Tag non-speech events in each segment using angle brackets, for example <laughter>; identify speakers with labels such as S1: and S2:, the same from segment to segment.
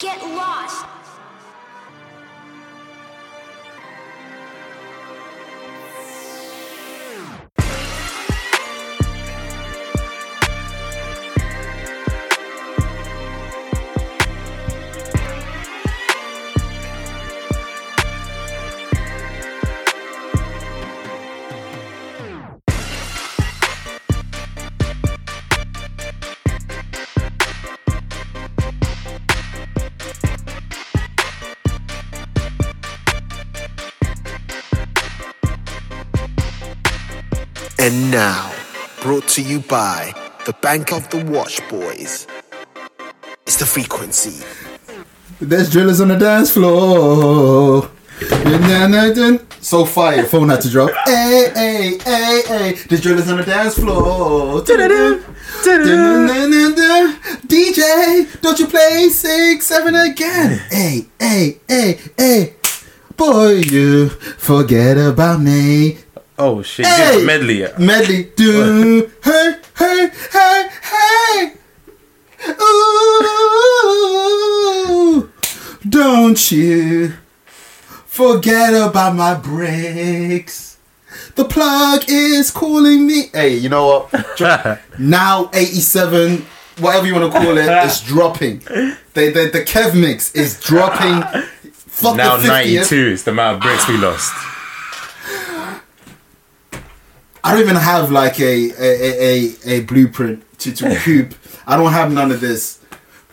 S1: Get lost!
S2: And now, brought to you by the Bank of the Watch Boys. It's the frequency.
S3: There's drillers on the dance floor. Dun, dun, dun, dun. So fire, phone had to drop. Hey, hey, hey, hey. There's drillers on the dance floor. Dun-dun-dun. Dun-dun-dun-dun-dun. DJ, don't you play six, seven again? Hey, hey, hey, hey. Boy, you forget about me.
S4: Oh shit! You
S3: Hey!
S4: did a medley. yeah.
S3: Medley. Do. hey, hey, hey, hey. Ooh. Don't you forget about my breaks. The plug is calling me. Hey, you know what?
S4: <laughs>
S3: Dro- now 87, whatever you want to call it, is dropping. The, the, the Kev mix is dropping. Fuck
S4: Now
S3: the eh? 50th.
S4: ninety two is the amount of bricks we lost.
S3: I don't even have like a a, a, a, a blueprint to,
S4: <laughs>
S3: to recoup. I don't have none of this.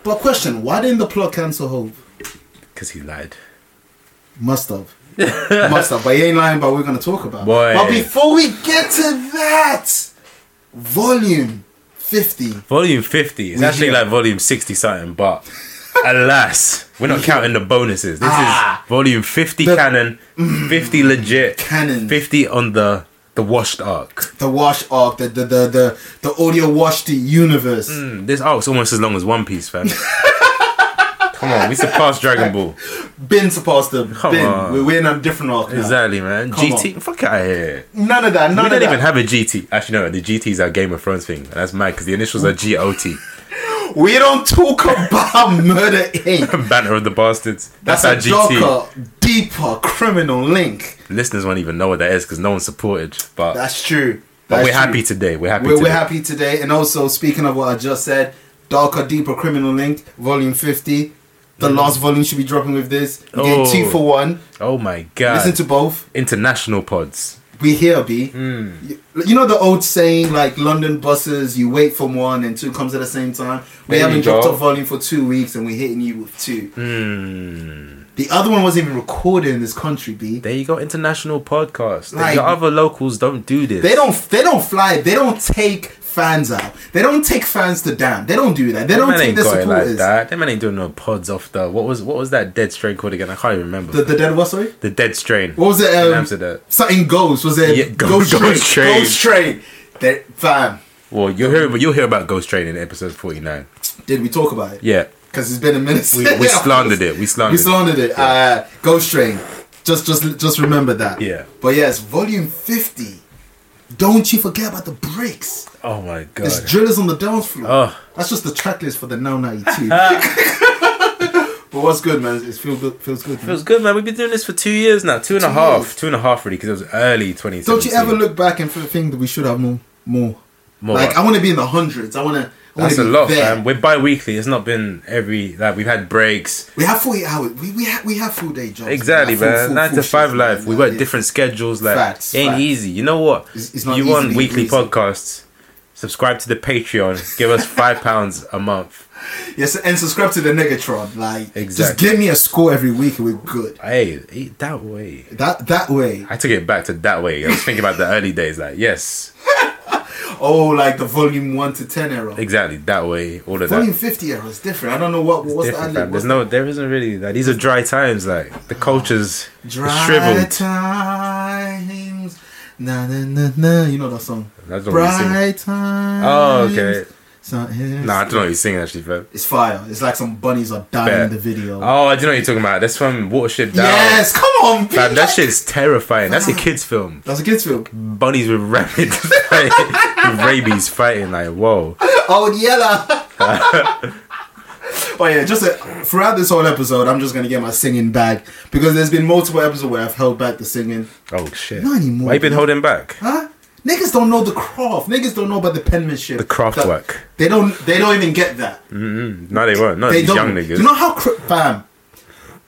S3: But question, why didn't the plot cancel Hope?
S4: Because he lied.
S3: Must have. Must have. But he ain't lying about what we're gonna talk about.
S4: Boy.
S3: But before we get to that, volume fifty.
S4: Volume fifty. It's
S3: We
S4: actually
S3: here.
S4: like volume sixty something, but alas, we're not counting the bonuses. This
S3: Ah.
S4: is volume fifty
S3: The- Mm.
S4: canon, fifty legit,
S3: Canon.
S4: fifty on the the washed arc.
S3: The wash arc, the the the the, the audio wash the universe.
S4: Mm, This arc's almost as long as One Piece,
S3: <laughs>
S4: fam. Come on, we surpassed Dragon Ball.
S3: Been surpassed the
S4: Come
S3: bin.
S4: on.
S3: We're, we're in a different arc now.
S4: Exactly, man.
S3: Come
S4: GT, fuck out of here.
S3: None of that, none
S4: We
S3: of
S4: don't
S3: that.
S4: even have a GT. Actually, no, the GT's our Game of Thrones thing, and that's mad because the initials are GOT.
S3: we don't talk <laughs> about murder inc.
S4: <laughs> Banner of the Bastards. That's,
S3: That's,
S4: our
S3: a
S4: GT.
S3: darker, deeper criminal link.
S4: Listeners won't even know what that is because no one supported. But,
S3: That's true.
S4: but
S3: That's
S4: we're
S3: true.
S4: happy today. We're happy
S3: We're,
S4: today.
S3: we're happy today. And also, speaking of what I just said, darker, deeper criminal link, volume fifty. The last volume should be dropping with this. You
S4: Mm. Oh.
S3: get two for one.
S4: Oh my god.
S3: Listen to both.
S4: international pods.
S3: We here, B.
S4: Hmm.
S3: You, you know the old saying, like London buses, you wait for one and two comes at the same time. We
S4: There you
S3: haven't dropped
S4: go. Hmm.
S3: a volume for two weeks and we're hitting you with two. Hmm. The other one wasn't even recorded in this country, B.
S4: There you go, international podcast.
S3: Like-
S4: Your other locals don't do this.
S3: They don't. They don't fly. They don't take fans out. They don't take fans to damn. They don't do that. They
S4: That
S3: don't
S4: man
S3: take
S4: ain't
S3: their
S4: got it like
S3: supporters.
S4: that. That man ain't doing no pods off the what was what was that dead strain called again? I can't even remember.
S3: the,
S4: The,
S3: the dead what? Sorry.
S4: dead strain.
S3: What was it? Um,
S4: In Amsterdam.
S3: something ghost. Was it
S4: Yeah, Go-
S3: ghost,
S4: Ghost
S3: train?
S4: Train.
S3: Ghost train. That fam.
S4: Well, you'll hear you'll hear about Ghost Train in episode forty nine.
S3: Did we talk about it?
S4: Yeah,
S3: Because it's been a minute.
S4: we,
S3: <laughs>
S4: we slandered it. We slandered.
S3: We slandered it. Uh, ghost train. Just, just, just remember that.
S4: Yeah.
S3: But yes, volume fifty. Don't you forget about the bricks.
S4: it. Oh my god.
S3: There's drillers on the dance floor.
S4: Oh.
S3: That's just the track list for the now
S4: <laughs>
S3: 92. but what's good, man? It feels good. Feels good. man.
S4: It was good, man. We've been doing this for two years now, two and a
S3: Two
S4: half,
S3: years.
S4: two and a half really, because it was early 2017.
S3: Don't you ever look back and think that we should have more? More.
S4: More
S3: like
S4: what?
S3: I want to be in the hundreds. I want to. I want
S4: That's
S3: to
S4: a
S3: be
S4: lot,
S3: there.
S4: man. We're bi-weekly. It's not been every like we've had breaks.
S3: We have 40 hours. We, we, have, we have full day jobs.
S4: Exactly,
S3: Like, full-
S4: man.
S3: full-
S4: Nine
S3: full
S4: to five
S3: shifts,
S4: life.
S3: man.
S4: We work
S3: Yeah.
S4: different schedules. Like
S3: Facts,
S4: it ain't
S3: facts.
S4: easy. You know what?
S3: It's- it's not
S4: you
S3: easy
S4: want
S3: being
S4: weekly
S3: greasy.
S4: podcasts? Subscribe to the Patreon. Give us five pounds a month.
S3: Yes, and subscribe to the Negatron. Like, just
S4: Exactly.
S3: give me a score every week and we're good.
S4: Hey, eat that way.
S3: That that way.
S4: I took it back to that way. I was thinking about the early days. Like yes,
S3: Oh, like the volume one to ten era.
S4: exactly that way. All of that.
S3: Volume fifty era is different. I don't know what what's the
S4: different,
S3: ad-lib,
S4: fam.
S3: what's
S4: There's no, there isn't really like these are dry times. Like the culture's
S3: Dry
S4: shriveled.
S3: times. Na, na, na, na. You know that song?
S4: That's what we sing.
S3: Bright times.
S4: Oh, okay.
S3: So, yes.
S4: Nah, I don't know what you're singing actually, fam.
S3: It's fire. It's like some bunnies are dying
S4: Fair.
S3: in the video.
S4: Oh, I do know what you're talking about. That's from Watership Down.
S3: yes, come on, B.
S4: Fam, that
S3: like-
S4: shit's terrifying. That's a kids' film.
S3: That's a kids film.
S4: Bunnies with rabid <laughs> <laughs> fight, with rabies fighting. Like, whoa.
S3: Oh, yellow. Oh yeah, just uh, throughout this whole episode, I'm just gonna get my singing back because there's been multiple episodes where I've held back the singing.
S4: Oh shit.
S3: Not anymore.
S4: Why you been holding back?
S3: Huh? Niggas don't know the craft. Niggas don't know about the penmanship.
S4: The craft
S3: That-
S4: work.
S3: They don't. They don't even get that.
S4: No, they weren't. Not
S3: They
S4: these
S3: don't.
S4: young niggas.
S3: You know how cra- fam?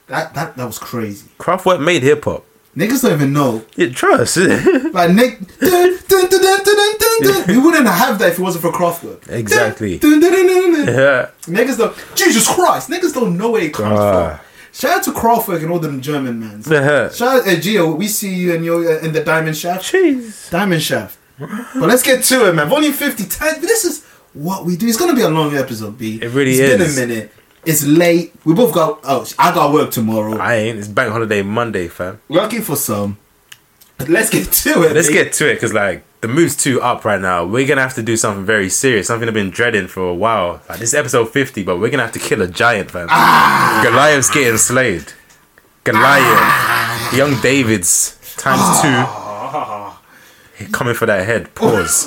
S3: That that that was crazy.
S4: Kraftwerk made hip hop.
S3: Niggas don't even know.
S4: Yeah, trust. <laughs>
S3: Like Nick, dun, dun, dun, dun, dun, dun,
S4: <laughs>
S3: dun, dun. we wouldn't have that if it wasn't for Kraftwerk.
S4: Exactly.
S3: Dun, dun, dun, dun, dun, dun.
S4: yeah.
S3: Niggas don't. Jesus Christ, niggas don't know where it comes
S4: Ah.
S3: from. Shout out to Kraftwerk and all them German mans.
S4: Yeah.
S3: Shout out to Gio. We see you in your uh, in the Diamond Shaft.
S4: Jeez.
S3: Diamond Shaft. But let's get to it, man. Volume 50. Ten, this is what we do. It's gonna be a long episode, B.
S4: It really
S3: It's
S4: is.
S3: been a minute. It's late. We both got. Oh, I got work tomorrow.
S4: I ain't. It's bank holiday Monday, fam.
S3: Lucky for some. Let's get to it.
S4: Let's
S3: B.
S4: get to it, cause like the mood's too up right now. We're gonna have to do something very serious. Something I've been dreading for a while. Like this is episode fifty, but we're gonna have to kill a giant, fam.
S3: Ah.
S4: Goliath's getting slayed. Goliath,
S3: Ah.
S4: young David's times two. He Coming for that head. Pause.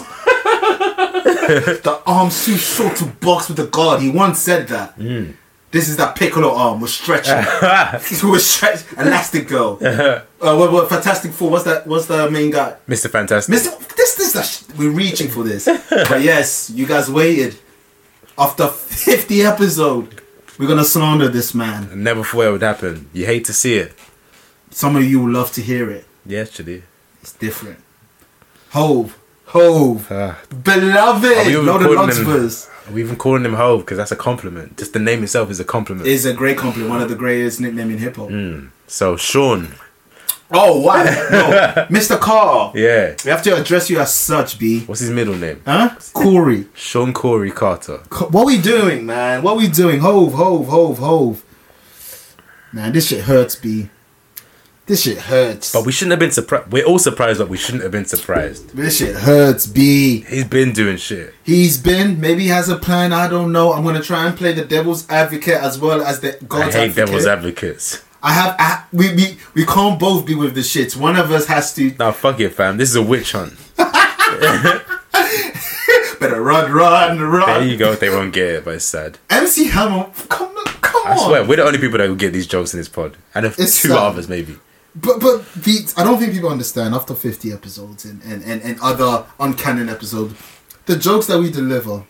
S3: The arm's too short to box with the guard. He once said that.
S4: Hmm.
S3: This is that piccolo arm. We're stretching. <laughs>
S4: <laughs>
S3: we're stretching. Elastic girl.
S4: Uh-huh.
S3: uh, what, what, Fantastic Four. What's that? What's the main guy?
S4: Mr. Fantastic.
S3: Mister. This, this, the sh- we're reaching for
S4: <laughs>
S3: this. but yes, you guys waited. After 50 episode, we're gonna slander this man.
S4: Never thought it would happen. You hate to see it.
S3: Some of you will love to hear it.
S4: Yeah, actually.
S3: It's different. Hove. Hove.
S4: Ah. Are we
S3: Beloved.
S4: even
S3: Lord of
S4: calling
S3: Lords
S4: him-
S3: verse.
S4: Are we even calling him Hove? Because that's a compliment. Just the name itself is a compliment.
S3: Is a great compliment. One of the greatest nickname in hip hop.
S4: Mm. so Sean,
S3: Oh
S4: <laughs>
S3: wow, no, Mr. Carl.
S4: yeah.
S3: We have to address you as such, B.
S4: What's his middle name?
S3: Huh? Corey.
S4: Sean Corey Carter.
S3: Co- What we doing, man? What we doing? Hove, hove, hove, hove. Man, this shit hurts, B. This shit hurts.
S4: But we shouldn't have been surprised. We're all surprised, but we shouldn't have been surprised.
S3: this shit hurts, B.
S4: He's been doing shit.
S3: He's been, maybe he has a plan, I don't know. I'm gonna try and play the devil's advocate as well as the
S4: I
S3: God's
S4: hate
S3: advocate.
S4: devil's advocates.
S3: I have, I, we, we, we can't both be with the shits. One of us has to,
S4: Nah, fuck it, fam. This is a witch hunt.
S3: better run, run,
S4: There
S3: run.
S4: you go. They won't get it, but it's sad.
S3: MC Hammer, come, come
S4: I
S3: on.
S4: swear, we're the only people that will get these jokes in this pod, and if
S3: It's
S4: two
S3: sad.
S4: others maybe.
S3: But but the I don't think people understand after fifty episodes and and and, and other uncanon episodes, the jokes that we deliver,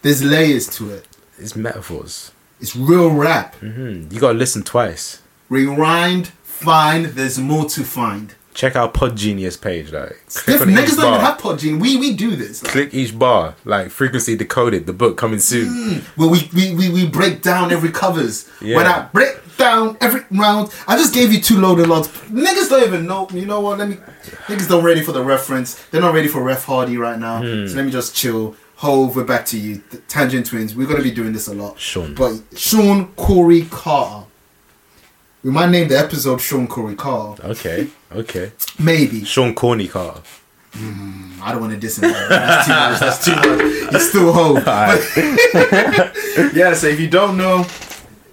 S3: there's layers to it.
S4: It's metaphors.
S3: It's real rap.
S4: Hmm, You gotta listen twice.
S3: Rewind, find. There's more to find.
S4: Check our Pod Genius page. Like, click
S3: If
S4: on each
S3: niggas don't even
S4: bar.
S3: have Podgene, we we do this. Like,
S4: Click each bar. Like frequency decoded. The book coming soon.
S3: where we, we, we, we break down every covers.
S4: Yeah.
S3: When I break down every round, I just gave you two loaded lots. Niggas don't even know. You know what? Let me. Niggas don't ready for the reference. They're not ready for Ref Hardy right now.
S4: Hmm.
S3: So let me just chill. Hove, we're back to you. The Tangent Twins. We're gonna be doing this a lot.
S4: Sean.
S3: But Sean Corey Carter. We might name the episode Sean Corey Carter.
S4: Okay. Okay.
S3: Maybe.
S4: Sean Corny Carter.
S3: I don't want to diss him. That's too much. That's too much. He's still Hove. But- <laughs> yeah, so if you don't know,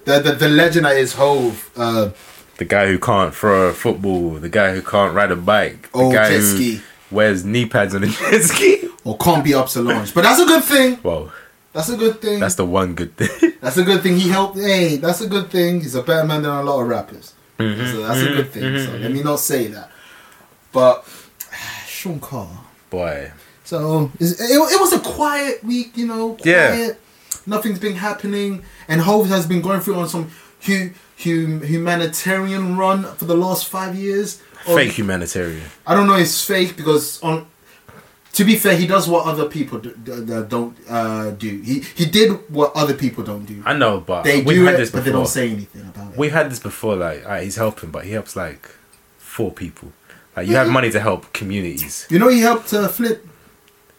S3: the, the, the legend that is Hove, uh,
S4: The guy who can't throw a football. The guy who can't ride a bike. The
S3: Oh,
S4: guy
S3: jet
S4: who
S3: ski.
S4: wears knee pads on a <laughs> jet ski.
S3: or can't be up to launch. But that's a good thing.
S4: Well,
S3: That's a good thing. That's,
S4: that's the one good <laughs> thing.
S3: a good thing. He helped. Hey, that's a good thing. He's a better man than a lot of rappers. So that's a good thing. So let me not say that. But <sighs> Sean Carr.
S4: Boy.
S3: So it's- it, it was a quiet week, you know. Quiet.
S4: Yeah.
S3: Nothing's been happening, and Hove has been going through on some hu- hum- humanitarian run for the last five years. Or-
S4: Fake humanitarian.
S3: I don't know. It's fake because on. To be fair, he does what other people do, d- d- don't uh, do. He he did what other people don't do.
S4: I know, but
S3: They
S4: we've
S3: do
S4: had
S3: it,
S4: this
S3: but
S4: before.
S3: they don't say anything about it.
S4: We've had this before. Like, alright, he's helping, but he helps like four people. Like, you
S3: Mm-hmm.
S4: have money to help communities.
S3: you know, he helped uh, Flint.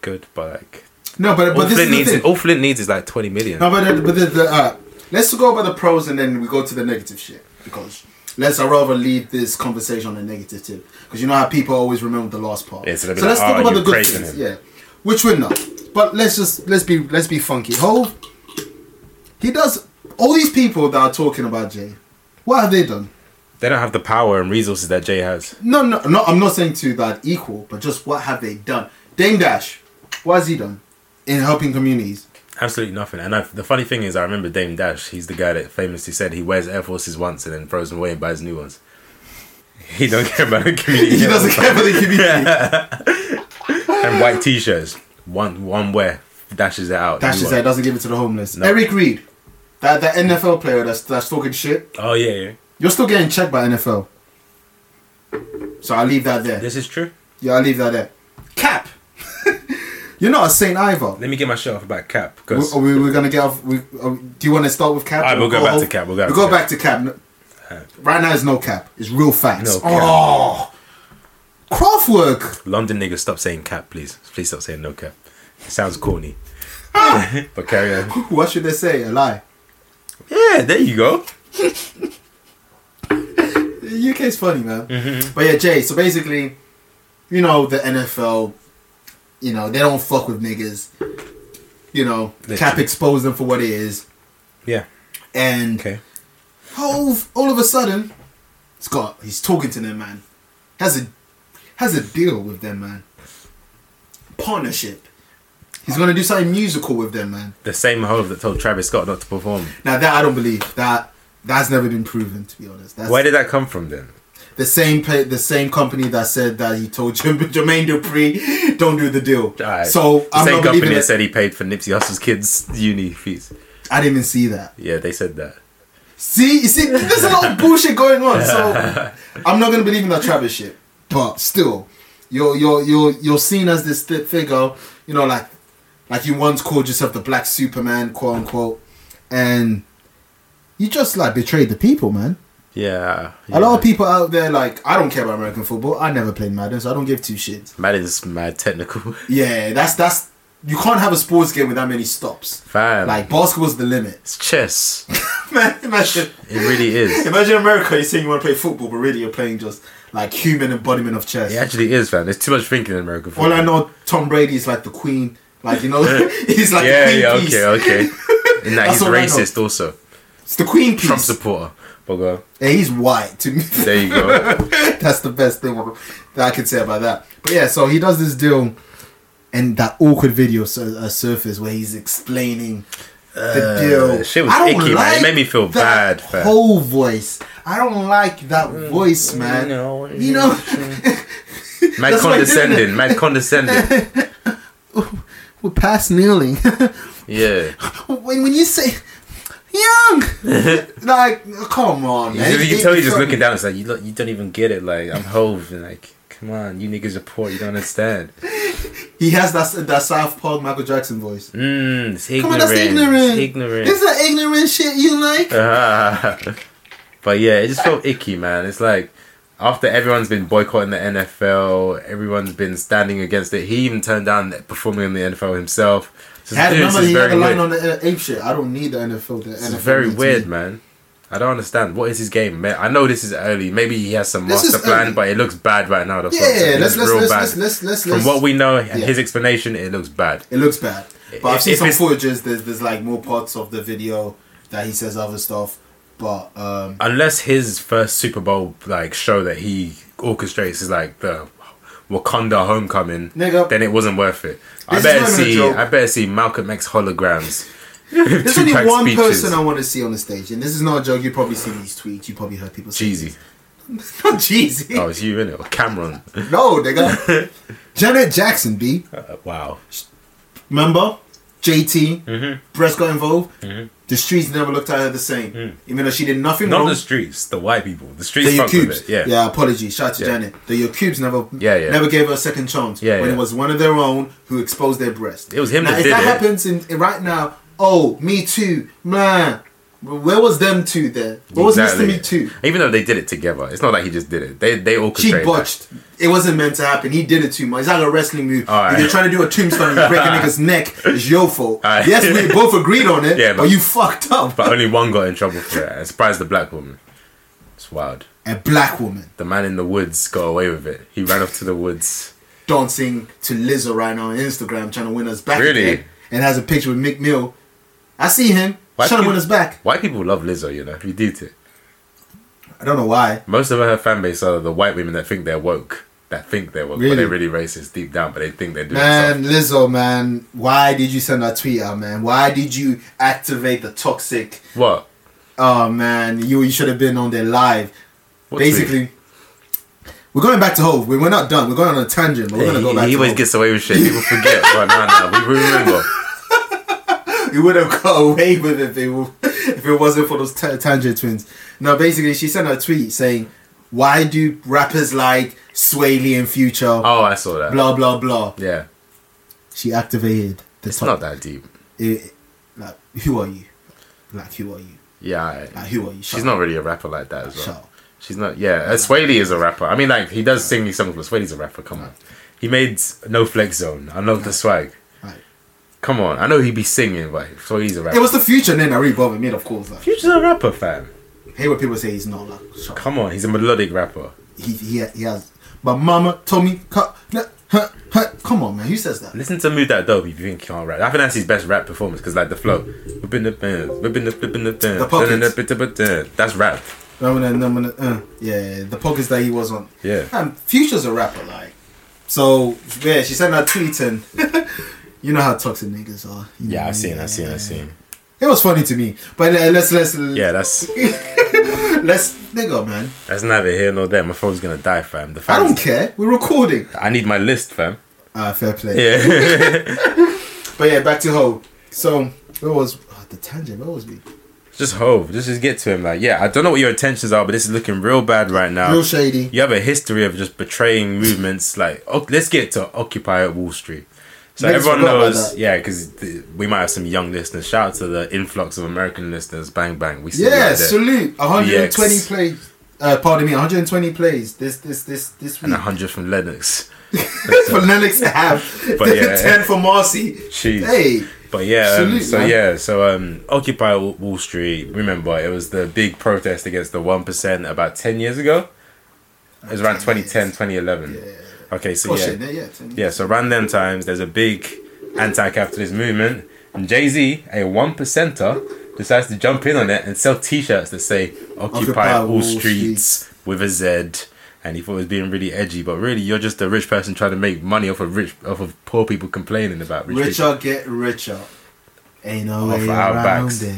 S4: Good, but like,
S3: No, but
S4: all
S3: but this
S4: Flint
S3: is
S4: needs,
S3: the
S4: is,
S3: thing.
S4: all Flint needs is like twenty million.
S3: No, but the, but the, the, uh, let's go about the pros and then we go to the negative shit because let's I rather leave this conversation on the negative tip because you know how people always remember the last part.
S4: Yeah, so they'll be
S3: so
S4: like,
S3: let's talk
S4: "Oh,
S3: about the
S4: you're
S3: good
S4: praising
S3: things.
S4: him."
S3: Yeah, which we're not. But let's just let's be let's be funky. Hove, he does all these people that are talking about Jay. What have they done?
S4: They don't have the power and resources that Jay has.
S3: No, no, no. I'm not saying to that
S4: <laughs>
S3: equal, but just what have they done? Dame Dash, what has he done in helping communities?
S4: Absolutely nothing. And I, the funny thing is, I remember Dame Dash. He's the guy that famously said he wears Air Forces once and then throws them away and buys new ones. <laughs> He don't care about the
S3: <laughs>
S4: community.
S3: He doesn't care
S4: <laughs>
S3: for the community.
S4: And white T-shirts, one one wear, dashes it out.
S3: Dashes
S4: new
S3: there,
S4: one.
S3: doesn't give it to the homeless. Eric Reed, that, that NFL player that's, that's talking shit,
S4: Oh yeah, yeah,
S3: you're still getting checked by NFL. So I'll leave that there.
S4: this is true.
S3: Yeah, I'll leave that there. Cap! <laughs> you're not a saint either.
S4: Let me get my shit off about cap because
S3: We, are we, we're gonna get off. We, uh, do you want to start with cap?
S4: Alright, we'll go back to cap, we'll go back to
S3: back to cap. No- Right now, it's no cap. It's real facts.
S4: No cap.
S3: oh, craft work.
S4: London niggas stop saying cap, please. Please stop saying no cap. It sounds corny.
S3: Ah!
S4: <laughs> but carry on.
S3: What should they say? A lie.
S4: Yeah, there you go.
S3: The UK's funny, man.
S4: Mm-hmm.
S3: But yeah, Jay, so basically, you know, the NFL, you know, they don't fuck with niggas. You know, Cap
S4: Literally.
S3: exposed them for what it is.
S4: Yeah.
S3: And
S4: Okay.
S3: Hove, all of a sudden, Scott, he's talking to them, man. Has a has a deal with them, man. Partnership. He's gonna do something musical with them, man.
S4: The same hove that told Travis Scott not to perform.
S3: Now that I don't believe that that's never been proven, to be honest. That's
S4: Where did that come from then?
S3: the same play, the same company that said that he told <laughs> Jerm- Jermaine Dupri, don't do the deal.
S4: Alright.
S3: So
S4: the
S3: I'm
S4: same
S3: not
S4: company
S3: believing
S4: that
S3: it.
S4: said he paid for Nipsey Hussle's kids' uni fees.
S3: I didn't even see that.
S4: Yeah, they said that.
S3: See, you see, there's a lot of bullshit going on.
S4: <laughs>
S3: So I'm not gonna believe in that Travis shit. But still, you're you're you're you're seen as this thi- figure, you know, like like you once called yourself the Black Superman, quote unquote, and you just like betrayed the people, man.
S4: Yeah.
S3: A lot of people out there, like I don't care about American football. I never played Madden, so I don't give two shits.
S4: Madden's mad technical. <laughs>
S3: Yeah, that's that's you can't have a sports game with that many stops.
S4: Fam.
S3: Like basketball's the limit. <laughs>
S4: it's chess.
S3: Man, imagine
S4: It really is.
S3: imagine America you're saying you want to play football, but really you're playing just like human embodiment of chess.
S4: It actually is, fam. There's too much thinking in American football.
S3: All I know Tom Brady's like the queen. Like you know <laughs> he's like
S4: yeah,
S3: the queen
S4: yeah,
S3: piece. <laughs>
S4: okay, okay. And that
S3: That's
S4: he's
S3: all I know.
S4: racist also.
S3: It's the queen piece.
S4: Trump supporter. But go.
S3: yeah, he's white to me.
S4: There
S3: <laughs>
S4: you go.
S3: That's the best thing that I can say about that. But yeah, so he does this deal, and that awkward video sur- uh, surfaced where he's explaining the deal.
S4: Uh, shit was icky, man. It made me feel
S3: that
S4: bad, fam.
S3: Whole voice. I don't like that voice, man.
S4: no,
S3: you know,
S4: mad
S3: That's why I did
S4: condescending. Mad condescending.
S3: <laughs> we're past kneeling. <laughs>
S4: Yeah.
S3: when when you say
S4: <laughs>
S3: young, <laughs> like come on, man.
S4: You,
S3: It-
S4: you
S3: it-
S4: can tell he's just
S3: fucking-
S4: looking down. It's like you look, you don't even get it. Like I'm hove. And like come on, you niggas are poor. You don't understand.
S3: He has that that South Park Michael Jackson voice.
S4: Mm, it's ignorant.
S3: Come on, that's ignorant.
S4: Ignorant.
S3: It's that ignorant shit you like.
S4: Ah. <laughs> but yeah, it just felt icky, man. It's like after everyone's been boycotting the NFL, everyone's been standing against it. He even turned down performing in the NFL himself. So
S3: I had
S4: dude, this
S3: remember
S4: is
S3: he had
S4: very
S3: a line
S4: weird.
S3: on the uh, ape shit. I don't need the NFL. The
S4: It's
S3: NFL
S4: very
S3: needs
S4: weird,
S3: me.
S4: man. I don't understand. What is his game? Ma- I know this is early. Maybe he has some
S3: This is
S4: master plan,
S3: early.
S4: but it looks bad right now. The
S3: Yeah,
S4: front. It
S3: let's-
S4: looks
S3: let's-
S4: real
S3: let's-
S4: bad.
S3: let's- let's- let's-
S4: From
S3: let's-
S4: what we know, and
S3: Yeah.
S4: his explanation, it looks bad.
S3: It looks bad, but I've
S4: If-
S3: seen
S4: if
S3: some
S4: it's-
S3: footages. There's there's like more parts of the video that he says other stuff, but um,
S4: Unless his first Super Bowl like show that he orchestrates is like the Wakanda homecoming,
S3: Nigga.
S4: then it wasn't worth it. I
S3: This is
S4: better
S3: not even a
S4: see.
S3: joke.
S4: I better see Malcolm X holograms.
S3: <laughs>
S4: <laughs>
S3: there's only one person I want to see on the stage, and this is not a joke. You probably see these tweets. You probably heard people say
S4: Jeezy.
S3: this. <laughs> not Jeezy.
S4: Oh, it's you in it. Cameron. <laughs>
S3: No, they got Janet Jackson. B.
S4: wow.
S3: Remember, JT.
S4: Mm-hmm.
S3: Breast got involved. The streets never looked at her the same, even though she did nothing
S4: Mm. Not
S3: wrong.
S4: the streets. The white people. The
S3: the
S4: streets.
S3: your
S4: fuck
S3: cubes.
S4: with it.
S3: Yeah.
S4: Yeah.
S3: yeah, apologies. Shout out to
S4: Yeah.
S3: Janet. The your cubes never
S4: Yeah, yeah.
S3: never gave her a second chance.
S4: Yeah,
S3: when
S4: yeah.
S3: it was one of their own who exposed their breast.
S4: It was him
S3: Now,
S4: that
S3: if
S4: did
S3: that
S4: it.
S3: happens in, in- right now, oh, me too, man. Where was them two there? What was Mr. Me Too?
S4: Even though they did it together, it's not like he just did it. They they
S3: She
S4: orchestrated.
S3: botched. It wasn't meant to happen. He did it too much. It's like a wrestling move.
S4: Alright.
S3: If you're trying to do a tombstone and you
S4: <laughs>
S3: break a nigga's neck, it's your fault.
S4: Alright.
S3: Yes, we both agreed on it,
S4: <laughs> Yeah,
S3: but,
S4: but-
S3: you fucked up.
S4: But only one got in trouble for it. And surprised the black woman. It's wild.
S3: a black woman
S4: The man in the woods got away with it. He ran off to the woods.
S3: dancing to Lizzo right now on Instagram, trying to win us back.
S4: Really?
S3: again, and has a picture with Mick Mill. I see him
S4: Why
S3: trying to
S4: people-
S3: win us back.
S4: White people love Lizzo, you know. We do it.
S3: I don't know why.
S4: Most of her fan base are the white women that think they're woke. that think they were,
S3: Really?
S4: but they're really racist deep down, but they think they're doing
S3: Man, Lizzo, man, why did you send that tweet out, man? Why did you activate the toxic?
S4: something. What?
S3: Oh man, you you should have been on there live.
S4: What
S3: Basically, we're going back to Hove. We- We're not done. We're going on a tangent, but we're
S4: tweet?
S3: gonna
S4: He,
S3: go back.
S4: he
S3: to
S4: always
S3: Hove.
S4: gets away with shit. People forget. but no, no,
S3: <laughs>
S4: we remember.
S3: You would have got away with it if it, w- <laughs> if it wasn't for those t- tangent twins. No, basically, she sent a tweet saying, "Why do rappers like Sway Lee and Future,
S4: Oh, I saw that.
S3: blah blah blah?"
S4: Yeah,
S3: She activated the.
S4: it's not that deep.
S3: It, like, who are you? Like, who are you?
S4: Yeah, alright.
S3: Like, who are you? Shut
S4: she's
S3: up.
S4: not really a rapper like that as well.
S3: Shut up.
S4: She's not. Yeah, uh, Swae Lee is a rapper. I mean, like he does sing these songs, but Swae Lee's a rapper. Come on, he made s- No Flex Zone. I love the swag.
S3: Like,
S4: Come on, I know he be singing, but Swae Lee's a rapper.
S3: it was the future name that really bothered me, of course. Like,
S4: Future's a rapper, fam.
S3: hate when people say he's not like. Shut up.
S4: Come on, he's a melodic rapper.
S3: He, he, he has. But mama told me, "Cut- nah, huh, huh." come on, man. Who says that?
S4: Listen to Move That Dope if you think he can't rap. I think that's his best rap performance because like the flow, whipping the bands, whipping the flipping the
S3: The
S4: bands, that's rap.
S3: No, no, no, no, uh, yeah, the pockets that he was on.
S4: Yeah.
S3: Man, Future's a rapper, like. So, yeah, she sent that tweet and <laughs> you know how toxic niggas are. You know
S4: Yeah,
S3: what
S4: I've seen,
S3: mean?
S4: I've seen, I've seen.
S3: It was funny to me. But uh, let's, let's,
S4: Yeah, that's
S3: <laughs> let's, nigga, man.
S4: that's neither here nor there. My phone's gonna die, fam. The
S3: I don't
S4: fans,
S3: care. We're recording.
S4: I, need my list, fam.
S3: Ah, fair play.
S4: Yeah, <laughs>
S3: But yeah, back to Ho. So, where was ah, the tangent? Where was we?
S4: just hope, just just get to him. Like, yeah, I don't know what your intentions are, but this is looking real bad right now.
S3: Real shady.
S4: you have a history of just betraying movements. Like, o let's get to Occupy Wall Street. So
S3: Niggas
S4: everyone
S3: forgot about
S4: knows,
S3: that.
S4: yeah, because we might have some young listeners. Shout out to the influx of American listeners. Bang bang, we see you out
S3: Yeah,
S4: there.
S3: salute. 120
S4: BX.
S3: plays. Uh, pardon me, 120 plays this this this this
S4: and
S3: week.
S4: a hundred from Lennox.
S3: <laughs> for Lennox to have.
S4: <laughs> But
S3: <laughs>
S4: yeah.
S3: 10 for Marcy.
S4: Jeez.
S3: Hey.
S4: But yeah, um,
S3: Salute,
S4: so
S3: man.
S4: yeah, so um, Occupy Wa- Wall Street. Remember, it was the big protest against the one percent about ten years ago. It was around 2010, 2011. Okay, so
S3: Oh,
S4: yeah,
S3: shit, yeah, yeah, 10
S4: Yeah, so around them times, there's a big anti capitalist movement, and Jay Z, a one percenter, decides to jump in on it and sell t shirts that say Occupy,
S3: Occupy
S4: all
S3: Wall
S4: streets with a Z. And he thought it was being really edgy, but really, you're just a rich person trying to make money off of rich, off of poor people complaining about rich people.
S3: Richer get richer. Ain't no
S4: Off
S3: way
S4: of
S3: around
S4: our backs.
S3: it.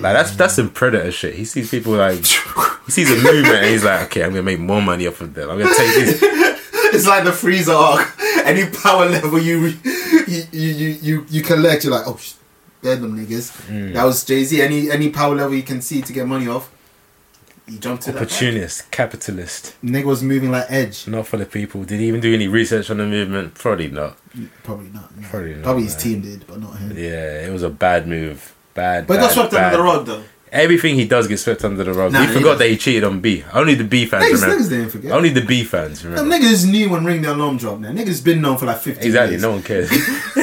S4: Like that's that's some predator shit. He sees people like he sees a movement and he's like, okay, I'm gonna make more money off of them. I'm gonna take this.
S3: <laughs> It's like the freezer arc. <laughs> Any power level you re- <laughs> you, you you you you collect, you're like, oh, sh- they're them niggas.
S4: Mm.
S3: That was Jay Z. Any any power level you can see to get money off, you jump to that.
S4: Opportunist, capitalist,
S3: Nigga was moving like Edge.
S4: not for the people. Did he even do any research on the movement? Probably not.
S3: Probably not. no.
S4: Probably not,
S3: Probably his
S4: man.
S3: team did, but not him.
S4: Yeah, it was a bad move. Bad.
S3: But
S4: bad,
S3: got swept
S4: bad.
S3: under the rug though.
S4: Everything he does gets swept under the rug.
S3: Nah,
S4: we
S3: he
S4: forgot
S3: doesn't.
S4: that he cheated on B. Only the B fans
S3: Niggas,
S4: remember.
S3: niggas didn't forget.
S4: Only the B fans
S3: Them
S4: remember.
S3: niggas knew when Ring the Alarm dropped. Now niggas been known for like 15
S4: Exactly.
S3: years.
S4: No one
S3: <laughs>
S4: cares.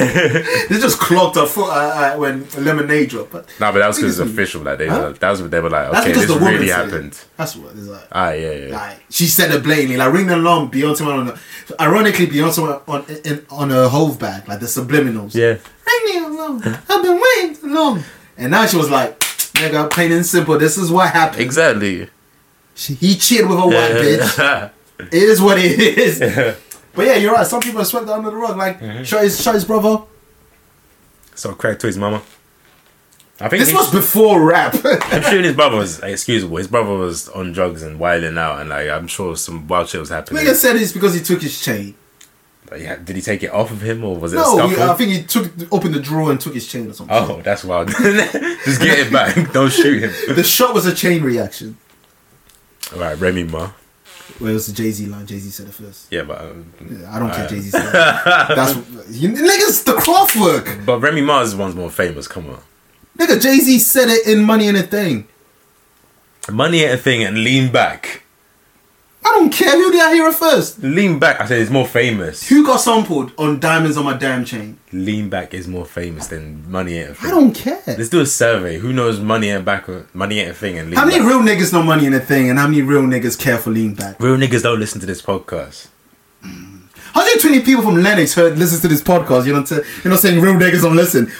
S3: They just clocked her foot uh, uh, when Lemonade dropped. But
S4: nah, but that was because
S3: Niggas
S4: it was
S3: knew.
S4: official. Like they,
S3: Huh?
S4: were, that was what they were like.
S3: That's
S4: Okay,
S3: because
S4: this
S3: the woman
S4: really
S3: said it.
S4: happened.
S3: That's what it's like.
S4: Ah, yeah, yeah.
S3: Like she said it blatantly, like ring the alarm. Beyonce went on. The, ironically, Beyonce went on in, on her hove bag, like the subliminals.
S4: yeah.
S3: Ring the alarm. I've been waiting too long. And now she was like, nigga, plain and simple. This is what happened.
S4: Exactly.
S3: She, he cheated with a white bitch.
S4: <laughs>
S3: It is what it is. But yeah, you're right. Some people are swept under the rug. Like
S4: Mm-hmm.
S3: shot his shot his brother.
S4: so crack to his mama. I think
S3: This
S4: he-
S3: was before <laughs> rap.
S4: <laughs> I'm sure his brother was excusable. His brother was on drugs and wilding out, and like I'm sure some wild shit was happening.
S3: Nigga said it's because he took his chain.
S4: But yeah, did he take it off of him or was it a
S3: No,
S4: scuffle?
S3: he, I think he took opened the drawer and took his chain or something.
S4: Oh, that's wild. <laughs> Just get it back. <laughs> Don't shoot him.
S3: The shot was a chain reaction.
S4: All right, Remy Ma.
S3: Well, it was the Jay Z line. Jay Z said it first.
S4: Yeah, but um,
S3: Yeah, I don't care. Jay Z said it. That's you, niggas. The craft work.
S4: but Remy Ma's one's more famous. Come on,
S3: Nigga, Jay Z said it in Money and a Thing.
S4: money ain't a thing and lean back.
S3: I don't care who did I hear it first.
S4: Lean back. I said it's more famous.
S3: Who got sampled on Diamonds on My Damn Chain?
S4: Lean back is more famous than money ain't a
S3: I
S4: thing.
S3: don't care.
S4: Let's do a survey. Who knows money ain't back? Or money ain't a thing and lean
S3: How many
S4: back.
S3: real niggas know Money and a Thing, and how many real niggas care for Lean Back?
S4: Real niggas don't listen to this podcast.
S3: 120 people from Lennox heard listens to this podcast. You know, t- you're not saying real niggas don't listen.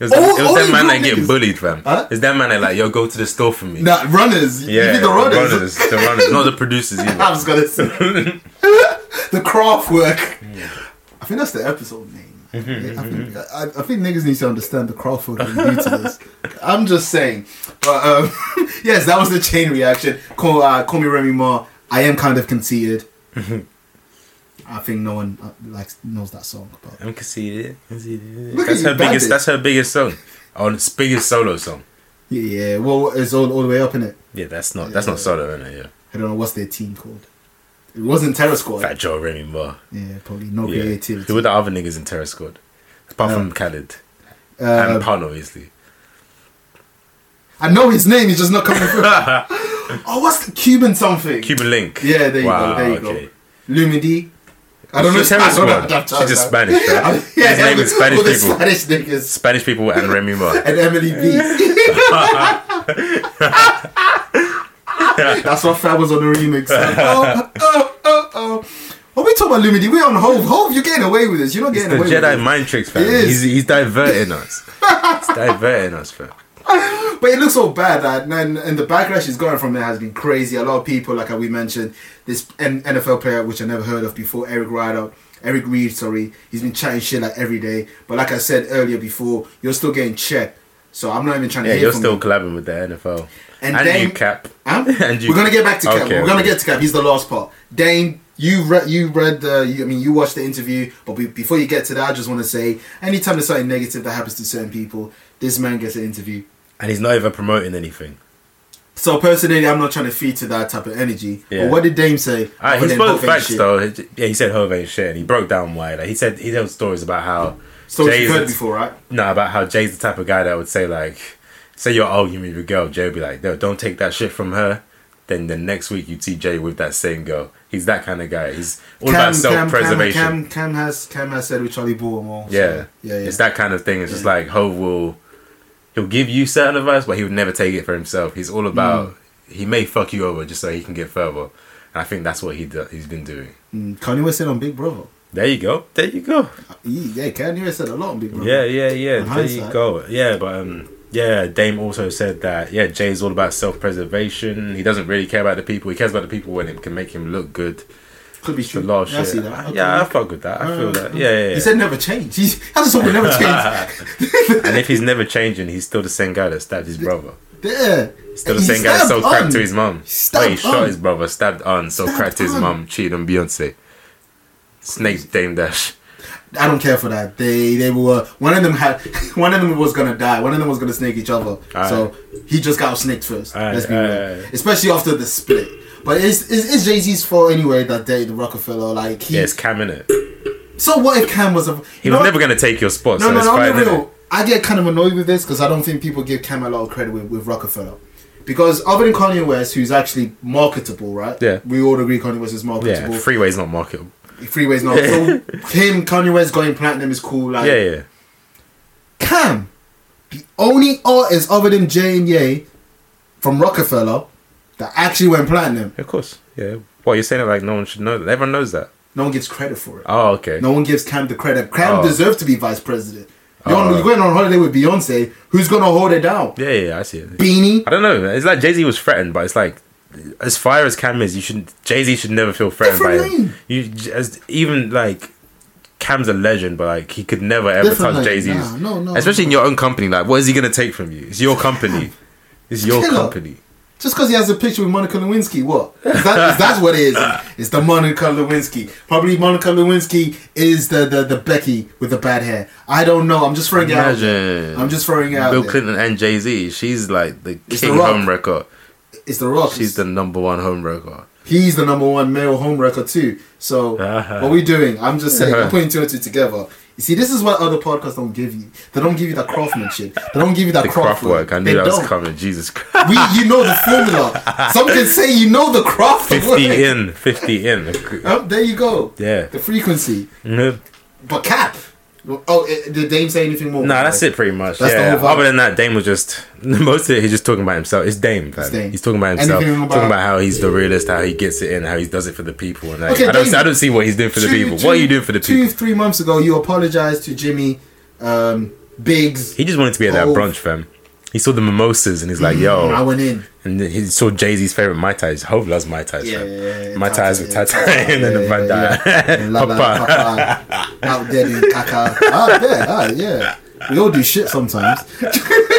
S4: It was, that-
S3: Oh,
S4: it was
S3: only
S4: that man
S3: real
S4: that get
S3: niggas.
S4: bullied, fam.
S3: Huh?
S4: It's that man that like, yo, go to the store for me.
S3: Nah, runners. You <laughs>
S4: yeah,
S3: mean the runners. <laughs>
S4: the runners, the runners, not the producers
S3: I
S4: either.
S3: was gonna say the the craft work. I think that's the episode name. Yeah, I, think, I, I think niggas need to understand the craft work we do to this. I'm just saying. But um, <laughs> yes, that was the chain reaction. Call, uh, call me Remy Ma. I am kind of conceited. I think no one uh, likes knows that song. But
S4: I'm conceited. conceited.
S3: Look at
S4: That's
S3: you,
S4: her biggest.
S3: bandit.
S4: That's her biggest song. Oh, it's biggest solo song.
S3: yeah, yeah, well, it's all, all the way up in it.
S4: Yeah, that's not. That's not solo, isn't it?
S3: I don't know what's their team called. It wasn't Terror Squad.
S4: Yeah. Fat Joe Remy Ma.
S3: Yeah, probably no
S4: Yeah.
S3: creativity.
S4: Who were the other niggas in Terror Squad? Apart from Khaled
S3: Uh,
S4: and Pun, obviously.
S3: I know his name, he's just not coming
S4: <laughs>
S3: through. oh, what's the Cuban something?
S4: Cuban Link.
S3: Yeah, there you go. There you go. Lumidi. I don't know.
S4: She's Terror
S3: I don't know.
S4: Squad.
S3: That's-
S4: She's just
S3: that's- <laughs>
S4: Spanish, right? His name is Spanish
S3: all the
S4: people.
S3: Spanish niggas
S4: Spanish people and Remy
S3: <laughs>
S4: Ma.
S3: and Emily
S4: <laughs>
S3: B. That's why Fab was on the remix. Oh, oh, oh, oh. What we talking about, Lumidi? We're on Hove. Hove, you're getting away with this. You're not
S4: It's
S3: getting
S4: the
S3: away with
S4: Jedi
S3: it.
S4: mind tricks, fam.
S3: It is.
S4: He's, he's diverting us.
S3: <laughs>
S4: He's diverting us, fam.
S3: But it looks all bad that and, and the backlash is going from there has been crazy. A lot of people, like we mentioned, this N- NFL player which I never heard of before, Eric Ryder, Eric Reed, sorry, he's been chatting shit like every day. But like I said earlier before, you're still getting checked. So I'm not even trying to
S4: Yeah,
S3: hear
S4: you're
S3: from
S4: still
S3: you.
S4: collabing with the NFL.
S3: And
S4: And,
S3: Dame-
S4: you, Cap.
S3: Huh?
S4: <laughs> And you-
S3: We're gonna get back to Cap.
S4: Okay,
S3: We're gonna
S4: okay.
S3: get to Cap. He's the last part. Dane, you read, you read the. You, I mean, you watched the interview. But be- before you get to that, I just want to say, anytime there's something negative that happens to certain people, this man gets an interview.
S4: And he's not even promoting anything.
S3: So personally, I'm not trying to feed to that type of energy.
S4: Yeah.
S3: But what did Dame say?
S4: Ah,
S3: Other
S4: he
S3: than
S4: spoke
S3: Hov ain't
S4: facts
S3: shit?
S4: though. He- Yeah, he said Hove ain't shit, and he broke down why. Like he said, he told stories about how
S3: So you've
S4: Jay's
S3: heard
S4: the-
S3: before, right?
S4: No, about how Jay's the type of guy that would say like, say you're arguing with a girl, Jay would be like, no, don't take that shit from her. Then the next week you see Jay with that same girl. He's that kind of guy. He's all about self-preservation.
S3: Cam, Cam, Cam has Cam has said with Charlie Ball more. so-
S4: yeah.
S3: yeah, yeah.
S4: It's that kind of thing. It's just like Hove will he'll give you certain advice, but he would never take it for himself. He's all about
S3: Mm.
S4: he may fuck you over just so he can get further. And I think that's what he do, he's been doing.
S3: Mm, Kanye West said on Big Brother.
S4: There you go. There you go.
S3: He- Yeah, Kanye West said a lot on Big Brother.
S4: Yeah, yeah, yeah.
S3: In
S4: There you
S3: hindsight.
S4: go. Yeah, but um, yeah, Dame also said that yeah, Jay's all about self-preservation. He doesn't really care about the people. He cares about the people when it can make him look good.
S3: could be
S4: The
S3: true.
S4: last
S3: Yeah, I
S4: shit.
S3: see that. Okay. Uh,
S4: Yeah, I fuck with that. I feel that. Yeah, yeah. yeah.
S3: He said never change. <laughs> He's, that's someone
S4: <laughs>
S3: never change. <laughs>
S4: and if he's never changing, he's still the same guy that stabbed his brother.
S3: yeah.
S4: Still
S3: And
S4: the
S3: he
S4: same guy that
S3: stabbed
S4: sold crack
S3: on.
S4: to his mum.
S3: stabbed
S4: Wait, he shot
S3: on.
S4: his brother, stabbed on, sold
S3: Stabbed
S4: crack to his
S3: on.
S4: mum, cheated on Beyonce. Snake Dame Dash.
S3: I don't care for that. They they were one of them had <laughs> one of them was gonna die. One of them was gonna snake each other.
S4: Aye.
S3: So he just got snaked first.
S4: Aye,
S3: Let's be real,
S4: aye.
S3: especially after the split. But it's it's, it's Jay Z's fault anyway that they the Rockefeller like he.
S4: Yeah, it's Cam in it.
S3: So what if Cam was a?
S4: He was never gonna take your spot,
S3: No,
S4: so
S3: no,
S4: it's
S3: no.
S4: fine.
S3: I'm
S4: innit?
S3: being real. I get kind of annoyed with this because I don't think people give Cam a lot of credit with, with Rockefeller. Because other than Kanye West, who's actually marketable, right?
S4: Yeah.
S3: We all agree Kanye West is
S4: Yeah,
S3: marketable.
S4: freeway's not marketable.
S3: Freeway's
S4: <laughs>
S3: not. So him, Kanye West going platinum is cool. Like,
S4: Yeah, yeah.
S3: Cam, the only artist other than Jay and Ye from Rockefeller that actually went platinum.
S4: Of course. Yeah. Well, you're saying it like no one should know that. Everyone knows that.
S3: No one gives credit for it.
S4: Oh, okay.
S3: No one gives Cam the credit. Cam
S4: Oh.
S3: deserved to be vice president. You're, on,
S4: Oh.
S3: you're going on holiday with Beyonce. Who's gonna hold it down?
S4: Yeah, yeah, yeah, I see it.
S3: Beanie.
S4: I don't know. man. It's like Jay Z was threatened, but it's like as far as Cam is, you should Jay Z should never feel threatened by
S3: Different
S4: him. You j- as even like Cam's a legend, but like he could never ever
S3: Different
S4: touch
S3: lane.
S4: Jay Z's.
S3: Nah, no, no,
S4: Especially in your own company, like what is he gonna take from you? It's
S3: <laughs>
S4: your company. It's your
S3: Killer.
S4: company.
S3: Just because he has a picture with Monica Lewinsky, what? Is that, is that what it is? It's the Monica Lewinsky. Probably Monica Lewinsky is the, the, the Becky with the bad hair. I don't know. I'm just throwing it out. there.
S4: Imagine.
S3: I'm just throwing it out.
S4: Bill
S3: there.
S4: Clinton and Jay Z. She's like the
S3: It's
S4: king
S3: The Rock.
S4: home record.
S3: It's the Rock.
S4: She's the number one home record.
S3: He's the number one male homewrecker too. So
S4: Uh-huh.
S3: what we doing? I'm just saying, I'm putting two and two together. You see, this is what other podcasts don't give you. They don't give you that craftsmanship. They don't give you that
S4: The
S3: craft,
S4: craft work. I knew
S3: They
S4: that was
S3: don't.
S4: coming. Jesus
S3: <laughs>
S4: Christ.
S3: We, you know the
S4: <laughs>
S3: formula. Some can say you know the craft work.
S4: 50 in, 50 in.
S3: <laughs> Oh, there you go.
S4: Yeah.
S3: The frequency,
S4: No,
S3: but cap. Oh, eh, did Dame say anything more?
S4: nah, that's it pretty much.
S3: That's the
S4: yeah.
S3: whole vibe.
S4: Other than that, Dame was just <laughs> most of it. He's just talking about himself. It's Dame. fam.
S3: Dame.
S4: He's talking about himself.
S3: Anything about-
S4: talking about how he's the realist, how he gets it in, how he does it for the people. And like,
S3: Okay,
S4: I don't,
S3: Dame.
S4: I don't see what he's doing for the
S3: Two-
S4: people.
S3: two-
S4: what are you doing for the
S3: two,
S4: people?
S3: three months ago, you apologized to Jimmy, um, Biggs.
S4: He just wanted to be at that
S3: Oh. Mm,
S4: brunch, fam. He saw the mimosas and he's like,
S3: I
S4: yo.
S3: went in.
S4: And then he saw Jay Z's favorite Mai Tais. Hope loves Mai Tais.
S3: Yeah,
S4: fam.
S3: yeah, yeah,
S4: Mai Tais with
S3: Tais,
S4: Tata <laughs>
S3: yeah,
S4: and then the
S3: yeah,
S4: Van Dai.
S3: yeah. La- la-
S4: <laughs> Papa.
S3: Papa. Out there doing caca. Out there, ah, yeah. We all do shit sometimes. <laughs>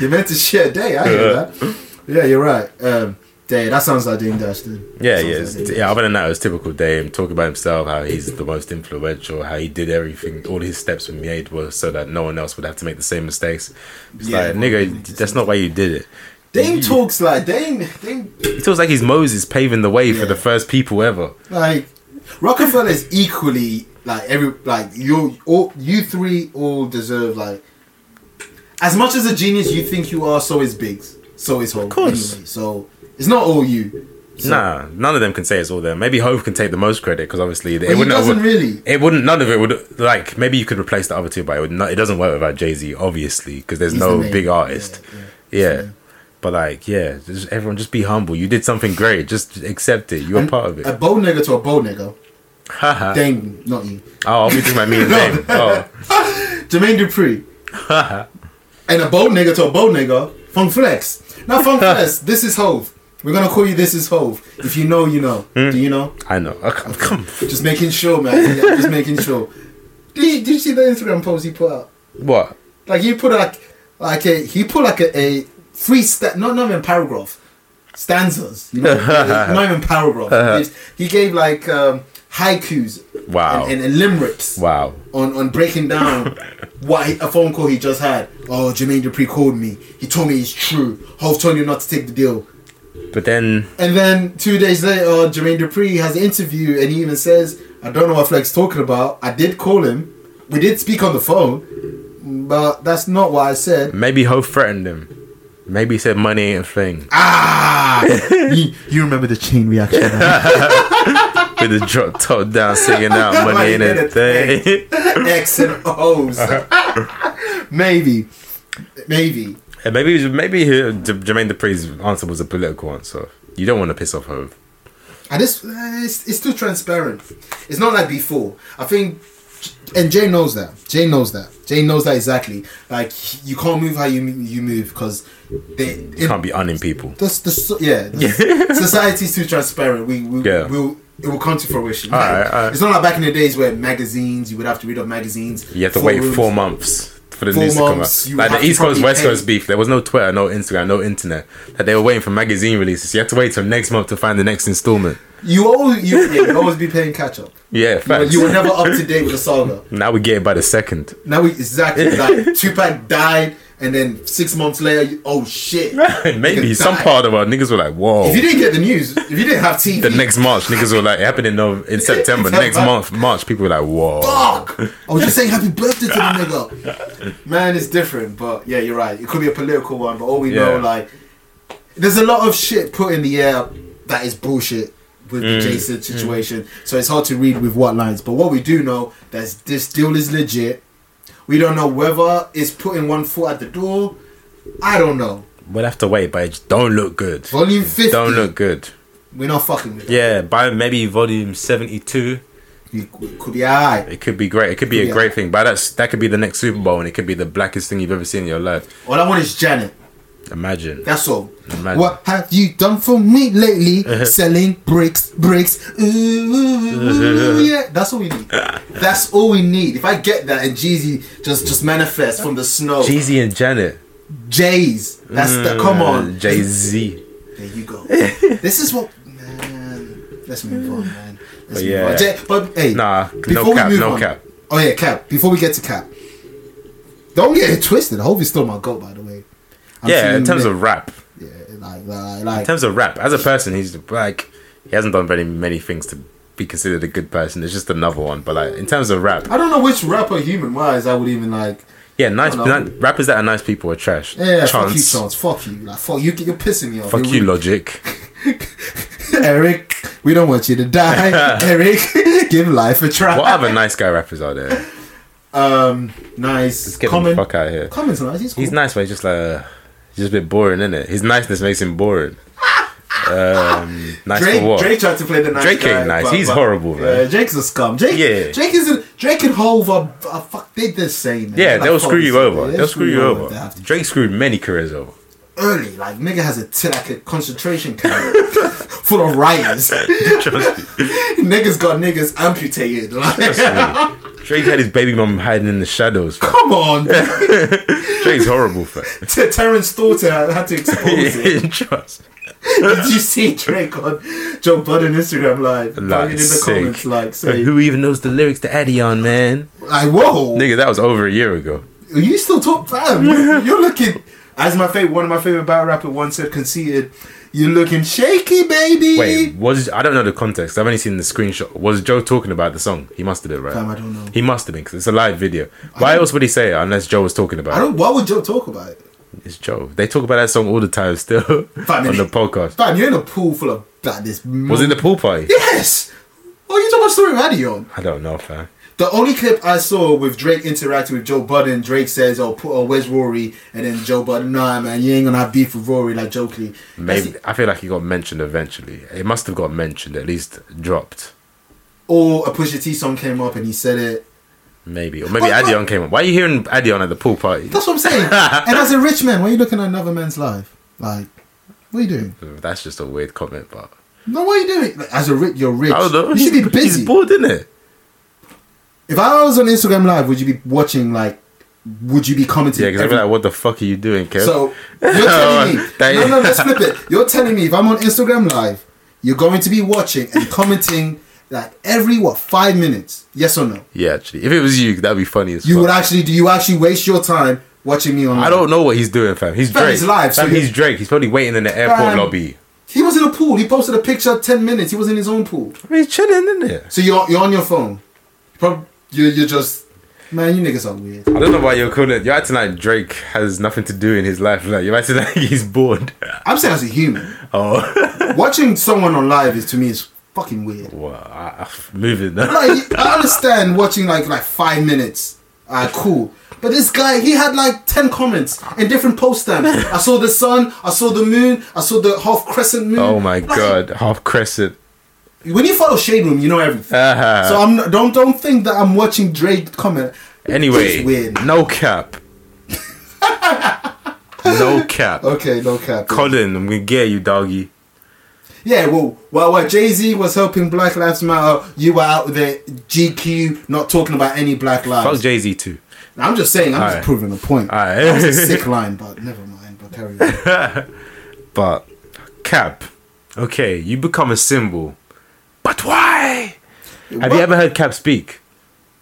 S3: You're meant to share a day, I hear that. Yeah, you're right. Um, day, that sounds like Dame Dash, then.
S4: Yeah,
S3: Sounds
S4: yeah,
S3: like
S4: it's-
S3: Dame
S4: yeah. Other than that, it was typical Dame talking about himself, how he's the most influential, how he did everything. All his steps were made was so that no one else would have to make the same mistakes. It's
S3: Yeah,
S4: like, nigga, that's not why you did it.
S3: Dame talks like Dame. Dame
S4: It feels like he's Moses paving the way for
S3: Yeah.
S4: the first people ever.
S3: like Rockefeller is equally like every like you all you three all deserve like as much as a genius you think you are. So is Biggs. So is Hope. Of
S4: course.
S3: Anyway, so it's not all you. So-
S4: nah, none of them can say it's all them. Maybe Hove can take the most credit because obviously it
S3: But he
S4: wouldn't.
S3: doesn't
S4: it would-
S3: really.
S4: It wouldn't. None of it would. Like maybe you could replace the other two, but it would not. It doesn't work without Jay Z, obviously, because there's
S3: He's the
S4: no
S3: main-
S4: big artist.
S3: yeah,
S4: Yeah. But like, yeah, just, everyone just be humble. You did something great. Just accept it. You're
S3: And
S4: part of it.
S3: A bow nigga to a bow nigga.
S4: Haha. oh,
S3: Dame, not you.
S4: I'll be doing
S3: <laughs>
S4: my mean name. Oh,
S3: Jermaine
S4: <laughs>
S3: Dupree. and a bow nigga to a bow nigga. Funk Flex. Now
S4: <laughs>
S3: Funk Flex. This is Hove. We're gonna call you. This is Hove. If you know, you know.
S4: Hmm.
S3: Do you know?
S4: I know. Oh, come, come.
S3: Just making sure, man. <laughs> Yeah, just making sure. Did you, did you see the Instagram post he put out?
S4: What?
S3: Like he put like like a he put like a, a free sta- not not even paragraph stanzas.
S4: <laughs>
S3: You know, not even paragraph.
S4: Uh-huh.
S3: He gave- he gave like um, haikus.
S4: Wow.
S3: And, and, and limericks.
S4: Wow.
S3: On on breaking <laughs> down what he, a phone call he just had. Oh, Jermaine Dupri called me. He told me it's true. Hove told you not to take the deal.
S4: But then,
S3: And then two days later, Jermaine Dupree has an interview and he even says, I don't know what Flex talking about. I did call him. We did speak on the phone, but that's not what I said.
S4: maybe Hove threatened him. Maybe he said money ain't a thing.
S3: Ah! <laughs> you, you remember <laughs> the chain reaction. right?
S4: with the drop top down,
S3: <laughs>
S4: singing out money ain't a thing.
S3: X and <laughs> O's. maybe. Maybe.
S4: And Uh, maybe maybe he, Jermaine Dupri's answer was a political answer. You don't want to piss off Hove.
S3: And it's, eh, it's it's too transparent. It's not like before. I think, and Jay knows that. Jay knows that. Jay knows that exactly. Like you can't move how you you move because they
S4: You can't be unning people.
S3: the, the so- yeah <laughs> the society's too transparent. We we
S4: Yeah.
S3: will it will come to fruition.
S4: Alright, alright.
S3: It's not like back in the days where magazines you would have to read up magazines.
S4: You have to
S3: four
S4: wait
S3: rooms.
S4: four months for the
S3: Four
S4: news
S3: months,
S4: to
S3: you
S4: come out.
S3: have
S4: Like
S3: to
S4: the East Coast
S3: probably
S4: West
S3: pay-
S4: Coast beef, there was no Twitter, no Instagram, no internet. That they were waiting for magazine releases. You had to wait till next month to find the next installment.
S3: You always you yeah, you'll always be paying catch up.
S4: Yeah, facts.
S3: You were never up to date with the saga.
S4: now we get it by the second. <laughs>
S3: Now we exactly like Tupac died, and then six months later, you, oh shit.
S4: Maybe
S3: Nigga
S4: some
S3: died.
S4: part of our niggas were like, "Whoa!"
S3: If you didn't get the news, if you didn't have TV,
S4: The next March, niggas were like, "It happened in, Nov- in September." next month, March, people were like, "Whoa!"
S3: fuck.
S4: <laughs>
S3: I was just saying happy birthday to the nigga. Man, it's different, but yeah, you're right. It could be a political one, but all we know,
S4: Yeah.
S3: like, there's a lot of shit put in the air that is bullshit with
S4: Mm.
S3: the Jason situation. So it's hard to read with what lines. But what we do know, that's this deal is legit. We don't know whether it's putting one foot at the door. I don't know.
S4: We'll have to wait, but it just don't look good.
S3: Volume 50.
S4: Don't look good.
S3: We're not fucking with it.
S4: Yeah, by maybe volume seventy-two,
S3: We, we could be alright.
S4: it could be great. It could be
S3: Yeah.
S4: a great thing. But that's that could be the next Super Bowl, and it could be the blackest thing you've ever seen in your life.
S3: All I want is Janet.
S4: Imagine.
S3: That's all.
S4: Imagine. Uh-huh.
S3: What have you done for me
S4: <laughs>
S3: lately? Selling bricks, bricks. Ooh, yeah. That's all we need. That's all we need. If I get that and Jeezy just just manifests from the snow,
S4: Jeezy and Janet, Uh,
S3: Jay's. That's the
S4: Mm,
S3: come on.
S4: Jay Z.
S3: There you go. this is what. man. Let's move on, man. Let's
S4: But
S3: move
S4: yeah.
S3: on. Jay, but hey,
S4: Nah, no cap, no cap.
S3: Oh yeah, cap. Before we get to cap, don't get it twisted. Hove is still my goat, by the way. I'm
S4: Yeah, in
S3: feeling
S4: terms
S3: it.
S4: of rap,
S3: yeah, like like,
S4: in
S3: like
S4: terms of rap, as a person, he's like he hasn't done very many things to be considered a good person. It's just another one. But like in terms of rap,
S3: I don't know which rapper human wise I would even like.
S4: yeah, nice
S3: I don't
S4: ni- rappers that are nice people are trash.
S3: Yeah, fuck you,
S4: Chance,
S3: Chance. Fuck you. Like, fuck you. You're pissing me off.
S4: fuck
S3: You're
S4: you,
S3: really-
S4: Logic.
S3: <laughs> Eric. We don't want you to
S4: <laughs>
S3: die, Eric. <laughs> Give life a try.
S4: What other nice guy rappers are there?
S3: Um, nice.
S4: Get
S3: Common.
S4: the fuck out of here.
S3: Common's nice. He's, cool.
S4: He's nice, but he's just like uh, he's just a bit boring, isn't it? His niceness makes him boring. Um, nice
S3: Drake,
S4: for what?
S3: Drake tried to play the nice
S4: Drake
S3: guy.
S4: ain't nice. He's horrible,
S3: Yeah,
S4: man.
S3: Drake's a scum. Jake,
S4: Yeah.
S3: Jake is a Drake and Hove are, are fuck. They the same. man.
S4: Yeah,
S3: Like
S4: they'll screw
S3: Hov
S4: you
S3: said,
S4: over. They'll screw you
S3: They
S4: over.
S3: have to-
S4: Drake screwed many careers
S3: <laughs>
S4: over.
S3: early, like nigga has a t- like a concentration camp <laughs> full of rioters.
S4: Trust me.
S3: <laughs> niggas got niggas amputated. Like, <laughs>
S4: Drake had his baby mum hiding in the shadows. fam.
S3: come on,
S4: <laughs> Drake's horrible,
S3: <laughs>
S4: fam.
S3: T- Terrence Daughter had to expose
S4: <laughs>
S3: it.
S4: Trust.
S3: <laughs> Did you see Drake on Joe Budden Instagram live?
S4: Like,
S3: Like, in the
S4: sick.
S3: comments,
S4: <laughs>
S3: like saying,
S4: Who even knows the lyrics to Addy on, man?
S3: like, whoa,
S4: Nigga, that was over a year ago.
S3: are you still top fam? You- You're looking as my favorite one of my favorite battle rapper once said, conceded. You're looking shaky, baby.
S4: Wait, was I don't know the context. I've only seen the screenshot. Was Joe talking about the song? He must have been right.
S3: Fam, I don't know.
S4: He must have been because it's a live video. Why else would he say it unless Joe was talking
S3: I
S4: about it?
S3: don't. Why would Joe talk about it?
S4: It's Joe. They talk about that song all the time still <laughs>
S3: Fam,
S4: on the
S3: innit?
S4: podcast.
S3: Fam, you're in a pool full of like this.
S4: Was it the pool party?
S3: Yes. Oh, you talking about story radio? on?
S4: I don't know, fam.
S3: The only clip I saw with Drake interacting with Joe Budden, Drake says, "Oh, put, oh where's Rory?" And then Joe Budden, "Nah, man, you ain't gonna have beef with Rory like jokingly." That's
S4: Maybe
S3: it.
S4: I feel like he got mentioned eventually. It must have got mentioned, at least dropped.
S3: Or a Pusha T song came up and he said it.
S4: Maybe. Or maybe
S3: But-
S4: Adion came up. Why are you hearing Adion at the pool party?
S3: That's what I'm saying.
S4: <laughs>
S3: and as a rich man, when you looking at another man's life, like, what are you doing?
S4: That's just a weird comment, but
S3: No, what are you doing? Like, as a rich, you're rich.
S4: I don't know.
S3: You should be
S4: He's-
S3: busy.
S4: He's bored, isn't it?
S3: if I was on Instagram Live, would you be watching? Like, would you be commenting?
S4: Yeah, because I'd be
S3: every-
S4: like, what the fuck are you doing, Kev? <laughs>
S3: So you're telling me?
S4: That-
S3: no, no, let's flip it. You're telling me if I'm on Instagram Live, you're going to be watching and commenting like every what five minutes? Yes or no?
S4: yeah, actually, if it was you, that'd be funny as
S3: You
S4: fuck.
S3: would actually do you actually waste your time watching me on?
S4: I don't know what he's doing, fam. He's
S3: Fam,
S4: Drake.
S3: he's live, so
S4: Fam,
S3: you-
S4: he's Drake. He's probably waiting in the airport
S3: Fam.
S4: lobby.
S3: He was in a pool. He posted a picture ten minutes. He was in his own pool.
S4: I mean, he's chilling, isn't it?
S3: So you're you're on your phone. Prob- you you're just man. You niggas are weird.
S4: I don't know why you're calling it. You're acting like Drake has nothing to do in his life. Like you're acting <laughs> like he's bored.
S3: I'm saying as a human,
S4: Oh, <laughs>
S3: watching someone on live is to me is fucking weird.
S4: well, I, I, moving. now.
S3: like I understand watching like like five minutes. Ah, cool. But this guy, he had like ten comments in different post stamps. I saw the sun, I saw the moon, I saw the half crescent moon.
S4: Oh my
S3: Like,
S4: god, half crescent.
S3: When you follow Shade Room, you know everything.
S4: Uh-huh.
S3: So I'm not- don't don't think that I'm watching Drake comment.
S4: Anyway,
S3: It's weird. <laughs>
S4: no cap. no cap.
S3: Okay, no cap.
S4: Colin, I'm gonna get you, doggy.
S3: yeah, well, while while Jay Z was helping Black Lives Matter, you were out there GQ not talking about any Black
S4: Fuck
S3: lives.
S4: Jay Z too.
S3: I'm just saying, I'm
S4: Aye.
S3: just proving a point.
S4: Aye.
S3: That was a
S4: <laughs>
S3: sick line, but never mind. But carry on.
S4: But Cap, okay, you become a symbol. But why? Have you
S3: What?
S4: ever heard Cap speak?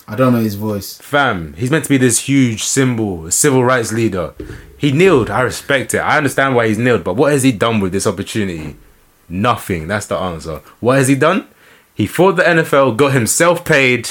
S3: I don't know his voice.
S4: Fam, he's meant to be this huge symbol, civil rights leader. He kneeled. I respect it. I understand why he's kneeled, but what has he done with this opportunity? Nothing. That's the answer. What has he done? He fought the NFL, got himself paid,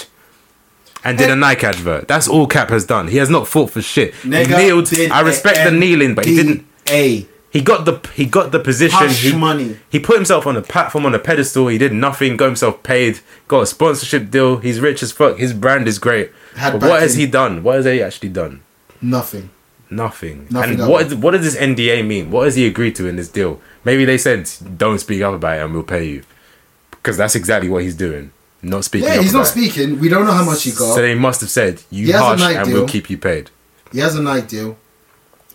S4: and did a Nike advert. That's all Cap has done. He has not fought for shit. he kneeled. I respect the kneeling, but he didn't.
S3: A.
S4: He got the he got the position.
S3: Hush
S4: he,
S3: money.
S4: He put himself on a platform on a pedestal. He did nothing. Got himself paid. Got a sponsorship deal. He's rich as fuck. His brand is great.
S3: Had
S4: but what has
S3: backing.
S4: he done? What has he actually done?
S3: Nothing.
S4: Nothing.
S3: Nothing at
S4: and what what does this NDA mean? What has he agreed to in this deal? Maybe they said don't speak up about it and we'll pay you, because that's exactly what he's doing. Not speaking.
S3: Yeah,
S4: up
S3: he's not
S4: about it.
S3: speaking. We don't know how much he got.
S4: So they must have said you
S3: He has a
S4: harsh
S3: Nike
S4: and
S3: deal.
S4: we'll keep you paid.
S3: he has a night deal.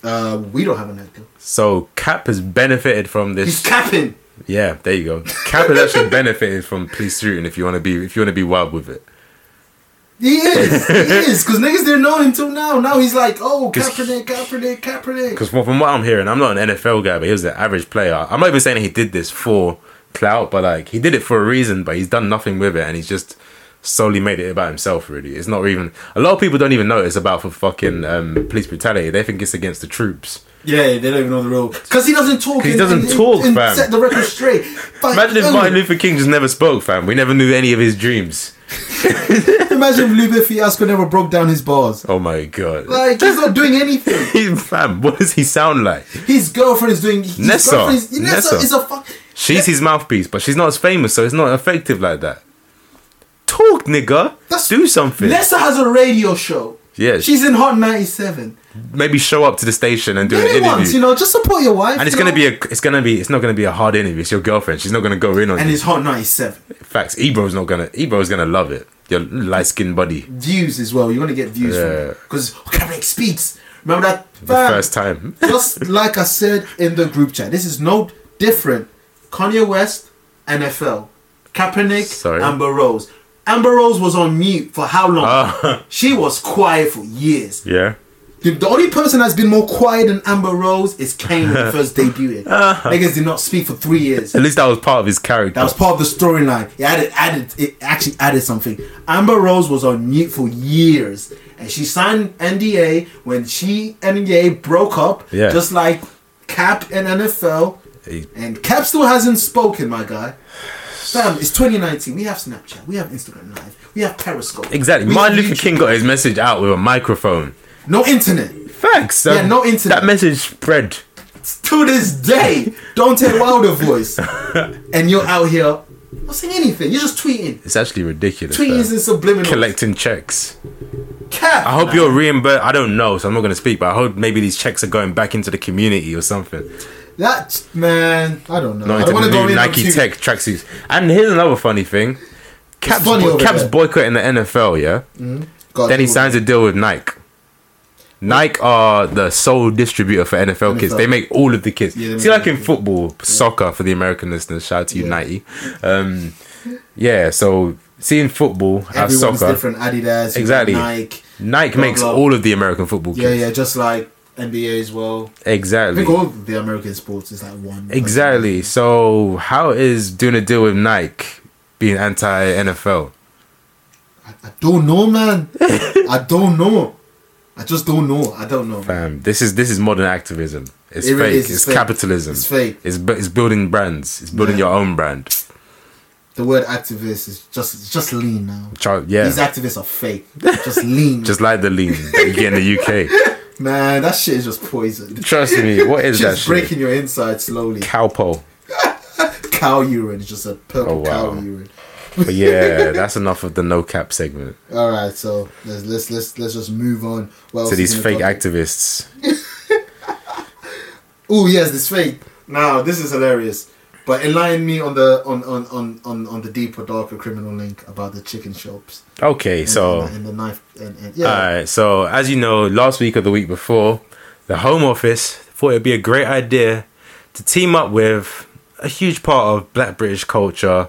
S3: Uh, we don't have a night deal.
S4: So Cap has benefited from this.
S3: He's capping.
S4: Yeah, there you go. Cap has actually benefited from police shooting. If you want to be, if you want to be wild with it,
S3: He is. He
S4: <laughs>
S3: is. Because niggas didn't know him till now. Now he's like, oh,
S4: 'Cause-
S3: Kaepernick, Kaepernick, Kaepernick.
S4: because from from what I'm hearing, I'm not an NFL guy, but he was an average player. I'm not even saying he did this for clout, but like he did it for a reason. But he's done nothing with it, and he's just solely made it about himself. Really, it's not even. A lot of people don't even know it's about for fucking um, police brutality. They think it's against the troops.
S3: Yeah, they don't even know the rule. Because he doesn't talk.
S4: he
S3: and-
S4: doesn't
S3: and-
S4: talk,
S3: and
S4: fam.
S3: set the record
S4: <laughs>
S3: straight. But-
S4: Imagine if
S3: oh,
S4: Martin Luther King just never spoke, fam. We never knew any of his dreams.
S3: Imagine if Lube Fiasco never broke down his bars.
S4: Oh my god.
S3: Like, he's not doing anything.
S4: <laughs> Fam, what does he sound like?
S3: His girlfriend is doing. His
S4: Nessa.
S3: girlfriend is- Nessa,
S4: Nessa.
S3: is a fuck.
S4: She's his mouthpiece, but she's not as famous, so it's not effective like that. Talk, nigga.
S3: That's-
S4: Do something.
S3: Nessa has a radio show.
S4: Yeah.
S3: She's in Hot 97.
S4: Maybe show up to the station and do an
S3: Anyone,
S4: interview.
S3: you know, just support your wife.
S4: and it's
S3: you
S4: gonna
S3: know?
S4: be a, it's gonna be, it's not gonna be a hard interview. It's your girlfriend. She's not gonna go in on
S3: And
S4: you.
S3: it's Hot 97.
S4: Facts. Ebro's not gonna, Ebro's gonna love it. your light skinned body.
S3: Views as well. You're gonna get views
S4: Yeah.
S3: from because Kaepernick speaks. Remember that
S4: The first time.
S3: <laughs> Just like I said in the group chat, this is no different. Kanye West, NFL, Kaepernick,
S4: Sorry.
S3: Amber Rose. Amber Rose was on mute for how long?
S4: Ah. <laughs>
S3: she was quiet for years.
S4: Yeah.
S3: The, the only person that's been more quiet than Amber Rose is Kane when he
S4: <laughs>
S3: first debuted.
S4: Uh-huh.
S3: Niggas did not speak for three years.
S4: At least that was part of his character.
S3: That was part of the storyline. It added, added, it actually added something. Amber Rose was on mute for years, and she signed NDA when she NDA broke up.
S4: Yeah.
S3: Just like Cap and NFL,
S4: He-
S3: and Cap still hasn't spoken, my guy. Fam, it's 2019. We have Snapchat. We have Instagram Live. We have Periscope.
S4: exactly.
S3: We
S4: Martin
S3: have
S4: Luther
S3: YouTube.
S4: King got his message out with a microphone.
S3: No internet.
S4: Facts.
S3: Yeah,
S4: um,
S3: no internet.
S4: That message spread.
S3: to this day, don't take Wilder
S4: <laughs>
S3: voice. and you're out here not saying anything. You're just tweeting.
S4: It's actually ridiculous.
S3: Tweeting
S4: though.
S3: is in subliminal.
S4: Collecting checks.
S3: Cap.
S4: I hope you're reimbursed. I don't know, so I'm not going to speak, but I hope maybe these checks are going back into the community or something.
S3: That man, I don't know.
S4: Not
S3: I don't
S4: into
S3: want
S4: the
S3: to go
S4: new
S3: in
S4: Nike
S3: Nike too.
S4: Tech tracksuits. And here's another funny thing Cap's,
S3: funny
S4: boy-
S3: over
S4: Cap's
S3: there.
S4: boycotting the NFL, yeah?
S3: God,
S4: Then he
S3: people-
S4: signs a deal with Nike. Nike are the sole distributor for NFL, kids.
S3: NFL.
S4: They make all of the kids.
S3: Yeah, they
S4: See,
S3: make
S4: like in football, soccer for the American listeners. Shout out to you,
S3: Yeah.
S4: Nike. Um, yeah, so seeing football as
S3: Everyone's
S4: soccer,
S3: different. Adidas,
S4: Exactly.
S3: exactly. Nike.
S4: Nike
S3: blah,
S4: makes
S3: blah.
S4: all of the American football
S3: Yeah,
S4: kids.
S3: yeah, just like NBA as well. I
S4: Exactly.
S3: think all the American sports is like one.
S4: Exactly. So how is doing a deal with Nike being anti NFL?
S3: I, I don't know,
S4: <laughs>
S3: man. I don't know. I just don't know. I don't know.
S4: Fam, this is this is modern activism. It's
S3: It
S4: fake.
S3: really is.
S4: It's,
S3: It's fake.
S4: capitalism.
S3: It's fake.
S4: It's bu- it's building brands. It's building
S3: Yeah.
S4: your own brand.
S3: The word activist is just it's just lean now.
S4: Char- yeah.
S3: These activists are fake. Just
S4: <laughs>
S3: lean.
S4: Just like the lean that you
S3: <laughs>
S4: get in the
S3: man, that shit is just poison.
S4: UK. Trust me. What is that
S3: Just
S4: shit?
S3: breaking your inside slowly.
S4: Cowpole.
S3: Cow urine is just a purple
S4: Oh, wow.
S3: cow urine.
S4: But yeah, that's enough of the no cap segment
S3: All right, so let's let's let's, let's just move on. Well,
S4: to these fake activists.
S3: Oh yes, this fake. Now this is hilarious. But enlighten me on the on on on on, on the deeper darker criminal link about the chicken shops.
S4: Okay,
S3: And,
S4: so
S3: and the knife and, and yeah.
S4: All right. So as you know, last week or the week before, the Home Office thought it'd be a great idea to team up with a huge part of Black British culture.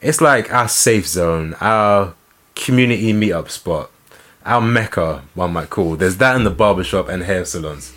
S4: It's like our safe zone, our community meetup spot, our mecca, one might call. There's that in the barbershop and hair salons.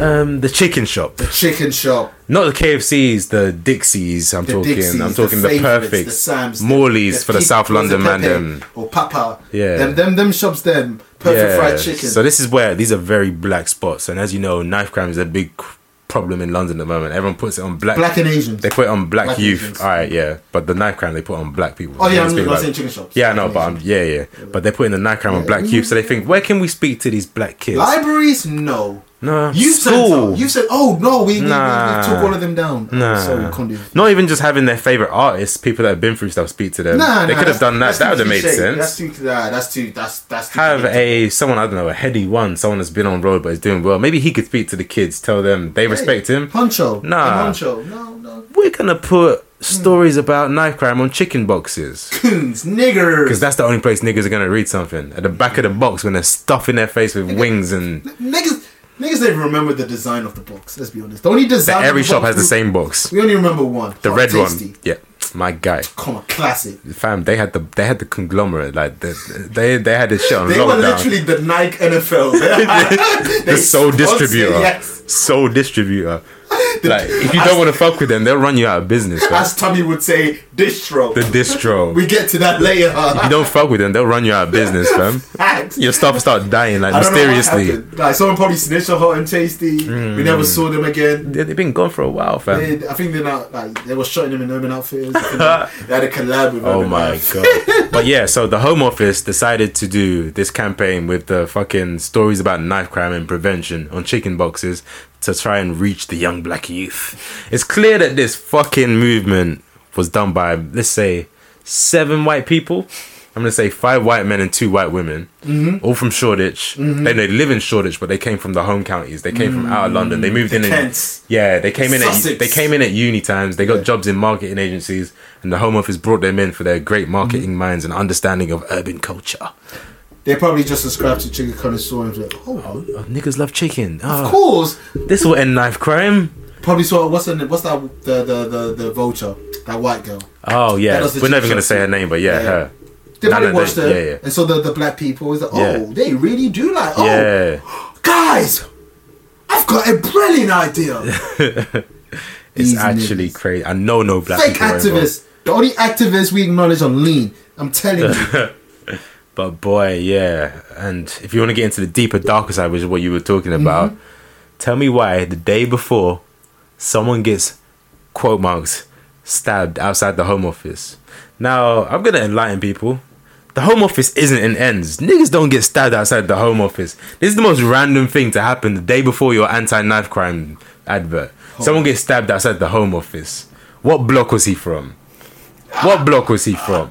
S4: Um, the chicken shop,
S3: The chicken shop.
S4: not the KFCs, the Dixies. I'm
S3: The
S4: talking.
S3: Dixies,
S4: I'm talking the,
S3: Favourites,
S4: perfect
S3: the Sam's, the-
S4: Morley's for the
S3: Pete-
S4: South
S3: was it
S4: London man.
S3: Pepe
S4: Them
S3: Or Papa.
S4: Yeah.
S3: Them them them shops them. Perfect fried chicken.
S4: So this is where these are very black spots, and as you know, knife crime is a big c- problem in London at the moment. Everyone puts it on black.
S3: Black and Asians.
S4: they put it on black,
S3: Black
S4: youth.
S3: Asians.
S4: All right, yeah, but the knife crime they put on black people.
S3: Oh, yeah, I'm-
S4: Speak
S3: I'm
S4: about-
S3: saying chicken shops.
S4: Yeah, I know,
S3: Black
S4: but I'm, yeah, yeah, but they're putting the knife crime on
S3: Yeah.
S4: black youth, so they think, where can we speak to these black kids?
S3: Libraries? No.
S4: No.
S3: You
S4: School.
S3: said you said oh no we, we- we,
S4: Nah.
S3: we took all of them down. Oh,
S4: Nah.
S3: sorry, we can't do
S4: Not even just having their favorite artists, people that have been through stuff, speak to them.
S3: Nah,
S4: they
S3: nah,
S4: could
S3: that's-
S4: have done that.
S3: that's
S4: That
S3: too
S4: would have made
S3: cliche.
S4: sense.
S3: That's too. Nah, that's too. That's that's too.
S4: have
S3: cliche.
S4: a someone I don't know a heady one, someone that's been on road but is doing well. Maybe he could speak to the kids, tell them they respect him.
S3: Poncho.
S4: Nah.
S3: Hey, Poncho. No, no.
S4: We're gonna put stories about knife crime on chicken boxes
S3: Coons,
S4: because
S3: niggers.
S4: that's the only place niggas are gonna read something at the back of the box when they're stuffing their face with wings and
S3: Niggas. Niggas don't even remember the design of the box. Let's be honest. The only design.
S4: every
S3: of the
S4: shop
S3: box
S4: has the
S3: we-
S4: same box,
S3: We only remember one.
S4: the
S3: Hot
S4: red
S3: tasty.
S4: one. Yeah, my guy,
S3: Come on, classic.
S4: fam. They had the they had the conglomerate like they they, they had this shit on
S3: They were
S4: lockdown.
S3: literally the Nike
S4: <laughs>
S3: NFL. They-
S4: The
S3: they
S4: sole
S3: sponsored-
S4: distributor,
S3: Yes.
S4: sole
S3: <laughs>
S4: distributor. Like if you don't want to fuck with them, they'll run you out of business. fam.
S3: As Tommy would say, distro.
S4: the distro.
S3: we get to that
S4: <laughs>
S3: later.
S4: you don't fuck with them, they'll run you out of business, fam.
S3: Facts.
S4: Your stuff will start dying like
S3: I don't know what
S4: mysteriously. Mm.
S3: happened. Like someone probably snitched on Hot and Tasty. We never saw them again.
S4: They- They've been gone for a while, fam.
S3: They, I think they're not like they were shooting them in Urban Outfitters. I think they they had a collab with.
S4: <laughs> Oh
S3: Urban
S4: my
S3: Outfitters.
S4: god! But yeah, so the Home Office decided to do this campaign with the fucking stories about knife crime and prevention on chicken boxes to try and reach the young black youth. It's clear that this fucking movement was done by, let's say, seven white people I'm gonna say five white men and two white women, all from Shoreditch. They, they live in Shoreditch, but they came from the home counties. They came from out of London. They moved in. in
S3: Kent.
S4: yeah, they came in. At,
S3: Sussex.
S4: they came in at uni times. They got jobs in marketing agencies, and the Home Office brought them in for their great marketing
S3: Mm-hmm.
S4: minds and understanding of urban culture. Oh,
S3: They probably just subscribe to Chicken Connoisseur and be like, oh,
S4: Oh, niggas love chicken. Oh,
S3: of course.
S4: This will end knife crime.
S3: Probably saw what's her name? What's that? The the the, the vulture, that white girl.
S4: Oh yeah,
S3: That was the
S4: we're never
S3: chick-
S4: gonna say her name, but yeah,
S3: Yeah, yeah.
S4: her.
S3: They
S4: No,
S3: probably
S4: no, they-
S3: watched her
S4: yeah, yeah.
S3: and saw the, the black people. It's like, oh,
S4: Yeah.
S3: they really do like. Oh,
S4: Yeah.
S3: guys, I've got a brilliant idea.
S4: It's
S3: These
S4: actually
S3: niggas.
S4: crazy. I know no black
S3: fake
S4: people are involved.
S3: activists. The only activists we acknowledge are lean. I'm telling you.
S4: But boy, yeah. And if you want to get into the deeper, darker side, which is what you were talking about, tell me why the day before someone gets quote marks stabbed outside the Home Office. Now, I'm going to enlighten people. The Home Office isn't an ends. Niggas don't get stabbed outside the Home Office. This is the most random thing to happen the day before your anti knife crime advert. Someone gets stabbed outside the Home Office. What block was he from? What block was he from?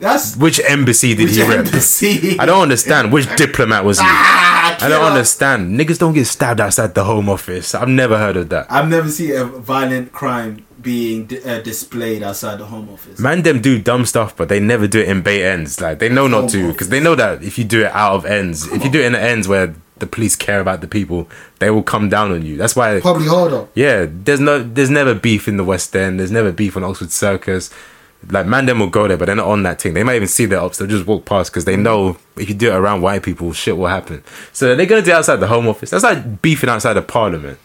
S3: That's
S4: Which embassy <laughs> did he rep?
S3: embassy.
S4: I don't understand. Which diplomat was he?
S3: Ah,
S4: I don't
S3: killer.
S4: understand. Niggas don't get stabbed outside the Home Office. I've never heard of that.
S3: I've never seen a violent crime being d- uh, displayed outside the Home Office.
S4: Man, them do dumb stuff, but they never do it in bait ends. Like they know not to, because they know that if you do it out of ends, if you do it in the ends where the police care about the people, they will come down on you. That's why.
S3: Probably harder.
S4: Yeah, there's no, there's never beef in the West End. There's never beef on Oxford Circus. Like man, them will go there, but they're not on that thing. They might even see their ops. They'll just walk past because they know if you do it around white people, shit will happen. So they're gonna do it outside the Home Office. That's like beefing outside the Parliament.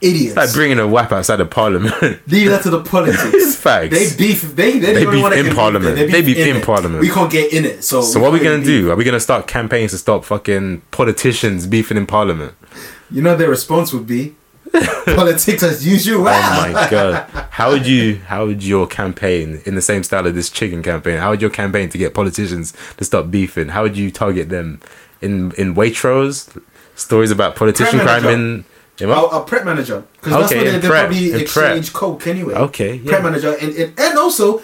S3: Idiots.
S4: It's like bringing a whap outside the Parliament. <laughs>
S3: Leave that to the politics.
S4: Facts.
S3: They beef. They they,
S4: They
S3: don't
S4: beef
S3: wanna
S4: in
S3: get
S4: parliament.
S3: there.
S4: They beef in
S3: it.
S4: parliament.
S3: We can't get in it. So
S4: so what are we
S3: can't
S4: gonna
S3: beef.
S4: do? Are we gonna start campaigns to stop fucking politicians beefing in Parliament?
S3: You know their response would
S4: <laughs>
S3: be politics as usual.
S4: Oh my god! How would you? How would your campaign, in the same style of this chicken campaign, how would your campaign to get politicians to stop beefing? How would you target them in in Waitrose? Stories about politician
S3: Prime
S4: crime in. in
S3: Our,
S4: what?
S3: our prep manager, because that's
S4: Okay,
S3: where they,
S4: in
S3: they
S4: prep,
S3: probably
S4: in prep.
S3: exchange coke anyway.
S4: Okay, yeah.
S3: prep manager, and, and and also,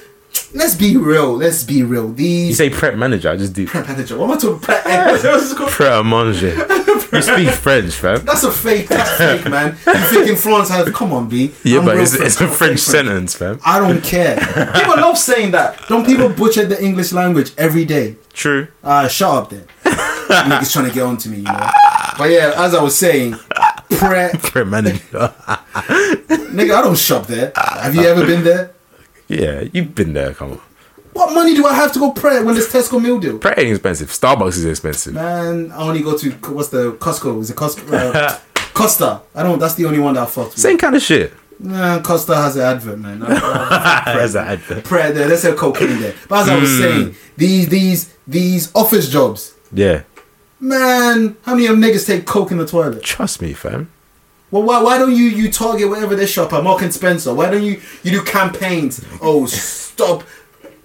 S3: let's be real. Let's be real.
S4: You
S3: These
S4: say prep manager. I just do
S3: prep manager. What am I talking <laughs> prep manager? What's it called?
S4: prep à manger. You speak French, fam.
S3: That's a fake. That's fake, man. You think in France has? Come on, B.
S4: Yeah,
S3: I'm
S4: but
S3: real
S4: it's, it's a
S3: I'm
S4: French
S3: fake French.
S4: sentence, fam.
S3: I don't care. People love saying that. Don't people butcher the English language every day?
S4: True.
S3: Uh, shut up then. Niggas trying to get onto me, you know. But yeah, as I was saying, prep.
S4: Prep manager.
S3: Nigga, I don't shop there. Have you ever been there?
S4: yeah, you've been there. Come on.
S3: What money do I have to go pray when there's Tesco meal deal?
S4: Pratt ain't expensive. Starbucks is expensive.
S3: Man, I only go to what's the Costco? Is it Costco? Uh, Costa. I don't. That's the only one that I fucked with.
S4: Same kind of shit.
S3: Nah, Costa has an advert, man. I- I-
S4: As I had-
S3: Prayer there. Let's have cocaine there. But as I was saying, these these these office jobs,
S4: yeah.
S3: man. How many of them niggas take coke in the toilet?
S4: Trust me, fam.
S3: Well, why, why don't you you target whatever they shop at Mark and Spencer? Why don't you you do campaigns? Oh, stop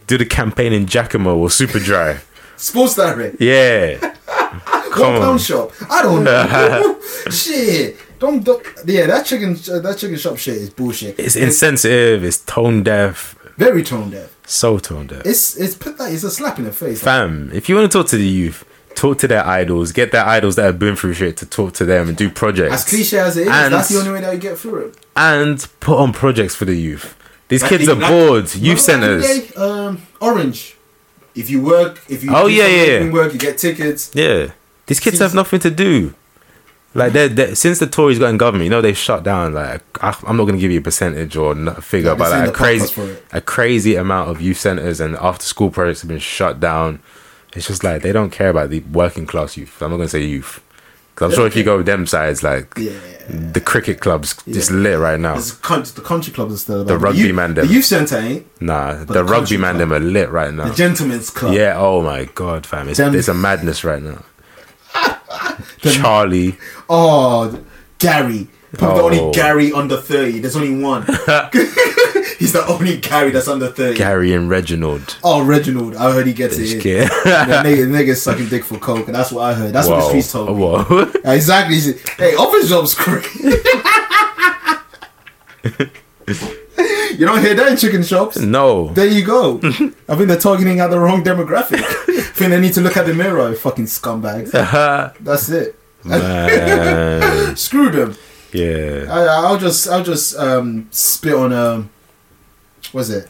S4: Do the campaign in Giacomo or Super Dry.
S3: Sports Direct.
S4: Yeah. Come
S3: Compound
S4: on.
S3: shop. I
S4: <laughs>
S3: don't know. <laughs> shit. Don't, don't. Yeah, that chicken. That chicken shop shit is bullshit.
S4: It's insensitive. It's tone deaf.
S3: very tone deaf.
S4: So tone deaf.
S3: It's it's put that. It's a slap in the face.
S4: Fam, if you want to talk to the youth, talk to their idols. Get their idols that have been through shit to talk to them and do projects.
S3: as cliche as it is,
S4: And-
S3: that's the only way that you get through it.
S4: And put on projects for the youth. These
S3: Like
S4: kids
S3: the-
S4: are
S3: like-
S4: bored. Youth
S3: Remember back
S4: centers.
S3: in the day, Um, orange. If you work, if you
S4: Oh,
S3: do
S4: yeah,
S3: some
S4: yeah, yeah.
S3: evening work, you get tickets.
S4: Yeah. These kids
S3: See,
S4: have nothing to do. Like they're, they're, since the Tories got in government, you know they've shut down. Like I, I'm not going to give you a percentage or n- a figure,
S3: Like,
S4: but
S3: it's in
S4: like a
S3: the podcast for
S4: crazy,
S3: it.
S4: a crazy amount of youth centers and after school projects have been shut down. It's just like they don't care about the working class youth. I'm not going to say youth, 'Cause I'm sure if you go with them sides, like
S3: Yeah.
S4: the cricket clubs, just lit right now.
S3: It's con- the country clubs are still about
S4: The
S3: it.
S4: rugby
S3: youth-
S4: man
S3: The
S4: them.
S3: youth centre ain't
S4: Nah,
S3: the
S4: the rugby
S3: country
S4: man
S3: club.
S4: them are lit right now.
S3: the gentlemen's club.
S4: Yeah. Oh my god, fam, it's,
S3: Them-
S4: it's a madness
S3: <laughs>
S4: right now. Charlie.
S3: Oh, th- Gary. Probably the
S4: Oh.
S3: only Gary under 30. There's only
S4: <laughs>
S3: one. <laughs> He's the only Gary that's under 30.
S4: Gary and Reginald.
S3: Oh, Reginald. I heard he gets it. in.
S5: <laughs>
S4: Scared. <laughs>
S3: That nigga, nigga's sucking dick for coke, and that's what I heard. That's what the
S4: Whoa.
S3: streets told me.
S4: Whoa. <laughs>
S3: Yeah, Exactly. He said, Hey, office job's crazy. <laughs> You don't hear that in chicken shops.
S4: No.
S3: There you go. I think they're targeting at the wrong
S4: <laughs>
S3: demographic. I think they need to look at the mirror, fucking scumbags. That's it.
S4: Man.
S3: <laughs> Screw them.
S4: Yeah.
S3: I, I'll just, I'll just um, spit on um, was it?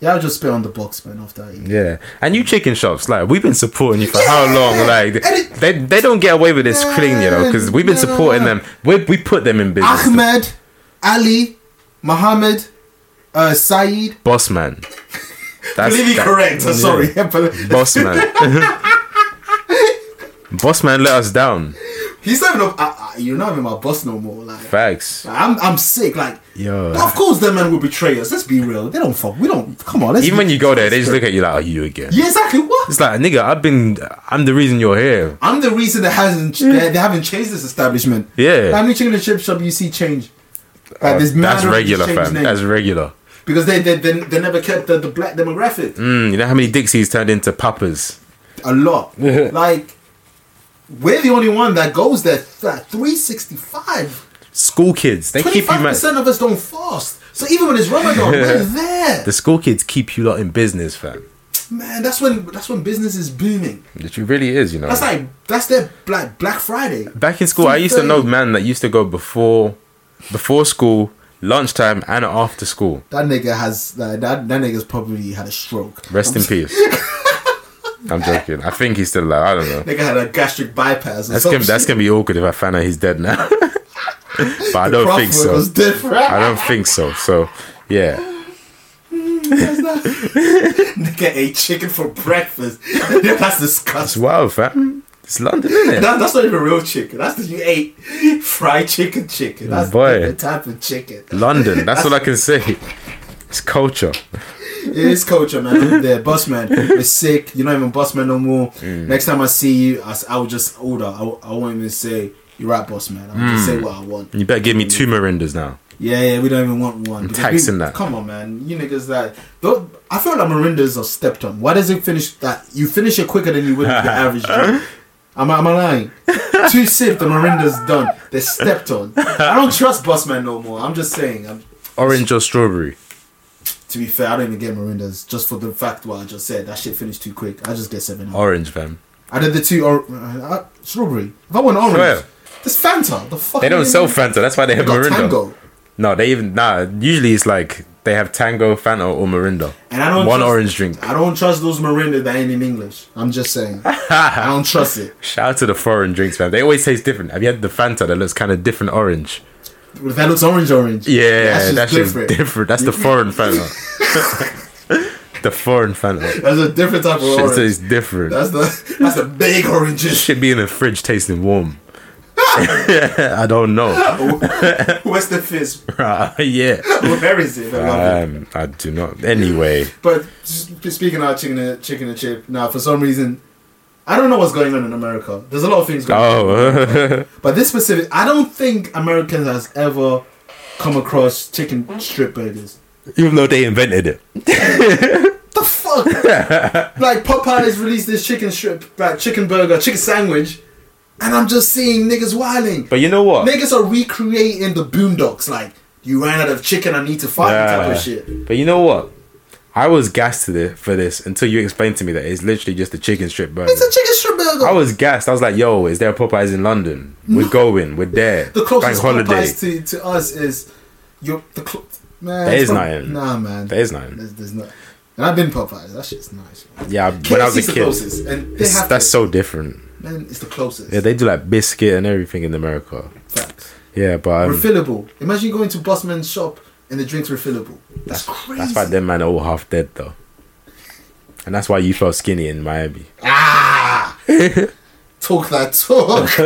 S3: Yeah, I'll just spit on the box man after I eat.
S4: Yeah. And you chicken shops, like, we've been supporting you for how long? Like, they they don't get away with this clean, you know, because we've been
S3: No, no,
S4: supporting
S3: no.
S4: them. We, we put them in business.
S3: Ahmed, Ali, Muhammad, uh, Saeed.
S4: Boss man. That's,
S5: Believe you
S4: that-
S5: correct. I'm sorry.
S3: Yeah, <laughs> but
S4: Boss man. <laughs> boss man let us down.
S3: he's not even. A, I, I, you're not even my boss no more. Like
S4: Facts.
S3: I'm, I'm sick. Like
S4: Yo.
S3: of course, them men will betray us. Let's be real. They don't fuck. We don't. Come on. Let's
S4: Even
S3: be-
S4: when you go there, they just look at you like, "Are you again?"
S3: Yeah, exactly. What?
S4: It's like, nigga, I've been, I'm the reason you're here.
S3: I'm the reason that hasn't they, they haven't changed this establishment.
S4: Yeah. Uh,
S3: How many chicken and chip shop you see change? Like, there's mad
S4: That's
S3: of them
S4: regular,
S3: change
S4: fam.
S3: names.
S4: That's regular.
S3: because they they, they they never kept the, the black demographic.
S4: Mm, you know how many Dixies turned into Papas?
S3: a
S4: <laughs>
S3: lot. like we're the only one that goes there like 365.
S4: School kids, they keep you.
S3: Twenty-five
S4: Man-
S3: percent of us don't fast. So even when it's
S4: <laughs>
S3: Ramadan, we're there.
S4: the school kids keep you lot in business, fam.
S3: Man, that's when that's when business is booming.
S4: It really is, you know.
S3: That's like that's their black Black Friday.
S4: Back in school, I used to know
S3: 3:30.
S4: man that used to go before, before school, lunchtime, and after school.
S3: That nigga has like, that that nigga's probably had a stroke.
S4: Rest
S3: <laughs>
S4: in peace. I'm joking. I think he's still alive. I don't know.
S3: Nigga had a gastric bypass or
S4: That's
S3: something.
S4: gonna, that's gonna be awkward if I find out he's dead now. <laughs> but I don't think so.
S3: Was different. <laughs>
S4: I don't think so. So, yeah.
S3: nigga ate chicken for breakfast. <laughs> that's
S4: It's
S3: disgusting.
S4: wild, fam. It's London, isn't it?
S3: That, that's not even real chicken. That's the you ate fried chicken chicken. That's
S4: Boy.
S3: the type of chicken.
S4: London. That's all I can say. It's culture.
S3: It is culture, man. the busman is sick. You're not even busman no more. Next time I see you, I, s- I will just order. I, w- I won't even say you're right, busman. I'll just say what I want.
S4: You better give me two Mirandas now.
S3: Yeah, yeah, we don't even want one. Because
S4: taxing
S3: we-
S4: that.
S3: Come on, man. You niggas that. Though, I feel like Miranda's are stepped on. Why does it finish that? You finish it quicker than you would
S4: <laughs>
S3: with your average drink. Am I, am I lying? Two sip, the Miranda's done. They're stepped on. I don't trust Busman no more. I'm just saying. I'm,
S4: Orange or strawberry?
S3: to be fair, I don't even get Miranda's just for the fact what I just said. That shit finished too quick. I just get 7 up.
S4: Orange, fam.
S3: I did the two or, uh, uh, strawberry. If I want orange,
S4: Swear.
S3: there's Fanta. The fuck
S4: They
S3: you
S4: don't
S3: mean?
S4: sell Fanta. That's why they have
S3: They got
S4: Mirinda.
S3: Tango.
S4: No, they even nah. Usually it's like they have Tango, Fanta, or Mirinda.
S3: And I don't
S4: one
S3: trust-
S4: orange drink.
S3: I don't trust those Mirinda that ain't in English. I'm just
S4: <laughs>
S3: saying. I don't trust it.
S4: Shout out to the foreign drinks, man. They always taste different. Have you had the Fanta that looks kind of different orange?
S3: If that looks orange, orange.
S4: Yeah, that's,
S3: just
S4: different. different. That's the foreign Fanta.
S3: <laughs>
S4: the foreign Fanta.
S3: That's a different type of
S4: Shit
S3: orange.
S4: tastes different.
S3: that's the that's the big
S4: <laughs>
S3: oranges.
S4: Shit be in the fridge
S3: <laughs>
S4: tasting warm. <laughs> I don't know.
S3: Where's the fizz?
S4: <laughs> yeah.
S3: Where is it? I love it.
S4: Um, I do not. Anyway,
S3: But s- speaking of chicken and, chicken and chip, now for some reason, I don't know what's going on in America. There's a lot of things going on.
S4: oh, <laughs>
S3: But this specific, I don't think Americans has ever come across chicken strip burgers.
S4: even though they invented it,
S3: The fuck?
S4: <laughs>
S3: like Popeyes released this chicken strip, like chicken burger, chicken sandwich, and I'm just seeing niggas wilding.
S4: but you know what?
S3: niggas are recreating the boondocks, like you ran out of chicken, I need to fight type of shit.
S4: But you know what? I was gassed to the, for this until you explained to me that it's literally just a chicken strip burger.
S3: It's a chicken strip burger.
S4: I was gassed. I was like, "Yo, is there a Popeyes in London? We're going. We're there.
S3: the closest
S4: Bank holiday.
S3: Popeyes to, to us is your the cl- man.
S4: There
S3: it's
S4: is
S3: not-
S4: none.
S3: Nah, man.
S4: There is none.
S3: There's, there's not. And I've been Popeyes. That shit's nice. Man.
S4: yeah, when I was
S3: KFC's
S4: a
S3: the
S4: kid,
S3: closest, and they
S4: It's-
S3: have
S4: that's
S3: to-
S4: so different.
S3: Man, it's the closest.
S4: Yeah, they do like biscuit and everything in America.
S3: Facts.
S4: Yeah, but um,
S3: refillable. Imagine going to busman's shop and the drinks refillable. That's crazy.
S4: that's why them man are all half dead though, and that's why you felt skinny in Miami.
S3: Ah! talk that
S4: <laughs>
S3: talk.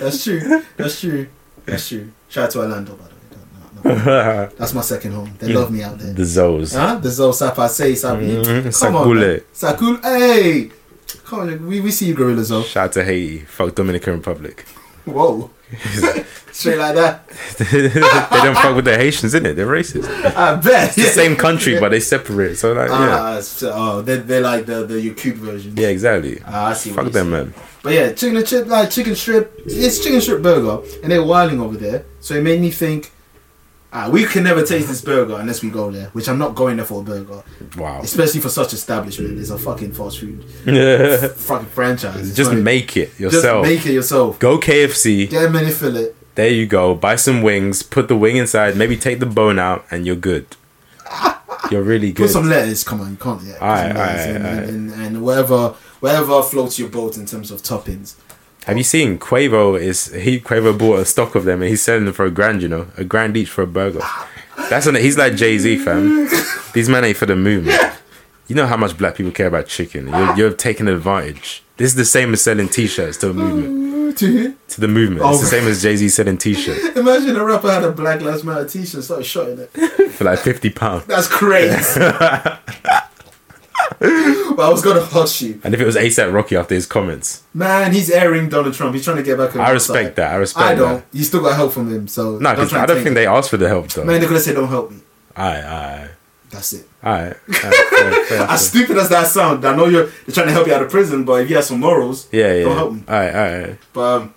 S3: that's true. That's true. That's true. Shout out to Orlando, by the way. No, no,
S4: <laughs>
S3: no. That's my second home. They love me out there.
S4: The Zoes.
S3: Huh? The Zo Sapa Say Sabi.
S4: Mm-hmm.
S3: Come on.
S4: Sakule.
S3: man. Sakule. Hey! Come on, we, we see you, Gorilla Zo.
S4: Shout out to Haiti. Fuck Dominican Republic. <laughs>
S3: Whoa. Straight like that.
S4: they don't fuck with the Haitians, in it? They're racist.
S3: I bet.
S4: It's the same country, but they separate. So like, yeah,
S3: Ah, so, oh, they're, they're like the, the Yakut version.
S4: yeah, exactly.
S3: Ah, I see what
S4: Fuck
S3: you're
S4: them, man.
S3: But yeah, chicken and chip, like chicken strip, it's chicken strip burger, and they're wilding over there. So it made me think. ah, we can never taste this burger unless we go there, which I'm not going there for a burger,
S4: Wow.
S3: especially for such establishment. It's a fucking fast food
S4: <laughs>
S3: fucking franchise.
S4: Just
S3: Like,
S4: make it
S3: just
S4: yourself.
S3: make it yourself.
S4: Go KFC.
S3: Get a mini fillet.
S4: There you go. Buy some wings. Put the wing inside. Maybe take the bone out, and you're good.
S3: <laughs>
S4: You're really
S3: Put
S4: good.
S3: some letters. Come on, you can't. Yeah, put some
S4: Aye,
S3: letters
S4: aye,
S3: and,
S4: aye.
S3: And, and whatever, whatever floats your boat in terms of toppings. <laughs>
S4: Have you seen Quavo? Is he Quavo bought a stock of them and he's selling them for a grand? You know, a grand each for a burger. That's an, he's like Jay Z, fam. These men ain't for the movement. You know how much black people care about chicken. You're, you're taking advantage. This is the same as selling T-shirts to a movement.
S3: To hear?
S4: To the movement, it's the
S3: Oh.
S4: same as Jay Z selling T-shirts
S3: Imagine a rapper had a Black Lives Matter T-shirt, and started shotting it.
S4: for like fifty pounds.
S3: That's
S4: <laughs>
S3: crazy. but I was gonna hush you,
S4: And if it was ASAP Rocky after his comments,
S3: man. He's airing Donald Trump. He's trying to get back. on
S4: I
S3: his
S4: respect
S3: side.
S4: that, I respect
S3: I don't.
S4: that.
S3: You still got help from him, so
S4: no, 'cause
S3: try
S4: I
S3: and
S4: don't
S3: take
S4: think
S3: it.
S4: they asked for the help though.
S3: Man, they're gonna say, "Don't help me."
S4: Aye, aye,
S3: That's it.
S4: aye. aye. fair,
S3: <laughs>
S4: fair, fair.
S3: As stupid as that sounds, I know you're they're trying to help you out of prison, but if you have some morals,
S4: Yeah, yeah.
S3: don't help me.
S4: Aye, aye, aye.
S3: But um,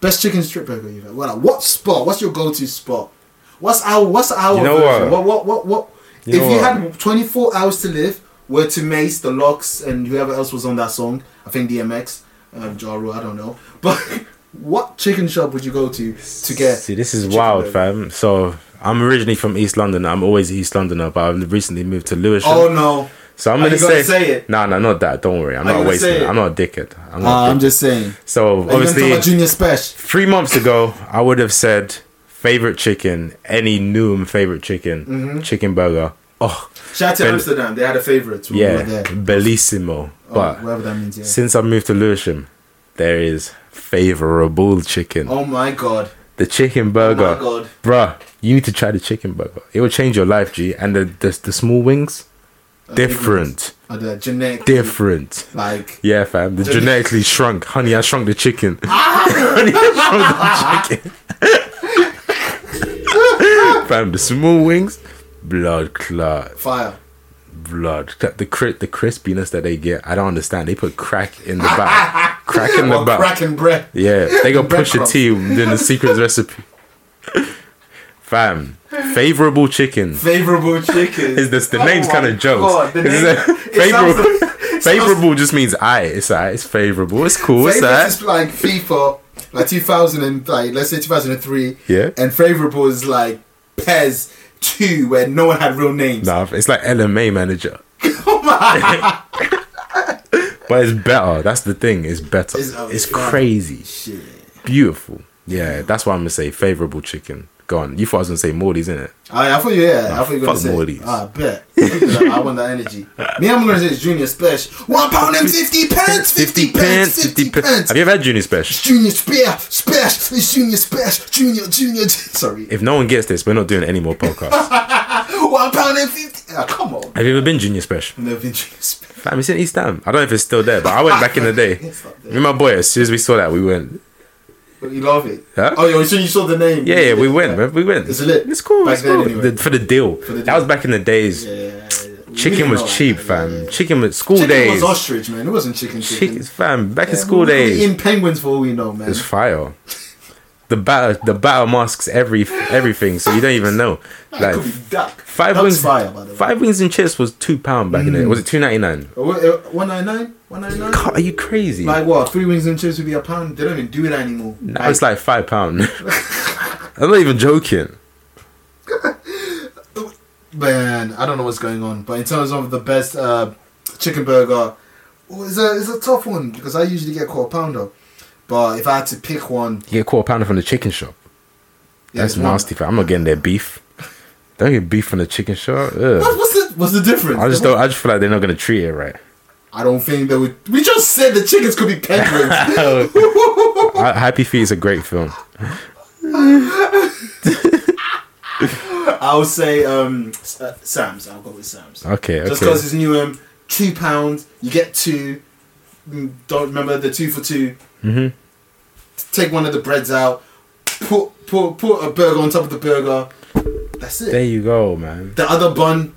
S3: best chicken strip burger you've had. Well, like, what spot? What's your go-to spot? What's our What's our
S4: You know
S3: version?
S4: what?
S3: What what what what?
S4: You
S3: if
S4: know
S3: you
S4: what?
S3: had 24 hours to live, were to Mace, The Locks, and whoever else was on that song, I think DMX, um, Ja Rule, I don't know. But <laughs> what chicken shop would you go to to get?
S4: See, this is
S3: chicken burger?
S4: wild, fam. So I'm originally from East London. I'm always an East Londoner, but I've recently moved to Lewisham.
S3: Oh no!
S4: so I'm
S3: are
S4: gonna
S3: you gonna
S4: say,
S3: say it?
S4: no, no, not that. Don't worry, I'm
S3: Are you
S4: not
S3: gonna
S4: wasting.
S3: say
S4: It.
S3: it?
S4: I'm not a dickhead. I'm
S3: Uh,
S4: not. a
S3: I'm
S4: dickhead.
S3: just saying.
S4: so
S3: Are you gonna talk about
S4: obviously,
S3: Junior Special.
S4: three months ago, I would have said favorite chicken, any Noom favorite chicken,
S3: Mm-hmm.
S4: chicken burger. Oh,
S3: Shout out to
S4: Bel-
S3: Amsterdam. They had a favorite. when we were
S4: yeah,
S3: there.
S4: bellissimo.
S3: Oh,
S4: but
S3: whatever that means. Yeah.
S4: since I moved to Lewisham, there is favorable chicken.
S3: oh my god.
S4: The chicken burger.
S3: Oh my God.
S4: Bruh, you need to try the chicken burger. It will change your life, G. And the the, the small wings, different.
S3: Are the genetic
S4: Different.
S3: like
S4: Yeah, fam. The
S3: Genetic-
S4: genetically shrunk. Honey, I shrunk the
S3: <laughs>
S4: chicken. Honey, I shrunk the chicken. <laughs> fam, the small wings, blood clot.
S3: fire.
S4: Blood. clot. The, cri- the crispiness that they get, I don't understand. They put crack in
S3: <laughs>
S4: the back. crack in the
S3: Or
S4: back.
S3: cracking bread. <laughs>
S4: Yeah, they go push a
S3: Breadcrumbs.
S4: tea doing the secret recipe. Fam,
S3: <laughs>
S4: favorable chicken.
S3: Favorable chicken. Oh
S4: Is this the name's kind of jokes?
S3: the
S4: It's
S3: name,
S4: a-
S3: it sounds
S4: <laughs> favorable,
S3: like-
S4: favorable just means I. It's I. It's favorable. It's cool. It's
S3: favorite
S4: I.
S3: is like FIFA, like 2000 and like let's say 2003.
S4: Yeah.
S3: And favorable is like Pez two, where no one had real names.
S4: Nah, it's like
S3: <laughs>
S4: LMA manager.
S3: Oh
S4: <laughs> but it's better. That's the thing. It's better.
S3: It's-
S4: It's,
S3: oh, yeah.
S4: crazy.
S3: Shit.
S4: Beautiful. Yeah, that's why I'm gonna say favorable chicken. Go on. You thought I was gonna say Morty's, innit?
S3: I, I thought you yeah. I thought you were gonna
S4: fuck
S3: say. Ah,
S4: Maldives.
S3: I bet. I want that energy. Me, I'm gonna say it's Junior Special. One pound and fifty pence. Fifty pence. Fifty pence.
S4: Have you ever had Junior Special?
S3: Junior Spear, Special, it's Junior Special, Junior, Junior. Sorry,
S4: If no one gets this, we're not doing any more podcasts.
S3: <laughs> one pound and fifty. Ah, come on,
S4: Have you ever been junior special?
S3: never been Junior Special.
S4: Fam, it's in East Ham. I don't know if it's still there, but I went back in the day.
S3: <laughs> It's not
S4: Me
S3: there.
S4: and my boy, as soon as we saw that, we went.
S3: You love it.
S4: Huh?
S3: Oh, yeah, so you saw the name.
S4: Yeah, yeah, we went, man. We went.
S3: It's lit.
S4: It's cool.
S3: Back
S4: it's
S3: then,
S4: cool.
S3: anyway.
S4: The- for the deal.
S3: the
S4: That
S3: deal.
S4: was back in the days.
S3: Yeah, yeah, yeah. We
S4: Chicken
S3: didn't
S4: was
S3: know that.
S4: cheap,
S3: Yeah,
S4: fam.
S3: yeah, yeah.
S4: Chicken was school
S3: Chicken
S4: days.
S3: was ostrich, man. It wasn't chicken. Chicken.
S4: Chicken, fam. Back in
S3: Yeah,
S4: school
S3: we were
S4: days,
S3: eating penguins for all we know, man.
S4: it's fire. The battle, the battle masks every everything, so you don't even know.
S3: It
S4: Like
S3: could be duck.
S4: five
S3: Duck's
S4: wings,
S3: fire, by the way. Mm. Uh,
S4: five wings and chips was two pound back in the day. Was it two ninety nine?
S3: One ninety nine. One ninety nine.
S4: Are you crazy?
S3: Like what? Three wings and chips would be a pound. They don't even do it anymore.
S4: Now it's like five pound.
S3: <laughs>
S4: I'm not even joking.
S3: man, I don't know what's going on. But in terms of the best uh, chicken burger, oh, it's a it's a tough one because I usually get quarter pounder. But if I had to pick one,
S4: You get quarter pounder from the chicken shop.
S3: yeah,
S4: That's
S3: it's one.
S4: nasty. Fam. I'm not getting their beef. Don't get beef from the chicken shop.
S3: What,
S4: Ugh.
S3: what's the what's the difference?
S4: I just don't. I just feel like they're not gonna treat
S3: <laughs>
S4: it right.
S3: I don't think they would. We just said the chickens could
S4: <laughs>
S3: be penguins. <laughs>
S4: I, Happy Feet is a great film.
S3: I'll say um, S- uh, Sam's. I'll go with Sam's.
S4: Okay,
S3: Just
S4: okay.
S3: because it's new, um, two pounds, you get two. Mm, Don't remember the two for 2 Mm-hmm. Take one of the breads out, put put put a burger on top of the burger. That's it.
S4: There you go, man.
S3: the other bun,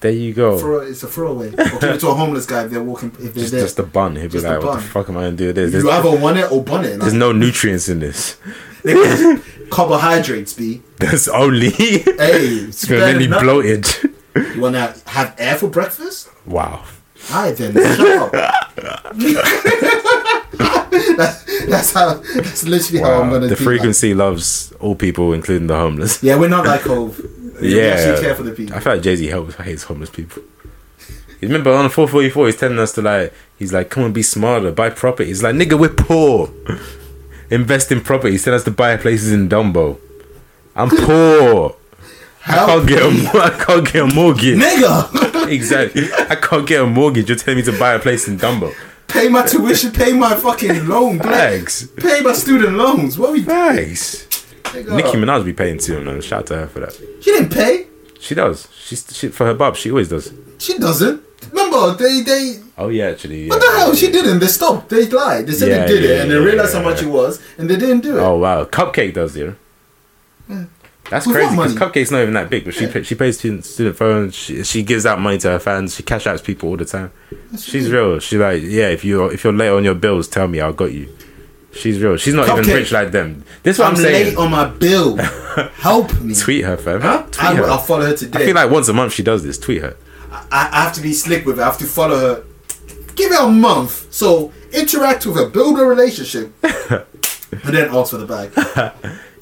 S4: There you go.
S3: Throw, it's a throwaway. Or give it to a homeless guy if they're walking. If they're
S4: just,
S3: there,
S4: just the bun. He'd be
S3: Just the
S4: like, what the
S3: bun.
S4: fuck am I gonna do with this?
S3: you
S4: There's,
S3: either want it or bun it. Like,
S4: there's no nutrients in this. <laughs>
S3: carbohydrates, be
S4: There's only <laughs>
S3: hey, <laughs> it's better
S4: mainly
S3: than nothing.
S4: bloated. <laughs>
S3: You wanna have air for breakfast?
S4: Wow.
S3: Hi then.
S4: <laughs>
S3: Shut up. <laughs> that's, that's how. That's literally how Oh, I'm
S4: wow.
S3: gonna.
S4: Uh, The
S3: do
S4: frequency loves all people, including the homeless.
S3: That. Yeah, we're not like Hove. We
S4: Yeah.
S3: actually care for the people.
S4: I feel like Jay Z helps hates homeless people. You remember on 444, he's telling us to like, he's like, come on, be smarter, buy property. He's like, nigga, we're poor. Invest in property. He's telling us to buy places in Dumbo. I'm poor. I
S3: Help,
S4: can't get a, mo- I can't get a mortgage.
S3: nigga. <laughs>
S4: exactly. I can't get a mortgage. You're telling me to buy a place in Dumbo.
S3: pay my tuition. Pay my fucking loan. Pay,
S4: Thanks.
S3: pay my student loans. What we?
S4: Thanks.
S3: Nigga.
S4: Nicki Minaj be paying too, man. Shout out to her for that.
S3: She didn't pay.
S4: She does. She's she, for her bob. She always does.
S3: She doesn't. Remember, they they
S4: Oh yeah, actually. Yeah.
S3: what the hell? She didn't. They stopped. They lied. They said
S4: Yeah,
S3: they did
S4: yeah,
S3: it, and they
S4: yeah,
S3: realized
S4: yeah,
S3: how much it was, and they didn't do it.
S4: Oh wow, Cupcake does yeah. That's
S3: With
S4: crazy
S3: what money?
S4: because Cupcake's not even that big, but she pa- she pays student, student phones. She, she gives out money to her fans. She cash outs people all the time. She's real. She like yeah. If you if you're late on your bills, tell me. I got you. She's real. She's not even
S3: Cupcake.
S4: rich like them. This is what
S3: I'm,
S4: I'm,
S3: late
S4: saying.
S3: on my
S4: <laughs>
S3: bill. Help me.
S4: Tweet her, fam. Tweet
S3: I,
S4: her.
S3: will
S4: I
S3: follow her today.
S4: feel like once a month she does this. Tweet her.
S3: I, I have to be slick with her. I have to follow her. Give her a month. So interact with her, build a
S4: <laughs>
S3: relationship, and then ask for the bag.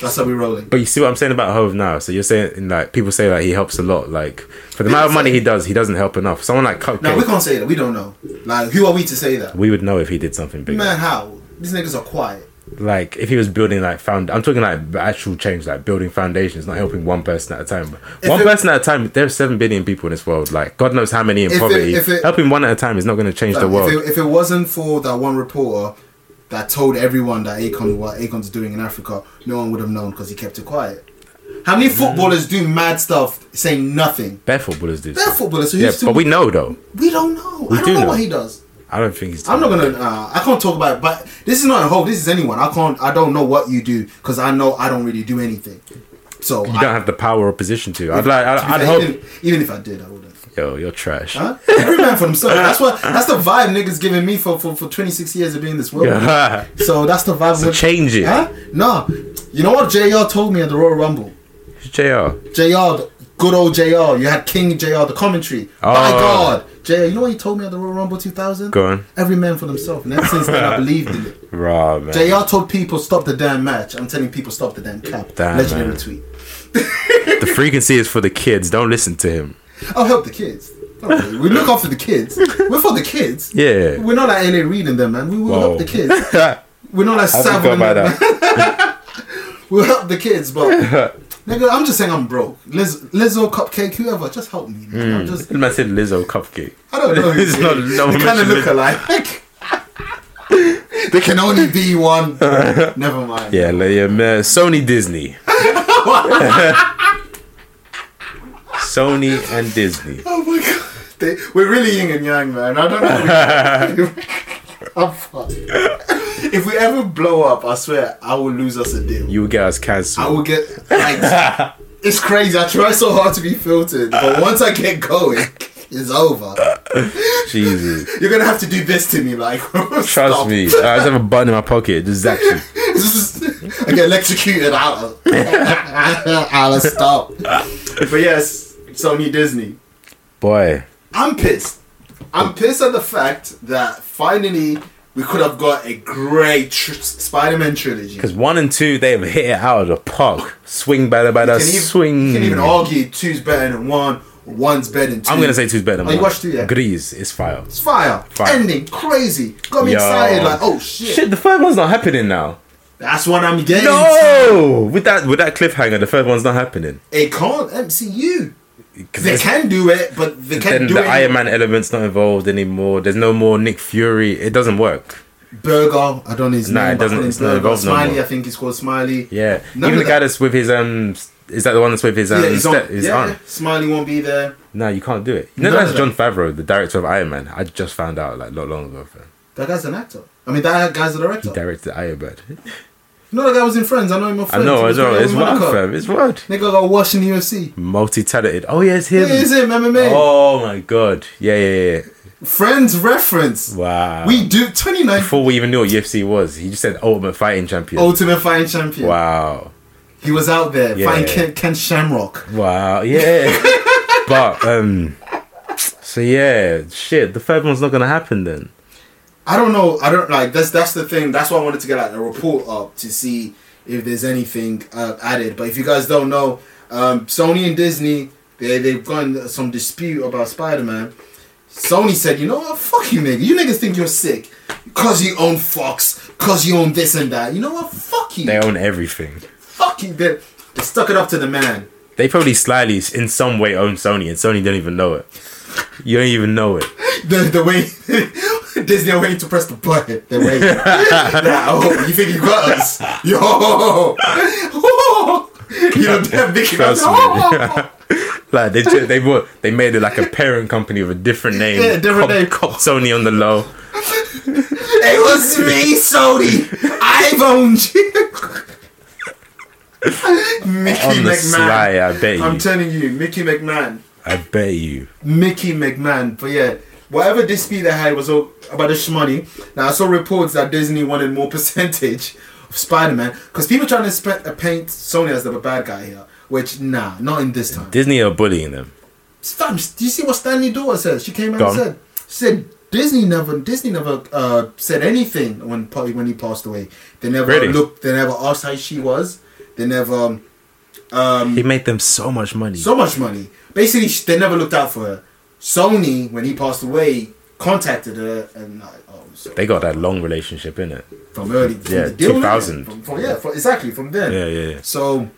S3: That's how we're rolling.
S4: But you see what I'm saying about Hove now. So you're saying like people say like he helps a lot. Like for the amount of
S3: say-
S4: money he does, he doesn't help enough. Someone like Cupcake,
S3: Now we can't say that. We don't know. Like, who are we to say that?
S4: we would know if he did something big.
S3: Man, how these niggas are quiet.
S4: like if he was building like found I'm talking like actual change like building foundations not helping one person at a time one
S3: it-
S4: person at a time there's 7 billion people in this world like god knows how many in
S3: If it-
S4: poverty
S3: if it-
S4: helping one at a time is not going to change the world
S3: If it, if it wasn't for that one reporter that told everyone that Akon what Akon's doing in Africa, no one would have known because he kept it quiet. How
S4: Mm.
S3: many footballers do mad stuff saying nothing?
S4: bare footballers do
S3: They're
S4: stuff.
S3: footballers. So
S4: yeah
S3: who's to-
S4: but we know though
S3: we don't know. I don't
S4: do
S3: know,
S4: know.
S3: what he does.
S4: I don't think he's
S3: I'm not gonna. Uh, I can't talk about. It, but this is not a whole. This is anyone. I can't. I don't know what you do because I know I don't really do anything. So
S4: you
S3: I,
S4: don't have the power or position to I'd like
S3: to be
S4: I'd, I'd
S3: fair,
S4: hope
S3: Even, even if I did, I wouldn't.
S4: yo you're trash
S3: Huh? Every man for himself. That's what. That's the vibe niggas giving me for for, for 26 years of being in this world.
S4: <laughs>
S3: So that's the vibe.
S4: so
S3: with-
S4: change it
S3: Huh? No. You know what JR told me at the Royal Rumble?
S4: JR
S3: JR, the good old JR. You had King JR, the commentary. By
S4: Oh.
S3: God. JR, you know what he told me at the Royal Rumble 2000?
S4: Go on.
S3: Every man for themselves. And ever since then, I believed in it.
S4: raw man
S3: JR told people, stop the damn match. I'm telling people, stop the damn cap.
S4: Damn,
S3: Legendary
S4: man.
S3: tweet.
S4: the frequency is for the kids don't listen to him
S3: I'll help the kids. Don't worry. We look after the kids. We're for the kids.
S4: Yeah.
S3: We're not like LA reading them, man. We will
S4: Whoa.
S3: help the kids.
S4: <laughs>
S3: We're not like
S4: I forgot
S3: Savile.
S4: about that
S3: We'll help the kids,
S4: <laughs>
S3: but nigga, I'm just saying I'm broke. Liz, Lizzo, Cupcake, whoever, just help me. man. I'm just,
S4: man said Lizzo
S3: <laughs>
S4: cupcake
S3: I
S4: <laughs>
S3: don't know.
S4: Hmm. It's not- no one
S3: they kind of
S4: mentioned
S3: look
S4: Lizzo.
S3: alike. <laughs> there can only be
S4: <laughs>
S3: one. Never mind.
S4: Yeah, like, yeah, man. Sony
S3: <laughs>
S4: Disney. Sony and Disney.
S3: Oh my god, they, we're really yin and yang, man. I don't know. how we-
S4: <laughs>
S3: I'm fucked. If we ever blow up, I swear I will lose us a deal.
S4: You will get us
S3: I
S4: cancelled.
S3: will get.
S4: <laughs>
S3: Like, it's crazy. I try so hard to be filtered, but once I get going, it's over.
S4: Jesus.
S3: You're gonna have to do this to me, like. <laughs>
S4: Trust me. I just have a button in my pocket. Just zap you.
S3: I get electrocuted out <laughs> of out of
S4: <laughs>
S3: stop. But yes, Sony Disney.
S4: Boy.
S3: I'm pissed. I'm pissed at the fact that finally we could have got a great tr- Spider-Man trilogy.
S4: Because one and two, they've hit it out of the park. Swing, bada, bada,
S3: Can you-
S4: swing.
S3: You can even argue two's better than one, one's better than two.
S4: I'm going to say two's better than
S3: Oh, you
S4: one.
S3: watched two, yeah?
S4: Grease is fire.
S3: It's fire.
S4: Fire.
S3: Ending crazy. Got me
S4: Yo.
S3: excited. Like, oh shit.
S4: Shit, the third one's not happening now.
S3: That's what I'm getting.
S4: No! With that with that cliffhanger, the third one's not happening.
S3: It can't MCU.
S4: 'Cause
S3: They
S4: it's-
S3: can do it, but they
S4: then
S3: can't do
S4: the
S3: it.
S4: Iron Man element's not involved anymore. There's no more Nick Fury. It doesn't work.
S3: Burger. I don't know his
S4: Nah,
S3: name.
S4: it
S3: but I
S4: doesn't-
S3: call him
S4: it's not
S3: Burger.
S4: involved no
S3: Smiley,
S4: more.
S3: I think he's called Smiley.
S4: Yeah.
S3: None
S4: Even
S3: of
S4: the guy
S3: that-
S4: that's with his um s- is that the one that's with his um
S3: yeah, he's on.
S4: step- his
S3: yeah,
S4: aunt?
S3: Smiley won't be there.
S4: No, you can't do it. You know
S3: None
S4: that's John
S3: of
S4: Favreau, the director of Iron Man. I just found out like not long ago. Fam.
S3: That guy's an actor. I mean, that guy's a director.
S4: Directed Iron Man.
S3: You know that guy was in Friends. I know him on
S4: I
S3: Friends. He
S4: know, I
S3: was
S4: know.
S3: playing
S4: It's
S3: with
S4: wild,
S3: Monaco.
S4: fam. It's wild.
S3: Nigga got washed in the UFC.
S4: Multi-talented. Oh yeah, it's him.
S3: It is him, MMA.
S4: Oh my god. Yeah, yeah, yeah.
S3: Friends reference.
S4: Wow.
S3: We do 29
S4: Before we even knew what UFC was, he just said Ultimate Fighting Champion.
S3: Ultimate Fighting Champion.
S4: Wow.
S3: He was out there
S4: Yeah.
S3: fighting Ken, Ken Shamrock. <laughs>
S4: Wow. Yeah. but um. So yeah, shit. The third one's not gonna happen then.
S3: I don't know. I don't like that's that's the thing. That's why I wanted to get like a report up to see if there's anything uh, added. But if you guys don't know, um, Sony and Disney they they've gone some dispute about Spider Man. Sony said, you know what, fuck you nigga. You niggas think you're sick because you own Fox, because you own this and that. You know what, fuck you,
S4: They own everything.
S3: fuck you. They, they stuck it up to the man.
S4: They probably slyly in some way own Sony, and Sony don't even know it. You don't even know it.
S3: the, the way <laughs> Disney are waiting to press the button. They're waiting.
S4: <laughs>
S3: nah, oh, you think you got us? Yo! <laughs> you know, they're big
S4: Trust
S3: oh,
S4: Like they ju- they bought, they made it like a parent company with a different
S3: <laughs>
S4: name.
S3: Yeah, different
S4: Cop-
S3: name.
S4: Cop Sony on the low.
S3: It was me, Sony! I've owned <laughs> you! Mickey
S4: On the
S3: McMahon.
S4: sly, I bet
S3: I'm
S4: you.
S3: telling you, Mickey McMahon.
S4: I bet you.
S3: Mickey McMahon. But yeah, whatever dispute they had was all about the shmoney. Now I saw reports that Disney wanted more <laughs> percentage of Spider Man because people trying to sp- uh, paint Sony as the bad guy here. Which nah, not in this time.
S4: Disney are bullying them.
S3: Fam, do you see what Stanley Dora said? She came out
S4: Go
S3: and
S4: on.
S3: said, she said Disney never, Disney never uh, said anything when pa- when he passed away. They never
S4: Really?
S3: looked, they never asked how she was. They never um,
S4: He made them so much money.
S3: so much money. Basically, sh- they never looked out for her. Sony, when he passed away, contacted her and like, oh, so
S4: they got that long relationship in it.
S3: from early, from
S4: Yeah,
S3: the deal,
S4: 2000.
S3: innit? From, from, yeah, from, exactly from then.
S4: Yeah, yeah, yeah.
S3: So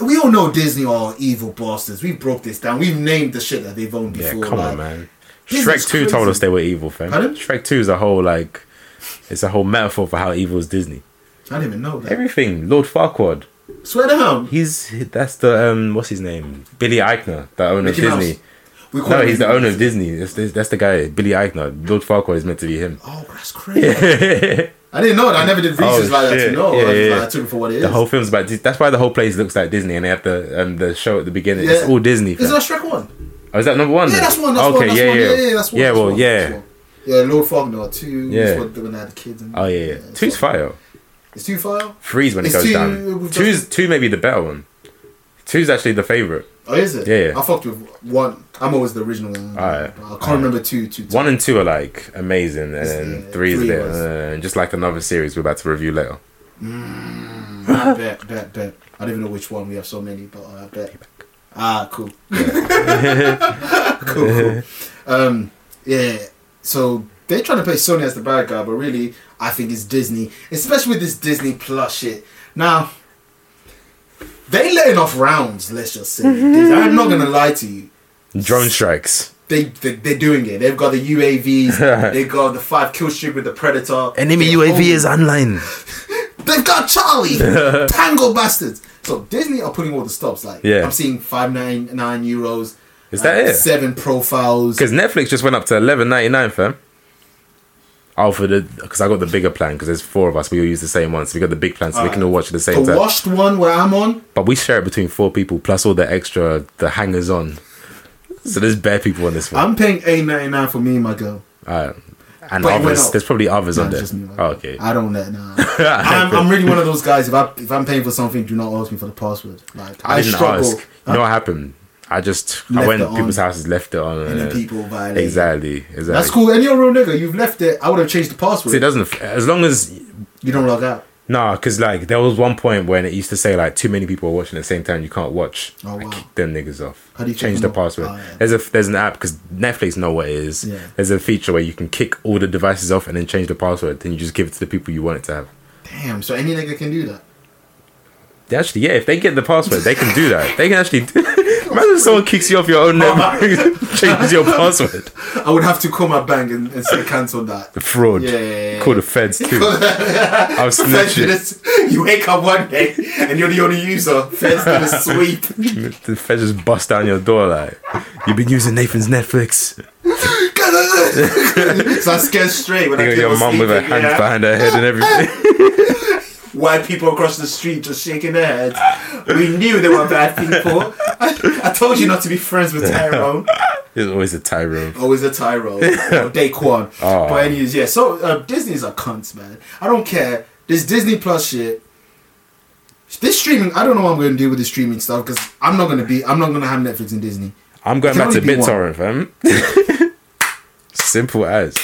S3: we all know Disney are evil bastards. We broke this down. We've named the shit that they've owned
S4: Yeah,
S3: before.
S4: come
S3: like,
S4: on, man.
S3: Disney's
S4: Shrek Two told
S3: crazy.
S4: us they were evil, fam.
S3: Pardon?
S4: Shrek Two is a whole like, it's a whole metaphor for how evil is Disney.
S3: I didn't even know that.
S4: Everything, Lord Farquaad.
S3: Swear to him.
S4: He's that's the um what's his name? Billy Eichner, the owner
S3: Mickey
S4: of
S3: Mouse.
S4: Disney.
S3: We call
S4: No,
S3: him-
S4: he's the owner of Disney. That's, that's that's the guy, Billy Eichner. Lord Farquaad is meant to be him. <laughs>
S3: Oh, that's crazy. I didn't know that. I never did
S4: Oh,
S3: research like that
S4: shit.
S3: to know.
S4: Yeah,
S3: I, just,
S4: yeah,
S3: like,
S4: yeah.
S3: I took it for what it is.
S4: The whole film's about. Dis- That's why the whole place looks like Disney, and they have the um, the show at the beginning.
S3: Yeah.
S4: It's all Disney.
S3: Is
S4: fam.
S3: that Shrek one?
S4: oh, is that number one?
S3: Yeah,
S4: then?
S3: that's one. That's
S4: okay,
S3: one. That's
S4: yeah,
S3: one.
S4: yeah,
S3: Yeah, yeah, that's one.
S4: Yeah,
S3: that's
S4: well,
S3: one,
S4: yeah.
S3: that's one. Yeah, Lord Faulkner two.
S4: Yeah.
S3: Yeah, when they had the kids. And,
S4: Oh yeah, yeah.
S3: it's
S4: two's
S3: one.
S4: fire.
S3: It's two fire.
S4: Three's when it
S3: It's
S4: goes
S3: two-
S4: down.
S3: we've
S4: Two's two may be the better one. Two's actually the favorite.
S3: Oh, is it?
S4: Yeah, yeah.
S3: I fucked with one. I'm always the original one.
S4: Alright.
S3: I can't remember two. Two. two.
S4: One and two are like amazing, and then
S3: yeah,
S4: three is
S3: three
S4: there,
S3: was-
S4: uh, and just like another series we're about to review later.
S3: I bet, bet, bet. I don't even know which one. We have so many, but uh, I bet. Ah, <laughs> cool. cool, cool. Um, yeah. So they're trying to play Sony as the bad guy, but really, I think it's Disney, especially with this Disney Plus shit. Now, they letting off rounds. Let's just say, I'm not gonna lie to you.
S4: Drone strikes,
S3: They, they they're doing it. They've got the <laughs> UAVs. they got the five kill streak with the Predator. They're all-
S4: online.
S3: They've got
S4: <laughs>
S3: Charlie, Tango bastards. So Disney are putting all the stops. Like
S4: Yeah.
S3: I'm seeing five nine nine euros.
S4: Is that it?
S3: Seven profiles.
S4: Because Netflix just went up to eleven ninety nine, fam. Oh, for the because I got the bigger plan because there's four of us. We all use the same one, so we got the big plan, so we can all watch at the
S3: The
S4: same time.
S3: washed one where I'm on.
S4: But we share it between four people plus all the extra the hangers on. So there's bare people on this one.
S3: I'm paying eight ninety nine for me and my girl.
S4: Alright.
S3: But it
S4: and
S3: went
S4: others,
S3: up.
S4: there's probably others
S3: No,
S4: on
S3: it's
S4: there.
S3: just me, like,
S4: Oh, okay.
S3: I don't let
S4: <laughs>
S3: nah. I'm, I'm really one of those guys. If I if I'm paying for something, do not ask me for the password. Like I,
S4: I didn't
S3: struggle.
S4: ask. You know what happened? I just I
S3: Left
S4: went
S3: it
S4: to people's
S3: on.
S4: houses, left it on,
S3: And then
S4: uh,
S3: people violate.
S4: Exactly, exactly.
S3: That's cool. And you're a real nigga. You've left it. I would have changed the password.
S4: So it doesn't. As long as
S3: you don't log out.
S4: Nah, because like there was one point when it used to say like too many people are watching at the same time, you can't watch.
S3: Oh,
S4: I
S3: wow.
S4: kicked them niggas off.
S3: How do you kick
S4: change the
S3: them off?
S4: password?
S3: Oh, yeah.
S4: There's a there's an app because Netflix know what it is.
S3: Yeah.
S4: There's a feature where you can kick all the devices off and then change the password. Then you just give it to the people you want it to have.
S3: Damn. So any nigga can do that.
S4: They actually, yeah, if they get the password, they can do that. They can actually. <laughs> Imagine if someone kicks you off your
S3: <laughs> Oh,
S4: own network, <laughs> changes your password.
S3: I would have to call my bank and, and say cancel that.
S4: The fraud.
S3: Yeah, yeah, yeah.
S4: Call the feds too.
S3: <laughs>
S4: I'll snitch it.
S3: Fez did a- You wake up one day and you're the only user. Fez did a sweep. <laughs>
S4: The feds just bust down your door like, you've been using Nathan's Netflix.
S3: so I scared straight when I
S4: They got
S3: came
S4: your
S3: on
S4: mum with her
S3: sleeping,
S4: hands
S3: yeah. <laughs>
S4: <laughs> behind her head and everything.
S3: white people across the street just shaking their heads. We knew they were bad people. <laughs> I, I told you not to be friends with
S4: <laughs>
S3: Tyrone.
S4: There's always a Tyrone.
S3: Always a Tyrone. or Daquan.
S4: Ah.
S3: But anyways, yeah. So uh, Disney's a cunt, man. I don't care. This Disney Plus shit. This streaming, I don't know what I'm going to do with the streaming stuff because I'm not going to be, I'm not going to have Netflix and Disney.
S4: I'm going
S3: It can
S4: back to
S3: only be one.
S4: BitTorrent, fam. <laughs> Simple as.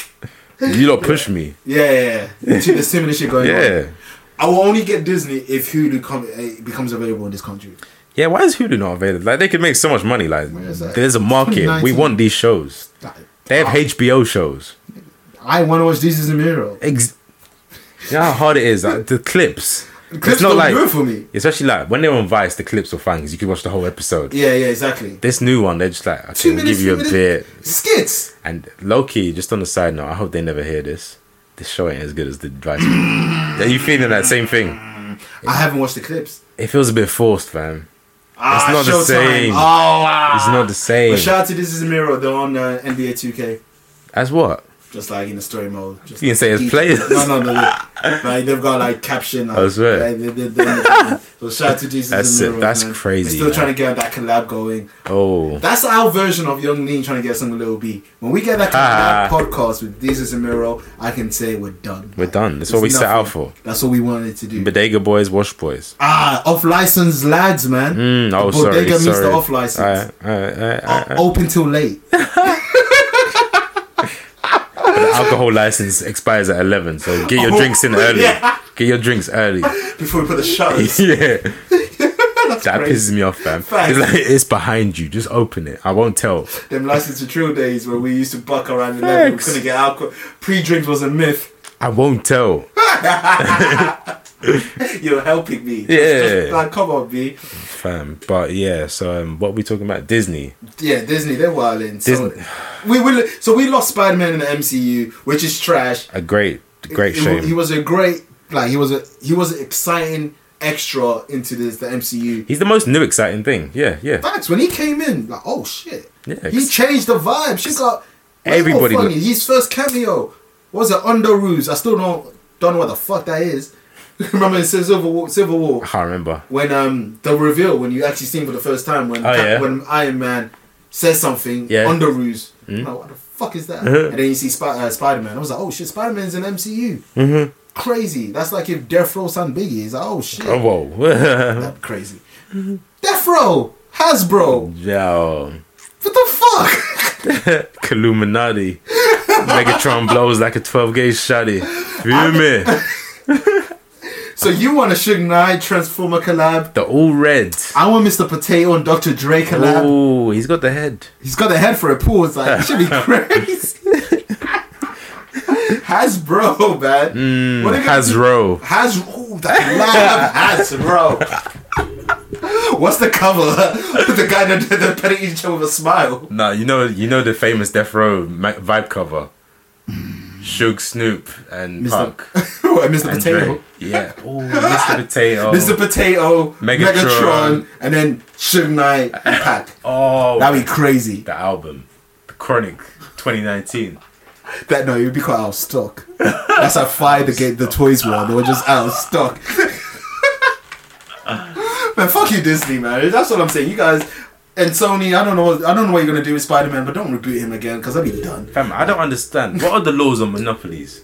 S4: You don't push me.
S3: Yeah, yeah, yeah. See, There's too many shit going on.
S4: Yeah.
S3: I will only get Disney if Hulu com- eh, becomes available in this country.
S4: Yeah, why is Hulu not available? Like, they could make so much money. Like,
S3: is that? Ah.
S4: there's a market. We
S3: 2019.
S4: want these shows. They have HBO shows.
S3: I want to watch Jesus in Miro.
S4: Ex- you know how hard it is? Like, the
S3: <laughs>
S4: clips.
S3: Clips don't do it for me.
S4: Especially, like, when they're on Vice, the clips are fine 'cause you can watch the whole episode.
S3: Yeah, yeah, exactly.
S4: This new one, they're just like, okay,
S3: Two
S4: we'll
S3: minutes,
S4: give you a
S3: three
S4: bit.
S3: minutes. Skits.
S4: And low key, just on the side note, I hope they never hear this. This show ain't as good as
S3: <coughs>
S4: the Vice. Are you feeling that same thing?
S3: I haven't watched the clips.
S4: It feels a bit forced, fam.
S3: Ah,
S4: not the
S3: Showtime.
S4: same.
S3: Oh, wow.
S4: It's not the same.
S3: But shout out to This Is a Mirror. They're on uh, NBA 2K.
S4: As what?
S3: Just like in the story mode. Just
S4: You can say it's
S3: each-
S4: players.
S3: No, no, no. no. like they've got like caption. Like,
S4: I swear.
S3: like, they- they- they- so shout out to Jesus
S4: That's
S3: in
S4: it.
S3: the Mirror.
S4: That's
S3: man.
S4: crazy,
S3: They're still
S4: man.
S3: trying to get that collab going.
S4: Oh,
S3: That's our version of Young Lean trying to get some Little B. When we get that collab podcast with Jesus and Miro, I can say we're done.
S4: Ah. We're done. That's what we
S3: There's
S4: set
S3: nothing.
S4: out for.
S3: That's what we wanted to do.
S4: Bodega Boys, Wash Boys.
S3: ah, off license lads, man.
S4: Mm, uh, oh,
S3: The bodega
S4: sorry.
S3: meets
S4: sorry.
S3: the off license.
S4: Alright, alright, alright, alright.
S3: O- open till
S4: <laughs>
S3: late.
S4: The alcohol license expires at 11, so get your
S3: Oh,
S4: drinks in early.
S3: yeah.
S4: Get your drinks
S3: <laughs>
S4: early. yeah.
S3: Before we put the shutters.
S4: that pisses me off, fam.
S3: Facts.
S4: It's like it's behind you. Just open it. I won't tell.
S3: Them license to drill days where we used to buck around 11. We
S4: Facts.
S3: couldn't get alcohol. Pre drinks was a myth. <laughs>
S4: I won't tell.
S3: You're helping me.
S4: Yeah.
S3: Just, like, come on, B.
S4: Fam. But yeah, so um, what are we talking about? Disney.
S3: Yeah, Disney, they're wilding. So,
S4: Disney.
S3: we, we, so we lost Spider Man in the MCU, which is trash.
S4: A great great
S3: He- he-
S4: shame.
S3: He was a great, like, he was a he was an exciting extra into this the MCU.
S4: He's the most new exciting thing. Yeah, yeah.
S3: Facts, when he came in, like, oh shit.
S4: Yeah,
S3: he
S4: ex-
S3: changed the vibe. She got way more
S4: Everybody
S3: funny.
S4: look-
S3: His first cameo was it Under Ruse. I still don't don't know what the fuck that is. <laughs> Remember in Civil War, Civil War
S4: I can't remember.
S3: when um the reveal when you actually see him for the first time when
S4: Oh,
S3: Cap-
S4: yeah.
S3: when Iron Man says something
S4: Yeah. Hmm? Uh-huh.
S3: Under Ruse. I'm like, what the fuck is that? And then you see Sp- uh, Spider Man. I was like, oh shit, Spider Man's in MCU.
S4: Mm-hmm.
S3: Crazy. That's like if Death Row signed Biggie. It's like, oh shit,
S4: Oh whoa. <laughs>
S3: That crazy. Death Row, Hasbro.
S4: Yo.
S3: What the fuck? <laughs>
S4: Illuminati. Megatron blows like a 12 gauge shotty. Feel me?
S3: So you want a Suge Knight Transformer collab?
S4: The all red.
S3: I want Mr. Potato and Dr. Dre collab.
S4: Oh, he's got the head.
S3: He's got the head for a pool. It's like it <laughs> should be crazy. Hasbro, man. what are they gonna do?
S4: Hasro.
S3: Mm, Has oh that collab Hasbro. What's the cover? the guy that did the petting each other with a smile. <laughs>
S4: Nah, you know, you know the famous Death Row ma- vibe cover. Shug Snoop and
S3: Mr.
S4: Punk.
S3: What, Mr.
S4: and
S3: Potato.
S4: Dre. Yeah. Oh, Mr. <laughs> Potato.
S3: Mr. Potato,
S4: Megatron.
S3: Megatron, and then Suge Knight and Pac.
S4: Oh,
S3: That'd be crazy.
S4: the album, the Chronic, 2019.
S3: That no, you'd be quite out of stock. That's how fire the gate the toys were. They were just out of stock. <laughs> man, fuck you, Disney, man. That's what I'm saying. You guys and Sony, I don't know. I don't know what you're gonna do with Spider Man, but don't reboot him again because I'll be done.
S4: Fam, I don't understand. What are the laws on monopolies?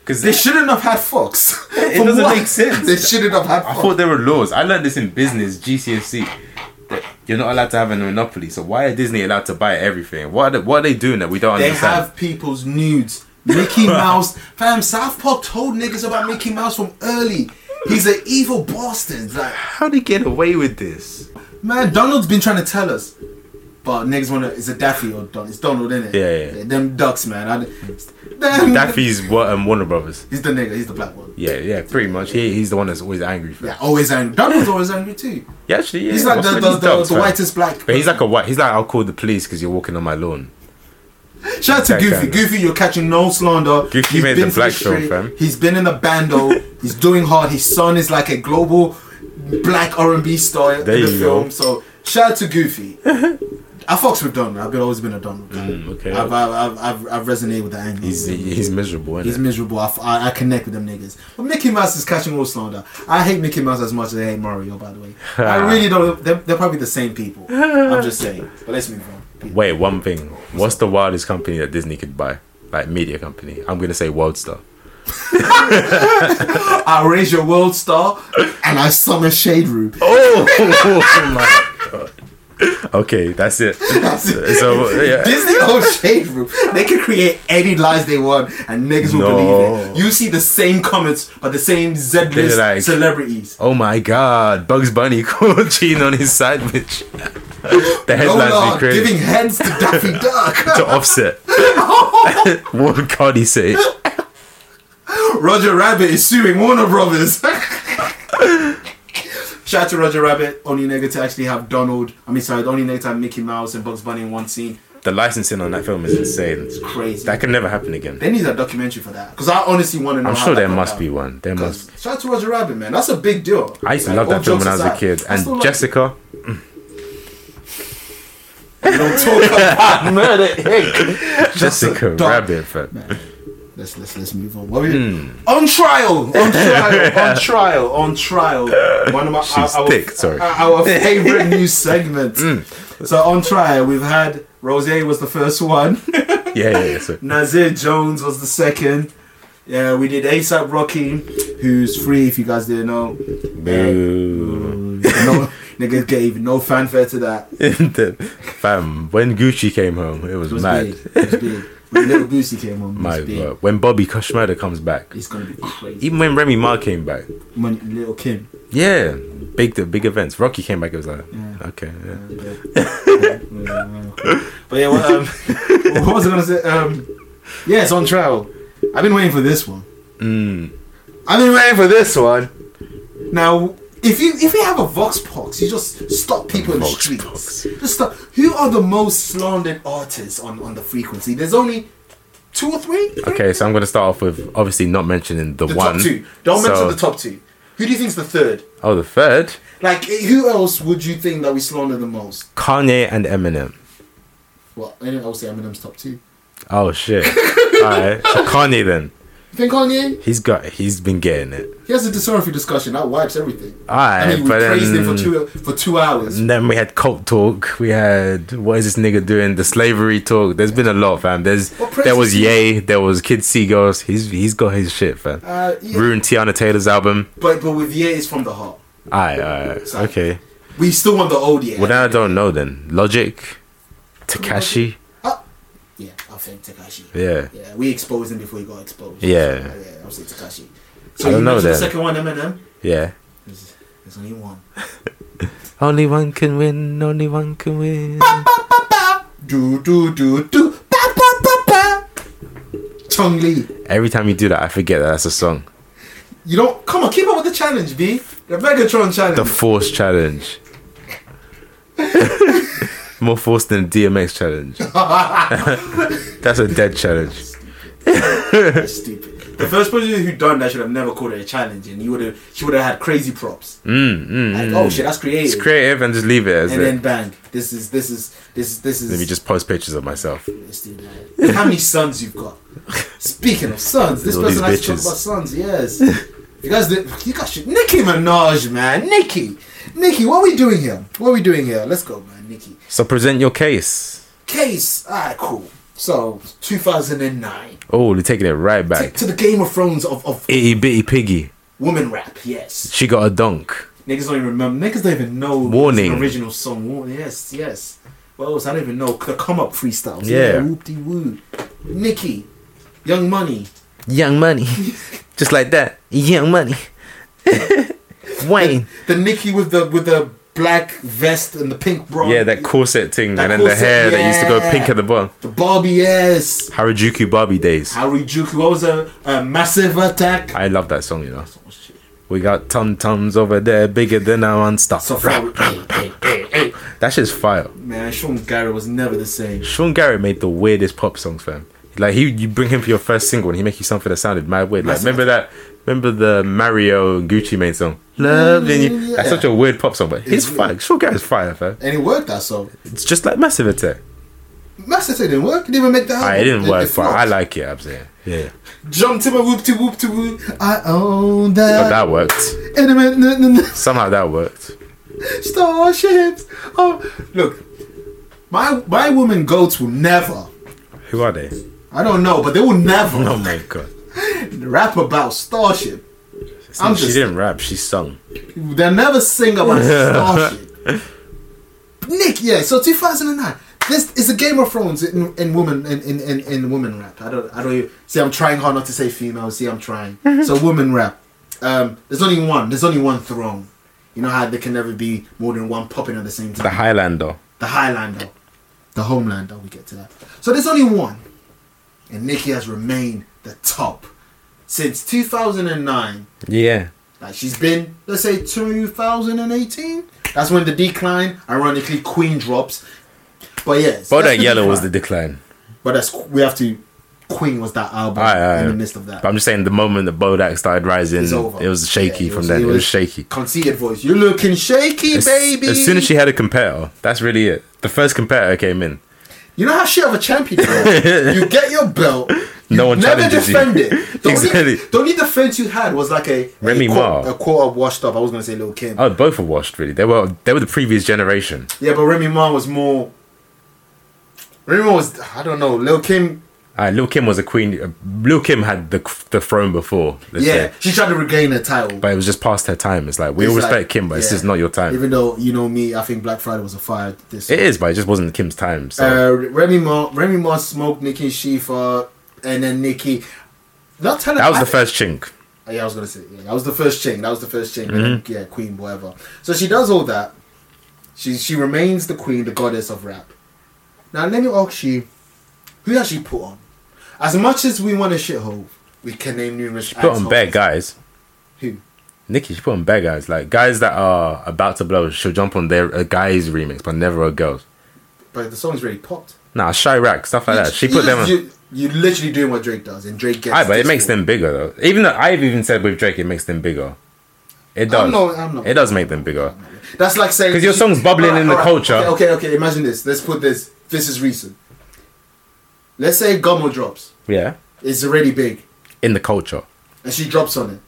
S4: Because
S3: They shouldn't have had <laughs> Fox. For
S4: doesn't make sense.
S3: They shouldn't have had
S4: I
S3: Fox.
S4: thought there were laws. I learned this in business, GCSE. E, That you're not allowed to have a monopoly. So why are Disney allowed to buy everything? What are they, what are they doing that we don't
S3: they
S4: understand?
S3: have people's nudes.
S4: <laughs>
S3: Mickey Mouse, fam. South Park told niggas about Mickey Mouse from early. He's an evil bastard. Like
S4: How do they get away with this?
S3: Man, Donald's been trying to tell us. But niggas wanna it's a Daffy or Don it's Donald, innit?
S4: Yeah, yeah.
S3: Them ducks, man. I, them,
S4: <laughs> Daffy's what um, Warner Brothers.
S3: He's the nigga, he's the black one.
S4: Yeah, yeah, pretty much. He, he's the one that's always angry. For.
S3: Yeah, always angry. Donald's always angry too.
S4: yeah, actually, yeah.
S3: He's like
S4: What's
S3: the,
S4: with
S3: the,
S4: these
S3: the,
S4: dogs,
S3: the
S4: fam?
S3: whitest black.
S4: But he's like a white. He's like I'll call the police because you're walking on my lawn.
S3: Shout out to
S4: that
S3: Goofy.
S4: kind of-
S3: Goofy, you're catching no slander.
S4: Goofy
S3: He's
S4: made
S3: been
S4: the
S3: to
S4: black show,
S3: street.
S4: fam.
S3: He's been in the bando. he's doing hard. His son is like a global black R and B star
S4: There
S3: in the
S4: you
S3: film.
S4: go.
S3: So shout out to Goofy. I fucks with Don. I've been- always been a Don.
S4: Mm, okay.
S3: I've, I've, I've, I've, I've resonated with the angle.
S4: He's he's miserable. Isn't
S3: He's miserable. I, f- I- I connect with them niggas. But Mickey Mouse is catching all slander. I hate Mickey Mouse as much as I hate Mario, by the way.
S4: <laughs>
S3: I really don't. They're, they're probably the same people. I'm just saying. But let's move on.
S4: Wait, one thing. What's the wildest company that Disney could buy? Like media company. I'm gonna say
S3: <laughs>
S4: Worldstar.
S3: I raise your world star and I summon Shade Room. <laughs>
S4: Oh, my god. Okay, that's it. so yeah.
S3: Disney owns Shade Room. They can create any lies they want and niggas will
S4: No.
S3: believe it. You see the same comments by the same Z
S4: They're
S3: list
S4: like-
S3: celebrities.
S4: Oh my god, Bugs Bunny <laughs> called Gene on his sandwich. <laughs> the headlines
S3: Lola
S4: be crazy.
S3: giving heads to
S4: <laughs>
S3: Daffy Duck.
S4: to
S3: <laughs>
S4: offset. <laughs> what can he say?
S3: Roger Rabbit is suing Warner Brothers. <laughs> Shout out to Roger Rabbit, only nigga to actually have Donald. I mean, sorry, the only nigga to have Mickey Mouse and Bugs Bunny in one scene.
S4: The licensing on that film is insane.
S3: Crazy.
S4: That can never happen again.
S3: there needs a documentary for that because I honestly want to know.
S4: I'm
S3: how
S4: sure
S3: that
S4: there
S3: got
S4: must
S3: down.
S4: be one. There must.
S3: 'Cause Shout out to Roger Rabbit, man. That's a big deal.
S4: I used to
S3: Like,
S4: love
S3: all
S4: that film
S3: jokes
S4: when I was a
S3: aside,
S4: kid.
S3: I still
S4: And
S3: love
S4: Jessica.
S3: it. Don't <laughs> talk about-
S4: <laughs> Jessica
S3: dog.
S4: Rabbit. Hmm. fam.
S3: let's let's let's move on. What are we- On trial,
S4: <laughs>
S3: on trial, on trial, on trial. One of my
S4: She's
S3: our,
S4: thick, sorry. Hmm.
S3: our,
S4: <laughs>
S3: our favorite new segment. So on trial, we've had Rose was the first
S4: <laughs>
S3: one.
S4: Yeah, yeah,
S3: <laughs>
S4: yeah. So,
S3: Nazir Jones was the second. Yeah, we did ASAP Rocky, who's free if you guys didn't know.
S4: boo. <laughs>
S3: No, <laughs> niggas gave no fanfare to that. It
S4: Fam, when Gucci came home, it was,
S3: was
S4: mad.
S3: big. It was big. When
S4: <laughs>
S3: Little Boosie came on, it was
S4: My
S3: big.
S4: word. When Bobby Kushmurda comes back,
S3: It's gonna be crazy.
S4: even when Remy Ma came back,
S3: When Little Kim.
S4: yeah, big the big events. Rocky came back. It was like,
S3: Yeah.
S4: okay, yeah.
S3: but yeah, well,
S4: <laughs>
S3: um, <laughs> what was I gonna say? Um, yeah, it's on trial. I've been waiting for this one.
S4: Mm.
S3: I've been waiting for this one. Now, if you if you have a vox pox, you just stop people in the
S4: Vox
S3: streets.
S4: pox.
S3: Just stop. Who are the most slandered artists on on the frequency? There's only two or three. three?
S4: Okay, so I'm gonna start off with obviously not mentioning the,
S3: the
S4: one.
S3: top two. Don't mention
S4: So-
S3: the top two. Who do you think's the third?
S4: Oh, the third,
S3: Like, eh, who else would you think that we slander the most?
S4: Kanye and Eminem.
S3: Well, I don't say Eminem's top two.
S4: Oh
S3: <laughs>
S4: shit. Alright, so Kanye then.
S3: You think Kanye?
S4: He's got. He's been getting it.
S3: He has a dysorphy discussion that wipes everything.
S4: Alright,
S3: I mean, we
S4: but
S3: praised him
S4: then-
S3: for two for two hours.
S4: And then we had cult talk. We had what is this nigga doing? The slavery talk. There's been a lot, fam. There's
S3: Well, Prince
S4: there was
S3: is-
S4: Ye. There was Kid Seagulls. He's he's got his shit, fam.
S3: Uh, yeah.
S4: Ruined Tiana Taylor's album.
S3: But but with Ye, it's from the heart.
S4: Aye, aye.
S3: Sorry.
S4: Okay.
S3: We still want the old Ye.
S4: Well, now I don't know then. Logic, Takashi.
S3: Yeah, I think Takashi.
S4: Yeah.
S3: Yeah, we exposed him before he got exposed.
S4: Yeah.
S3: So, yeah, I'll say Takashi.
S4: I don't
S3: you
S4: know
S3: mentioned The
S4: then.
S3: second one, Eminem.
S4: Yeah.
S3: There's, there's only one.
S4: Only one can win. Only one can win.
S3: Do do do do. Ba ba ba ba. Chung Lee,
S4: Every time you do that, I forget that that's a song.
S3: you don't come on. Keep up with the challenge, B. The Megatron challenge.
S4: The Force Challenge. <laughs> More force than DMX challenge. <laughs> That's a dead challenge.
S3: That's stupid. The first person who done that should have never called it a challenge, and you would have she would have had crazy props.
S4: Mm, mm,
S3: Like,
S4: mm.
S3: oh shit, that's creative.
S4: It's creative and just leave it as
S3: and
S4: it.
S3: then bang, this is this is this is this is.
S4: Let me just post pictures of myself.
S3: Let's do that. How many sons you've got? Speaking of sons, this
S4: All these
S3: person likes to talk
S4: bitches.
S3: about sons. Yes. You guys, did, you guys should. Nicki Minaj, man, Nicki, Nicki, what are we doing here? What are we doing here? Let's go, man, Nicki.
S4: So present your case.
S3: Case, alright, cool. So, 2009,
S4: Oh, they're taking it right
S3: to,
S4: back.
S3: to the Game of Thrones of, of
S4: Itty bitty piggy.
S3: woman rap. Yes.
S4: She got a donk.
S3: Niggas don't even remember. Niggas don't even know it's
S4: Warning.
S3: an original song. Warning. Yes, yes. What else? I don't even know the come up freestyles.
S4: Yeah.
S3: Whoop de woo. Nicki, Young Money.
S4: Young money. <laughs> just like that. Young money. <laughs> Wayne.
S3: The Nicki with the with the black vest and the pink bra.
S4: Yeah, that corset thing
S3: That
S4: and then
S3: corset,
S4: the hair that used to go
S3: yeah.
S4: pink at the bottom.
S3: The Barbie ass.
S4: Harajuku Barbie days.
S3: Harajuku. What was a, a massive attack?
S4: I love that song, you know.
S3: Oh, shit.
S4: We got tum tums over there bigger than our own stuff.
S3: So far, hey, hey, hey, hey.
S4: That shit's fire.
S3: <coughs> man, Sean Garrett was never the same.
S4: Sean Garrett made the weirdest pop songs, fam. Like he, you bring him for your first single and he make you something that sounded mad weird. Like
S3: Massive.
S4: remember that Remember the Mario and Gucci Mane song? Loving you. That's such a weird pop song, but he's
S3: It's
S4: fire. Short guy's fire, fam.
S3: And it worked that song.
S4: It's just like Massive Attack.
S3: Master said it didn't work. Oh, It didn't even make the album.
S4: Ah, it didn't work, but
S3: flopped.
S4: I like it. I'm saying, yeah,
S3: Jump to my whoop to whoop to whoop. I own that.
S4: but that worked.
S3: And it went, "Nah, nah, nah."
S4: Somehow that worked.
S3: Starships. Oh, look, my my woman goats will never.
S4: Who are they?
S3: I don't know, but they will never
S4: Oh my god!
S3: rap about starship.
S4: It's
S3: I'm
S4: not- she
S3: just-
S4: didn't rap. She sung.
S3: They'll never sing about starship. Nick, yeah. So 2009. This is a Game of Thrones in, in woman in, in, in, in woman rap. I don't I don't even, see. I'm trying hard not to say female. See, I'm trying. so woman rap. Um, there's only one. There's only one throne. You know how there can never be more than one popping at the same time.
S4: The Highlander.
S3: the Highlander, the Homelander. We get to that. So there's only one, and Nikki has remained the top since 2009.
S4: Yeah.
S3: Like she's been, let's say 2018. That's when the decline. Ironically, Queen drops. But yes,
S4: But
S3: that's
S4: that yellow was the
S3: decline.
S4: decline.
S3: But that's we have to. Queen was that album
S4: Aye, aye,
S3: in the
S4: aye.
S3: midst of that.
S4: But I'm just saying, the moment that Bodak started rising,
S3: It's over.
S4: it was shaky
S3: Yeah, it
S4: from
S3: was-
S4: then.
S3: it
S4: It was
S3: was-
S4: shaky.
S3: Conceited voice. You're looking shaky,
S4: As,
S3: baby.
S4: as soon as she had a competitor, that's really it. The first competitor came in.
S3: You know how shit of a champion you
S4: <laughs>
S3: are. you get your belt. You
S4: No one
S3: never
S4: challenges you.
S3: defend it. The
S4: Exactly.
S3: only, the only defense you had was like a
S4: Remy
S3: a, quar-
S4: Ma.
S3: a quarter washed up. I was gonna say Lil Kim.
S4: Oh, both were washed. Really, they were. They were the previous generation.
S3: yeah, but Remy Ma was more. Remy Ma was I don't know. Lil Kim.
S4: Uh, Lil Kim was a queen. Uh, Lil Kim had the the throne before. Let's
S3: yeah,
S4: say.
S3: she tried to regain her title.
S4: But it was just past her time. It's like we all
S3: It's
S4: respect
S3: like-
S4: Kim, but it's
S3: yeah.
S4: just not your time.
S3: Even though you know me, I think Black Friday was a fire. This
S4: it is, but it just wasn't Kim's time. So
S3: Uh, Remy Ma. Remy Ma smoked Nikki Shifa, and then Nikki. Not telling.
S4: that was
S3: I-
S4: the first chink.
S3: Oh, Yeah, I was gonna say yeah, that was the first ching. That was the first ching.
S4: Mm-hmm.
S3: Yeah, queen, whatever. So she does all that. She she remains the queen, the goddess of rap. Now let me ask you, who has she put on? As much as we want a shithole, we can name numerous. She
S4: Put on bare guys.
S3: Who?
S4: Nikki, she put on bare guys. Like guys that are about to blow. She'll jump on their a guys remix, but never a girls.
S3: But the song's really popped.
S4: Nah, Chirac stuff like that. Oh, She
S3: You
S4: put
S3: just-
S4: them on.
S3: You, you're literally doing what Drake does, and Drake gets.
S4: Aye, but it
S3: this
S4: makes
S3: for-
S4: them bigger though. Even though I've even said with Drake, it makes them bigger. It does.
S3: I'm not- I'm not-
S4: it does make them bigger.
S3: That's like saying
S4: 'Cause your song's bubbling
S3: Alright,
S4: in the
S3: alright.
S4: culture.
S3: Okay, okay, okay. Imagine this. Let's put this. This is recent. Let's say Gummo drops.
S4: Yeah,
S3: It's already big.
S4: in the culture.
S3: and she drops on it.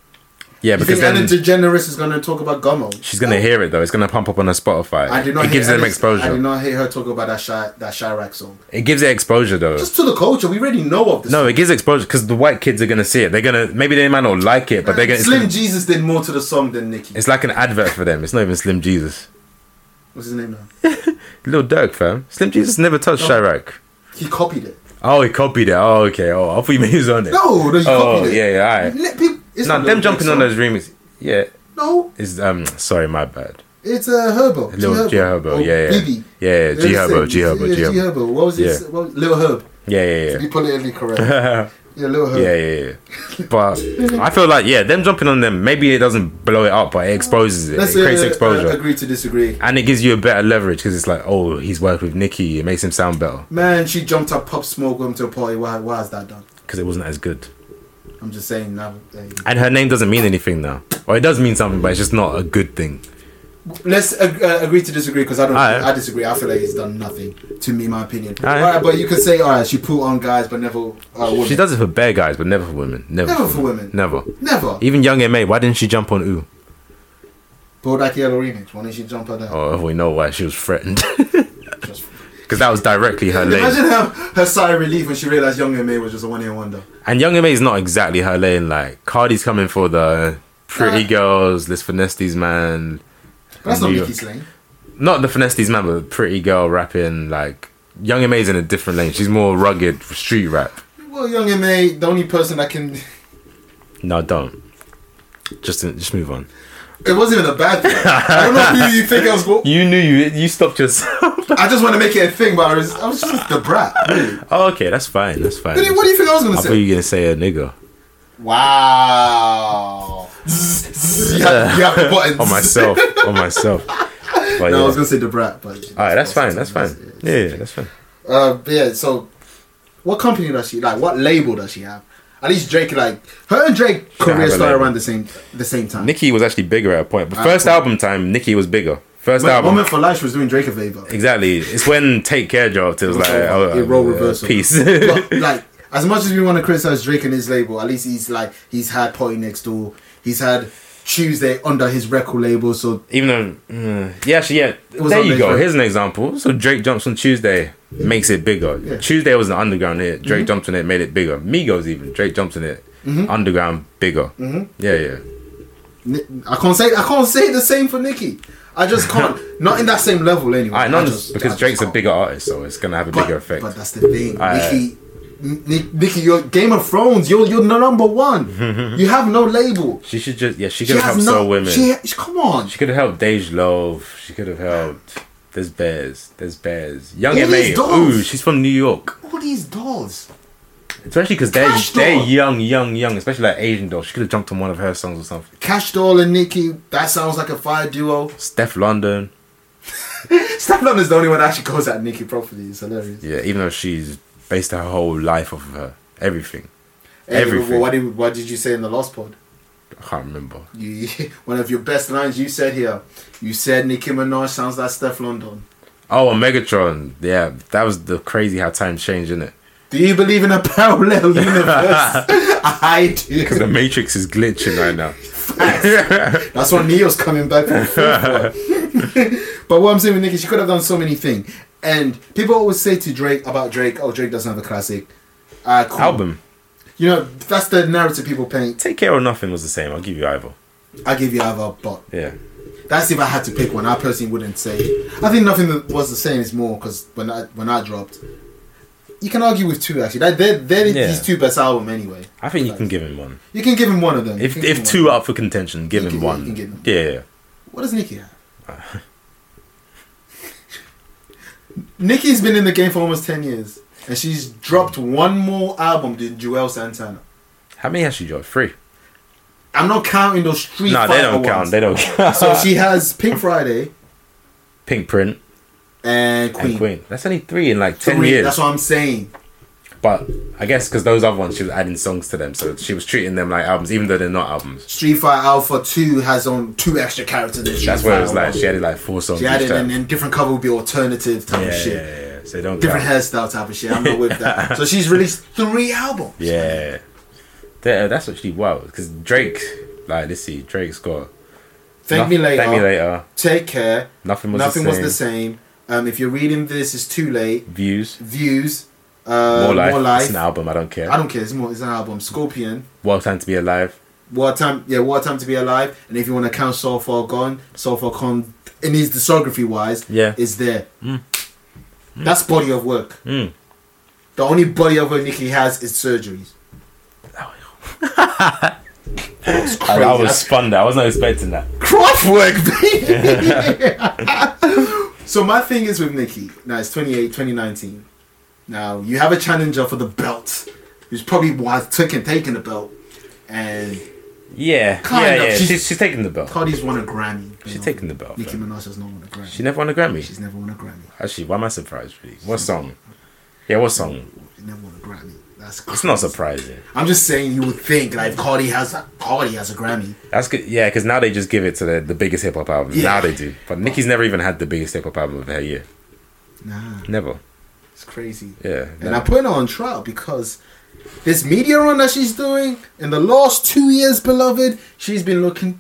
S4: Yeah,
S3: You think
S4: because
S3: Ellen
S4: then
S3: DeGeneres is going to talk about Gummo?
S4: she's gonna hear it though. It's gonna pump up on her Spotify.
S3: I did not.
S4: it
S3: hear
S4: gives them
S3: Ellen- I did
S4: exposure.
S3: not hear her talk about that Shy, that Chirac song.
S4: It gives it exposure though.
S3: Just to the culture, we already know of this.
S4: no, it gives exposure because the white kids are gonna see it. They're gonna maybe they might not like it, but they're gonna.
S3: Slim
S4: It's,
S3: Jesus did more to the song than Nicki.
S4: it's like an advert for them. It's not even Slim Jesus.
S3: What's his name now?
S4: Lil Durk, fam. Slim Jesus never touched Chirac.
S3: He copied it.
S4: Oh, he copied it. Oh, okay. Oh, I thought you meant he was on it.
S3: No, no, he
S4: Oh,
S3: copied it.
S4: yeah, yeah. All right.
S3: Let people- it's
S4: No,
S3: not
S4: them
S3: Lil
S4: jumping
S3: Drake's
S4: on
S3: song.
S4: those remixes. Yeah,
S3: No,
S4: is um sorry, my bad.
S3: it's uh, Herbo. Oh, G
S4: Lil G Herbo,
S3: Or
S4: yeah, yeah.
S3: Biggie.
S4: Yeah, yeah,
S3: They're
S4: G
S3: the
S4: Herbo,
S3: same.
S4: G Herbo,
S3: Yeah,
S4: G
S3: G Herbo. What was his?
S4: Yeah.
S3: What was, Lil Herb.
S4: Yeah, yeah,
S3: To
S4: yeah.
S3: be politically
S4: <laughs>
S3: correct.
S4: yeah,
S3: <laughs> yeah, Lil Herb.
S4: yeah, yeah. But I feel like yeah, them jumping on them. Maybe it doesn't blow it up, but it exposes it.
S3: Let's
S4: it creates
S3: uh,
S4: exposure,
S3: uh, agree to disagree.
S4: and it gives you a better leverage because it's like, oh, he's worked with Nicki. It makes him sound better
S3: Man, she jumped up Pop Smoke went to a party. Why, why is that done?
S4: because it wasn't as good.
S3: I'm just saying now. hey.
S4: And her name doesn't mean anything now, or it does mean something, but it's just not a good thing.
S3: Let's ag- uh, agree to disagree because I don't.
S4: Alright.
S3: I disagree. I feel like it's done nothing to me, my opinion. All
S4: Alright.
S3: right, but you could say, all right, she put on guys, but never uh, women.
S4: She does it for bear guys, but never for women. Never,
S3: Never for women.
S4: Never.
S3: never.
S4: Even Young M.A. Why didn't she jump on Ooh?
S3: Bodak Yellow remix. Why didn't she jump on that?
S4: Oh, we know why she was threatened. <laughs> Because that was directly her lane.
S3: Imagine her, her sigh of relief when she realized Young and May was just a one-year wonder.
S4: And Young M.A. is not exactly her lane. Like, Cardi's coming for the pretty
S3: Nah.
S4: girls, this Finesti's man.
S3: Uh, That's not
S4: Yeah.
S3: Nicki's lane.
S4: Not the Finesti's man, but pretty girl rapping. Like, Young M.A.'s in a different lane. She's more rugged street rap.
S3: Well, Young and May, the only person that can. <laughs>
S4: No, don't. Just, just move on.
S3: It wasn't even a bad thing. I don't know who you think I was.
S4: <laughs>
S3: go-
S4: You knew you you stopped yourself.
S3: I just want to make it a thing, but I was, I was just the brat. Really.
S4: <laughs> oh, okay, that's fine. That's fine.
S3: What do you think I was gonna
S4: I
S3: say?
S4: thought you were gonna say a nigga. <laughs>
S3: Wow. you, have, you have the buttons.
S4: on myself. on myself.
S3: No, I
S4: But Oh, yeah.
S3: was gonna say the brat, but
S4: All right, that's fine. That's fine. Yeah, yeah, that's fine.
S3: Uh, but yeah. So, what company does she like? What label does she have? At least Drake, like her and Drake career
S4: have a
S3: started
S4: label.
S3: around the same the same time.
S4: Nicki was actually bigger at a point. But
S3: At a
S4: first
S3: point.
S4: album time, Nicki was bigger. First
S3: When
S4: album.
S3: Moment for Life she was doing Drake a favor.
S4: Exactly. It's when Take Care dropped. It was like,
S3: over.
S4: oh,
S3: It rolled
S4: uh,
S3: reversal.
S4: <laughs> Peace.
S3: But like, as much as we want to criticize Drake and his label, at least he's like he's had Party Next Door, he's had Tuesday under his record label. So
S4: Even though, mm, yeah, actually, yeah.
S3: was
S4: There
S3: on
S4: you
S3: Drake
S4: go.
S3: Drake.
S4: Here's an example. So Drake jumps on Tuesday, makes it bigger. Tuesday was an underground hit. Drake jumps on it, made it bigger. Migos even. Drake jumps on it, underground, bigger. Yeah, yeah.
S3: Ni- I can't say I can't say the same for Nicki. I
S4: <laughs>
S3: just can't. not in that same level anyway.
S4: I know
S3: just- I
S4: because
S3: just
S4: Drake's a
S3: can't.
S4: bigger artist, so it's gonna have a
S3: but,
S4: bigger effect.
S3: But that's the thing,
S4: I-
S3: Nicki. N- Ni- Nicki, your Game of Thrones, you're you're the number
S4: <laughs>
S3: one. you have no label.
S4: she should just, yeah, she
S3: She
S4: could have
S3: has
S4: helped
S3: no.
S4: so women.
S3: She,
S4: She,
S3: she- come on.
S4: could have helped Dej Love. She could have helped. There's bears. There's bears. Young
S3: All
S4: MA.
S3: these dogs.
S4: Ooh, she's from New York.
S3: All these dolls.
S4: Especially because they're,
S3: Cash
S4: they're
S3: doll.
S4: young, young, young. Especially like Asian dolls. She could have jumped on one of her songs or something.
S3: Cash Doll and Nicki, that sounds like a fire duo.
S4: Steph London.
S3: Steph London's the only one that actually goes at Nicki properly. It's hilarious.
S4: Yeah, even though she's based her whole life off of her. Everything.
S3: Hey,
S4: Everything.
S3: well, What did, what did you say in the last pod?
S4: I can't remember.
S3: You, <laughs> one of your best lines you said here. You said Nicki Minaj sounds like Steph London.
S4: Oh, and Megatron. Yeah, that was the crazy how times change, innit?
S3: Do you believe in a <laughs> parallel universe?
S4: <laughs>
S3: I
S4: Because the
S3: do.
S4: Matrix is glitching right now.
S3: That's why Neo's coming back. for the fourth one. <laughs> but what I'm saying with Nicki, she could have done so many things. And people always say to Drake about Drake, oh, Drake doesn't have a classic. Uh, cool.
S4: Album.
S3: You know, that's the narrative people paint.
S4: Take Care or Nothing was the same. I'll give you either.
S3: I give you either, but
S4: Yeah.
S3: that's if I had to pick one. I personally wouldn't say. I think nothing that was the same is more because when I when I dropped, you can argue with two actually. That they're they're
S4: Yeah.
S3: his two best album anyway.
S4: I think you can give him one.
S3: You can give him one of them. You
S4: If
S3: can give
S4: if
S3: him
S4: two
S3: one.
S4: are up for contention, give
S3: You
S4: him
S3: can- you
S4: one.
S3: can give him.
S4: Yeah, yeah.
S3: what does Nicki have? <laughs> Nicki's been in the game for almost ten years, and she's dropped one more album than Joel Santana.
S4: How many has she dropped? Three.
S3: I'm not counting those street.
S4: No, they
S3: fighter
S4: don't count.
S3: ones. <laughs>
S4: They don't count.
S3: so she has Pink Friday
S4: Pink Print
S3: and Queen.
S4: and Queen. That's only three in like ten
S3: Three,
S4: years.
S3: That's what I'm saying.
S4: But I guess because those other ones, she was adding songs to them, so she was treating them like albums, even though they're not albums.
S3: Street Fighter Alpha 2 has on two extra characters. in Street
S4: That's where it was
S3: Fighter
S4: like
S3: one.
S4: she added like four songs.
S3: She added
S4: each time.
S3: and then different cover would be alternative type
S4: yeah,
S3: of
S4: yeah,
S3: shit.
S4: yeah, yeah. So they don't.
S3: Different
S4: count.
S3: hairstyle type of shit. I'm not with
S4: <laughs>
S3: that. So she's released three albums.
S4: Yeah, That- that's actually wild because Drake, like, let's see, Drake's got.
S3: Thank
S4: Noth-
S3: me later.
S4: Thank me later.
S3: Take care.
S4: Nothing was
S3: Nothing
S4: the
S3: was
S4: same.
S3: the same. Um, if you're reading this, it's too late.
S4: Views.
S3: Views. Uh,
S4: more life. It's an album. I don't care.
S3: I don't care. It's more. It's an album. Scorpion.
S4: Wild time to be alive.
S3: What time? Yeah. What time to be alive? And if you want to count so far gone, so far gone, in his discography wise,
S4: Yeah.
S3: is there. That's body of work.
S4: Mm.
S3: The only body of work Nicki has is surgeries. That's
S4: I,
S3: crazy.
S4: I was spun. That I was not expecting that.
S3: Craft work,
S4: <laughs>
S3: baby. so my thing is with Nikki. Now it's 28, 2019. Now you have a challenger for the belt, who's probably why taking taking the belt, and
S4: Yeah,
S3: Kind
S4: yeah,
S3: of.
S4: yeah.
S3: She's-
S4: She's, she's, taking the belt.
S3: Cardi's won a Grammy.
S4: She's taking the belt.
S3: Nicki
S4: fam.
S3: Minaj has not won a Grammy.
S4: She never won a Grammy.
S3: She's never won a Grammy.
S4: Actually, why am I surprised? Really? What song? Yeah, what song?
S3: She's never won a Grammy. That's
S4: It's not
S3: crazy.
S4: surprising.
S3: I'm just saying you would think like Cardi has Cardi has a Grammy.
S4: That's good. Yeah, because now they just give it to the, the biggest hip hop album.
S3: Yeah.
S4: Now they do. But Nicki's never even had the biggest hip hop album of her year.
S3: Nah,
S4: Never.
S3: it's crazy.
S4: Yeah.
S3: And
S4: no.
S3: I put her on trial because this media run that she's doing in the last two years, beloved, she's been looking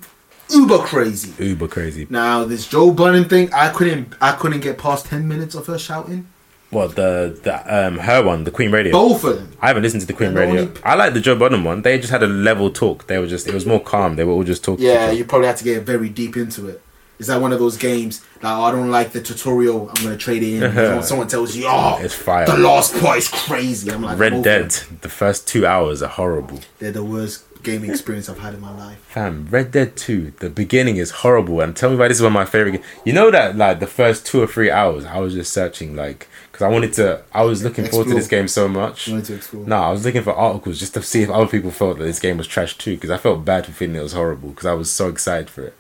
S3: uber crazy.
S4: Uber crazy.
S3: Now this Joe Budden thing, I couldn't, I couldn't get past ten minutes of her shouting.
S4: What the the um her one, the Queen Radio.
S3: Both of them.
S4: I haven't listened to the Queen
S3: And the
S4: Radio.
S3: only-
S4: I like the Joe Budden one. They just had a level talk. They were just it was more calm. They were all just talking.
S3: Yeah, you probably have to get very deep into it. Is that one of those games that oh, I don't like the tutorial? I'm gonna trade
S4: <laughs>
S3: it in. Someone- Someone tells you, oh,
S4: It's fire.
S3: The last part is crazy. I'm like both
S4: Red
S3: of
S4: Dead.
S3: them.
S4: The first two hours are horrible.
S3: They're the worst gaming experience I've had in my life.
S4: Fam, Red Dead 2, the beginning is horrible. And tell me why this is one of my favorite games. You know that, like, the first two or three hours, I was just searching, like, because I wanted to, I was looking forward to
S3: Explore.
S4: this game so much.
S3: You wanted to explore.
S4: No, I was looking for articles just to see if other people felt that this game was trash too, because I felt bad for feeling it was horrible, because I was so excited for it.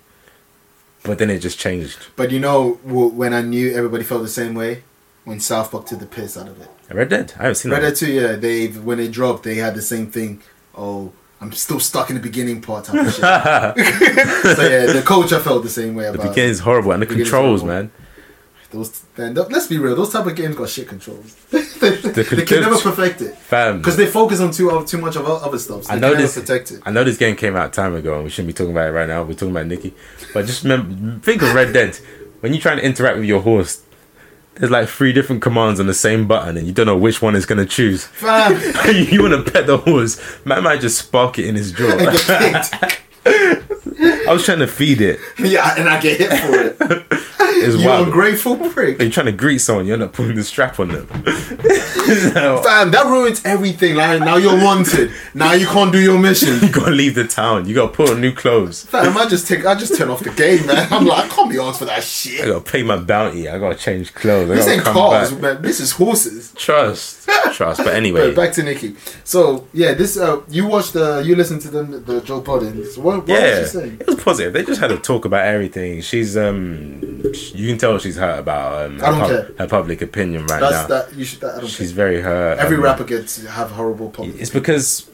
S4: But then it just changed.
S3: But you know, w- when I knew everybody felt the same way, when South Park took the piss out of it.
S4: Red Dead? I haven't seen
S3: Red
S4: that.
S3: Dead 2, yeah, they when it dropped, they had the same thing. oh, I'm still stuck in the beginning part type of
S4: <laughs>
S3: shit. so yeah, the coach I felt the same way
S4: The
S3: about.
S4: beginning's horrible and the
S3: Beginning's
S4: controls,
S3: horrible.
S4: man.
S3: Those, then, th- let's be real, those type of games got shit controls. <laughs> they, they
S4: control-
S3: can never perfect it.
S4: Fam.
S3: Because they focus on too, too much of o- other stuff. So
S4: I
S3: they
S4: know
S3: can never
S4: this.
S3: protect it.
S4: I know this game came out time ago, and we shouldn't be talking about it right now. We're talking about Nikki, but just remember, think of Red Dent. When you're trying to interact with your horse, there's like three different commands on the same button, and you don't know which one it's gonna choose. <laughs>
S3: Fam,
S4: you want to pet the horse, man might just spark it in his jaw.
S3: <laughs> <laughs> I get
S4: <laughs>
S3: kicked.
S4: I was trying to feed it.
S3: yeah, and I get hit for it.
S4: It's
S3: You
S4: wild.
S3: ungrateful prick.
S4: you're trying to greet someone, you end up putting the strap on them. So,
S3: Fam, that ruins everything. Like now you're wanted. Now you can't do your mission.
S4: you gotta leave the town. You gotta put on new clothes.
S3: Fam, I just take. I just turn off the game, man. I'm like, I can't be asked for that
S4: I
S3: shit.
S4: gotta pay my bounty. I gotta change clothes. I
S3: This
S4: gotta
S3: ain't
S4: come
S3: cars,
S4: back.
S3: man. This is horses.
S4: Trust, trust.
S3: <laughs>
S4: But anyway,
S3: But back to Nikki. So yeah, this uh, you watched the you listened to them the Joe Budden. So what, what
S4: yeah,
S3: was she saying?
S4: it was positive. They just had a talk about everything. She's um, sh- you can tell she's hurt about um, her,
S3: I don't
S4: pub-
S3: care.
S4: her public opinion right
S3: That's
S4: now.
S3: that you should. That, I don't
S4: She's
S3: care.
S4: very hurt.
S3: Every
S4: um,
S3: rapper gets to have horrible problems.
S4: It's because.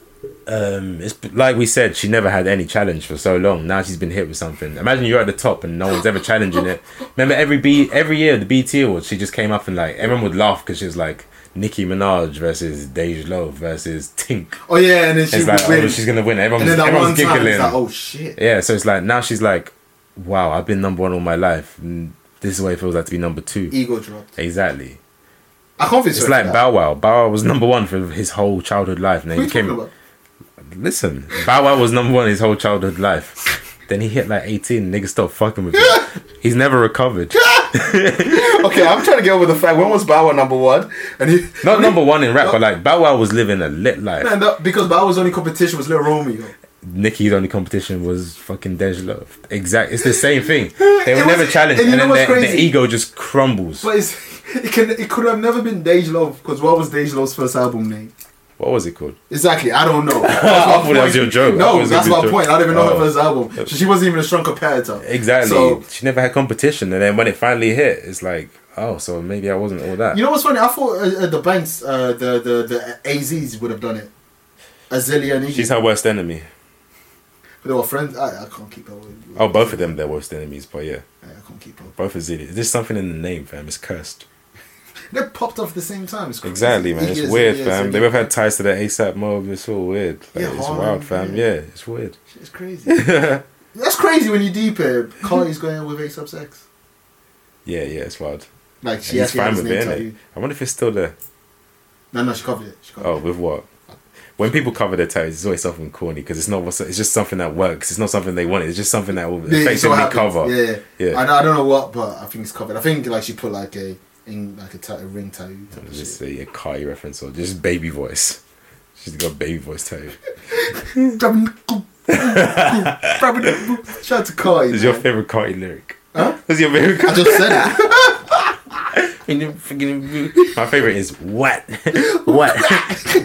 S4: Um, it's b- like we said, she never had any challenge for so long. Now she's been hit with something. Imagine you're at the top and no one's ever challenging it. Remember every B every year the BT Awards, she just came up and like everyone would laugh because she was like Nicki Minaj versus Dej Loaf versus Tink.
S3: Oh yeah, and then she
S4: It's
S3: would
S4: like
S3: win.
S4: oh, she's gonna win. Everyone's,
S3: and then that one
S4: everyone's
S3: time,
S4: giggling.
S3: it's like, oh shit.
S4: Yeah, so it's like now she's like, wow, I've been number one all my life. Mm, This is what it feels like to be number two.
S3: Ego dropped.
S4: Exactly.
S3: I can't be
S4: It's like Bow Wow. Bow Wow was number one for his whole childhood life. And then
S3: Who
S4: he
S3: you talking
S4: came.
S3: about?
S4: Listen, Bow Wow was number one his whole childhood life. Then he hit like 18, niggas stopped fucking with him.
S3: <laughs>
S4: He's never recovered.
S3: Okay, I'm trying to get over the fact when was Bow Wow number one, and he
S4: Not
S3: <laughs>
S4: number one in rap, but like Bow Wow was living a lit life.
S3: man, that, because Bow Wow's only competition was Little Romeo.
S4: Nicki's only competition was fucking Dej Love. Exact. It's the
S3: <laughs>
S4: same thing. They
S3: was-
S4: were never challenged.
S3: and you
S4: And,
S3: know what's
S4: then their, their
S3: crazy?
S4: ego just crumbles.
S3: But it's, it can it could have never been Dej Love because what was Dej Love's first album name?
S4: What was it called?
S3: Exactly, I don't
S4: <laughs>
S3: know. That's
S4: I
S3: my
S4: thought that was
S3: point.
S4: your joke. I thought it
S3: No,
S4: was a
S3: that's
S4: good
S3: my
S4: joke.
S3: point. I don't even know
S4: Oh.
S3: her first album. So she wasn't even a strong competitor.
S4: Exactly.
S3: So
S4: she never had competition, and then when it finally hit, it's like, oh, so maybe I wasn't all that.
S3: you know what's funny? I thought uh, uh, the banks, uh, the the the AZs would have done it. Azealia and
S4: She's
S3: Iggy.
S4: her worst enemy.
S3: They were friends. I, I can't keep up. With,
S4: Oh, both of them, they're worst enemies. But yeah,
S3: I can't keep up.
S4: both Azealia. There's just something in the name, fam. It's cursed.
S3: They popped off at the same time. It's crazy.
S4: Exactly, man.
S3: Iggy
S4: It's
S3: Azalea,
S4: weird, fam.
S3: Azalea.
S4: They both had ties to the ASAP mob. It's all weird. Like,
S3: Yeah,
S4: it's
S3: Harlem,
S4: wild, fam. Yeah.
S3: yeah.
S4: it's weird.
S3: It's crazy. <laughs> That's crazy when you deep it. Carly's going out with A sub sex.
S4: Yeah, yeah, it's wild.
S3: Like
S4: And
S3: she
S4: he's
S3: actually
S4: fine
S3: has his
S4: with
S3: name
S4: it,
S3: tattooed.
S4: innit? I wonder if it's still there.
S3: No, no, she covered it. She covered
S4: Oh,
S3: it.
S4: with what? When people cover their tattoos, it's always something corny because it's not. what's- It's just something that works. It's not something they wanted. It's just something that will
S3: Yeah, so
S4: effectively
S3: happens.
S4: cover.
S3: Yeah,
S4: Yeah.
S3: yeah. I, I don't know what, but I think it's covered. I think like she put like a in like a, ta- a ring
S4: <laughs>
S3: tattoo. Type of
S4: Just
S3: shit.
S4: say a Kai reference or just baby voice. She's got baby voice too.
S3: Shout out to Cardi.
S4: Is your
S3: man.
S4: favorite Cardi lyric? Huh? Is your
S3: I
S4: <laughs> favorite?
S3: just said it.
S4: My favorite is what? <laughs> what?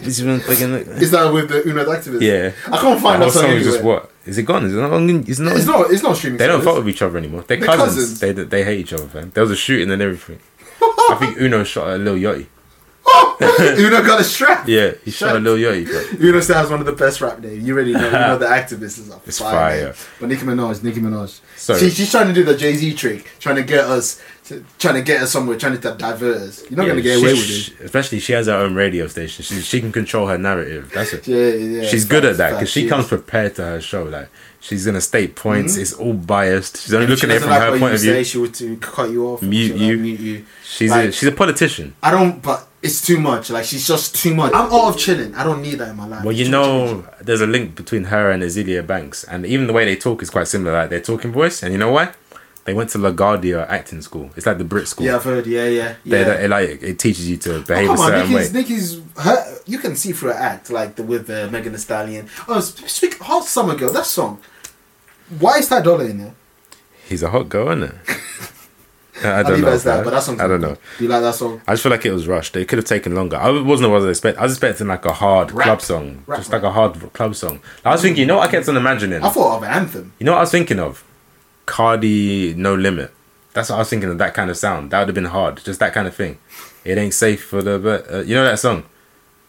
S4: This one fucking-
S3: Is that with the Uno activist?
S4: yeah.
S3: I can't find
S4: That
S3: that song
S4: is
S3: anywhere.
S4: just what? Is it gone? Is it not? on- It's not.
S3: It's not. It's not streaming.
S4: they don't fuck
S3: service.
S4: with each other anymore. They're,
S3: They're cousins.
S4: cousins. They they hate each other, man. There was a shooting and <laughs> everything. I think Uno shot at Lil Yachty.
S3: <laughs> Uno got a strap.
S4: Yeah, he shot at Lil Yachty. Bro.
S3: Uno sounds one of the best rap names. You already know.
S4: <laughs>
S3: Uno the activist is a
S4: It's
S3: fire. name.
S4: fire.
S3: But Nicki Minaj, Nicki Minaj.
S4: So-
S3: she, she's trying to do the Jay Z trick, trying to get us, to, trying to get us somewhere, trying to di- divert us. You're not
S4: Yeah,
S3: gonna get
S4: she-
S3: away with it.
S4: she- Especially she has her own radio station. She she can control her narrative. That's it.
S3: Yeah, yeah.
S4: she's good
S3: facts,
S4: at that because
S3: facts,
S4: she
S3: is.
S4: comes prepared to her show. Like she's gonna state points. It's all biased. She's only
S3: If she
S4: looking at it
S3: doesn't
S4: from
S3: like
S4: her
S3: what
S4: point
S3: you
S4: of view.
S3: Say, she would to cut you off.
S4: Mute
S3: she'll, like,
S4: you.
S3: mute you.
S4: she's a,
S3: like-
S4: she's a politician.
S3: I don't. But it's too much. Like she's just too much. I'm out of chilling. I don't need that in my life.
S4: Well, you
S3: Chill, chill,
S4: know, there's a link between her and Azealia Banks, and even the way they talk is quite similar. Like their talking voice, and you know why? They went to LaGuardia acting school. It's like the Brit
S3: chill.
S4: school.
S3: Yeah, I've heard. Yeah, yeah,
S4: They-
S3: yeah.
S4: they- like it teaches you to
S3: Oh,
S4: behave
S3: come
S4: a
S3: on,
S4: certain
S3: Nicki's,
S4: way.
S3: Nicki's her, you can see through her act, like the, with uh, Megan Thee Stallion. Oh, sp- speak Hot Summer Girl, that song. Why is that dollar in there?
S4: He's a hot
S3: <laughs>
S4: girl, isn't it? I
S3: I'll
S4: don't
S3: leave it
S4: know.
S3: as that,
S4: man.
S3: but that song's
S4: I don't
S3: good.
S4: know.
S3: Do you like that song?
S4: I just feel like it was rushed. It could have taken longer. I wasn't what I was expecting. I was expecting like a hard
S3: Rap.
S4: club song,
S3: Rap,
S4: just
S3: rap.
S4: like a hard club song. I was thinking, you know, what I kept on imagining.
S3: I thought of an anthem.
S4: You know what I was thinking of? Cardi No Limit. That's what I was thinking of. That kind of sound. That would have been hard. Just that kind of thing. It ain't safe for the. But, uh, you know that song.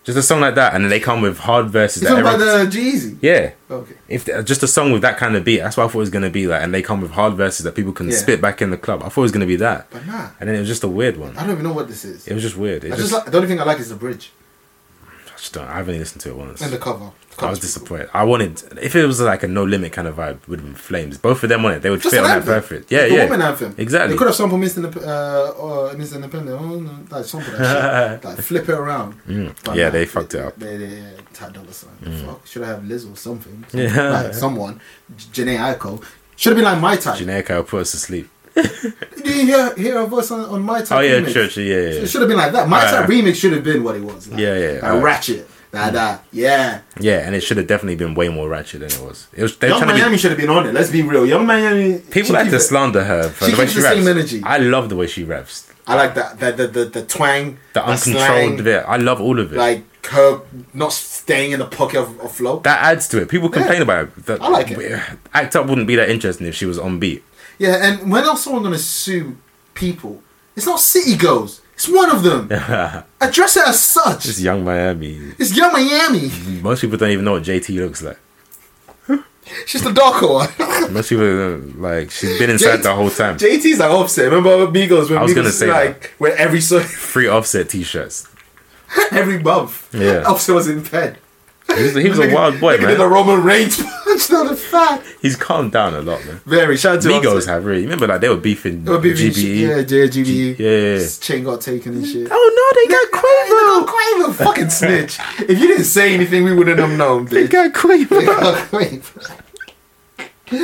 S4: Just a song like that, and then they come with hard verses.
S3: You
S4: that
S3: talking about
S4: everyone-
S3: the Jeezy?
S4: yeah.
S3: Okay.
S4: If they- just a song with that kind of beat, that's what I thought it was gonna be like, and they come with hard verses that people can
S3: Yeah.
S4: spit back in the club. I thought it was gonna be that,
S3: But nah,
S4: and then it was just a weird one.
S3: I don't even know what this is.
S4: It was just weird. It
S3: I
S4: just,
S3: just like, the only thing I like is the bridge
S4: I just don't. I haven't even listened to it once.
S3: and the cover. The
S4: I
S3: cover's
S4: was
S3: pretty
S4: disappointed. I wanted if it was like a no limit kind of vibe, would have been flames. Both of them on it, they would
S3: Just an
S4: fit on that
S3: anthem.
S4: perfect. Yeah,
S3: cool. the
S4: yeah,
S3: woman anthem.
S4: exactly.
S3: They could have sampled Mr. Nep- uh, or Mr. Independent. Oh, no, like something
S4: <laughs>
S3: like shit. Like flip it around. But
S4: Mm. Yeah,
S3: nah,
S4: they fucked it up. Mm.
S3: They, they, yeah, Ty Dolla Sign. Fuck. Should I have Liz or something?
S4: <laughs> Yeah.
S3: Like someone. J- Janae Aiko. Should have been like my type.
S4: Generic, I'll put us to sleep.
S3: Did you hear, hear a voice on, on my type?
S4: Oh yeah,
S3: remix?
S4: church. Yeah, yeah,
S3: It
S4: yeah.
S3: should have been like that. My
S4: Alright.
S3: type remix should have been what it was. Like,
S4: Yeah, yeah, Mm.
S3: Like
S4: alright.
S3: ratchet. Da da. Yeah.
S4: yeah. And it should have definitely been way more ratchet than it was. It was. They're
S3: Young
S4: trying
S3: Miami
S4: to be.
S3: should have been on it. Let's be real. Young Miami. she
S4: People like
S3: keep
S4: to
S3: it-
S4: slander her for
S3: she
S4: the way
S3: keeps
S4: she
S3: the
S4: raps.
S3: same energy.
S4: I love the way she raps.
S3: I like that the the the, the twang,
S4: The uncontrolled
S3: slang,
S4: bit. I love all of it.
S3: like her not staying in the pocket of, of flow.
S4: that adds to it. People complain about it. That-
S3: I like it.
S4: Act up wouldn't be that interesting if she was on beat.
S3: yeah, and when else someone gonna sue people? It's not city girls. It's one of <laughs> them. Address it as such.
S4: Just young Miami.
S3: It's young <laughs> Miami.
S4: Most people don't even know what JT looks like.
S3: She's the darker <laughs> one.
S4: Most people don't- like she's been inside the whole time.
S3: JT's like offset. Remember Migos when
S4: I was
S3: Migos
S4: gonna
S3: was
S4: say
S3: like where every so <laughs>
S4: Free offset t-shirts.
S3: every month.
S4: Yeah.
S3: Offset was in bed.
S4: He was, he was a wild boy,
S3: Look at the
S4: man.
S3: Roman Reigns <laughs> punch, not a fact.
S4: He's calmed down a lot, man.
S3: Very shout out to
S4: Migos
S3: Offset.
S4: have really. Remember, like they were beefing
S3: It would be
S4: GBE.
S3: E. Yeah, JGBE.
S4: Yeah, yeah, yeah.
S3: Chain got taken and shit.
S4: Oh no, they
S3: Quavo,
S4: got
S3: Quavo, fucking snitch. If you didn't say anything, we wouldn't have known, bitch.
S4: got Quavo.
S3: <laughs>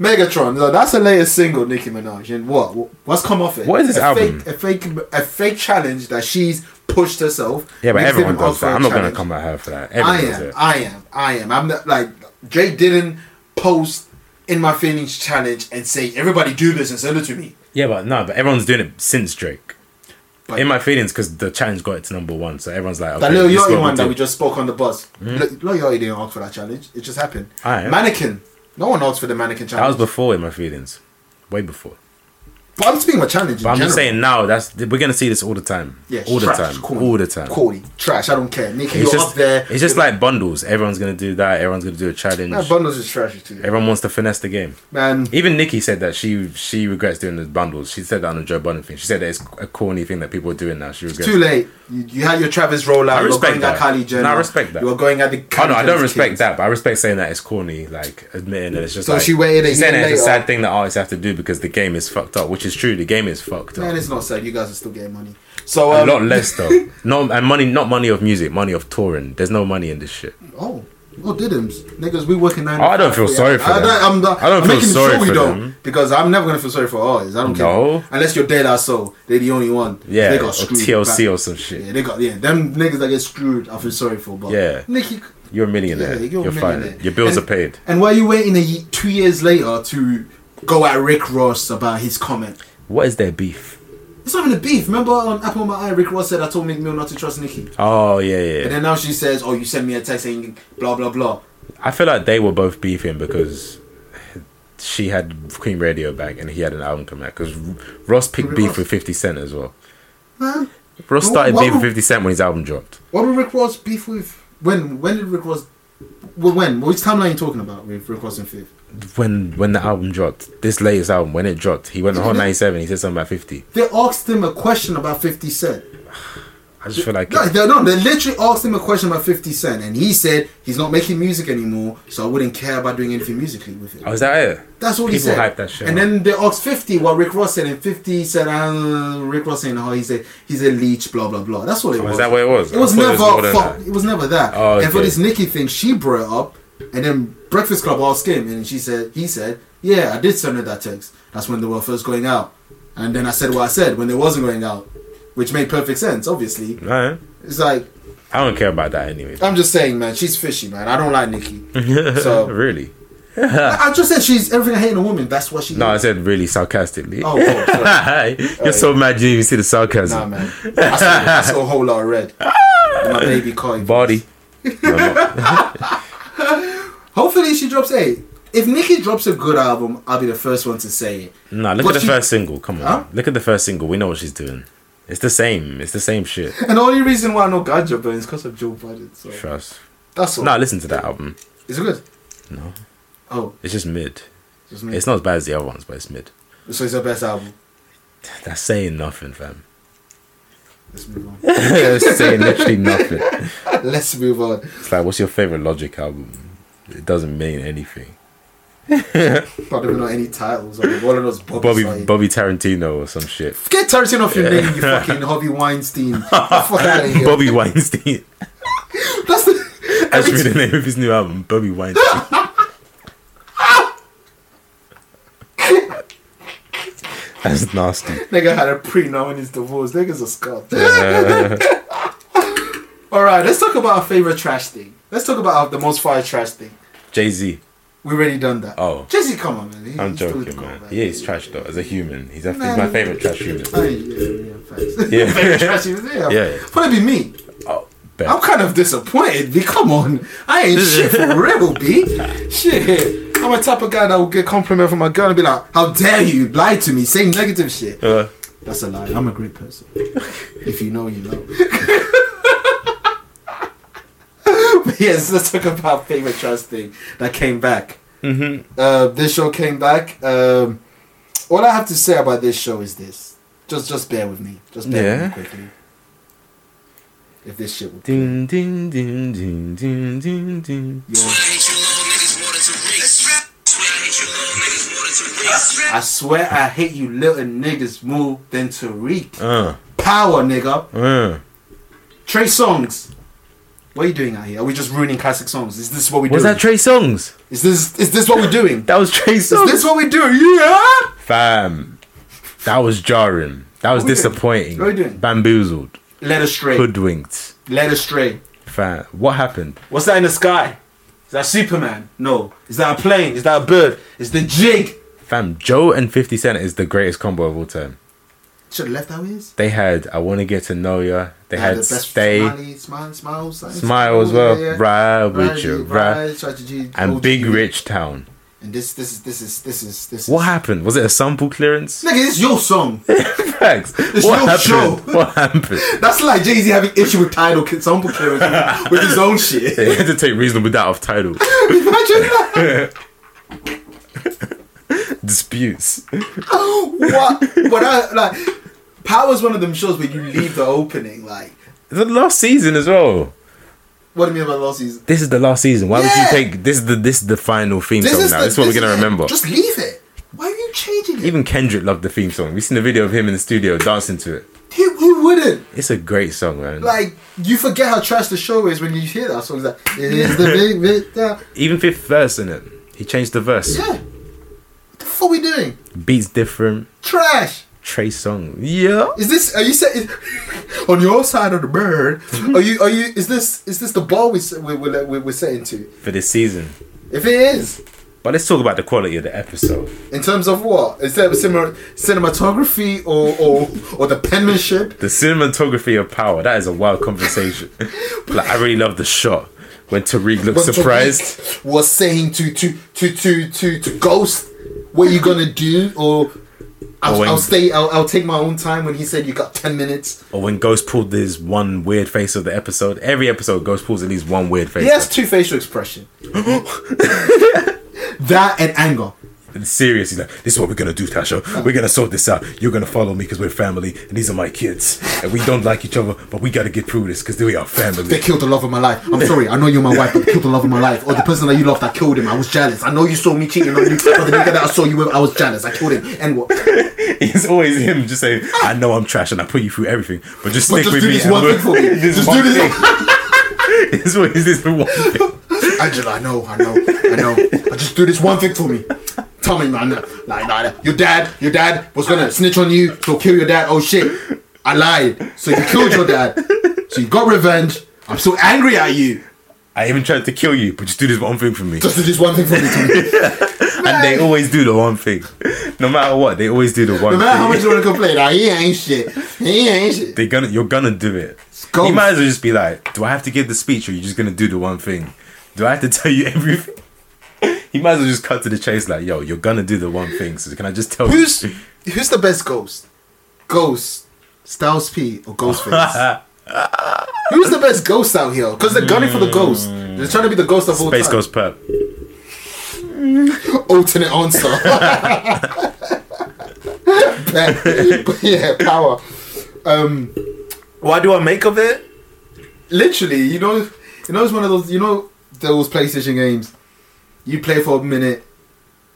S3: Megatron. So that's the latest single, Nicki Minaj. And what? What's come off it?
S4: What is this
S3: a
S4: album?
S3: Fake, a fake, a fake challenge that she's pushed herself.
S4: Yeah, but
S3: Nicki
S4: everyone
S3: Minaj
S4: does
S3: for a
S4: that. I'm not gonna
S3: challenge.
S4: come at her for that.
S3: I
S4: Everyone does
S3: am.
S4: it.
S3: I am. I am. I'm not like Drake didn't post in my feelings challenge and say everybody do this and send it to me.
S4: Yeah, but no, but everyone's doing it since Drake.
S3: But-
S4: In my feelings, because the challenge got it to number one, so everyone's like, okay,
S3: That little
S4: this is
S3: Yachty
S4: what Hmm?
S3: one that
S4: do.
S3: we just spoke on the bus. Look, Lil Yachty didn't ask for that challenge. It just happened.
S4: Aight.
S3: Mannequin. No one asked for the mannequin
S4: That was
S3: challenge.
S4: before in my feelings, way before.
S3: but I'm speaking about challenge.
S4: But I'm just saying now that's we're gonna see this all the time,
S3: yeah,
S4: all the
S3: trash,
S4: time,
S3: corny,
S4: all the time.
S3: Corny, trash. I don't care. Nikki,
S4: It's
S3: you're
S4: just
S3: up there.
S4: it's just like bundles. Everyone's gonna do that. Everyone's gonna do a challenge.
S3: Man, bundles is trashy too.
S4: Everyone wants to finesse the game.
S3: Man,
S4: Even Nikki said that she she regrets doing the bundles. She said that on the Joe Budden thing. She said that it's a corny thing that people are doing now. She regrets.
S3: too late. You, you had your Travis rollout.
S4: I
S3: you were
S4: respect
S3: going at
S4: that.
S3: Kylie Jenner.
S4: No, I respect that.
S3: You were going at the.
S4: Oh
S3: Kylie
S4: no, I don't
S3: Jenner's
S4: respect
S3: kids.
S4: that, but I respect saying that it's corny, like admitting that it's just
S3: So
S4: like
S3: she waited a
S4: she's saying
S3: year
S4: that it's a
S3: later.
S4: sad thing that artists have to do because the game is fucked up, which is true. The game is fucked
S3: Man,
S4: up.
S3: it's not sad. You guys are still getting money. So
S4: A
S3: um,
S4: lot less
S3: <laughs>
S4: though. No, and money, not money of music, money of touring. There's no money in this shit.
S3: Oh, oh, diddums, niggas, we working nine. to
S4: Oh, I don't
S3: five,
S4: feel
S3: yeah.
S4: sorry for
S3: I
S4: them.
S3: Don't, I'm not,
S4: I don't
S3: I'm
S4: feel
S3: making
S4: sorry
S3: sure we
S4: for
S3: don't,
S4: them.
S3: because I'm never gonna feel sorry for artists. I don't care.
S4: No.
S3: unless you're dead or so, they're the only one.
S4: Yeah,
S3: they
S4: or
S3: got screwed.
S4: TLC
S3: back.
S4: or some shit.
S3: Yeah, they got yeah. Them niggas that get screwed, I feel sorry for. But
S4: Yeah.
S3: Nikki,
S4: You're a
S3: yeah,
S4: millionaire.
S3: you're,
S4: you're
S3: a millionaire.
S4: fine. Your bills
S3: And-
S4: are paid.
S3: And why are you waiting a ye- two years later to go at Rick Ross about his comment?
S4: What is their beef?
S3: It's not even a beef. Remember on Apple My Eye, Rick Ross said, "I told Meek Mill not to trust Nikki."
S4: Oh yeah, yeah.
S3: And then now she says, "Oh, you sent me a text saying blah blah blah."
S4: I feel like they were both beefing because she had Queen Radio back and he had an album come out because Ross picked
S3: Who
S4: beef
S3: Ross?
S4: with 50 Cent as well.
S3: Huh?
S4: Ross
S3: Who-
S4: started
S3: why
S4: beef with
S3: would-
S4: 50 Cent when his album dropped.
S3: What did Rick Ross beef with? When when did Rick Ross? Well, when? Which timeline are you talking about with Rick Ross and Fifth?
S4: When when the album dropped, this latest album, when it dropped, he went on Hot 97, he said something about 50.
S3: They asked him a question about Fifty Cent.
S4: I just feel like
S3: No, they, no, they literally asked him a question about Fifty Cent, and he said he's not making music anymore, so I wouldn't care about doing anything musically with it.
S4: Oh, is that it?
S3: That's all he
S4: People
S3: said.
S4: hype that shit
S3: and
S4: up.
S3: then they asked Fifty what Rick Ross said, and Fifty said, uh, "Rick Ross saying, oh, he's a he's a leech, blah blah blah." That's what it
S4: Oh,
S3: was.
S4: is that what it was?
S3: It was
S4: I thought it was more
S3: never.
S4: than
S3: fuck-
S4: that.
S3: It was never that.
S4: Oh,
S3: And for
S4: okay.
S3: this Nikki thing, she brought it up, and then Breakfast Club asked him, and she said, he said, "Yeah, I did send her that text. That's when they were first going out." And then I said what I said when they wasn't going out, which made perfect sense. Obviously,
S4: No.
S3: it's like
S4: I don't care about that anyway.
S3: I'm just saying, man. She's fishy, man. I don't like
S4: <laughs>
S3: Nikki. so-
S4: really?
S3: I I just said she's everything I hate in a woman. That's what she.
S4: No, I
S3: is.
S4: said really sarcastically.
S3: Oh, oh, sorry.
S4: <laughs> You're so mad you didn't even see the sarcasm.
S3: Nah,
S4: <laughs>
S3: man. I saw, I saw a whole lot of red. And my baby Cardi. <laughs>
S4: Body. No, no.
S3: Hopefully she drops eight. If Nicki drops a good album, I'll be the first one to say it.
S4: Nah, look
S3: But
S4: at the
S3: she-
S4: first single. Come on.
S3: Huh?
S4: Look at the first single. We know what she's doing. It's the same. It's the same shit.
S3: <laughs> And the only reason why I know Ganja Burn is because of Joe Budden. So
S4: Trust.
S3: that's all.
S4: No, listen to that album.
S3: Is it good?
S4: No.
S3: Oh,
S4: It's just mid.
S3: just me.
S4: It's not as bad as the other ones, but it's mid.
S3: so it's her best album.
S4: That's saying nothing, fam. <laughs>
S3: Let's move on.
S4: That's saying literally nothing.
S3: <laughs> Let's move on.
S4: It's like, what's your favorite Logic album? It doesn't mean anything.
S3: Probably not any titles. Like, one of those Bobby.
S4: Bobby
S3: Side.
S4: Bobby Tarantino or some shit.
S3: Get Tarantino off your name, you
S4: <laughs>
S3: fucking Harvey Weinstein. Get the fuck out of here.
S4: Bobby Weinstein.
S3: That's the.
S4: That should be the name of his new album, Bobby Weinstein. That's nasty.
S3: Nigga had a prenup and he's divorced. Nigga's a scuff. <laughs> All right, let's talk about our favorite trash thing. Let's talk about our, the most fire trash thing.
S4: Jay Z.
S3: We already done that.
S4: Oh.
S3: Jesse, come on, man. He-
S4: I'm
S3: he's still
S4: joking,
S3: cool,
S4: man. Yeah, he's trash though. As a human, he's, a, he's
S3: Nah,
S4: my
S3: nah.
S4: favorite trash human.
S3: Oh, yeah, yeah, facts. <laughs>
S4: Yeah.
S3: favorite trash human. Yeah.
S4: Yeah.
S3: But it'd be me.
S4: Oh,
S3: I'm
S4: bet.
S3: kind of disappointed. B, come on, I
S4: <laughs>
S3: ain't shit for real, B. Shit, I'm a type of guy that will get compliment from my girl and be like, "How dare you lie to me, say negative shit."
S4: Uh,
S3: That's a lie. I'm a great person. if you know, you know. but yes, let's talk about favorite trash thing that came back. Mm-hmm. Uh, this show came back. Um, all I have to say about this show is this: just, just bear with me. Just bear
S4: Yeah.
S3: with me quickly. If this shit will
S4: ding, ding, ding, ding, ding, ding, ding.
S3: Yo, I swear I hate you little niggas more than Tariq.
S4: Uh,
S3: Power, nigga.
S4: uh.
S3: Trey Songs. What are you doing out here? Are we just ruining classic songs? Is this what we
S4: Was
S3: doing?
S4: that Trey Songs?
S3: is this is this what we're doing?
S4: That was Trey
S3: Is
S4: Songs.
S3: this what we do? Yeah.
S4: Fam, that was jarring. That was
S3: What we doing?
S4: disappointing.
S3: What we doing?
S4: Bamboozled,
S3: Let us stray.
S4: hoodwinked.
S3: Let us stray.
S4: Fam, what happened?
S3: What's that in the sky? Is that Superman? No. Is that a plane? Is that a bird? Is the jig?
S4: Fam, Joe and 50 Cent is the greatest combo of all time.
S3: Should have left that ways.
S4: They had I Wanna Get to Know Ya, they had Stay,
S3: smiley, smile, smile, Oh,
S4: Smile as well, Ride With You, Ride,
S3: strategy,
S4: and Big Rich Town.
S3: And this, this is, this is, this is, this is.
S4: What happened? Was it a sample clearance? <laughs>
S3: Nigga, this is your song.
S4: Facts.
S3: your
S4: What happened?
S3: show.
S4: <laughs> What happened?
S3: That's like Jay Z having issue with title sample clearance with his own
S4: <laughs>
S3: shit.
S4: They had to take reasonable doubt of <laughs> title.
S3: Imagine that.
S4: <laughs> Disputes.
S3: What? What I like? Power's one of them shows where you leave the opening. Like,
S4: The last season as well.
S3: what do you mean by last season?
S4: This is the last season. Why
S3: Yeah.
S4: would you take this is the this is the final theme song now. this is what we're gonna
S3: is it.
S4: remember.
S3: Just leave it. Why are you changing it?
S4: Even Kendrick loved the theme song. We've seen a video of him in the studio dancing to it.
S3: He, who wouldn't?
S4: It's a great song, man.
S3: Like, you forget how trash the show is when you hear that song. It's like, it is the
S4: <laughs>
S3: big bit down.
S4: Even fifth verse in it. He changed the verse.
S3: Yeah. What the fuck we doing?
S4: Beats different.
S3: Trash.
S4: Trey song. Yeah.
S3: Is <laughs> this? Are you saying on your side of the bird? Are you? Are you? Is this? Is this the ball we we we we- we're setting to?
S4: For this season.
S3: If it is,
S4: But let's talk about the quality of the episode.
S3: in terms of what? Is that cinema, cinematography or or or the penmanship?
S4: The cinematography of power. That is a wild conversation. <laughs> like I really love the shot when Tariq looks
S3: What
S4: surprised.
S3: Tariq was saying to to to to to to Ghost, what you gonna do? Or I'll,
S4: when-
S3: I'll stay. I'll, I'll take my own time. When he said you got ten minutes,
S4: Or when Ghost pulled this one weird face of the episode. Every episode, Ghost pulls at least one weird face.
S3: he has two facial expression. <laughs> that and anger.
S4: And serious, he's like, "This is what we're gonna do, Tasha. We're gonna sort this out. You're gonna follow me because we're family, and these are my kids, and we don't like each other, but we gotta get through this because we are
S3: They
S4: family."
S3: killed the love of my life. I'm sorry, I know you're my wife, but they killed the love of my life. Or the person that you loved, I killed him. I was jealous. I know you saw me cheating on you, but the nigga that I saw you with, I was jealous. I killed him. And what?
S4: <laughs> it's always him just saying, "I know I'm trash, and I put you through everything, but just
S3: But
S4: stick
S3: just
S4: with
S3: do
S4: me."
S3: this
S4: and
S3: one
S4: we'll-
S3: thing for me.
S4: <laughs> this
S3: Just
S4: one
S3: do this-
S4: thing." <laughs> it's always this one thing.
S3: Angela, I know, I know, I know. I just do this one thing for me. Tell me, man. Like, like, your dad, your dad was gonna snitch on you, so kill your dad. Oh shit, I lied. So you killed your dad. So you got revenge. I'm so angry at you.
S4: I even tried to kill you, but just do this one thing for me.
S3: Just do this one thing for me, Tommy.
S4: <laughs> And they always do the one thing, no matter what. They always do the one.
S3: No matter how
S4: thing.
S3: much you wanna complain, like, he ain't shit. He ain't shit.
S4: They gonna, you're gonna do it.
S3: go.
S4: You might as well just be like, do I have to give the speech, or are you just gonna do the one thing? Do I have to <laughs> tell you everything? He might as well just cut to the chase, like, yo, you're gonna do the one thing. So can I just tell
S3: Who's
S4: you?
S3: who's the best ghost? Ghost, Styles P or Ghostface? <laughs> Who's the best ghost out here? Because they're gunning for the ghost. They're trying to be the ghost of all
S4: Space
S3: time.
S4: Ghost Perp.
S3: alternate answer. <laughs> but, but yeah, power. Um,
S4: What do I make of it?
S3: literally, you know, you know, it's one of those, you know, those PlayStation games. You play for a minute,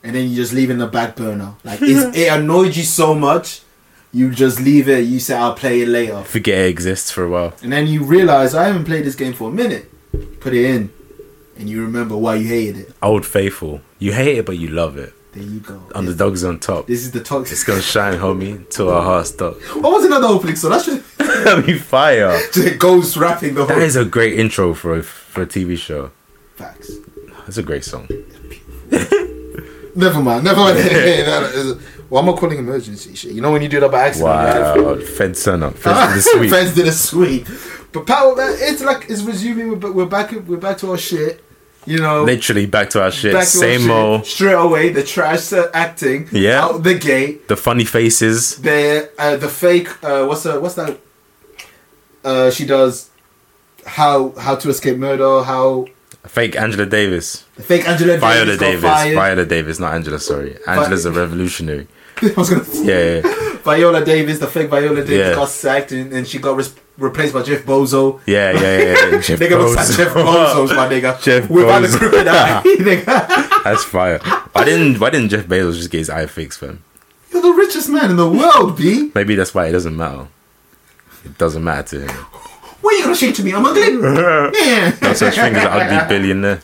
S3: and then you just leave it in the back burner. Like it's, it annoyed you so much, you just leave it. You say, "I'll play it later,"
S4: Forget it exists for a while.
S3: and then you realize I haven't played this game for a minute. Put it in, and you remember why you hated it.
S4: Old Faithful. You hate it, but you love it.
S3: There you go.
S4: Underdogs on top.
S3: This is the toxic.
S4: It's gonna shine, homie, till our hearts stop.
S3: <laughs> What was another opening? So that's just,
S4: That'll be fire.
S3: just goes rapping the whole
S4: That is a great intro for a, for a TV show.
S3: facts.
S4: That's a great song.
S3: Never mind. Never
S4: <laughs>
S3: mind. well, I'm not calling emergency shit. You know when you do that by accident. yeah?
S4: Wow. Fence son up.
S3: <laughs>
S4: Fence to the sweet.
S3: Feds did a sweep. But power, man, it's like it's resuming. We're, we're back. We're back to our shit. You know,
S4: Literally back to our shit.
S3: back to our
S4: Same
S3: shit.
S4: old.
S3: Straight away, the trash uh, acting.
S4: Yeah.
S3: Out the gate.
S4: The funny faces.
S3: The uh, the fake. Uh, what's her, What's that? Uh, she does. How how to escape murder? How
S4: Fake Angela Davis.
S3: the fake Angela
S4: Viola
S3: got
S4: Davis.
S3: fired.
S4: Viola Davis, not Angela, sorry. Angela's a revolutionary.
S3: <laughs> I was gonna say.
S4: Yeah. yeah.
S3: Viola Davis, the fake Viola Davis,
S4: Yeah.
S3: got sacked and, and she got res- replaced by Jeff Bozo.
S4: Yeah, yeah, yeah. yeah. Jeff
S3: <laughs> Nigga looks like
S4: Bezos. <laughs>
S3: Jeff Bezos, my nigga.
S4: Jeff
S3: Without the
S4: Bezos.
S3: crooked
S4: <laughs>
S3: eye, <laughs> nigga.
S4: That's fire. Why didn't Why didn't Jeff Bezos just get his eye fixed, fam?
S3: You're the richest man in the world, B.
S4: Maybe that's why it doesn't matter. It doesn't matter to him.
S3: What are you gonna say to me? I'm
S4: <laughs>
S3: ugly. Yeah.
S4: No such thing as an ugly billionaire.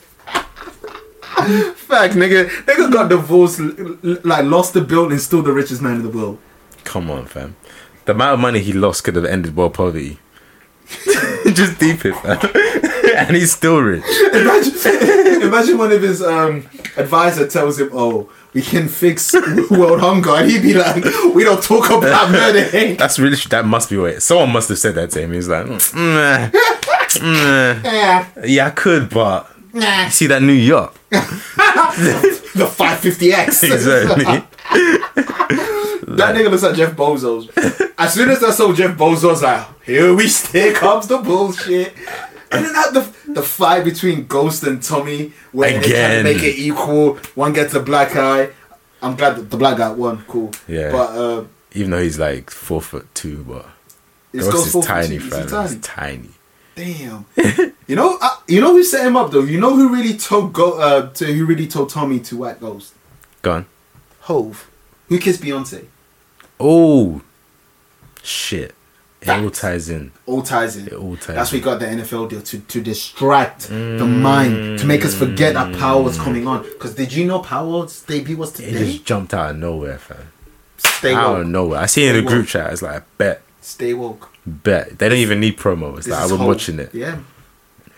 S3: Fact, nigga. Nigga got divorced, l- l- like lost the bill and still the richest man in the world. <laughs>
S4: Come on, fam. The amount of money he lost could have ended world poverty. <laughs> just deep it, fam. <laughs> and he's still rich.
S3: Imagine, <laughs> imagine one of his um, advisor tells him, "Oh, we can fix <laughs> world hunger," and he'd be like, "We don't talk
S4: <laughs>
S3: about murder." eh?"
S4: That's really that must be what someone must have said that to him. He's like, mm, eh, mm, eh.
S3: Yeah.
S4: yeah, I could, but
S3: Nah.
S4: see that
S3: <laughs>
S4: New York
S3: The 550X.
S4: exactly.
S3: That nigga looks like Jeff Bozo's.
S4: <laughs>
S3: as soon as I saw Jeff Bozo's, like, here we <laughs> here comes the bullshit. And then that, the the fight between Ghost and Tommy, where they try to
S4: Again.
S3: make it equal. One gets a black eye. I'm glad that the black guy won. Cool.
S4: Yeah.
S3: But uh,
S4: Even though he's like four foot two, but
S3: it's
S4: Ghost
S3: Ghost
S4: is
S3: Ghost
S4: tiny,
S3: It's
S4: fam.
S3: tiny.
S4: He's tiny.
S3: Damn. you know, I, you know who set him up though. You know who really told Go, uh, to, who really told Tommy to whack Ghost.
S4: Gone.
S3: Hove. Who kissed Beyonce?
S4: Oh, shit! It all
S3: Facts.
S4: ties in.
S3: all ties in.
S4: It all ties
S3: That's what we got the NFL deal to, to distract the mind, to make us forget that power was coming on. Because did you know power's debut was
S4: It
S3: today?
S4: just jumped out of nowhere, fam.
S3: Stay
S4: out of
S3: woke.
S4: nowhere. I see it in the
S3: They
S4: group
S3: woke.
S4: chat. It's like, I bet,
S3: Stay woke.
S4: bet. They don't even need promo. It's
S3: This
S4: like I've
S3: is
S4: been
S3: Hov.
S4: watching it.
S3: Yeah,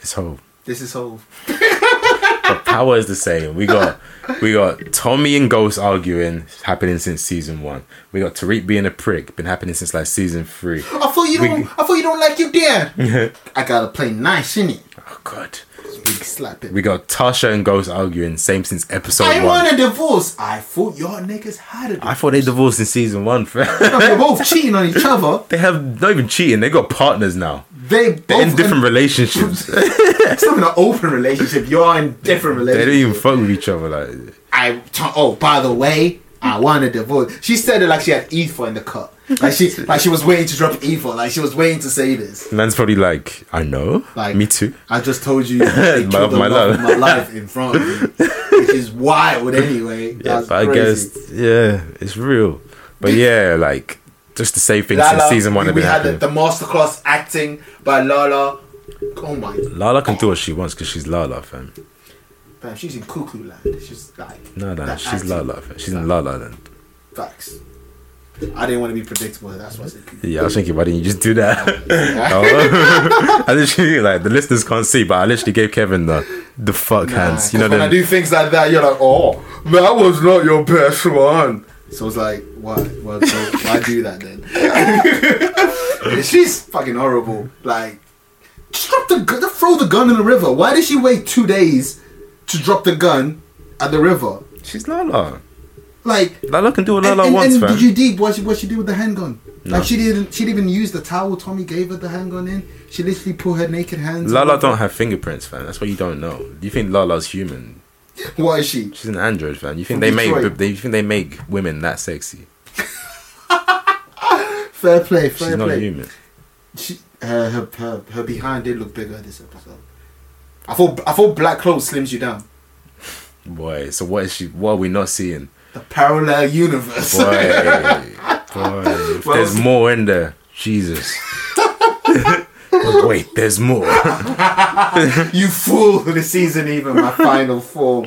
S4: It's whole.
S3: this is whole.
S4: But power is the same. We got we got Tommy and Ghost arguing, happening since season one. We got Tariq being a prick, been happening since like season three.
S3: I thought you
S4: We-
S3: don't. I thought you don't like your
S4: <laughs>
S3: dad. I gotta play nice, innit?
S4: Oh god.
S3: We slap it.
S4: We got Tasha and Ghost arguing, same since episode
S3: I
S4: one.
S3: want a divorce. I thought y'all niggas had it.
S4: I thought they divorced in season one. fam. <laughs>
S3: They're both cheating on each other.
S4: they have not even cheating. They got partners now.
S3: They
S4: They're
S3: both
S4: in different relationships.
S3: It's not an open relationship. You are in different
S4: they
S3: relationships.
S4: don't even fuck with each other. Like
S3: I t- oh by the way, I want a divorce. She said it like she had Eva in the cup. Like
S4: <laughs>
S3: she like she was waiting to drop Eva. Like she was waiting to say this.
S4: man's probably like, I know.
S3: Like
S4: me too.
S3: I just told
S4: <laughs>
S3: you they
S4: My-
S3: killed the
S4: my
S3: love of
S4: love.
S3: my life in front of me, which is wild anyway.
S4: <laughs> Yeah,
S3: That's
S4: but I
S3: crazy.
S4: guess yeah, it's real.
S3: <laughs>
S4: But yeah, like just the same thing
S3: Lala,
S4: since season one
S3: we,
S4: had
S3: we
S4: been
S3: had the,
S4: happening.
S3: the masterclass acting by Lala. Oh my,
S4: Lala can do what she wants because she's Lala, fam.
S3: man, she's in cuckoo land. She's like
S4: No, no,
S3: that
S4: she's
S3: acting.
S4: Lala, fam. She's in Lala land.
S3: Facts. I didn't want to be predictable. That's why I said cuckoo.
S4: Yeah, I was thinking, why didn't you just do that?
S3: <laughs>
S4: Oh. <laughs> I literally like the listeners can't see, but I literally gave Kevin the the fuck hands. You know
S3: when I
S4: them.
S3: do things like that, you're like, oh, that was not your best one. So it's like, why, why, why, why do that
S4: <laughs>
S3: then? She's fucking horrible. Like, just drop the gun, throw the gun in the river. Why did she wait two days to drop the gun at the river?
S4: She's Lala.
S3: Like
S4: Lala can do what
S3: and,
S4: Lala
S3: and,
S4: wants,
S3: and
S4: fam.
S3: did you did what she what she did with the handgun?
S4: No.
S3: Like she didn't she didn't even use the towel Tommy gave her the handgun in. She literally put her naked hands.
S4: Lala don't have fingerprints, fam. That's what you don't know. You think Lala's human?
S3: What is she?
S4: She's an android, fam. You
S3: From
S4: think they make
S3: Detroit.
S4: they you think they make women that sexy?
S3: Fair play, fair
S4: She's not
S3: play.
S4: human.
S3: She, her, her her her behind did look bigger this episode. I thought I thought black clothes slims you down.
S4: Boy, so what is she? What are we
S3: <laughs>
S4: not seeing?
S3: The parallel universe.
S4: Boy, boy. If there's more in there,
S3: <laughs>
S4: Jesus. Wait, there's more.
S3: <laughs>
S4: <laughs>
S3: you fool! The season even my final form.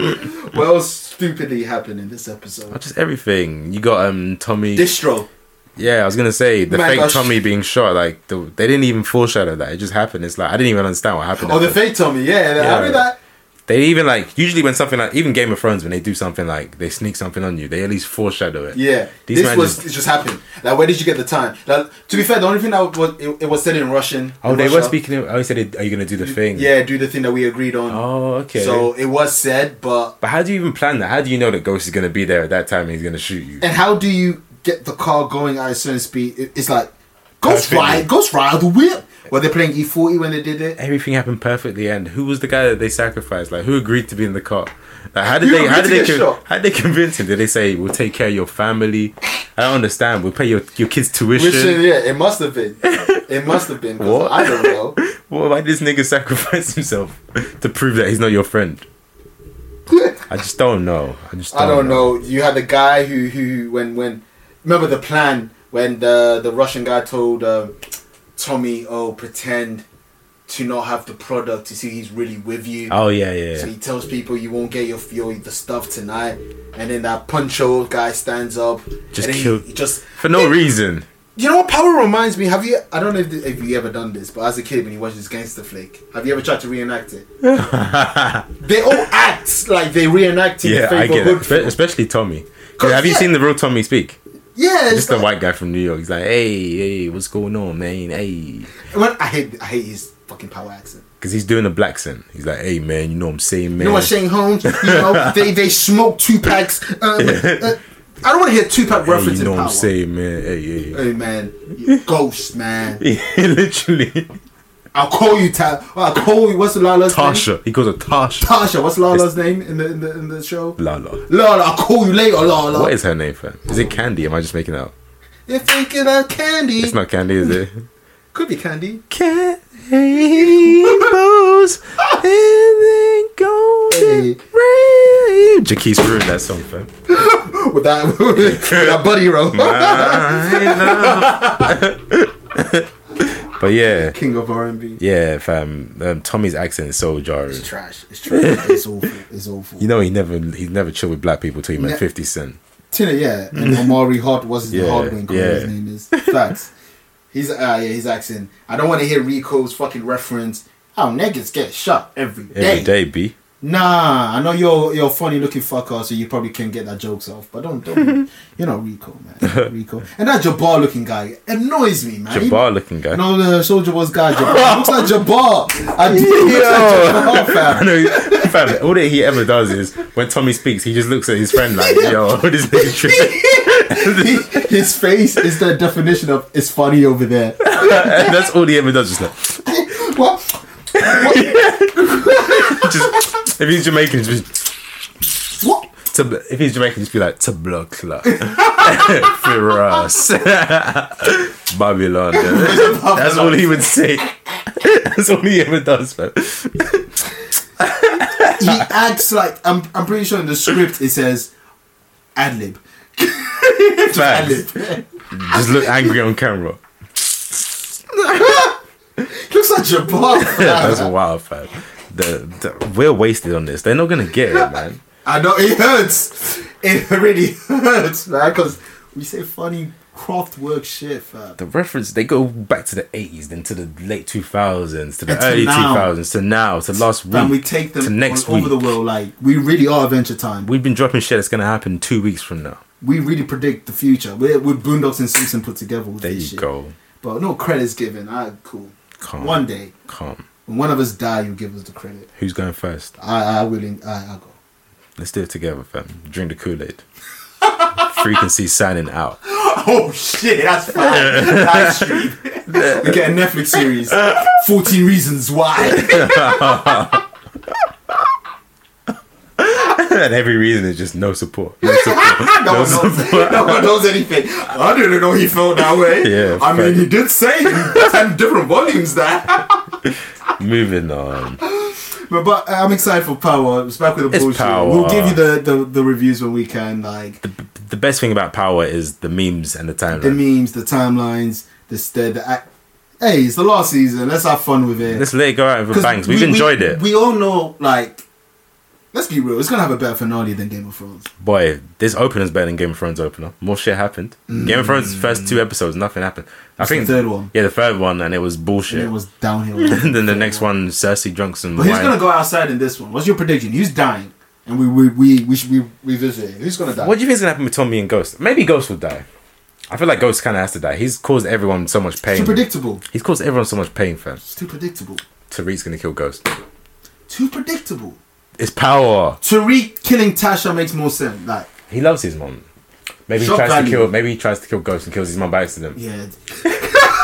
S3: What else stupidly happened in this episode?
S4: Just everything. You got um Tommy.
S3: Distro.
S4: Yeah, I was gonna say the
S3: Man,
S4: fake
S3: that's-
S4: Tommy being shot. Like the, they didn't even foreshadow that. It just happened. It's like I didn't even understand what happened.
S3: Oh,
S4: at
S3: the
S4: first.
S3: fake Tommy. Yeah,
S4: Yeah.
S3: I mean that.
S4: They even like usually when something like even Game of Thrones when they do something like they sneak something on you, they at least foreshadow it.
S3: Yeah,
S4: These
S3: this
S4: man
S3: was
S4: just-
S3: it just happened. Like, where did you get the time? Like, to be fair, the only thing that was it, it was said in Russian.
S4: Oh,
S3: in
S4: they were
S3: Russia.
S4: speaking. Oh, you said, it- "Are you gonna do the thing?"
S3: Yeah, do the thing that we agreed on.
S4: Oh, okay.
S3: So it was said, but
S4: but how do you even plan that? How do you know that Ghost is gonna be there at that time and he's gonna shoot you?
S3: and how do you get the car going at a certain speed? It- it's like Ghost
S4: Perfectly.
S3: Ride, Ghost Ride the whip. Were they playing E forty when they did it?
S4: Everything happened perfectly. And who was the guy that they sacrificed? Like who agreed to be in the car? Like, how did
S3: You
S4: they? How
S3: agreed
S4: did they?
S3: to get
S4: Con-
S3: shot.
S4: how did they convince him? Did they say we'll take care of your family? I don't understand. We'll pay your your kids tuition.
S3: Which uh, yeah, it must have been. It must have been. 'cause
S4: What?
S3: I don't know.
S4: Well, why did this nigga sacrifice <laughs> himself to prove that he's not your
S3: <laughs>
S4: friend? I just don't know. I just don't
S3: I don't know. You had the guy who who when when remember the plan when the the Russian guy told um, Tommy, "Oh, pretend to not have the product to see he's really with you."
S4: Oh yeah, yeah.
S3: So
S4: yeah.
S3: he tells people you won't get your, your the stuff tonight, and then that puncho guy stands up.
S4: Just
S3: and then
S4: killed-
S3: He, he just
S4: For no reason.
S3: you know what power reminds me? Have you? I don't know if, th- if you ever done this, but as a kid when you watch this gangster flick, have you ever tried to reenact it?
S4: <laughs>
S3: they all act like they reenacting.
S4: Yeah,
S3: the
S4: I get it.
S3: hood
S4: Espe-
S3: film.
S4: Especially Tommy. 'Cause
S3: Cause
S4: have you
S3: yeah.
S4: seen the real Tommy speak?
S3: Yeah, it's
S4: Just the
S3: like-
S4: white guy from New York. He's like, hey, hey, what's going on, man? Hey.
S3: When I hate I hate his fucking power accent.
S4: Because he's doing a black sin. He's like, hey, man, you know what I'm saying, man?
S3: You know what Shane Holmes? You
S4: <laughs>
S3: know they they smoke two packs. Uh, uh, I don't want to hear two pack
S4: hey,
S3: reference
S4: you know
S3: in
S4: what
S3: power.
S4: I'm saying, man? Hey, hey. <laughs>
S3: Hey man, you ghost man.
S4: Literally.
S3: I'll call you Ta- I'll call you. What's Lala's name?
S4: Tasha. He calls her Tasha.
S3: Tasha. What's Lala's name in the in the in the show?
S4: Lala.
S3: Lala. I'll call you later, Lala.
S4: What is her name, fam? Is it Candy? Am I just making it up?
S3: You're thinking of candy.
S4: It's not Candy,
S3: <laughs>
S4: is it?
S3: Could be candy.
S4: Cat rainbows and then golden
S3: Hey.
S4: rain. Jaquise ruined that song, fam.
S3: With that, <laughs> with
S4: <laughs>
S3: that buddy roll.
S4: But yeah,
S3: <laughs> King of R and B.
S4: yeah, fam. Um, Tommy's accent is so jarring.
S3: It's trash. It's trash. It's awful. It's awful.
S4: You know, he never he never chilled with black people till he met
S3: Ne-
S4: Fifty Cent.
S3: Tina, yeah,
S4: <laughs>
S3: and Omari Hart was
S4: Yeah,
S3: the hard wing,
S4: yeah.
S3: yeah. his name is. Facts. He's uh yeah, he's accent. I don't want to hear Rico's fucking reference. How niggas get shot every day.
S4: Every day, b.
S3: Nah, I know you're you're a funny looking fucker, so you probably can get that jokes off. But don't don't.
S4: <laughs>
S3: you're not Rico, man. Rico, and that Jabbar looking guy annoys me, man.
S4: Jabbar looking guy.
S3: No, the soldier was guy. Jabbar looks like Jabbar. I do. He looks like Jabbar,
S4: <laughs> I
S3: fam.
S4: know, he- fam. All that he ever does is when Tommy speaks, he just looks at his friend like, "Yo, <laughs> this nigga tripping." <laughs>
S3: He- his face is the definition of it's funny over there.
S4: And that's all he ever does. Just like,
S3: What?
S4: just if he's Jamaican, just
S3: What?
S4: Tab- if he's Jamaican, just be like <laughs> Tabla Club, Firas, <laughs> Babylon.
S3: <laughs>
S4: That's all he would say. <laughs> That's all he ever does, man.
S3: he acts like I'm, I'm pretty sure in the script it says ad lib.
S4: Facts. Just look angry on camera.
S3: <laughs> Looks like
S4: <laughs>
S3: Jabbar.
S4: That's
S3: fam.
S4: wild, fam. The, the, we're wasted on this. They're not gonna get it, man.
S3: I know it hurts. It really <laughs> hurts, man, because we say funny craft work shit, fam.
S4: The reference they go back to the eighties, then to the late two thousands, to the
S3: And to
S4: early two
S3: now.
S4: thousands, to now, to last week,
S3: And we take them
S4: to next
S3: on,
S4: week.
S3: over the world like we really are adventure time. We,
S4: We've been dropping shit that's gonna happen two weeks from now.
S3: really predict the future. We're, we're Boondocks and Simpson put together. With
S4: There
S3: this
S4: you
S3: shit.
S4: go.
S3: But no credits given. Ah, cool.
S4: Calm.
S3: One day,
S4: Calm.
S3: when one of us die, you give us the credit.
S4: Who's going first?
S3: I, I will. I, I go. <laughs>
S4: Let's do it together, fam. Drink the Kool Aid. Frequency signing out.
S3: <laughs> Oh shit, that's fine. Live stream. we get a Netflix
S4: <laughs>
S3: series, 14 Reasons Why. <laughs>
S4: and every reason is just no support. No
S3: <laughs>
S4: support.
S3: no, one
S4: <laughs>
S3: knows, no one knows anything. I didn't know he felt that way.
S4: Yeah,
S3: I mean,
S4: fact.
S3: he did say it <laughs> in 10 different volumes there. <laughs>
S4: Moving on.
S3: But, but I'm excited for Power. It's back with the
S4: It's
S3: bullshit.
S4: Power.
S3: We'll give you the, the, the reviews when we can. Like
S4: The, the best thing about power is the memes and the timeline.
S3: the memes, the timelines, the stead. The act. Hey, it's the last season. Let's have fun with it.
S4: Let's let it go out with
S3: 'Cause
S4: bangs. We've enjoyed it.
S3: We all know, like, let's be real. It's gonna have a better finale than Game of Thrones.
S4: Boy, this opener's better than Game of Thrones opener. More shit happened. Game of Thrones first two episodes, nothing happened. I
S3: Mm. the
S4: think
S3: third one.
S4: Yeah, the third one, and it was
S3: And
S4: bullshit.
S3: it was downhill.
S4: and <laughs> then the next one, Cersei drunk some
S3: But who's
S4: wine.
S3: gonna go outside in this one? What's your prediction? Who's dying? And we we we we should we revisit it. Who's gonna die?
S4: What do you think's gonna happen with Tommy and Ghost? Maybe Ghost will die. I feel like Ghost kind of has to die. He's caused everyone so much
S3: It's
S4: pain.
S3: too predictable.
S4: He's caused everyone so much pain, fam.
S3: It's too predictable.
S4: Tariq's gonna kill Ghost.
S3: Too predictable.
S4: It's power.
S3: Tariq killing Tasha makes more sense. Like,
S4: He loves his mom. Maybe he
S3: Shock
S4: tries
S3: value.
S4: to kill. Maybe he tries to kill Ghost and kills his mom by accident.
S3: yeah.
S4: <laughs>
S3: <laughs>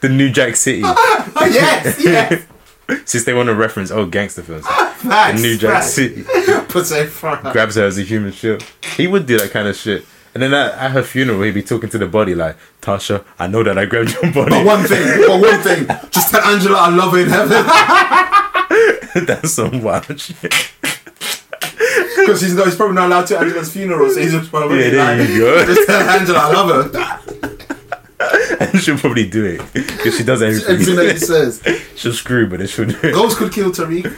S4: the New Jack City,
S3: Oh, yes, yes.
S4: <laughs> since they want to reference old gangster films. The
S3: Facts,
S4: New Jack
S3: facts. <laughs>
S4: City <laughs>
S3: Puts it in front.
S4: grabs her as a human shield. He would do that kind of shit. And then at, at her funeral, he'd be talking to the body like, "Tasha, I know that I grabbed your
S3: But
S4: body.
S3: one thing, but one thing. Just tell Angela I love her in heaven <laughs>
S4: <laughs> That's some wild <laughs> shit."
S3: because he's not. He's probably not allowed to Angela's funeral, so he's just probably
S4: Yeah, there
S3: like,
S4: you
S3: <laughs>
S4: go.
S3: just tell Angela I love her.
S4: And she'll probably do it because she does
S3: Everything that
S4: <laughs> everything.
S3: he says.
S4: she'll screw, but it should. I
S3: Ghost could kill Tariq.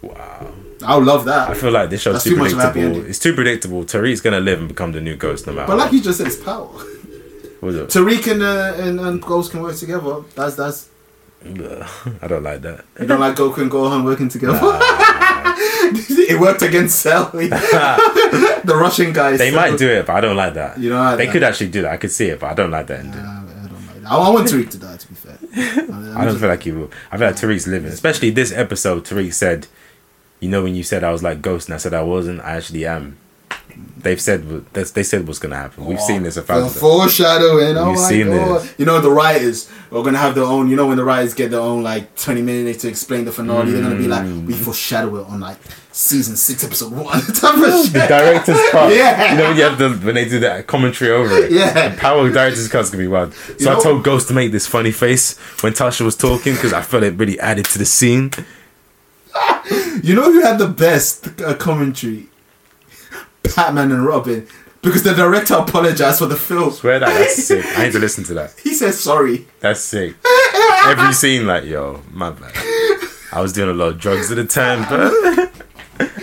S3: Wow. I would love that.
S4: feel like this show's
S3: That's
S4: too
S3: too much of a happy
S4: predictable.
S3: ending.
S4: It's too predictable. Tariq's gonna live and become the new ghost, no matter.
S3: But
S4: what.
S3: like you just said, it's power.
S4: What was
S3: Tariq and, uh, and and Ghost can work together. That's that's.
S4: it? I don't like that.
S3: You don't like Goku and Gohan working together. <laughs> it worked against
S4: <laughs>
S3: Cell. <laughs> the Russian guys.
S4: They might do it, but I don't like that.
S3: You don't like
S4: they
S3: that.
S4: could actually do that. I could see it, but I don't like that ending.
S3: I, I don't like that. I, I want Tariq to die. To be fair,
S4: I don't feel like he will. I feel like Tariq's living, especially this episode. Tariq said, "You know, when you said I was like Ghost, and I said I wasn't, I actually am." They've said what- that's- they said what's gonna happen. We've seen this a
S3: The
S4: thousand. times.
S3: foreshadowing. Oh
S4: You've
S3: my
S4: seen
S3: god!
S4: this.
S3: You know the writers are gonna have their own. You know when the writers get their own like twenty minutes to explain the finale, they're gonna be
S4: Mm.
S3: like, we foreshadow it on like season six, episode one. <laughs> type of
S4: The
S3: shit.
S4: director's
S3: <laughs>
S4: cut.
S3: Yeah.
S4: You know when you have the when they do that commentary over it.
S3: Yeah.
S4: The power of director's cut's gonna be wild. So
S3: You
S4: I
S3: know-
S4: told Ghost to make this funny face when Tasha was talking because I felt it really added to the scene.
S3: You know who had the best uh, commentary? Batman and Robin. Because the director apologized for the film.
S4: Swear that
S3: <laughs>
S4: <laughs> that's sick. I need to listen to that.
S3: He said sorry.
S4: That's sick.
S3: <laughs>
S4: Every scene, like, yo, my bad. I was doing a lot of drugs at the time, but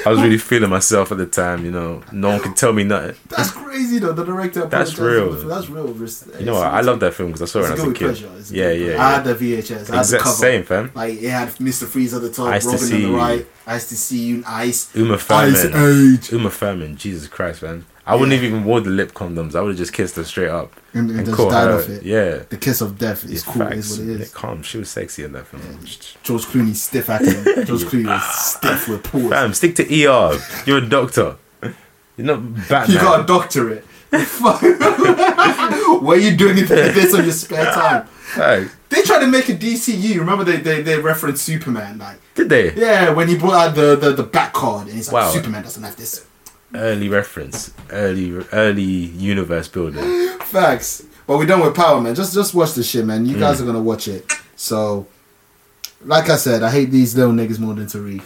S4: I was really feeling myself at the time, you know. No one could tell me nothing.
S3: That's crazy though. The director
S4: That's
S3: apologized. for the
S4: real.
S3: film. That's real. Respect.
S4: You know what? I love that film because I saw
S3: It's
S4: it
S3: a
S4: when I
S3: good with
S4: was a
S3: pleasure.
S4: kid.
S3: It's a good
S4: Yeah,
S3: with
S4: yeah,
S3: pleasure. I
S4: yeah.
S3: had the VHS. I had the
S4: Exact
S3: cover.
S4: same, fam.
S3: Like it had Mr. Freeze at the top,
S4: I used to
S3: Robin on
S4: see-
S3: the right. I used to see you in Ice.
S4: Uma
S3: Ice
S4: Thurman.
S3: Age.
S4: Uma Thurman. Jesus Christ, man. I wouldn't have even wore the lip condoms. I would have just kissed her straight up
S3: And, and, just
S4: caught
S3: died
S4: her.
S3: off it.
S4: Yeah.
S3: The kiss of death is cool.
S4: Facts.
S3: Is what it is.
S4: Calm. She was sexy in that film.
S3: George Clooney stiff acting.
S4: <laughs>
S3: George Clooney was stiff with pores.
S4: Fam, stick to ER. You're a doctor. You're not Batman.
S3: You got a doctorate. <laughs> Fuck. what are you doing with this on your
S4: <laughs>
S3: spare time?
S4: Facts.
S3: They tried to make a DCU. Remember they they, they referenced Superman like
S4: Did they?
S3: yeah when he brought out the the, the back card and it's like
S4: Wow.
S3: Superman doesn't have this.
S4: early reference, early early universe building.
S3: Facts. But we're done with Power Man. Just just watch this shit, man.
S4: Mm.
S3: You guys are gonna watch it. So, like I said, I hate these little niggas more than
S4: <laughs>
S3: Tariq.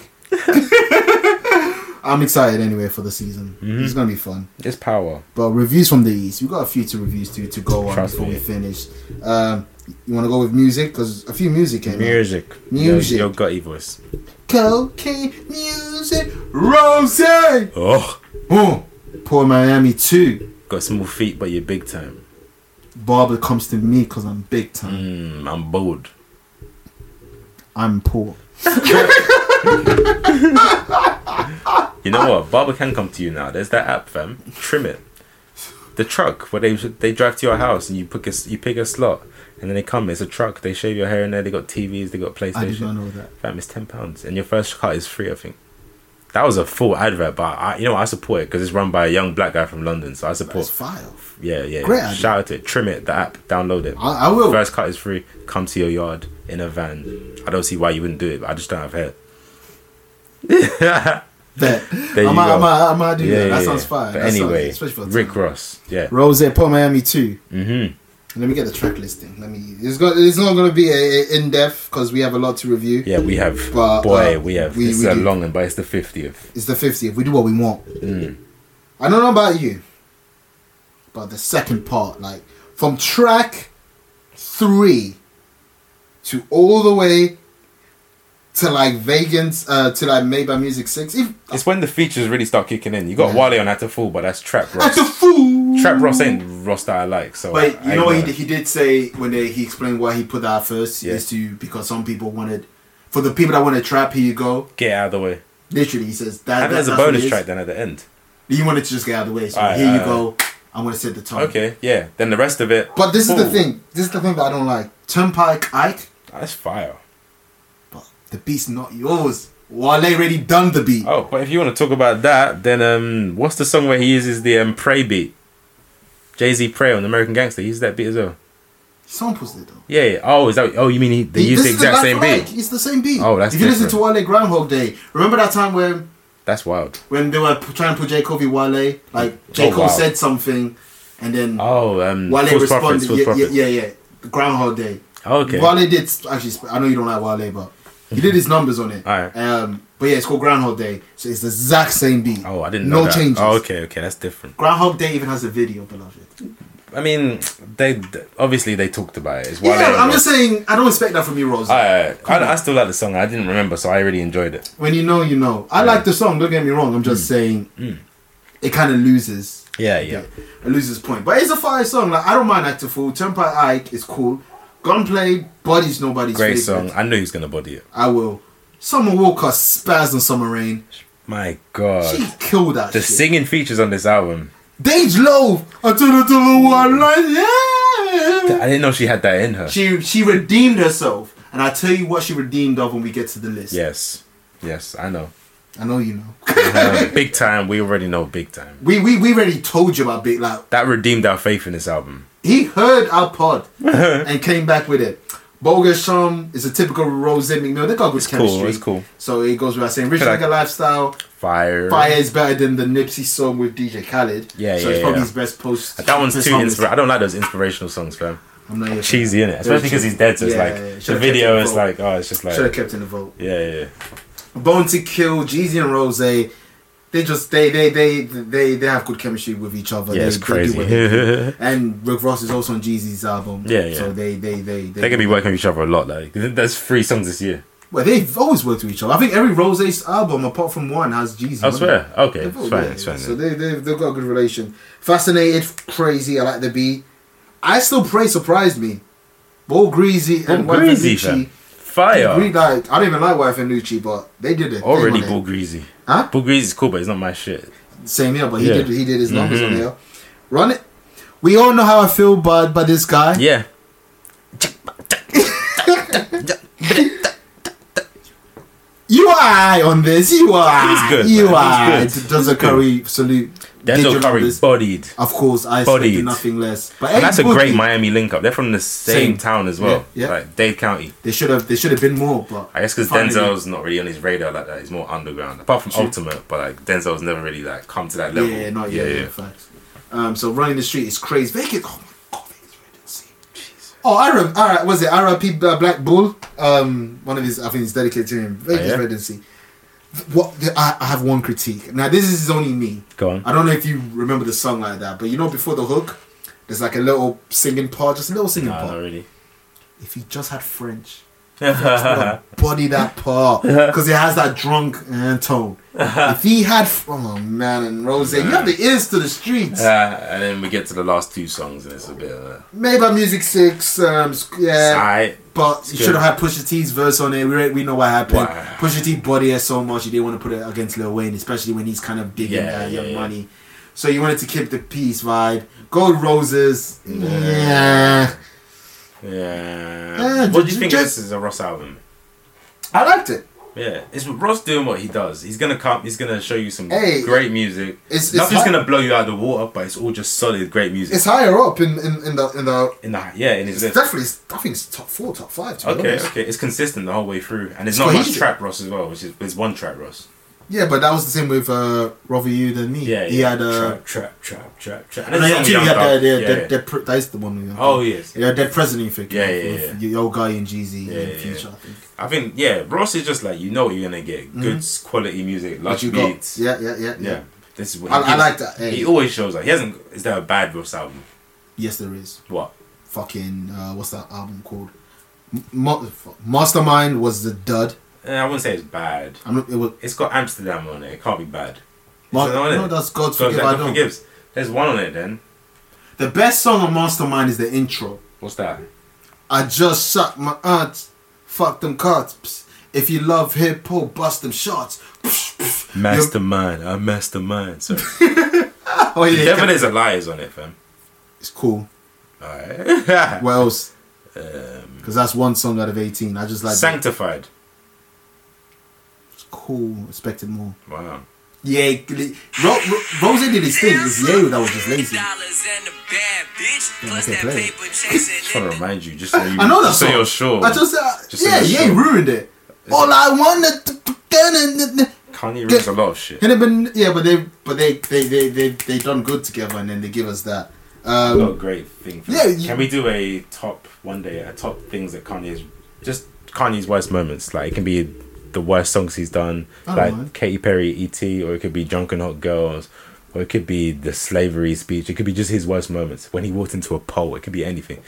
S3: I'm excited anyway for the season.
S4: Mm-hmm.
S3: It's gonna be fun.
S4: It's power.
S3: But reviews from the East, we've got a few to reviews to to go on
S4: Trust
S3: before
S4: me.
S3: we finish. Um, you want to go with music because a few music came. out.
S4: Music.
S3: Music.
S4: Your, your gutty voice.
S3: Cocaine music, Rose. Oh,
S4: Oh,
S3: poor Miami too.
S4: got small feet, but you're big time.
S3: Barbara comes to me because I'm big time.
S4: Mm, I'm bold.
S3: I'm poor.
S4: You know what? Barber can come to you now. There's that app, fam. Trim it. The truck where they they drive to your house and you pick a s- you pick a slot and then they come. It's a truck. They shave your hair in there. They got TVs. They got
S3: I did not
S4: PlayStation.
S3: know that.
S4: Fam, it's ten pounds and your first cut is free. I think. That was a full advert, but I, you know what, I support it because it's run by a young black guy from London, so I support.
S6: It's <laughs> file.
S4: Yeah, yeah.
S6: Great
S4: yeah.
S6: idea.
S4: Shout out to it. Trim it, the app. Download it.
S6: I- I will.
S4: First cut is free. Come to your yard in a van. I don't see why you wouldn't do it, but I just don't have hair.
S6: That.
S4: There
S6: I
S4: you
S6: might,
S4: go.
S6: I might, I might do
S4: yeah,
S6: that. That
S4: yeah,
S6: sounds
S4: yeah.
S6: fine.
S4: But
S6: That sounds-
S4: anyway,
S6: especially for
S4: Rick
S6: time.
S4: Ross. Yeah.
S6: Rose Paul Miami too.
S4: Mm-hmm.
S6: Let me get the track listing. Let me. It's got. It's not going to be a, a in depth because we have a lot to review.
S4: Yeah, we have.
S6: But,
S4: boy,
S6: uh,
S4: we have.
S6: we-
S4: this
S6: we
S4: is a
S6: do.
S4: long one, but it's the 50th.
S6: It's the 50th. We do what we want.
S4: Mm.
S6: I don't know about you, but the second part, like from track three to all the way to like Vegans, uh, to like Made by Music Six. If
S4: It's when the features really start kicking in. You got Wale on At the Fool, but that's Trap
S6: at <laughs>
S4: Ross.
S6: the fool.
S4: Trap Ross ain't Ross that I like, so.
S3: But
S4: I-
S3: you
S4: I
S3: know what he
S4: ain't
S3: did, he did say when they, he explained why he put that out first
S4: Yeah.
S3: is to because some people wanted for the people that want to trap here you go
S4: Get out of the way.
S3: literally he says that,
S4: And
S3: that
S4: there's a
S3: that's what it
S4: bonus
S3: is.
S4: track then at the end.
S3: he wanted to just get out of the way so
S4: Alright,
S3: here you
S4: alright,
S3: go I'm gonna set the tone
S4: Okay, yeah. Then the rest of it.
S6: But this is
S4: Ooh,
S6: the thing. This is the thing that I don't like.
S3: Turnpike Ike
S4: That's fire.
S3: but the beat's not yours Wale already done the beat
S4: Oh, but if you want to talk about that, then um, what's the song where he uses the um, Prey beat? Jay Z Prey on American Gangster. He uses that beat as well.
S3: samples it though
S4: Yeah, yeah. Oh, is that? Oh, you mean he, they
S3: He-
S4: use the
S3: this is
S4: exact
S3: Life
S4: same
S3: of
S4: beat?
S3: Ike. it's the same beat
S4: Oh, that's
S3: if you listen to
S4: different.
S3: Wale Groundhog Day remember that time when
S4: That's wild.
S3: when they were p- trying to put J. Cole v. Wale like J.
S4: Oh,
S3: Cole
S4: wow.
S3: said something and then
S4: Oh, um,
S3: Wale
S4: false prophets,
S3: responded
S4: false
S3: yeah,
S4: prophets. Oh,
S3: yeah yeah yeah Groundhog Day
S4: Okay.
S3: Wale did actually. sp- I know you don't like Wale, but he did his numbers on it.
S4: Alright.
S3: Um, but yeah, it's called Groundhog Day, so it's the exact same beat.
S4: Oh, I didn't know
S3: No
S4: that.
S3: changes.
S4: Oh, okay, okay, that's different.
S3: Groundhog Day even has a video, beloved.
S4: I mean, they obviously they talked about it. It's Wale
S3: yeah,
S4: and
S3: I'm
S4: Ross.
S3: just saying. I don't expect that from you, Rose.
S4: I, I, I still like the song. I didn't remember, so I really enjoyed it.
S3: when you know, you know. I like the song. Don't get me wrong. I'm just saying, it kind of loses.
S4: Yeah, Mm. yeah.
S3: It loses point, but it's a fire song. Like I don't mind Act of Fool. Turnpike Ike is cool. Gunplay, Body's nobody's
S4: Great
S3: favorite.
S4: song. I knew he was gonna body it.
S3: I will. Summer Walker spazzed on Summer Rain.
S4: My God,
S3: She killed that.
S4: the
S3: shit.
S4: singing features on this album.
S3: Dage Loaf. I turn her to the one like yeah.
S4: I didn't know she had that in her.
S3: She she redeemed herself, and I tell you what she redeemed of when we get to the list.
S4: Yes, yes, I know. <laughs>
S3: I know you know.
S4: Uh, big time. We already know big time.
S3: We we we already told you about Big Like
S4: That redeemed our faith in this album.
S3: he heard our
S4: <laughs>
S3: pod and came back with it. Bogus Shum is a typical Rose McNeil. They got good
S4: cool,
S3: chemistry.
S4: it's cool.
S3: So it goes without saying. Rich
S4: Feel like-
S3: Nigga Lifestyle.
S4: Fire.
S3: Fire is better than the Nipsey song with DJ Khaled.
S4: Yeah,
S3: So
S4: yeah,
S3: it's probably
S4: yeah.
S3: his best post.
S4: That one's
S3: best
S4: too
S3: numbers.
S4: inspirational. I don't like those inspirational songs, fam.
S3: I'm not here.
S4: Cheesy, innit? Especially because he's dead, so it's
S3: Yeah,
S4: like
S3: yeah, yeah.
S4: the
S3: Should've
S4: video
S3: kept it
S4: is like, oh, it's just like,
S3: Should have kept in the vote.
S4: yeah, yeah, yeah.
S3: Bone to Kill, Jeezy and Rose, they just they they they they they have good chemistry with each other.
S4: Yeah,
S3: they,
S4: it's
S3: they do
S4: crazy.
S3: what
S4: <laughs>
S3: they do.
S4: they
S3: and Rick Ross is also on Jeezy's album.
S4: Yeah, yeah.
S3: So they they they they,
S4: could be working with each other a lot. Like, there's three songs this year.
S3: Well, they've always worked with each other. I think every Rose's album, apart from one, has Jeezy.
S4: I
S3: on it.
S4: swear. Okay,
S3: They've
S4: it's
S3: all-
S4: fine,
S3: yeah,
S4: it's fine.
S3: So they they've, they've got a good relation. Fascinated, crazy. I like the beat. I still pray surprised me. Bo Greasy and
S4: Bull
S3: Wife
S4: Greasy, fam.
S3: Nucci.
S4: Fire.
S3: Really, like, I don't even like Wife and Nucci, but they did it.
S4: Already Bull Greasy.
S3: Huh?
S4: Bull Greasy's cool, but it's not my shit.
S3: same here, but he
S4: Yeah. Mm-hmm.
S3: did he did his numbers on there. Run it. We all know how I feel by by this guy.
S4: Yeah.
S3: You are I on this. You are I.
S4: He's good,
S3: You
S4: man.
S3: are I.
S4: He's good.
S3: Denzel Curry salute. Did your
S4: Denzel Curry
S3: numbers.
S4: bodied.
S3: Of course, I
S4: Bodied.
S3: expected nothing less. But
S4: And that's a
S3: everybody-
S4: great Miami link up. They're from the same,
S3: Same.
S4: town as well.
S3: Yeah, yeah.
S4: Like Dade County.
S3: They should have. They should have been more. But
S4: I guess because
S3: finally-
S4: Denzel's not really on his radar like that. He's more underground. Apart from Ultimate, but like Denzel's never really like come to that level.
S3: Yeah, not yeah, yeah, Facts. Um, so running the street is crazy. Vegas. Oh my god, Vegas residency. Oh, I rem- all right. Was it R.I.P. uh, Black Bull? Um, one of his. I think he's dedicated to him. Vegas
S4: Oh, yeah?
S3: residency. What I, I have one critique. Now this is only me.
S4: Go on.
S3: I don't know if you remember the song like that, but you know before the hook, there's like a little singing part, just a little singing
S4: Nah,
S3: part.
S4: not really.
S3: If he just had French.
S4: <laughs>
S3: body that part because it has that drunk uh,
S4: <laughs>
S3: tone. if he had, oh man, and Rose, you have the ears to the streets.
S4: Uh, and then we get to the last two songs, and it's a bit. Uh,
S3: Made by Music Six, um, sc- yeah,
S4: sigh.
S3: but you
S4: good.
S3: should have had Pusha T's verse on it. We re- we know what happened.
S4: Wow.
S3: Pusha T body it so much, you didn't want to put it against Lil Wayne, especially when he's kind of digging
S4: Yeah,
S3: uh,
S4: yeah,
S3: Young
S4: yeah.
S3: Money. So you wanted to keep the peace vibe. Gold Roses, yeah,
S4: Yeah.
S3: Yeah,
S4: what do
S3: ju-
S4: you think?
S3: ju-
S4: of this is a Ross album.
S3: I liked it.
S4: Yeah, it's Ross doing what he does. He's gonna come. He's gonna show you some
S3: Hey,
S4: great music.
S3: it's- it's
S4: Nothing's
S3: hot-
S4: gonna blow you out of the water, but it's all just solid, great music.
S3: It's higher up in, in, in the in the.
S4: in the yeah, in his
S3: It's
S4: list.
S3: definitely, I think it's top four, top five. To be
S4: Okay,
S3: honest.
S4: okay, it's consistent the whole way through, and it's
S3: It's
S4: not much
S3: cohesive.
S4: trap Ross as well, which is it's one trap Ross.
S3: Yeah, but that was the same with uh, rather you than me.
S4: Yeah,
S3: He
S4: yeah.
S3: had uh,
S4: trap, trap, trap, trap, trap.
S3: and I
S4: It's on
S3: actually
S4: Young
S3: had
S4: Thug.
S3: that. Yeah,
S4: yeah,
S3: that,
S4: yeah.
S3: that pr- that is the one. yeah.
S4: Oh yes,
S3: Yeah, that president thing.
S4: Yeah, yeah,
S3: with y- Your guy in Jeezy
S4: Yeah,
S3: in
S4: yeah,
S3: future,
S4: yeah.
S3: I think.
S4: I think yeah, Ross is just like you know what you're gonna get good quality music,
S3: Mm-hmm. What
S4: lush
S3: you got?
S4: beats.
S3: Yeah, yeah, yeah,
S4: yeah.
S3: yeah.
S4: This is what
S3: I-
S4: he
S3: I
S4: gives.
S3: like that, hey.
S4: He always shows like he hasn't. Is there a bad Ross album?
S3: Yes, there is.
S4: What?
S3: Fucking uh, what's that album called? M- Mo- Mastermind was the dud.
S4: Eh, I wouldn't say it's bad.
S3: I'm not, it was.
S4: It's got Amsterdam on it. It can't be bad.
S3: Mar-
S4: that on it?
S3: no, that's God's
S4: So
S3: forgive. I
S4: God
S3: don't.
S4: forgives. There's one on it then.
S3: The best song on Mastermind is the intro.
S4: What's that?
S3: I just shot my aunt. Fuck them cards. Psst. If you love hip hop, bust them shots. Psh, psh.
S4: Mastermind. I mastermind. So
S3: Oh <laughs> yeah,
S4: Devil
S3: yeah.
S4: is a lie is on it, fam.
S3: it's cool. <laughs>
S4: Alright.
S3: What else?
S4: Um,
S3: Because that's one song out of eighteen. I just like
S4: Sanctified.
S3: it's cool. Expected more.
S4: Wow.
S3: Yeah, gl- Ro- Ro- Rose did his thing. It's Yeo that was just lazy.
S7: Dollars and a bad bitch.
S3: Yeah,
S7: Plus
S3: okay,
S7: that
S3: play it.
S7: paper chasing.
S4: Just want to remind you, just so you
S3: I know that
S4: just so
S3: song.
S4: you're sure.
S3: I just, uh,
S4: Just so
S3: yeah,
S4: you're
S3: Ye
S4: sure.
S3: ruined it. All I wanted. To, to, to,
S4: Kanye rings a lot of shit.
S3: Can have been yeah, but they but they they they they they done good together, and then they give us that. Um,
S4: What a great thing. For
S3: Yeah, you-
S4: Can we do a top one day? A top things that Kanye's just Kanye's worst moments. Like it can be the worst songs he's done,
S3: I don't
S4: like
S3: mind.
S4: Katy Perry, E.T., or it could be Drunken Hot Girls, or it could be the slavery speech. It could be just his worst moments when he walked into a pole. It could be anything.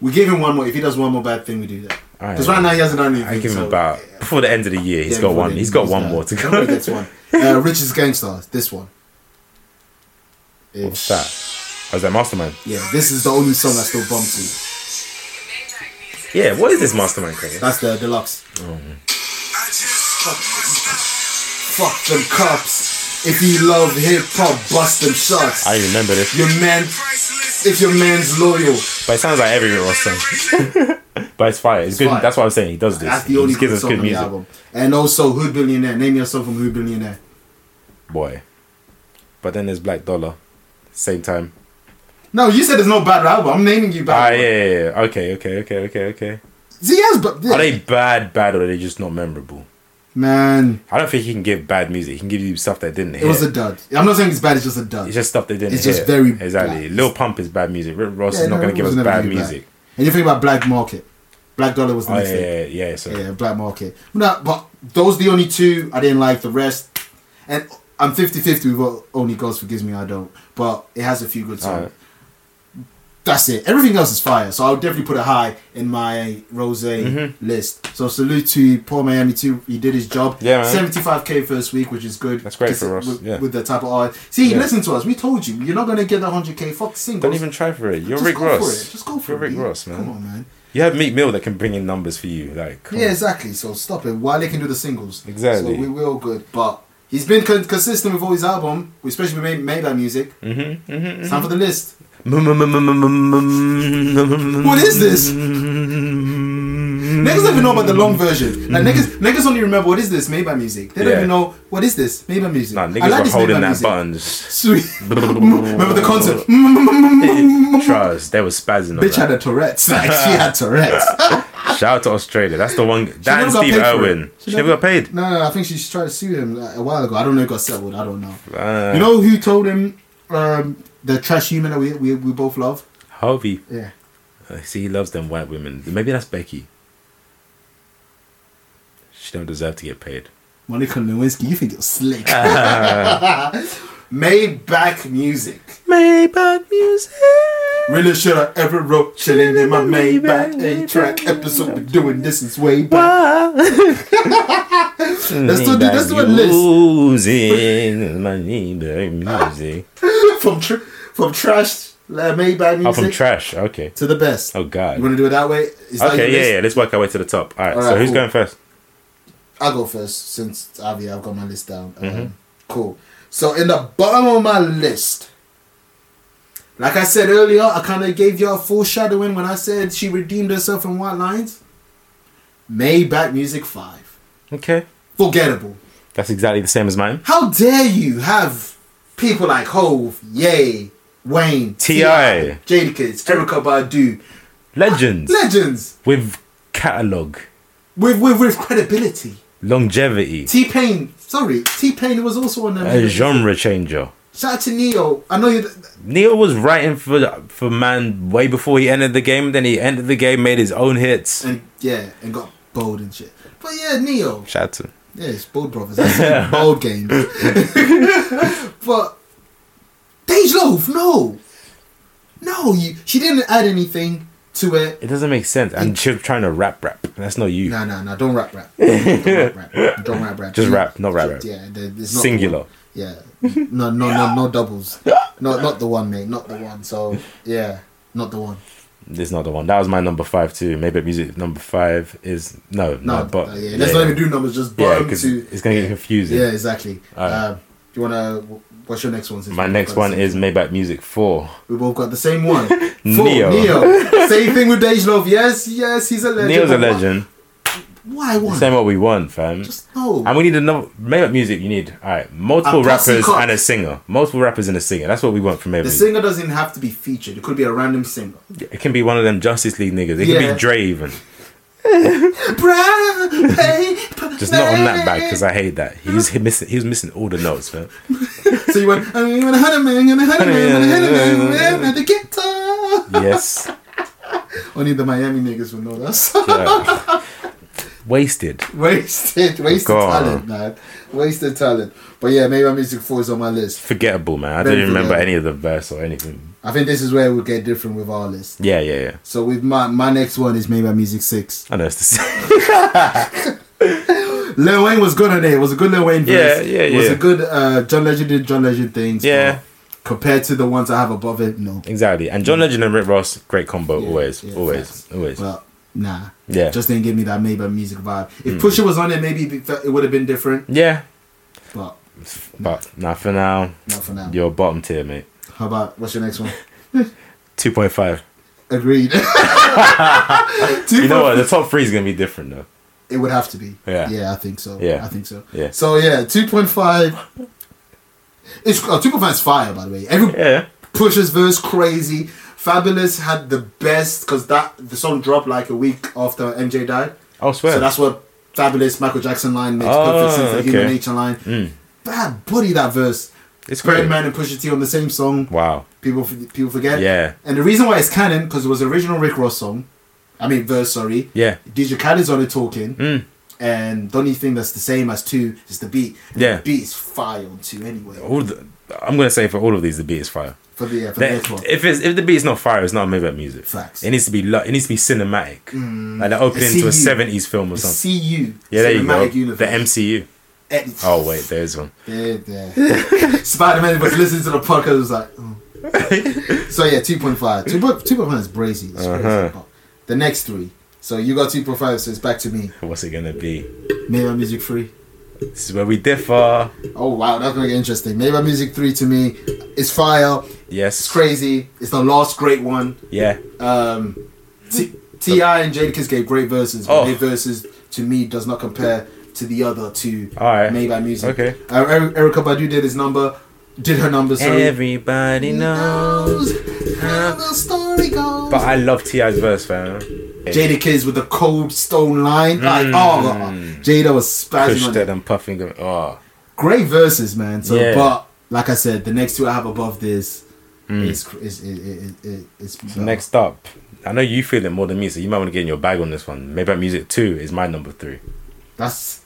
S3: We give him one more. If he does one more bad thing, we do that.
S4: Alright.
S3: Because right now he hasn't done anything.
S4: I give him
S3: so-
S4: about before the end of the year. He's
S3: Yeah,
S4: got
S3: before
S4: one.
S3: they-
S4: He's got one
S3: done.
S4: more to
S3: Everybody
S4: go.
S3: gets
S4: <laughs>
S3: one. Uh, Rich's Gangstar. This one.
S4: What's that? Oh, is that Mastermind?
S3: Yeah, this is the only song I still bump to.
S4: Yeah. What is this Mastermind thing?
S3: That's the deluxe.
S4: Oh,
S3: Fuck them cops. If you love hip hop, bust them shots.
S4: I remember this,
S3: Your man, if your man's loyal,
S4: but it sounds like every Ross song. But it's fire. It's, good.
S3: fire.
S4: That's what I'm saying. He does this.
S3: that's
S4: He
S3: the only
S4: just gives
S3: good
S4: us
S3: song
S4: good
S3: on the
S4: music.
S3: album. And also, Hood Billionaire. Name yourself from Hood Billionaire.
S4: Boy. But then there's Black Dollar. Same time.
S3: No, you said there's no bad album. I'm naming you
S4: Ah,
S3: bad.
S4: yeah, yeah, yeah. Okay, okay, okay, okay, okay.
S3: See, yes, but yeah.
S4: Are they bad, bad, or are they just not memorable?
S3: man,
S4: I don't think he can give bad music. He can give you stuff that didn't
S3: it
S4: hit.
S3: was a dud. I'm not saying it's bad. It's just a dud.
S4: it's just stuff they didn't
S3: It's just
S4: hear.
S3: very
S4: Exactly.
S3: bad.
S4: Lil Pump is bad music. Rick Ross
S3: Yeah,
S4: is not
S3: no,
S4: going to give
S3: it
S4: us
S3: was never
S4: bad
S3: really
S4: music.
S3: And you think about Black Market. Black Dollar was the
S4: Oh,
S3: next
S4: yeah,
S3: thing.
S4: yeah, yeah. So,
S3: Yeah, Black Market. No, but those the only two I didn't like. The rest, and I'm 50-50 with what Only God Forgives Me. I don't, but it has a few good songs.
S4: Alright.
S3: That's it. Everything else is fire. So I'll definitely put it high in my Rose
S4: Mm-hmm.
S3: list. So salute to Paul Miami too. He did his job.
S4: Yeah, man.
S3: 75k first week, which is good.
S4: That's great
S3: Just
S4: for us,
S3: With,
S4: yeah.
S3: with the type of art. See,
S4: Yeah.
S3: listen to us. We told you, you're not gonna get the 100k. Fuck singles.
S4: don't even try for it. You're
S3: Just
S4: Rick
S3: go
S4: Ross.
S3: For it. Just go for it.
S4: You're Rick
S3: man.
S4: Ross, man.
S3: Come on, man.
S4: You have Meat Mill that can bring in numbers for you. Like, come
S3: Yeah,
S4: on.
S3: exactly. So stop it. While they can do the singles,
S4: Exactly.
S3: So we we're all good. But he's been con- consistent with all his album, especially with made that music. Mm-hmm, It's time for the list.
S4: What
S3: What is this? Niggas don't even know about the long version. Like niggas, niggas only remember what is this made by music. They don't even
S4: Mm-hmm. Yeah.
S3: know what is this made by music.
S4: Nah,
S3: I
S4: niggas were
S3: this Made
S4: holding
S3: by
S4: that
S3: Music.
S4: button. just-
S3: Sweet. <laughs> remember the
S4: <laughs>
S3: concept. Bitch
S4: Trust, they were spazzing on
S3: had
S4: that.
S3: a Tourette's. <laughs> Like she had Tourette's. <laughs>
S4: Shout out to Australia. That's the one. That
S3: never
S4: and
S3: got
S4: Steve
S3: paid for it.
S4: Irwin. She, never got paid.
S3: No, no, I think she tried to sue him like, a while ago. I don't know if it got settled. I don't know.
S4: Uh,
S3: You know who told him um, the trash human that we, we, we both love?
S4: Harvey.
S3: Yeah.
S4: Uh, See, he loves them white women. Maybe that's Becky. She don't deserve to get paid.
S3: Monica Lewinsky, you think you're
S4: <laughs>
S3: slick. Made back music.
S4: Maybach music.
S3: Really should I ever wrote chilling in my Maybach A track episode. Been doing this since way back.
S4: Let's
S3: do- let's do a list.
S4: Music, my Maybach <laughs> music.
S3: from tr- from trash, like, made back
S4: Oh,
S3: music
S4: from trash. Okay.
S3: to the best.
S4: Oh God.
S3: You want to do it that way? Is that your
S4: Okay,
S3: list?
S4: yeah, yeah. Let's work our way to the top. All right. so
S3: Alright,
S4: who's
S3: cool.
S4: going first?
S3: I'll go first since Avi, I've got my list down. Um, Cool. So in the bottom of my list, like I said earlier, I kind of gave y'all foreshadowing when I said she redeemed herself in White Lines. Maybach Music Five.
S4: Okay.
S3: forgettable.
S4: That's exactly the same as mine.
S3: How dare you have people like Hove, Ye, Wayne,
S4: T.I.,
S3: Jadakiss, Erica Badu,
S4: <laughs> Legends
S3: legends
S4: with catalog,
S3: with with, with credibility.
S4: longevity,
S3: T Pain, sorry, T Pain was also on
S4: a
S3: them.
S4: genre changer.
S3: Shout out to Neo. I know you.
S4: Neil was writing for for man way before he entered the game. Then he entered the game, made his own hits.
S3: And yeah, and got bold and shit. But yeah, Neo.
S4: Shout out to
S3: Yeah, it's Bold Brothers. That's a
S4: <laughs>
S3: bold game. <laughs> but Dej Loaf, no, no, you. She didn't add anything to it.
S4: It doesn't make sense. And she's trying to rap, rap. That's not you.
S3: No, no, no. Don't rap, rap. Don't rap,
S4: <laughs>
S3: rap. Don't rap, rap.
S4: Just
S3: You-
S4: rap, not rap, rap.
S3: Yeah, there- there's not
S4: Singular.
S3: Yeah, no, no, no, no doubles. Not, not the one, mate. Not the one. So yeah, not the one.
S4: This is not the one. That was my number five too. Maybe music number five is no,
S3: No,
S4: no, but
S3: uh, yeah. Let's not even do numbers. Just
S4: Yeah,
S3: bottom
S4: 'cause
S3: two.
S4: it's gonna get confusing.
S3: Yeah, exactly.
S4: Alright.
S3: Um, do you wanna? What's your next one? since
S4: My
S3: we've
S4: next
S3: got
S4: one
S3: the
S4: is Maybach Music Four.
S3: We both got the same
S4: <laughs>
S3: one. Four,
S4: Neo.
S3: Neo. Same thing with Dej Love. Yes, yes, he's a legend.
S4: Neil's a
S3: but why-
S4: legend.
S3: Why one?
S4: Same what we want, fam.
S3: Just no.
S4: And we need another Maybach Music. You need all right, multiple
S3: A posse
S4: rappers
S3: cut.
S4: and a singer. Multiple rappers and a singer. That's what we want from
S3: the
S4: Maybach. Music.
S3: singer doesn't have to be featured. It could be a random singer.
S4: It can be one of them Justice League niggas. It can
S3: Yeah.
S4: be Dre even.
S3: Bruh, hey,
S4: Just not on that bag because I hate that.
S3: <laughs>
S4: He was he missing. He was missing all the notes, fam.
S3: So you went, I'm gonna honeymoon, gonna honeymoon, gonna honeymoon, man, at the guitar. <laughs>
S4: Yes.
S3: Only the Miami niggas will know that. <laughs> song.
S4: Yeah. Wasted.
S3: wasted, wasted
S4: God.
S3: talent, man. Wasted talent. But yeah, maybe my music four is on my list.
S4: Forgettable, man. I
S3: Very
S4: don't even remember
S3: forgettable.
S4: any of the verse or anything.
S3: I think this is where it would get different with our list.
S4: Yeah, yeah, yeah.
S3: So with my my next one is maybe my music six.
S4: I know it's the <laughs> same.
S3: Lil Wayne was good on it. It was a good Lil Wayne verse.
S4: Yeah, yeah,
S3: It was
S4: yeah.
S3: a good uh, John Legend did John Legend things.
S4: Yeah.
S3: but Compared to the ones I have above it, no.
S4: exactly. And John Legend and Rick Ross, great combo,
S3: Yeah,
S4: always,
S3: yeah,
S4: always,
S3: facts.
S4: always.
S3: Well, nah.
S4: Yeah. Hmm.
S3: Just didn't give me that maybe music vibe. If Pusha was on it, maybe it'd be- it would have been different.
S4: yeah,
S3: But
S4: but nah, for now,
S3: not for now.
S4: you're bottom tier, mate.
S3: How about what's your next one?
S4: Two point five. <laughs>
S3: Agreed. <laughs> Two
S4: You
S3: point-
S4: know what? The top three is gonna be different though.
S3: It would have to be.
S4: Yeah.
S3: Yeah, I think so.
S4: Yeah.
S3: I think so.
S4: Yeah.
S3: So yeah, two point five. It's oh, two point five is fire by the way. Every
S4: Yeah,
S3: Pusha's verse crazy. Fabulous had the best because that the song dropped like a week after MJ died.
S4: I swear.
S3: So that's what Fabulous Michael Jackson line makes
S4: Oh,
S3: perfect sense. The human
S4: okay.
S3: nature line.
S4: Mm.
S3: Bad buddy that verse.
S4: it's great.
S3: Redman and Pusha T on the same song.
S4: Wow.
S3: People f- people forget.
S4: Yeah.
S3: And the reason why it's canon because it was the original Rick Ross song. I mean verse. Sorry.
S4: Yeah.
S3: DJ Khaled's on it talking.
S4: Mm.
S3: And the only thing that's the same as two is the beat. And
S4: Yeah. Oh.
S3: The beat is fire on two anyway.
S4: All the, I'm gonna say for all of these, the beat is fire.
S3: For the yeah, for
S4: That-
S3: the next one.
S4: if it's if the beat's not fire, it's not made about music.
S3: Facts. Mm.
S4: It needs to be lo- it needs to be cinematic, like the opening to
S3: CU.
S4: a '70s film or
S3: The
S4: something.
S3: CU.
S4: yeah, there you go.
S3: Cinematic Universe.
S4: The MCU.
S3: Eh,
S4: Oh wait, there's one.
S3: There,
S4: <laughs>
S3: there. <laughs> Spider Man was listening to the podcast. Was like, oh.
S4: <laughs>
S3: so yeah, two point five. Two point two point five is brazy. It's
S4: Uh-huh.
S3: crazy. But the next three. So you got two point five. So it's back to me.
S4: What's it gonna be?
S3: Maybe I'm music three.
S4: This is where we differ.
S3: Oh wow, that's gonna get interesting. Maybe I'm music three to me. It's fire. It's
S4: Yes.
S3: crazy. It's the last great one.
S4: Yeah.
S3: Um, T- Ti and Jadakiss gave great verses, but
S4: Oh.
S3: their verses to me does not compare to the other two
S4: Alright.
S3: made by music.
S4: Okay.
S3: Uh, Eri- Erica Badu did his number, did her number. Sorry.
S4: Everybody knows.
S3: how the story goes.
S4: But I love Ti's verse, fam.
S3: Jada Kids with the cold stone line, like oh, uh, Jada was spazzing on
S4: Mm. Pushed
S3: that.
S4: it and puffing. them. Oh,
S3: Great verses, man. So,
S4: Yeah.
S3: but like I said, the next two I have above this is is is is, is, is
S4: next up. I know you feel it more than me, so you might want to get in your bag on this one. Maybe Music 2 is my number three.
S3: That's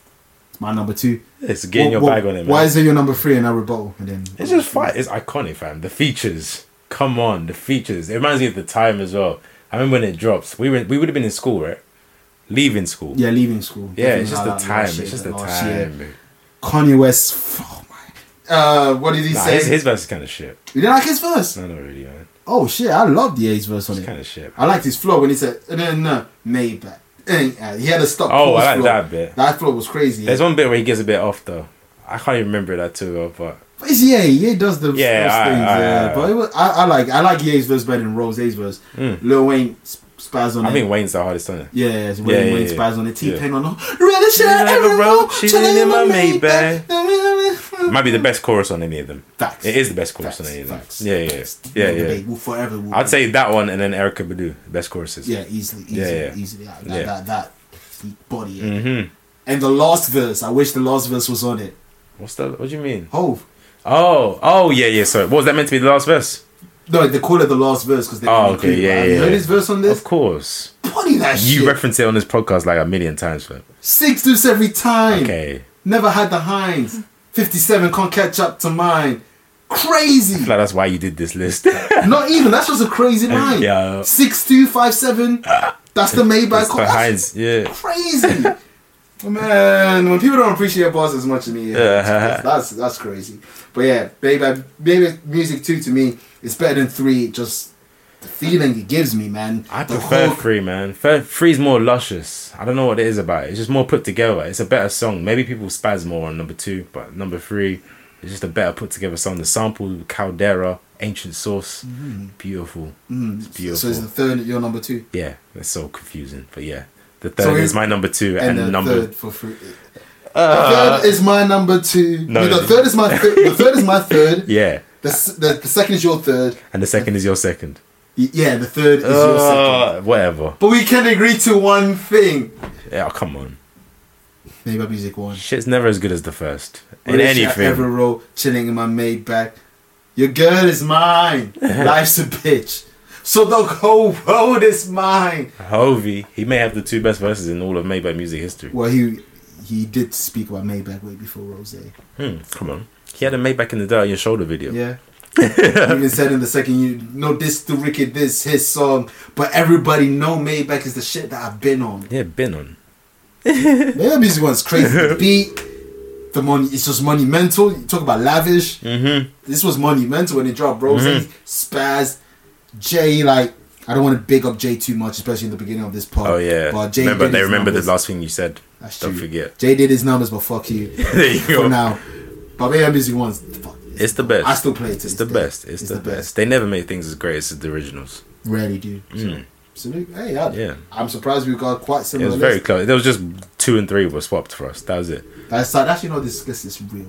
S3: it's my number two.
S4: It's get in your
S3: Wha- wha-
S4: bag on it, man.
S3: Why is it your number three and I rebuttal? And then
S4: It's just fire. It's iconic, fam. The features. Come on, the features. It reminds me of the time as well. I remember when it drops. We were we would have been in school, right? Leaving school.
S3: Yeah, leaving school.
S4: Yeah, it's just the
S3: Definitely
S4: time.
S3: highlight last
S4: It's just the
S3: year, last year.
S4: time.
S3: Kanye West. Oh my. Uh, what did he
S4: Nah,
S3: say?
S4: his, his verse is kind of shit.
S3: you didn't like his verse?
S4: No, not really, man.
S3: Oh shit! I love the A's verse on
S4: It's
S3: it.
S4: kind of shit.
S3: I liked his flow when he said, "No, no, Maybach." Ain't that." He had a stop.
S4: Oh,
S3: pause
S4: I like
S3: flow.
S4: that bit.
S3: That flow was crazy.
S4: There's one bit where he gets a bit off though. I can't even remember that too well, but
S3: But it's Ye. Ye does the
S4: Yeah,
S3: those
S4: alright,
S3: things.
S4: alright,
S3: yeah,
S4: alright.
S3: but it was, I, I like I like Ye's verse better than Rose A's verse. Lil Wayne s- spaz on
S4: Hmm. I
S3: it.
S4: think Wayne's the hardest on it.
S3: yeah, it's Wayne,
S4: yeah,
S3: Wayne
S4: yeah.
S3: spaz on it. T Pain
S4: Yeah.
S3: on on Red shirt
S4: Yeah,
S3: every
S4: the
S3: road,
S4: road, chilling in my Maybach. Might be the best chorus on any of them.
S3: Facts.
S4: It is the best chorus
S3: Facts,
S4: on any of them.
S3: facts,
S4: Yeah, yeah,
S3: facts.
S4: yeah,
S3: No
S4: yeah.
S3: debate. We'll forever. We'll
S4: I'd say that one and then Erica Badu, best choruses.
S3: Yeah, easily, easily,
S4: Yeah, yeah.
S3: easily. That,
S4: Yeah. Mm-hmm.
S3: that, that, that body. And the last verse, I wish the last verse was on it.
S4: What's that? What do you mean?
S3: Oh,
S4: Oh, oh, yeah, yeah. Sorry, what was that meant to be the last verse?
S3: no, they call it the last verse because they.
S4: Oh,
S3: include
S4: okay,
S3: it.
S4: yeah,
S3: Have
S4: yeah,
S3: You heard
S4: yeah.
S3: his verse on this?
S4: Of course.
S3: Body that
S4: You
S3: shit.
S4: reference it on this podcast like a million times, fam.
S3: Six deuce every time.
S4: Okay.
S3: Never had the hinds. Fifty-seven can't catch up to mine. Crazy.
S4: Like that's why you did this list. <laughs>
S3: Not even. That's just a crazy line.
S4: Yeah. Ah,
S3: Six two five seven. That's the Maybach.
S4: It's
S3: call. That's
S4: behind, yeah.
S3: crazy. <laughs> Man, when people don't appreciate bars as much as me,
S4: Uh-huh.
S3: yeah, that's that's crazy. But yeah, baby, baby, music two to me is better than three. Just the feeling it gives me, man.
S4: I
S3: The
S4: prefer
S3: hook-
S4: Free, man. Fe- Free's more luscious. I don't know what it is about it. It's just more put together. It's a better song. Maybe people spaz more on number two, but number three is just a better put together song. The sample, Caldera, Ancient Source, beautiful. It's
S3: Mm-hmm. So
S4: beautiful.
S3: it's the third. Your number two.
S4: yeah, it's so confusing, but yeah. The
S3: So
S4: third
S3: we-
S4: is my number two,
S3: And,
S4: and,
S3: the
S4: number Uh,
S3: third for three. the third is my number two.
S4: no,
S3: No, the
S4: no.
S3: third is my th- the third is my third.
S4: <laughs> yeah,
S3: The, s- the, the second is your third.
S4: and the second is your second.
S3: Y- Yeah, the third is your second.
S4: Uh, whatever.
S3: But we can agree to one thing.
S4: Yeah, oh, come on.
S3: Maybe music one.
S4: Shit's never as good as the first in
S3: What if she
S4: anything.
S3: ever roll, chilling in my Maybach. Your girl is
S4: <laughs>
S3: mine. Life's a bitch. So the whole world is mine.
S4: Hovey, he may have the two best verses in all of Maybach music history.
S3: Well, he he did speak about Maybach way before Rose.
S4: Hmm, come on. He had a Maybach in the dirt on your shoulder video.
S3: Yeah.
S4: <laughs>
S3: He even said in the second, you know, this to Ricky, this his song, but everybody know Maybach is the shit that I've been on.
S4: Yeah, been on.
S3: Maybach music one's crazy.
S4: <laughs>
S3: The beat, the money, it's just monumental. You talk about lavish.
S4: Mm-hmm.
S3: this was monumental when it dropped. Rose, Spaz, Jay. Like I don't want to big up Jay too much, especially in the beginning of this part.
S4: Oh yeah.
S3: but Jay
S4: remember
S3: did
S4: they
S3: his
S4: remember
S3: numbers.
S4: the last thing you said.
S3: That's
S4: Don't
S3: true.
S4: forget.
S3: Jay did his numbers, but fuck you
S4: <laughs> There you
S3: for
S4: go.
S3: now. But Maybach Music One's fuck,
S4: It's the best.
S3: I still play it. to
S4: It's the
S3: this day.
S4: best. It's, the, best. They never made things as great as the originals.
S3: Rarely do. So, so, hey, I,
S4: Yeah.
S3: I'm surprised we got quite
S4: It
S3: similar.
S4: was very
S3: lists.
S4: close. There was just two and three were swapped for us. That was it.
S3: That's that's actually no. This list is real.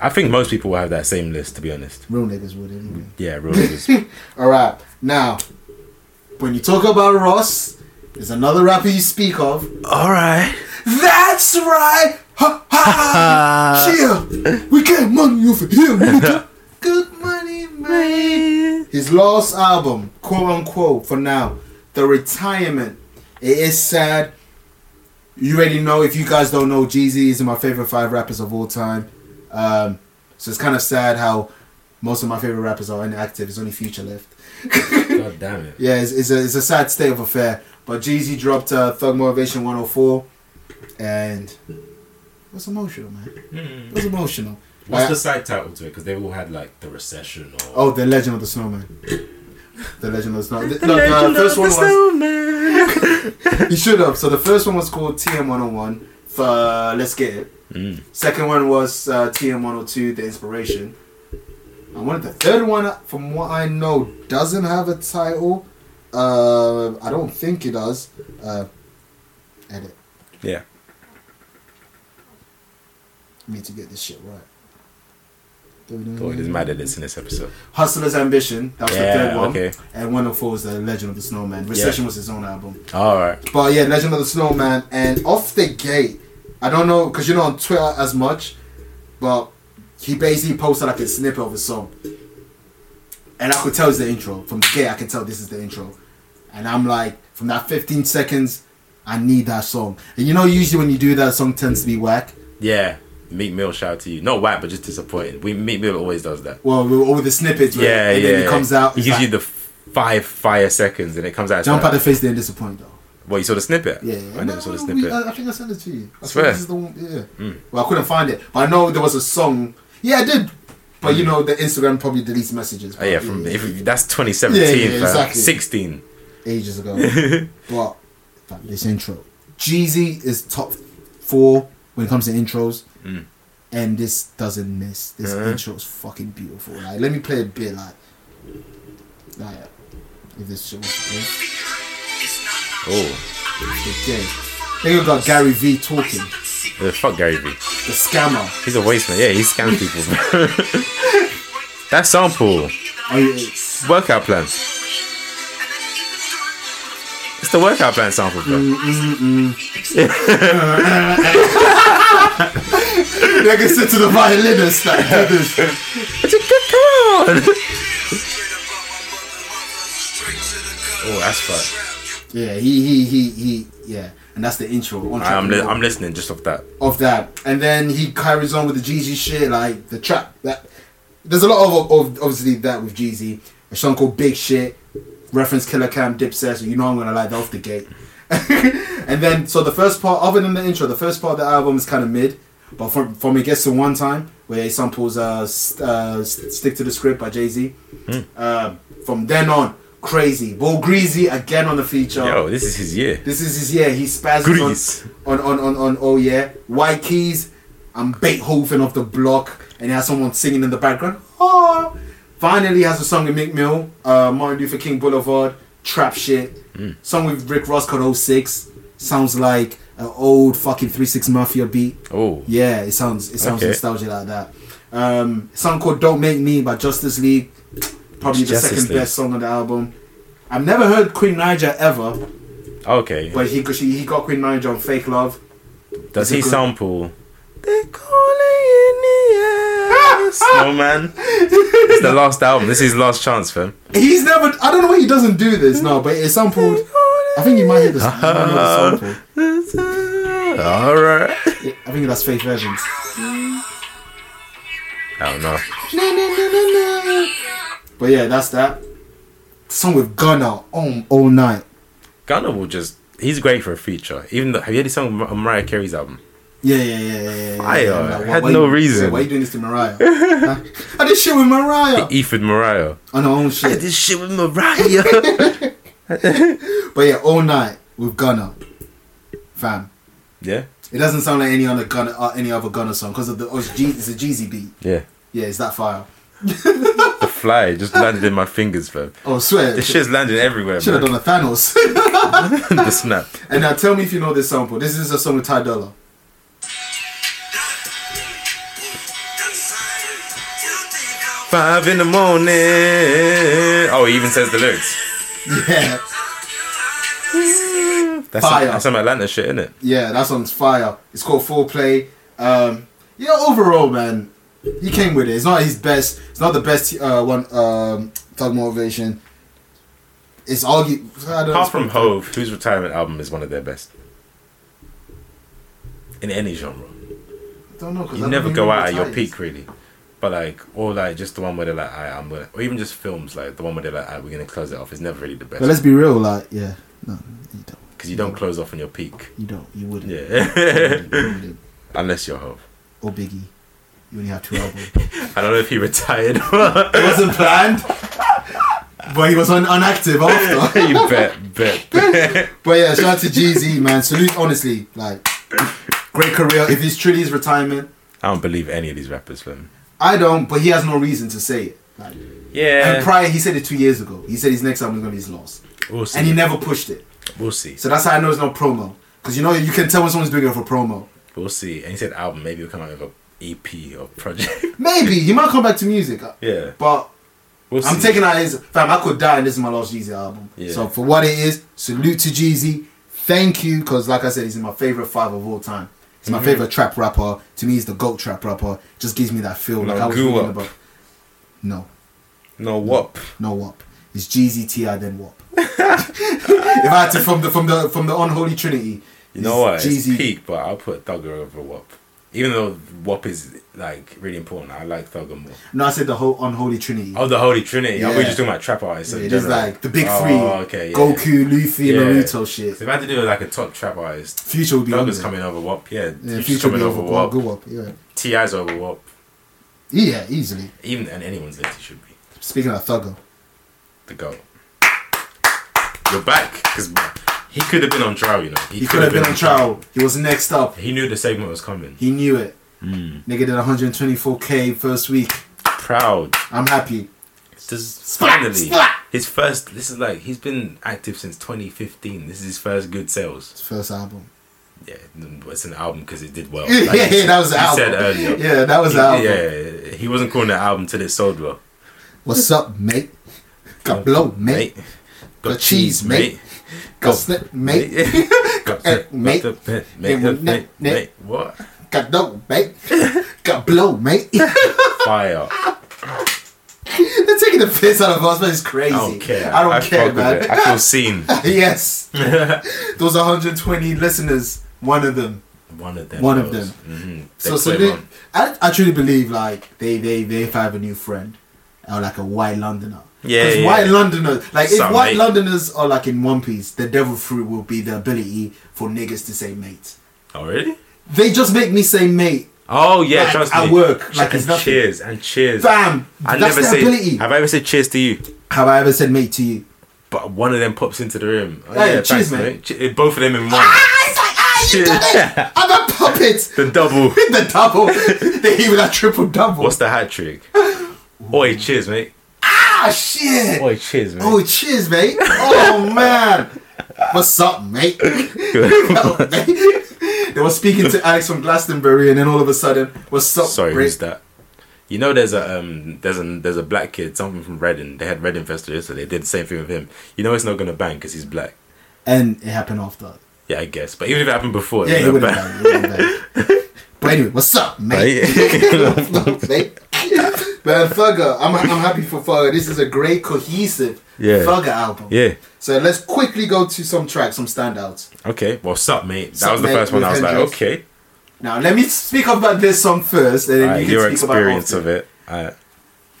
S4: I think most people will have that same list, to be honest.
S3: Real niggas would anyway.
S4: Yeah,
S3: <laughs>
S4: real niggas.
S3: All right. Now, when you talk about Ross, there's another rapper you speak of.
S4: All right.
S3: That's right. Ha ha. Chill. We get money off of him. nigga. Good money, man. His last album, quote unquote, for now, The Retirement. It is sad. You already know. If you guys don't know, Jeezy is my favorite five rappers of all time. Um, so it's kind of sad how most of my favorite rappers are inactive. There's only Future left.
S4: God damn it.
S3: Yeah, it's, it's, a, it's a sad state of affair. But Jeezy dropped uh, Thug Motivation 104, and what's emotional, man? What's emotional? Like-
S4: side title to it? Because they all had like the recession or
S3: oh, The Legend of the Snowman. The Legend of the Snowman. The, no, the first one was. you should have. So the first one was called TM101 for Let's Get It.
S4: Mm.
S3: Second one was uh, TM102, The Inspiration. I wanted the third one, from what I know, doesn't have a title. Uh, I don't think it does. Uh, edit.
S4: yeah.
S3: need to get this shit right.
S4: Boy, it doesn't matter that it's in this episode.
S3: Hustler's Ambition, that was
S4: Yeah,
S3: the third one.
S4: okay.
S3: And 104 was The Legend of the Snowman. Recession was his own album.
S4: All right.
S3: But yeah, Legend of the Snowman. And off the gate, I don't know, because you're not on Twitter as much, but he basically posted like a snippet of a song. And I could tell it's the intro. From the gate, I could tell this is the intro. And I'm like, from that 15 seconds, I need that song. And you know, usually when you do that, song tends to be whack.
S4: Yeah. Meat Mill, shout out to you. Not whack, but just disappointed. We Meat Mill always does that.
S3: Well, with all the snippets, right?
S4: Yeah,
S3: and
S4: yeah.
S3: then it comes out.
S4: He
S3: it's
S4: gives
S3: like-
S4: you the f- five fire seconds, and it comes out. as
S3: Jump
S4: that.
S3: out the face didn't disappoint though.
S4: Well, you saw the snippet.
S3: Yeah,
S4: I never saw the
S3: we- uh,
S4: snippet. Hmm.
S3: I, I think I sent it to you. I
S4: That's
S3: think
S4: fair.
S3: This is the one, yeah. Well, I couldn't find it, but I know there was a song. Yeah, I did. But you know, the Instagram probably deletes messages.
S4: Hmm. oh yeah,
S3: but
S4: from
S3: it-
S4: if, that's 2017.
S3: Yeah, yeah,
S4: fam.
S3: exactly.
S4: 16.
S3: ages ago.
S4: <laughs>
S3: but fuck, this intro, Jeezy is top four when it comes to intros,
S4: Hmm.
S3: and this doesn't miss. This
S4: Uh-huh.
S3: intro is fucking beautiful. Like, let me play a bit. Like, like if this shit was to play.
S7: It's not
S4: Oh,
S3: Again. Nigga got Gary V talking.
S4: yeah, fuck Gary Vee.
S3: The scammer.
S4: He's a waste man. Yeah, he scams people. bro. <laughs> that sample.
S3: Oh, yeah.
S4: Workout plan. It's the workout plan sample, bro.
S3: Mm.
S4: Mm-hmm.
S3: Nigga said to the violinist like, do this.
S4: Oh, that's fun.
S3: Yeah, he, he, he, he, yeah. And that's the intro. One track
S4: <laughs> I'm, li-
S3: intro
S4: I'm listening just off that.
S3: of that. And then he carries on with the Jeezy shit, like the trap. That There's a lot of, of obviously, that with Jeezy. A song called Big Shit, reference Killer Cam, Dipset, so you know I'm going to like that off the gate. <laughs> and then, so the first part, other than the intro, the first part of the album is kind of mid. But from, from it gets to one time, where he samples uh, st- uh, st- Stick to the Script by Jay Z. Uh, from then on, crazy. Bo Greasy again on the feature.
S4: Yo, this is his year.
S3: This is his year. He spazzes
S4: Grease.
S3: on, on, on, on, on, oh yeah. White Keys, I'm Beethoven off the block, and he has someone singing in the background. Oh. Finally, he has a song with Mick Mill, uh, Martin Luther King Boulevard, Trap Shit.
S4: Mm.
S3: Song with Rick Ross called 06. Sounds like an old fucking 3 6 Mafia beat.
S4: Oh,
S3: Yeah, it sounds it sounds
S4: Okay.
S3: nostalgic like that. Um, song called "Don't Make Me" by Justice League, probably the
S4: Justice
S3: second
S4: League.
S3: best song on the album. I've never heard Queen Niger ever,
S4: okay.
S3: but he she, he got Queen Niger on Fake Love.
S4: Does he
S3: good?
S4: sample? They're calling in the <laughs> air. Snowman. It's the last album. This is his last chance, fam.
S3: He's never. I don't know why he doesn't do this. No, but it's sampled. I think you might hear this. you might know the
S4: <laughs>
S3: sample.
S4: All right.
S3: I think that's Faith Evans.
S4: I don't know.
S3: But yeah, that's that. Song with Gunna on all night.
S4: Gunna will just. He's great for a feature. Even though, have you heard his song on Mar- on Mariah Carey's album?
S3: Yeah, yeah, yeah, yeah. yeah, yeah.
S4: I, uh,
S3: I'm
S4: had
S3: why
S4: no
S3: you-
S4: reason.
S3: Why are you doing this to Mariah? <laughs> Huh? I did shit with Mariah
S4: Eford Mariah.
S3: on her own shit.
S4: This shit with Mariah.
S3: But yeah, all night with Gunna, fam.
S4: <laughs> yeah.
S3: It doesn't sound like any other Gunna, uh, any other Gunna song because of the oh, it's, G, it's a Jeezy beat.
S4: Yeah.
S3: Yeah, it's that fire.
S4: The fly just landed in my fingers, fam.
S3: Oh, I swear.
S4: This
S3: Should
S4: shit's landing everywhere,
S3: have
S4: man.
S3: done a Thanos.
S4: <laughs>
S3: <laughs>
S4: the snap.
S3: and now tell me if you know this sample. This is a song with Ty Dolla. <laughs>
S4: Five in the morning. Oh, he even says the lyrics.
S3: Yeah,
S4: That's some,
S3: Fire.
S4: that's some Atlanta shit, isn't it?
S3: yeah, that song's fire. It's called Foreplay. Um, yeah, overall, man, he came with it. It's not his best. It's not the best uh, one. Um, Thug motivation. It's argue. I don't
S4: Apart from Hove, whose retirement album is one of their best in any genre.
S3: don't know. 'cause I
S4: You
S3: don't
S4: never
S3: even
S4: go
S3: know
S4: out
S3: what
S4: at your
S3: Ty is.
S4: peak, really. But like, or like just the one where they're like, I, I'm gonna, or even just films like the one where they're like, "Aight, we're gonna close it off. It's never really the
S3: But let's
S4: best
S3: be real, like, yeah, no, you don't.
S4: because you don't close off on your peak.
S3: You don't. You wouldn't.
S4: Yeah,
S3: You wouldn't.
S4: unless you're Hove.
S3: Or Biggie. You only have two albums.
S4: <laughs> I don't know if he retired. or
S3: it wasn't planned. But he was on unactive after.
S4: <laughs> you bet, bet, bet.
S3: <laughs> But yeah, shout out to Jeezy, man. Salute, honestly, like great career. If it's truly his retirement,
S4: I don't believe any of these rappers, man.
S3: I don't. But he has no reason to say it. Like, and
S4: Yeah,
S3: prior, he said it two years ago. He said his next album is gonna be his last,
S4: we'll see.
S3: and he never pushed it.
S4: we'll see.
S3: So that's how I know it's not promo. Because you know you can tell when someone's doing it for promo.
S4: We'll see. And he said album. Maybe he'll come out with a EP or project. <laughs>
S3: Maybe he might come back to music.
S4: Yeah.
S3: But
S4: We'll
S3: I'm taking out his fam. I could die, and this is my last Jeezy album.
S4: Yeah.
S3: So for what it is, salute to Jeezy. Thank you, because like I said, he's my favorite five of all time. He's
S4: Mhm.
S3: my favorite trap rapper. To me, he's the goat trap rapper. Just gives me that feel.
S4: No,
S3: like I was
S4: Goo
S3: thinking
S4: Up.
S3: about. No,
S4: No wop.
S3: no WAP. It's Jeezy Ti then <laughs> WAP. if I had to from the from the from the unholy trinity,
S4: You know what?
S3: it's
S4: It's
S3: Jeezy.
S4: peak, but I'll put Thugger over wop. Even though wop is like really important, I like Thugger more.
S3: No, I said the whole unholy trinity.
S4: Oh, the Holy Trinity. Oh,
S3: Yeah.
S4: we're just talking about trap artists. in
S3: it is
S4: general.
S3: like the big
S4: Oh,
S3: three:
S4: okay, yeah.
S3: Goku, Luffy,
S4: Yeah.
S3: Naruto. Shit,
S4: If I had to do like a top trap artist,
S3: Future would be on
S4: Thugger's
S3: there.
S4: coming over wop. Yeah,
S3: Yeah,
S4: Future's
S3: Future would be
S4: coming over
S3: over WAP. Good
S4: wop.
S3: WAP. Yeah.
S4: Ti's over wop.
S3: Yeah, easily.
S4: Even and anyone's list, he should be
S3: Speaking of Thugger,
S4: the goat. You're back because he could have been on trial. You know,
S3: he could have been on trial. He was next up.
S4: He knew the segment was coming.
S3: He knew it.
S4: Hmm.
S3: Nigga did 124k first week.
S4: Proud.
S3: I'm happy.
S4: Just finally.
S3: Splat!
S4: his first. This is like he's been active since 2015. This is his first good sales.
S3: His first album.
S4: Yeah, it's an album because it did well.
S3: <laughs> Yeah,
S4: Like
S3: yeah, that was the
S4: Oh, you
S3: album.
S4: said earlier.
S3: Yeah, that was the album.
S4: Yeah, he wasn't calling that album till it sold well.
S3: What's up, mate? Got blow, mate.
S4: Mate, got cheese, mate.
S3: Got snip, mate.
S4: <laughs> Got
S3: eh, mate.
S4: mate, mate, mate, mate. What?
S3: Got dope, mate. Got blow,
S4: <laughs>
S3: mate.
S4: Fire.
S3: They're taking the piss out of us, but it's crazy.
S4: I don't care.
S3: I don't care,
S4: fuck with it.
S3: man.
S4: I
S3: <laughs>
S4: feel seen. <laughs>
S3: yes. Those 120 listeners, one of them.
S4: One of them.
S3: One of them.
S4: Mm-hmm.
S3: so, so they, I, I truly believe like they they they if I have a new friend or like a white Londoner.
S4: Yeah,
S3: 'Cause
S4: yeah.
S3: white Londoners like if
S4: Some
S3: white
S4: mate.
S3: Londoners are like in one piece, the devil fruit will be the ability for niggas to say mate.
S4: Oh really?
S3: They just make me say mate.
S4: Oh yeah,
S3: Like,
S4: trust me.
S3: at work, like
S4: and
S3: it's nothing.
S4: Cheers and cheers.
S3: Bam!
S4: I
S3: That's
S4: never
S3: the
S4: said.
S3: ability.
S4: Have I ever said cheers to you?
S3: Have I ever said mate to you?
S4: But one of them pops into the room. Oh,
S3: Hey,
S4: yeah,
S3: cheers,
S4: cheers,
S3: mate.
S4: mate. Che- Both of them in one.
S3: Ah, it's like ah, you done
S4: <laughs>
S3: it. I'm a puppet.
S4: The double.
S3: the
S4: <laughs>
S3: double, the even a triple double.
S4: What's the hat trick? Oi, cheers, mate.
S3: ah shit?
S4: Oi, cheers, mate.
S3: Oh, cheers, mate.
S4: <laughs>
S3: Oh, man. What's up, mate? <laughs> they were speaking to Alex from Glastonbury, and then all of a sudden, what's up,
S4: Sorry,
S3: Rick?
S4: who's that? You know, there's a um, there's a there's a black kid, something from Reading. They had Reading Festival, so they did the same thing with him. You know, it's not gonna bang because he's black.
S3: And it happened after.
S4: Yeah, I guess. But even if it happened before,
S3: Yeah,
S4: it's
S3: it
S4: not
S3: would
S4: bang.
S3: have been. But anyway, what's up, mate? <laughs> What's up, mate? Man, Fugger, I'm, I'm happy for Fugger. This is a great, cohesive
S4: Yeah.
S3: Fugger album.
S4: Yeah.
S3: So let's quickly go to some tracks, some standouts.
S4: Okay. Well, sup, mate. That
S3: Sup,
S4: was the
S3: mate,
S4: first one. I
S3: with
S4: was like,
S3: Hendrix.
S4: okay.
S3: Now, let me speak about this song first, and then
S4: Alright,
S3: you can
S4: your
S3: speak about
S4: experience
S3: after.
S4: of it. Uh, Alright.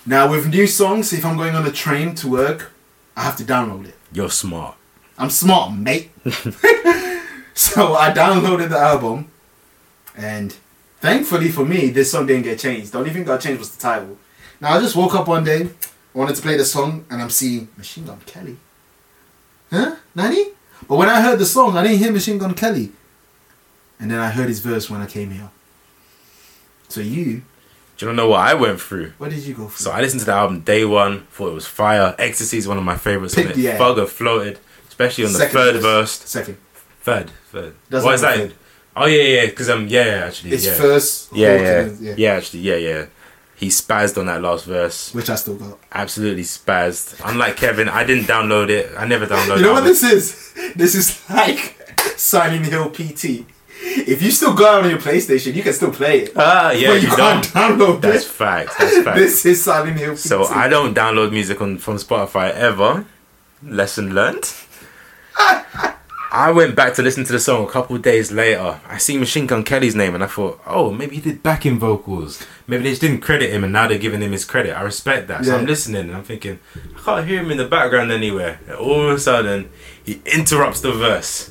S3: Now with new songs, if I'm going on a train to work, I have to download it.
S4: You're smart.
S3: I'm smart,
S4: <laughs>
S3: mate. so I downloaded the album, and thankfully for me, this song didn't get changed. The only thing that got changed was the title. Now I just woke up one day, wanted to play the song, and I'm seeing Machine Gun Kelly. Huh? Nani? But when I heard the song, I didn't hear Machine Gun Kelly. And then I heard his verse when I came here. So you,
S4: Do you know what I went through?
S3: what did you go for?
S4: So I listened to the album day one, thought it was fire. Ecstasy is one of my favorites. on
S3: Pick <laughs>
S4: it.
S3: the air.
S4: Bugger floated, especially on the
S3: Second
S4: third
S3: verse.
S4: verse.
S3: Second.
S4: Third, third.
S3: Doesn't
S4: what is
S3: have a
S4: that?
S3: third.
S4: Oh yeah, yeah, because um, yeah, yeah, actually,
S3: It's
S4: yeah.
S3: first.
S4: yeah,
S3: whole
S4: yeah,
S3: thing,
S4: yeah, actually, yeah, yeah. He spazzed on that last verse.
S3: Which I still got.
S4: Absolutely spazzed. Unlike Kevin, I didn't download it. I never downloaded.
S3: You know what
S4: album.
S3: this is? This is like <laughs> signing Hill PT. If you still got it on your PlayStation, you can still play it.
S4: Ah, yeah,
S3: but you,
S4: you, don't.
S3: can't download
S4: That's
S3: it.
S4: fact.
S3: <laughs>
S4: That's fact.
S3: This is Silent Hill PT.
S4: So I don't download music on from Spotify ever. Lesson learned. I went back to listen to the song a couple of days later. I see Machine Gun Kelly's name and I thought, oh, maybe he did backing vocals. Maybe they just didn't credit him and now they're giving him his credit. I respect that. So I'm
S3: Yeah.
S4: listening and I'm thinking, I can't hear him in the background anywhere. And all of a sudden, he interrupts the verse.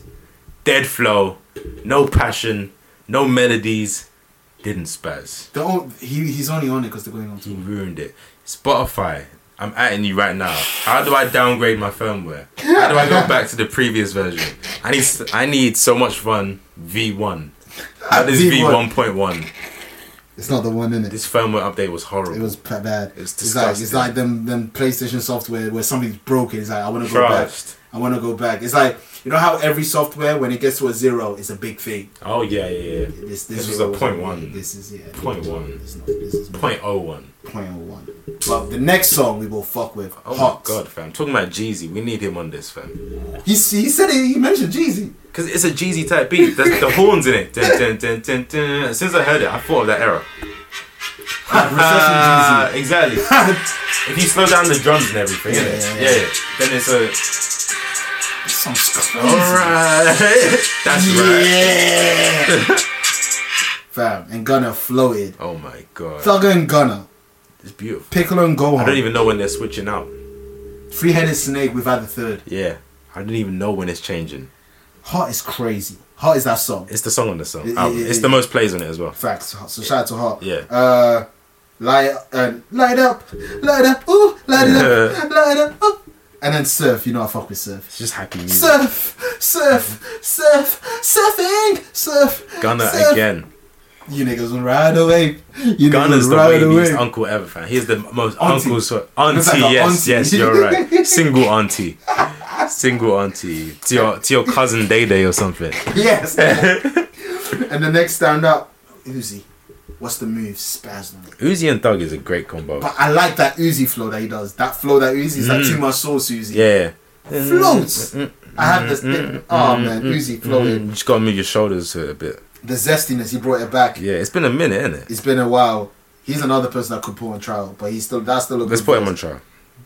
S4: Dead flow, no passion, no melodies, didn't spaz.
S3: Don't. He, he's only on it because they're going on
S4: You
S3: tour.
S4: ruined it. Spotify, I'm atting you right now. How do I downgrade my firmware? How do I go back to the previous version? I need I need so much fun V1. That is
S3: V1.
S4: V1.1.
S3: It's not the one in it.
S4: This firmware update was horrible.
S3: It was p- bad. like
S4: It's
S3: it's
S4: disgusting.
S3: like them them PlayStation software where something's broken. It's like I want to go
S4: Trust.
S3: back. I want to go back. It's like you know how every software when it gets to a zero is a big thing.
S4: oh yeah, yeah, yeah.
S3: This
S4: This was
S3: zero
S4: a point one.
S3: This is yeah.
S4: Point one.
S3: It's not, this is
S4: Point oh one.
S3: point one. But the next song we will fuck with.
S4: Oh
S3: Hot.
S4: my god, fam. Talking about Jeezy, we need him on this, fam.
S3: He, he said he, he mentioned Jeezy.
S4: Cause it's a Jeezy type beat. There's the horns in it. Dun, dun, dun, dun, dun. As soon as I heard it, I thought of that era. <laughs> Ah, <laughs> exactly. If you slow down the drums and everything, yeah,
S3: Yeah,
S4: innit?
S3: yeah,
S4: Yeah, yeah. Then it's a
S3: Recession Jeezy.
S4: alright. <laughs> That's right.
S3: Yeah. Fam and Gunna floated.
S4: Oh my god,
S3: Thugger and Gunna.
S4: it's beautiful.
S3: Piccolo and Gohan.
S4: I don't even know when they're switching out.
S3: Three headed snake without the third.
S4: Yeah, I don't even know when it's changing.
S3: Hot is crazy. Hot is that song.
S4: It's the song on the song.
S3: Yeah,
S4: album.
S3: yeah,
S4: It's
S3: yeah.
S4: the most plays on it as well.
S3: Facts. Hot. So shout out to Hot.
S4: Yeah.
S3: Uh, light and light up, light up, ooh, light it
S4: <laughs>
S3: up, light up, ooh. And then surf. You know I fuck with surf.
S4: It's just happy music.
S3: Surf, surf, surf, surfing, surf.
S4: Gunna
S3: surf.
S4: again.
S6: You niggas will ride away. You
S4: Gunner's
S6: niggas
S4: the
S6: will ride
S4: waviest
S6: away.
S4: uncle ever, fam. He's the most
S6: Auntie.
S4: uncle. So,
S6: Looks
S4: auntie,
S6: like a
S4: yes,
S6: auntie.
S4: yes, you're <laughs> right. Single auntie. Single auntie. To your, to your cousin Day Day or something.
S3: Yes. <laughs> and the next stand up, Uzi. What's the move? Spaz on it.
S4: Uzi and Thug is a great combo.
S3: But I like that Uzi flow that he does. That flow that Uzi is like too much sauce, Uzi.
S4: Mm. Yeah.
S3: Floats. I have this thing. Oh man, Uzi
S4: Mm-hmm. You
S3: flowing.
S4: just gotta move your shoulders to it a bit.
S3: The zestiness, he brought it back.
S4: Yeah, it's been a minute, isn't it?
S3: It's been a while. He's another person that could put on trial, but he's still that's still a
S4: Let's
S3: good
S4: put him
S3: voice.
S4: on trial.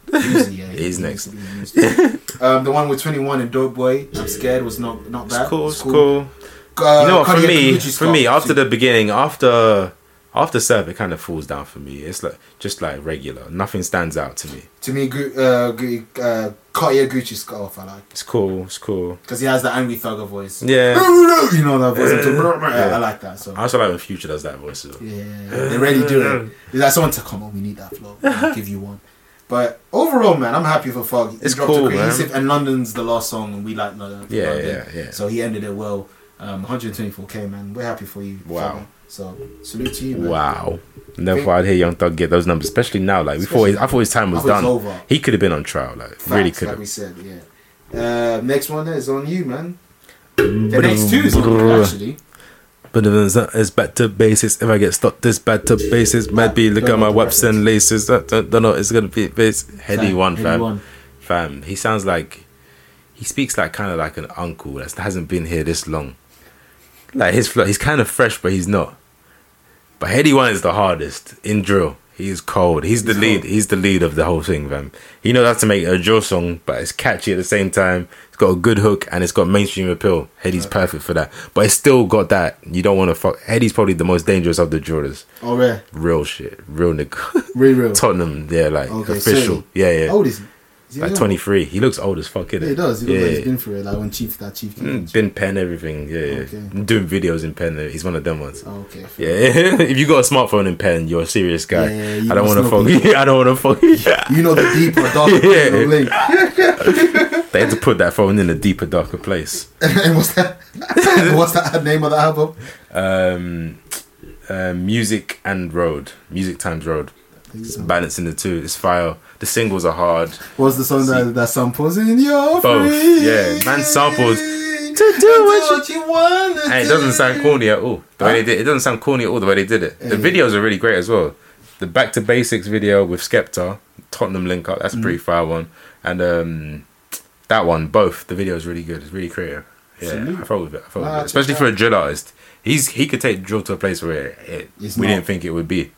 S3: Uzi, yeah.
S4: He's
S3: He
S4: next.
S3: needs to be used. um, the one with 21 and Dope Boy, I'm scared was not not bad.
S4: It's cool, it's cool.
S3: Uh,
S4: you know what, for
S3: Kanye
S4: me,
S3: Gucci
S4: for me,
S3: scarf.
S4: after the beginning, after after serve, it kind of falls down for me. It's like just like regular. Nothing stands out to me.
S3: to me, Gu- uh, Gu- uh, Cartier Gucci scarf I like
S4: It's cool. It's cool.
S3: because he has the angry thugger voice.
S4: Yeah.
S3: You know that voice. <laughs> I like that. So
S4: I also like when Future does that voice. As well.
S3: Yeah, they really do it. It's like someone to come on, we need that flow. I'll give you one. But overall, man, I'm happy for Foggy.
S4: It's cool, man.
S3: and London's the last song, and we like London.
S4: Yeah,
S3: London.
S4: yeah, yeah.
S3: So he ended it well. Um, 124k, man. We're happy for you.
S4: Wow.
S3: Foggy. So salute to you, man.
S4: Wow. Never thought I'd hear Young Thug get those numbers, especially now. Like before, his, I thought his time was
S3: I thought
S4: done.
S3: it was over.
S4: He could have been on trial. Like
S3: Facts,
S4: really could
S3: like we
S4: have.
S3: said, yeah. Uh, next one is on you, man. The next two is on you, actually.
S4: But if it's, not, it's back to basics. If I get stopped, it's back to basics. Might be look
S3: Don't
S4: at
S3: know
S4: my
S3: the
S4: whips
S3: reference.
S4: and laces. I don't, don't know. It's gonna be base heady
S3: Fam,
S4: one,
S3: heady
S4: fam.
S3: one.
S4: Fam, he sounds like he speaks like kind of like an uncle that hasn't been here this long. Like his flow, he's kind of fresh, but he's not. But heady one is the hardest in drill. He is cold. He's the lead. He's the lead of the whole thing, fam. He knows how to make a drill song, but it's catchy at the same time. It's got a good hook and it's got mainstream appeal. Heady's perfect for that. But it's still got that. You don't want to fuck. Heady's probably the most dangerous of the drillers.
S3: Oh, yeah.
S4: Real shit. Real nigga.
S3: Real, real.
S4: <laughs> Tottenham. Yeah, like
S3: Okay,
S4: official.
S3: so-
S4: yeah, yeah.
S3: How old is he? Is he
S4: Like
S3: young?
S4: 23. He looks old as fuck, innit?
S3: Yeah, he does. He looks
S4: yeah.
S3: like he's been through it, like when Chief, that Chief. came in.
S4: Mm, been pen everything. Yeah, yeah.
S3: Okay.
S4: Doing videos in pen. He's one of them ones.
S3: Oh, okay. fair.
S4: Yeah, <laughs> if you got a smartphone in pen, you're a serious guy.
S3: Yeah, yeah, you
S4: I don't
S3: must
S4: want to
S3: know
S4: fuck you. <laughs> I don't want to fuck you.
S3: You know the deeper,
S4: <laughs>
S3: darker
S4: Yeah.
S3: yeah. link. <laughs>
S4: they had to put that phone in a deeper, darker place.
S3: and what's that? <laughs> what's that name of the album?
S4: Um, uh, music and road. Music times road. It's balancing the two. It's fire. The singles are hard.
S3: What's the song that that samples in your
S4: Both,
S3: free?
S4: yeah. Man samples,
S3: To
S4: do what you-
S3: you want.
S4: And it doesn't sound corny at all. The way they did it doesn't sound corny at all. The way they did it. The videos are really great as well. The Back to Basics video with Skepta, Tottenham link up. That's a
S3: Mm.
S4: pretty fire one. And um, that one, both the videos really good. It's really creative. Yeah, I felt with it. I felt
S3: Nah,
S4: with
S3: I
S4: it. Especially
S3: think
S4: for a drill artist, he's he could take drill to a place where it,
S3: It's
S4: we
S3: not.
S4: didn't think it would be.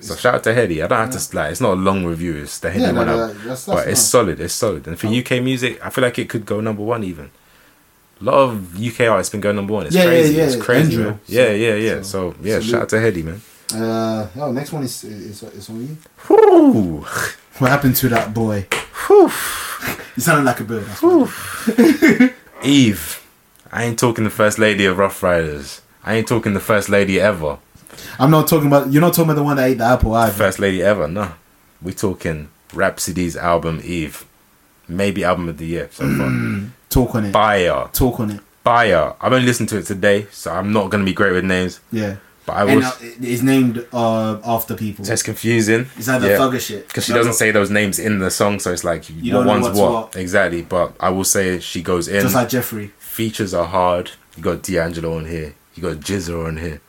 S4: So shout out to Heady. I don't have to like. It's not a long review. It's the Heady
S3: Yeah, no,
S4: one
S3: no,
S4: out,
S3: that's- that's
S4: but it's
S3: nice. Um,
S4: solid. It's solid. And for UK music, I feel like it could go number one even lot of UK artists been going number one. It's
S3: Yeah, yeah,
S4: crazy.
S3: yeah.
S4: It's crazy.
S3: Andrew.
S4: man. Yeah, yeah, yeah.
S3: So-
S4: So, yeah,
S3: salute.
S4: shout out to Heady, man.
S3: Uh, oh, next one is, is, is on you.
S4: Whew.
S3: What happened to that boy? you sounded like a bird. that's what-
S4: Eve. I ain't talking the first lady of Rough Riders. I ain't talking the first lady ever.
S3: I'm not talking about. You're not talking about the one that ate the apple either.
S4: First lady ever, no. We talking Rhapsody's album Eve. Maybe album of the year so
S3: Mm.
S4: far.
S3: Talk on it.
S4: Buyer.
S3: Talk on it.
S4: Buyer. I've only listened to it today, so I'm not gonna be great with names.
S3: Yeah.
S4: But I
S3: And
S4: was
S3: uh, it's named uh, after people.
S4: that's confusing.
S3: It's like the
S4: Yeah.
S3: thugger shit.
S4: because she
S3: No,
S4: doesn't
S3: no.
S4: say those names in the song, so it's like
S3: You
S4: what
S3: don't know
S4: one's
S3: what's
S4: what.
S3: what.
S4: exactly. But I will say she goes in.
S3: Just like Jeffrey.
S4: Features are hard. You got D'Angelo on here. You got Jizza on here.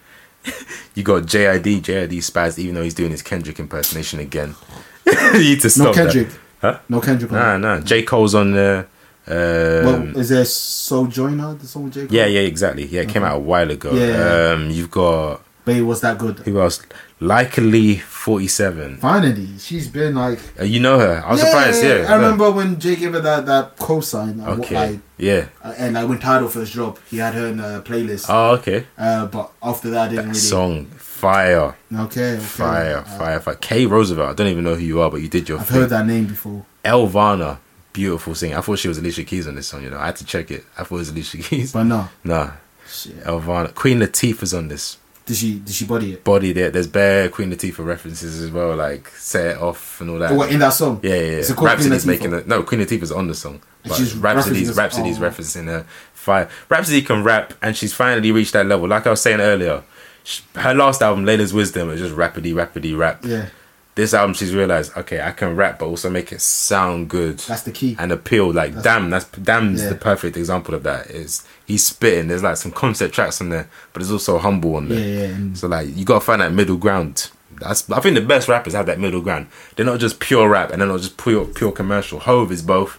S4: <laughs> you got JID. JID Spaz, even though he's doing his Kendrick impersonation again. <laughs> you need to stop
S3: No Kendrick.
S4: Huh?
S3: No Kendrick. on
S4: that. Nah, nah. J Cole's on there.
S3: Well,
S4: Um,
S3: is there Sojourner, the song with J. Cole?
S4: yeah, yeah, exactly. Yeah, it came out a while ago.
S3: Yeah.
S4: Um, you've got
S3: But it was that good.
S4: who else? Likely forty seven.
S3: Finally, she's been like.
S4: Uh, you know her. I was surprised. Yeah,
S3: I remember when Jay gave her that that cosign. uh,
S4: Okay.
S3: Like, uh,
S4: yeah.
S3: and like when Tidal first dropped, he had her in a playlist.
S4: Oh, okay.
S3: uh, but after that, I didn't really.
S4: song fire
S3: Okay. okay.
S4: fire
S3: Uh,
S4: fire fire k roosevelt i don't even know who you are but you did your
S3: I've
S4: thing
S3: heard that name before.
S4: elvana beautiful singer i thought she was alicia keys on this song you know i had to check it i thought it was alicia keys
S3: But no.
S4: nah
S3: Shit.
S4: elvana queen latifah's on this
S3: Did she did she body it?
S4: body there there's bare queen latifah references as well like set it off and all that
S3: Oh, what, in that song?
S4: yeah, yeah, yeah.
S3: It's called
S4: Rhapsody's
S3: Queen Latifah.
S4: making the no Queen Latifah's on the song, but
S3: She's
S4: Rhapsody's
S3: referencing-
S4: Rhapsody's
S3: oh.
S4: referencing her fire. Rhapsody can rap, and she's finally reached that level. Like I was saying earlier, sh- her last album, Layla's Wisdom, was just rapidly, rapidly rap.
S3: Yeah.
S4: This album, she's realized, okay, I can rap, but also make it sound good.
S3: That's the key.
S4: And appeal. Like, damn, that's damn's
S3: Yeah.
S4: the perfect example of that. Is he's spitting. There's like some concept tracks on there, but there's also humble on there.
S3: Yeah, yeah, and-
S4: So like, you gotta find that middle ground. That's I think the best rappers have that middle ground. They're not just pure rap, and they're not just pure pure commercial. Hove is both.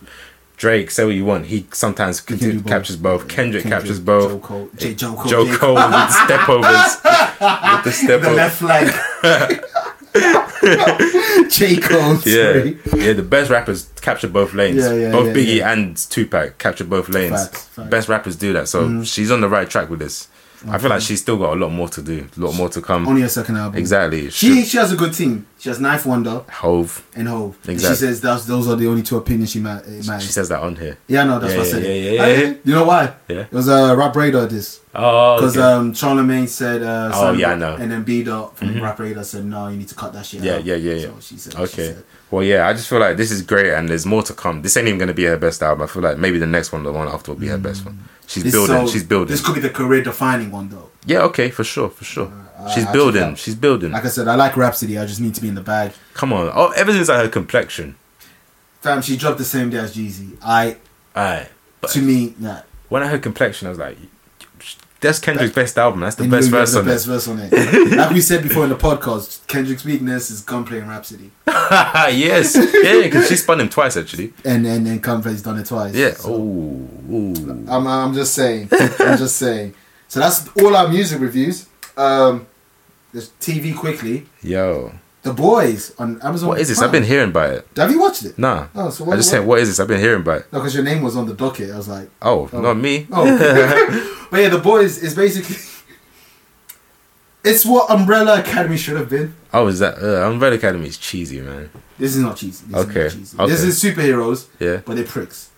S4: Drake, say what you want. He sometimes
S3: do
S4: continue,
S3: both.
S4: captures both. Kendrick, captures both.
S3: Joe Cole. J. Joe Cole.
S4: Joe
S3: J.
S4: Cole with
S3: <laughs>
S4: step overs. with the step
S3: The
S4: over-
S3: left
S4: <laughs>
S3: flank. J. Cole.
S4: Yeah.
S3: Sorry.
S4: Yeah, the best rappers capture both lanes.
S3: Yeah, yeah,
S4: both
S3: yeah,
S4: Biggie
S3: yeah.
S4: and Tupac capture both lanes.
S3: Facts, facts. Mm-hmm.
S4: Best rappers do that. So she's on the right track with this. I feel like she's still got a lot more to do, a lot more to come.
S3: Only her second album.
S4: exactly.
S3: She she has a good team. She has Knife Wonder
S4: Hove.
S3: and Hove. And
S4: Exactly.
S3: She says that's, those are the only two opinions she ma- it matters.
S4: She says that on here.
S3: yeah, no, that's
S4: Yeah,
S3: what I
S4: yeah,
S3: said.
S4: yeah, yeah, yeah.
S3: You know why?
S4: Yeah.
S3: It was uh, Rap Radar this.
S4: Oh,
S3: Because
S4: okay.
S3: um, Charlemagne said, uh,
S4: Oh,
S3: Sandra-
S4: yeah, I know. Mm-hmm.
S3: And then B Dot from Rap Radar said, no, you need to cut that shit
S4: yeah,
S3: out.
S4: yeah, yeah, yeah.
S3: So she said, she
S4: okay.
S3: said.
S4: Well, yeah, I just feel like this is great, and there's more to come. This ain't even gonna be her best album. I feel like maybe the next one, the one after, will be her best one. She's
S3: Mm. This-
S4: building.
S3: so
S4: she's building.
S3: This could be the career defining one, though.
S4: Yeah, okay, for sure, for sure. she's
S3: I- I check
S4: building.
S3: out.
S4: She's building.
S3: Like I said, I like Rhapsody. I just need to be in the bag.
S4: Come on. Oh, ever since I heard complexion,
S3: Fam, she dropped the same day as Jeezy. I,
S4: aye. But
S3: to me, nah.
S4: when I heard complexion, I was like, that's Kendrick's best album. That's the
S3: And
S4: best
S3: Lil Yachty the
S4: verse on
S3: best
S4: <laughs> it.
S3: verse on it. <laughs> like we said before in the podcast, Kendrick's weakness is come playing Rhapsody, <laughs>
S4: yes, yeah, because she spun him twice actually.
S3: and and and Gunplay's done it twice.
S4: Yeah.
S3: So,
S4: Ooh, ooh.
S3: I'm I'm just saying. I'm just saying. So that's all our music reviews. Um, there's TV quickly.
S4: Yo,
S3: The Boys on Amazon.
S4: what is this?
S3: Prime.
S4: I've been hearing about it.
S3: Have you watched it?
S4: Nah.
S3: Oh, so
S4: I
S3: what- what-
S4: just said, what is this? I've been hearing about it.
S3: No, because your name was on the docket. I was like,
S4: Oh, not me. <laughs>
S3: oh. but yeah, The Boys is basically. It's what Umbrella Academy should have been.
S4: Oh, is that? Uh, Umbrella Academy is cheesy, man.
S3: This is not cheesy. This
S4: Okay,
S3: Is not cheesy.
S4: okay.
S3: This is superheroes.
S4: Yeah.
S3: But they're pricks.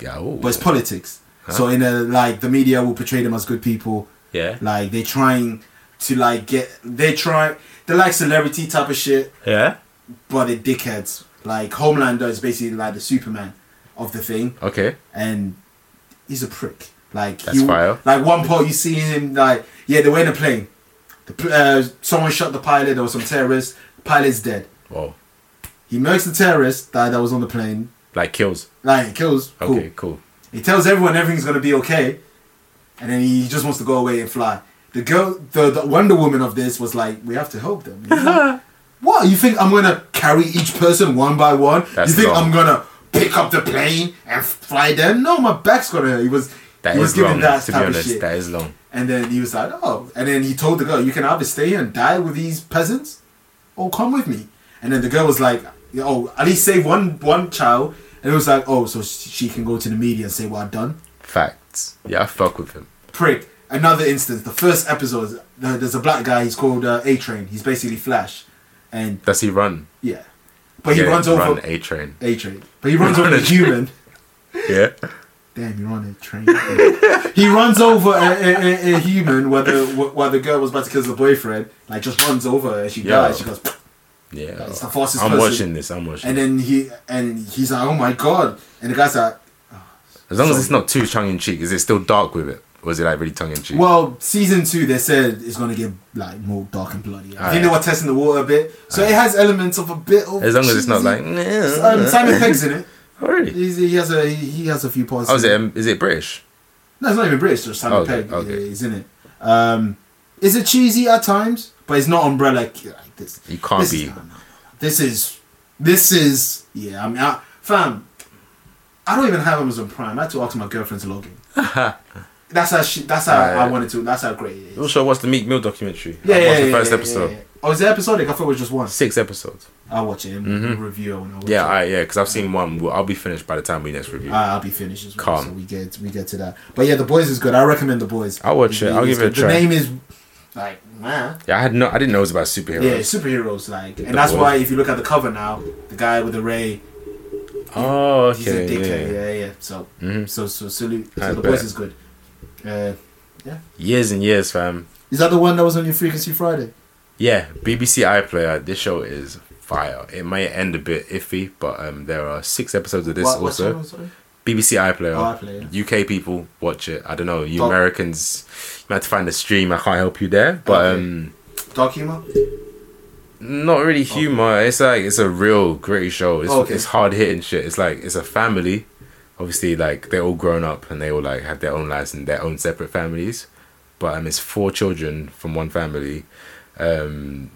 S4: Yeah. ooh.
S3: But it's politics. So in a like the media will portray them as good people.
S4: yeah.
S3: Like they're trying to like get they try they're like celebrity type of shit,
S4: Yeah.
S3: but they're dickheads. Like Homelander is basically like the Superman of the thing.
S4: Okay.
S3: and he's a prick. Like
S4: That's
S3: he-
S4: fire.
S3: Like one part you see him like yeah they were in a plane, the, pl- uh, someone shot the pilot. There was some terrorist. Pilot's dead.
S4: Whoa.
S3: He murks the terrorist that, that was on the plane.
S4: Like kills.
S3: Like he kills. Cool.
S4: Okay. Cool.
S3: He tells everyone everything's gonna be okay, and then he just wants to go away and fly. The girl, the, the Wonder Woman of this was like, we have to help them. He's like, what you think I'm gonna carry each person one by one?
S4: That's
S3: you think
S4: wrong.
S3: I'm gonna pick up the plane and fly them? No, my back's gonna hurt. He was
S4: That
S3: he was
S4: is
S3: giving
S4: long.
S3: that
S4: to be
S3: type of
S4: honest,
S3: shit.
S4: that is long.
S3: And then he was like, oh. And then he told the girl, you can either stay here and die with these peasants, or come with me. And then the girl was like, oh, at least save one one child. And it was like, oh, so sh- she can go to the media and say what I've done.
S4: Facts. Yeah, I fuck with him.
S3: Prick. Another instance. The first episode, there- there's a black guy. He's called uh, A Train. He's basically Flash, and
S4: Does he run?
S3: yeah, but he
S4: Yeah,
S3: runs
S4: run
S3: over
S4: A train.
S3: A Train. But he runs
S4: <laughs> Run
S3: over
S4: a
S3: a human.
S4: Yeah.
S3: Damn, you're on a train. he runs over a, a, a, a human while the while the girl was about to kill the boyfriend. Like just runs over her and she
S4: Yeah.
S3: dies. She goes,
S4: Yeah.
S3: It's the fastest
S4: I'm
S3: person.
S4: watching this. I'm watching.
S3: and then he and he's like, oh my god. And the guy's like,
S4: as long as it's not too tongue in cheek, is it still dark with it? Or is it like really tongue in cheek?
S3: well, season two they said it's gonna get like more dark and bloody. I
S4: Alright.
S3: think they were testing the water a bit, so it has elements of a bit of.
S4: As long as it's not
S3: cheesy-
S4: like.
S3: Um, Simon Pegg's in it.
S4: Alright.
S3: He's, he has a he has a few parts.
S4: Oh, is
S3: in
S4: it? Um, is it British?
S3: No, it's not even British. Just Simon
S4: Okay,
S3: Pegg
S4: okay.
S3: is in it. Um, is it cheesy at times? But it's not umbrella like, like this.
S4: You can't
S3: this
S4: be.
S3: Is, no, no, no. This is this is yeah. I mean, I, fam, I don't even have Amazon Prime. I had to ask my girlfriend to log
S4: <laughs>
S3: in. that's how she, that's how I
S4: Alright.
S3: wanted to. That's how great it is.
S4: Also, I watched the Meek Mill documentary.
S3: Yeah,
S4: I
S3: yeah, yeah,
S4: watched Uh, the first
S3: yeah,
S4: episode.
S3: yeah, yeah. Oh, is it episodic? I thought it was just one.
S4: Six episodes.
S3: I'll watch it and review it when I watch
S4: Mm-hmm. Yeah,
S3: it.
S4: all right, yeah, because I've seen one. Well, I'll be finished by the time we next review.
S3: I- I'll be finished as well.
S4: Calm.
S3: So we get we get to that. But yeah, the boys is good. I recommend the boys.
S4: I'll watch it.
S3: It's-
S4: I'll
S3: it's
S4: give it a
S3: good.
S4: try.
S3: The name is like man.
S4: yeah, I had no, I didn't know it was about superheroes.
S3: Yeah, superheroes like, and
S4: The
S3: that's
S4: boys.
S3: why if you look at the cover now, the guy with the ray,
S4: oh,
S3: he's
S4: okay,
S3: a dickhead.
S4: yeah. Mm-hmm.
S3: Yeah, yeah. So, so, so salute. So
S4: I
S3: the boys
S4: bet.
S3: is good. Uh,
S4: Years and years, fam.
S3: is that the one that was on your Frequency Friday?
S4: Yeah, BBC iPlayer. This show is fire. It may end a bit iffy, but um, there are six episodes of this
S3: What- what
S4: also.
S3: channel, sorry?
S4: BBC iPlayer.
S6: Oh, iPlayer.
S4: UK people watch it. I don't know. You
S3: Doc-
S4: Americans, you have to find a stream. I can't help you there, but
S3: Okay.
S4: um,
S3: Dark humor.
S4: not really humor. It's like it's a real British show. It's,
S3: Okay.
S4: it's hard hitting shit. It's like it's a family. Obviously, like they're all grown up and they all like have their own lives and their own separate families. But um, it's four children from one family. Um,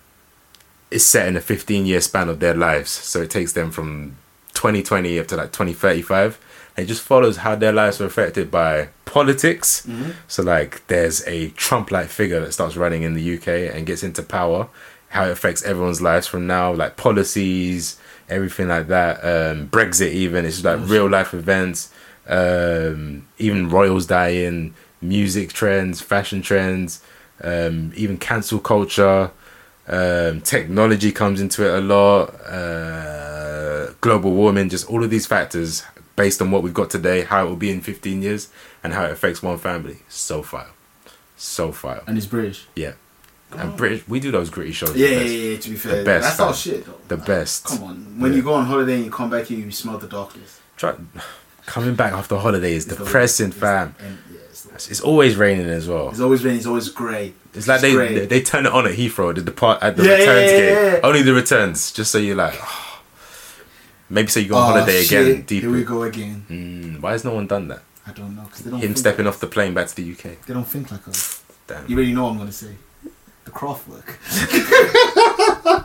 S4: it's set in a 15 year span of their lives. So it takes them from 2020 up to like 2035. And it just follows how their lives were affected by politics. So, like, there's a Trump like figure that starts running in the UK and gets into power, how it affects everyone's lives from now, like policies, everything like that. Um, Brexit, even. It's just like real life events, um, even royals dying, music trends, fashion trends, um, even cancel culture um, technology comes into it a lot, uh, global warming, just all of these factors based on what we've got today, how it will be in 15 years, and how it affects one family. So fire. So fire.
S3: And he's British.
S4: Yeah. And British, we do those British shows. the
S3: Yeah, yeah,
S4: best.
S3: yeah. To be fair,
S4: best,
S3: that's our
S4: fam.
S3: shit though.
S4: The
S3: Like,
S4: best.
S3: Come on, when you go on holiday and you come back here, you smell the darkness.
S4: Try, <sighs> coming back after holiday is
S3: It's the-
S4: depressing,
S3: it's-
S4: fam.
S3: and, yeah, it's, the-
S4: It's always raining as well.
S3: it's always been. It's always grey.
S4: It's like
S3: It's
S4: they,
S3: grey.
S4: they turn it on at Heathrow at the depart at the
S3: Yeah, yeah,
S4: returns
S3: yeah,
S4: gate.
S3: yeah.
S4: Only the returns, just so you're like, "Ah." maybe so you go on
S3: Oh,
S4: holiday again.
S3: shit,
S4: Deeper.
S3: Here we go again.
S4: Mm, why has no one done that?
S3: I don't know because they don't.
S4: Him
S3: think-
S4: stepping off the plane back to the UK.
S3: They don't think like us.
S4: Damn.
S3: You already know what I'm gonna say. The craft work.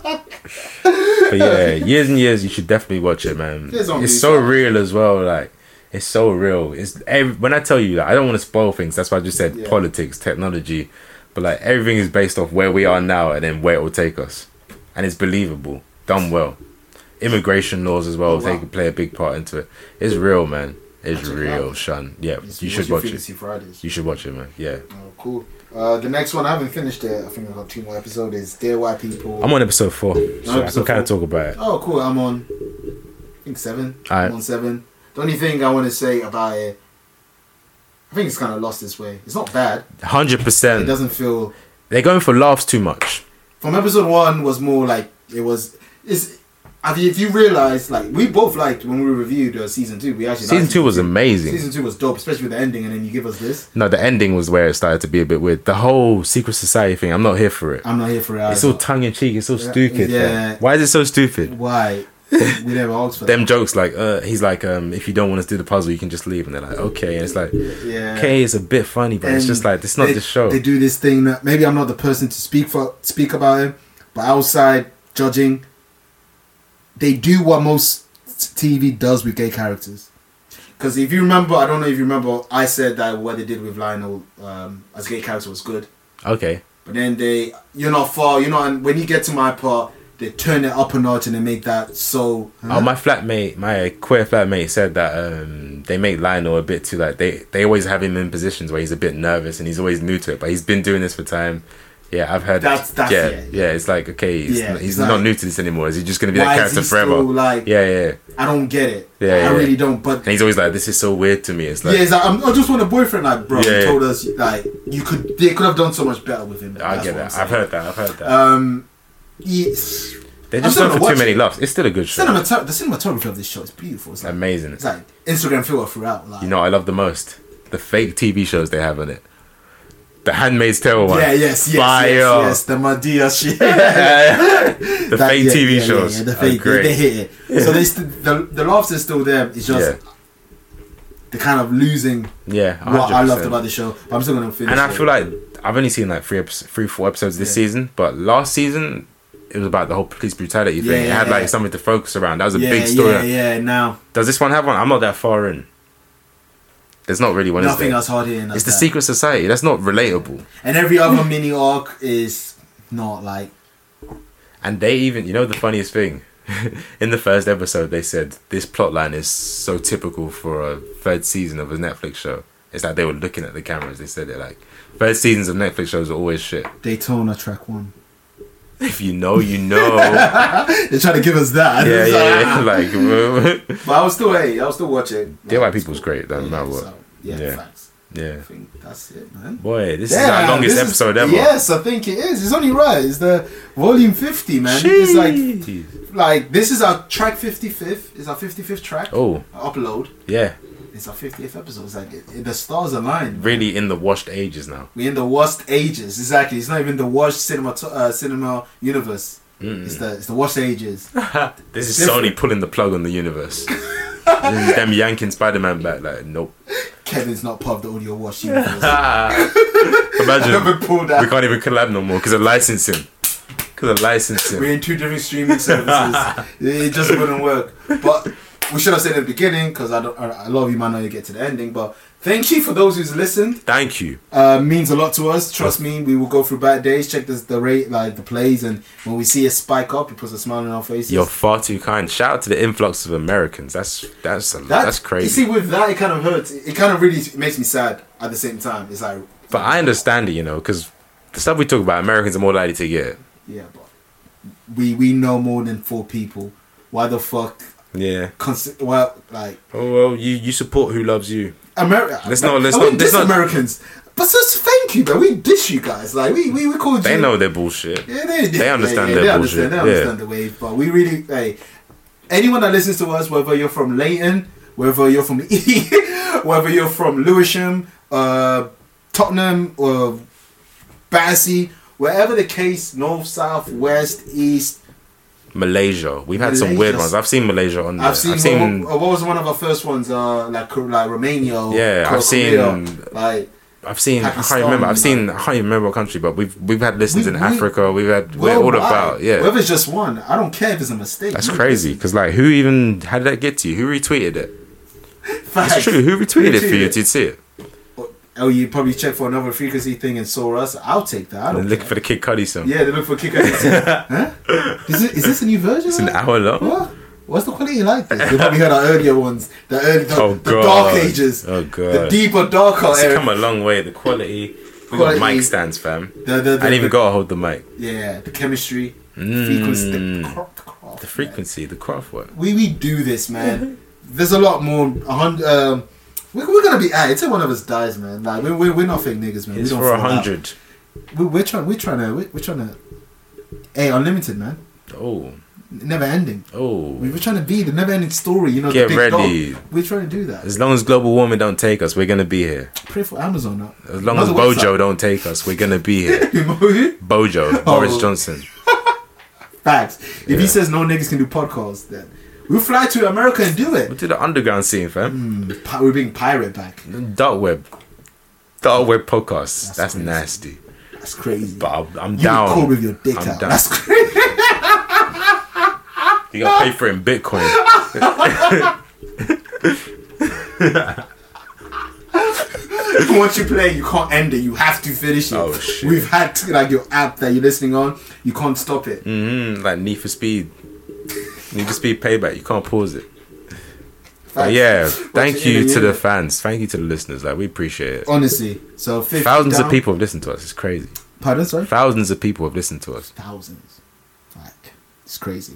S4: But yeah, years and years, you should definitely watch it, man.
S3: It's on
S4: It's
S3: Hulu.
S4: so real as well. Like, it's so real. It's every, when I tell you, like, I don't want to spoil things. That's why I just said
S3: Yeah.
S4: politics, technology, but like everything is based off where we are now and then where it will take us, and it's believable, done well. Immigration laws as well,
S3: Oh,
S4: if they
S3: wow.
S4: can play a big part into it. It's real, man. It's
S3: Check it
S4: real,
S3: out.
S4: Shun. Yeah,
S3: It's
S4: you
S3: what
S4: should watch
S3: feel to
S4: it.
S3: See Fridays.
S4: You should watch it, man. Yeah.
S3: Oh, cool. Uh, the next one I haven't finished it. I think I got two more episodes. Is Dear White People.
S4: I'm on episode four, so I
S3: episode
S4: can kind of
S3: four.
S4: talk about it.
S3: Oh, cool. I'm on. I think seven.
S4: Alright.
S3: I'm on seven. The only thing I want to say about it, I think it's kind of lost its way. It's not bad. It
S4: 100%.
S3: doesn't feel.
S4: They're going for laughs too much.
S3: From episode one was more like it was. Is if you, if you realize like we both liked when we reviewed uh, season two. We actually liked
S4: Season two was amazing.
S3: Season two was dope, especially with the ending, and then you give us this.
S4: No, the ending was where it started to be a bit weird. The whole secret society thing, I'm not here for it.
S3: I'm not here for it.
S4: It's all tongue in cheek. It's all
S3: Yeah,
S4: stupid.
S3: yeah.
S4: man. Why is it so stupid? <laughs>
S3: Why? we never asked for
S4: Them jokes like, uh, he's like, um, if you don't want us to do the puzzle, you can just leave. And they're like, okay. And it's like,
S3: that. Yeah.
S4: okay, it's a bit funny, but it's
S3: And
S4: just like, it's not
S3: they,
S4: the show.
S3: They do this thing that maybe I'm not the person to speak for speak about it, but outside judging, they do what most TV does with gay characters. Because if you remember, I don't know if you remember, I said that what they did with Lionel um, as gay character was good.
S4: okay.
S3: But then they, you're not far, you know, and when you get to my part, they turn it up a notch and they make that so.
S4: Oh, my flatmate, my queer flatmate said that um, they make Lionel a bit too like they they always have him in positions where he's a bit nervous and he's always new to it, but he's been doing this for time. Yeah, I've heard.
S3: That's- that's
S4: yeah,
S3: it.
S4: yeah. It's like okay, he's,
S3: Yeah,
S4: he's
S3: it's like-
S4: not new to this anymore. Is he just gonna be that
S3: Why is
S4: character
S3: he
S4: forever?
S3: still, like-
S4: yeah, yeah.
S3: I don't get it.
S4: Yeah,
S3: I
S4: yeah,
S3: really
S4: yeah.
S3: don't. But
S4: And he's always like, "This is so weird to me." It's like,
S3: yeah, it's like, I'm, I just want a boyfriend. Like, bro,
S4: Yeah,
S3: you
S4: yeah.
S3: told us like you could. They could have done so much better with him.
S4: I
S3: That's
S4: get
S3: what I'm
S4: that.
S3: saying.
S4: I've heard that. I've heard that.
S3: Um, yes.
S4: They're
S3: I'm
S4: just
S3: still
S4: going
S3: gonna
S4: for too
S3: watch
S4: many
S3: it.
S4: laughs. It's still a good show.
S3: Cinematog- the cinematography of this show is beautiful. It's like
S4: Amazing.
S3: it's like Instagram filter throughout. Like,
S4: you know, what I love the most the fake TV shows they have on it. The Handmaid's Tale one.
S3: yeah, yes, yes,
S4: Fire.
S3: yes, yes, the Madea shit.
S4: <laughs> the
S3: <laughs> That-
S4: fake
S3: yeah,
S4: TV
S3: yeah, yeah,
S4: shows.
S3: yeah, the
S4: are
S3: fake, they,
S4: great.
S3: they hit it. So they st- the the laughs are still there. It's just
S4: Yeah.
S3: the kind of losing
S4: Yeah,
S3: what I loved
S4: 100%.
S3: about the show. But I'm still gonna finish.
S4: And I
S3: it.
S4: feel like I've only seen like three, episodes, three, four episodes this season, but last season it was about the whole police brutality thing. it
S3: Yeah,
S4: had
S3: yeah.
S4: like something to focus around. That was a
S3: yeah,
S4: big story.
S3: Yeah, yeah. Now
S4: Does this one have one? I'm not that far in. There's not really one. is
S3: nothing
S4: there?
S3: else hard here.
S4: It's the secret society. That's not relatable.
S3: And every other mini arc is not like
S4: And they even, you know, the funniest thing <laughs> in the first episode, they said this plotline is so typical for a third season of a Netflix show. It's like they were looking at the cameras. They said it like third seasons of Netflix shows are always shit. <laughs>
S3: Daytona track one.
S4: If you know, you know. <laughs> yeah,
S3: They try to give us that.
S4: yeah, <laughs> yeah.
S3: <laughs>
S4: Like,
S3: But I was still hey, I was still watching.
S4: Dear White People's great. Doesn't matter what.
S3: So, yeah,
S4: Yeah.
S3: facts. I
S4: Yeah.
S3: think that's it, man.
S4: Boy, this is
S3: Yeah,
S4: our longest
S3: this is-
S4: episode ever.
S3: Yes, I think it is. It's only right. It's the volume fifty, man. It's like
S4: Jeez.
S3: like this is our track fifty fifth. It's our fifty fifth track.
S4: Oh.
S3: Our upload.
S4: yeah.
S3: It's our 50th episode. It's like it, it- the stars aligned.
S4: Really in the washed ages now.
S3: We're in the worst ages. Exactly. It's not even the worst cinema to, uh, cinema universe.
S4: Hmm.
S3: It's the it's the worst ages.
S4: This is
S3: Different.
S4: Sony pulling the plug on the <laughs> universe. this is them yanking Spider Man back. Like, <laughs> nope.
S3: Kevin's not part of the audio wash
S4: <laughs>
S3: universe.
S4: Imagine
S3: Never pulled
S4: we
S3: out.
S4: can't even collab no more because of licensing. Because of licensing.
S3: We're in two different streaming
S4: <laughs>
S3: services. it just wouldn't work. But we should have said at the beginning because I don't. I, a lot of you might not get to the ending. But thank you for those who's listened.
S4: Thank you.
S3: uh, means a lot to us. Trust me, we will go through bad days. Check this, the rate, like the plays, and when we see it spike up, it puts a smile on our faces.
S4: You're far too kind. Shout out to the influx of Americans. That's that's a,
S3: That-
S4: that's crazy.
S3: You see, with that, it kind of hurts. It, it kind of really it makes me sad. At the same time, it's like,
S4: but I understand it, you know, because the stuff we talk about, Americans are more likely to get. it.
S3: yeah, but we we know more than four people. Why the fuck?
S4: Yeah.
S3: Cons- well, like
S4: Oh well, you you support who loves you.
S3: America.
S4: Let's not- let's
S3: and we
S4: not-
S3: diss
S4: let's not-
S3: Americans. But just thank you, but we dish you guys. Like we we we called
S4: They
S3: you.
S4: know their bullshit.
S3: Yeah, they,
S4: They understand
S3: yeah,
S4: their
S3: they
S4: bullshit,
S3: Understand, they
S4: yeah.
S3: understand the wave, but we really, hey, anyone that listens to us, whether you're from Leighton, whether you're from <laughs> E, whether you're from Lewisham, uh, Tottenham, or Bassey, wherever the case, north, south, west, east.
S4: Malaysia. We've had some weird
S3: Malaysia's-
S4: ones. I've seen Malaysia on there.
S3: I've seen, what, what was one of our first ones, uh, like Kor- like Romania, or
S4: Yeah,
S3: Kor-
S4: I've seen-
S3: Korea, like
S4: I've seen. I
S3: Pakistan,
S4: can't remember. I've seen.
S3: like-
S4: I can't remember what country, but we've we've had listens
S3: We-
S4: in
S3: we-
S4: Africa. We've had. We're all
S3: worldwide.
S4: about. Yeah,
S3: Whether it's just one, I don't care if it's a mistake.
S4: that's crazy. Because like, who even? How did that get to you? Who retweeted it?
S3: <laughs> Facts.
S4: It's true. Who retweeted it for you
S3: Retweeted.
S4: to see it?
S3: Oh, you probably check for another frequency thing and saw us. I'll take that. I
S4: And
S3: don't
S4: looking
S3: care.
S4: for the Kid Cudi song.
S3: yeah, they look for kicker.
S4: <laughs>
S3: huh? Is, it, is this a new version?
S4: It's an hour long.
S3: What? What's the quality like this? You probably heard our earlier ones, the early, the,
S4: Oh,
S3: the dark
S4: God.
S3: ages,
S4: Oh, God.
S3: the deeper, darker
S4: It's
S3: era.
S4: come a long way. The quality. We
S3: Quality.
S4: got mic stands, fam.
S3: The, the, the,
S4: I didn't even
S3: the-
S4: gotta hold the mic.
S3: Yeah, the chemistry, the frequency, the, cro- the craft,
S4: Mm. The
S3: man.
S4: frequency, the craft work.
S3: We we do this, man. There's a lot more. A hundred. Um, we, we're gonna be at it till one of us dies, man. Like we're we're, we're not fake niggas, man.
S4: It's
S3: we don't
S4: for a
S3: fall out.
S4: hundred.
S3: We, we're trying. We're trying to. We're, we're trying to. Hey, unlimited, man.
S4: Oh,
S3: never ending. We
S4: oh.
S3: were trying to be the never ending story, you know.
S4: Get
S3: the big
S4: ready.
S3: Dog. We're trying to do that.
S4: As long as global warming don't take us, we're gonna be here.
S3: Pray for Amazon now.
S4: As long as
S3: Another
S4: Bojo don't take us, we're gonna be
S3: <laughs>
S4: here.
S3: website. Oh.
S4: Bojo, Boris Johnson.
S3: Facts. If he says no niggas can do podcasts, then we'll fly to America and do it.
S4: What did the underground scene, fam?
S3: Pi- We're being pirate back.
S4: Dark web, dark web podcasts.
S3: Hmm. That's
S4: That's,
S3: crazy.
S4: nasty.
S3: That's crazy.
S4: But I'm, I'm
S3: you
S4: down.
S3: look cool with your dick
S4: I'm
S3: out.
S4: down.
S3: That's crazy. <laughs>
S4: You gotta pay for it in Bitcoin.
S3: <laughs> Once you play, you can't end it. You have to finish it.
S4: Oh, shit.
S3: We've had to, like your app that you're listening on. You can't stop it.
S4: Mm, like Need for Speed. Need for Speed Payback. You can't pause it. But
S3: Facts.
S4: yeah,
S3: it
S4: thank
S3: in
S4: you
S3: the
S4: to the
S3: unit.
S4: fans. Thank you to the listeners. Like we appreciate it.
S3: Honestly, so 50
S4: Thousands
S3: down-
S4: of people have listened to us. It's crazy.
S3: Pardon, sorry.
S4: Thousands of people have listened to us.
S3: thousands. Like it's crazy.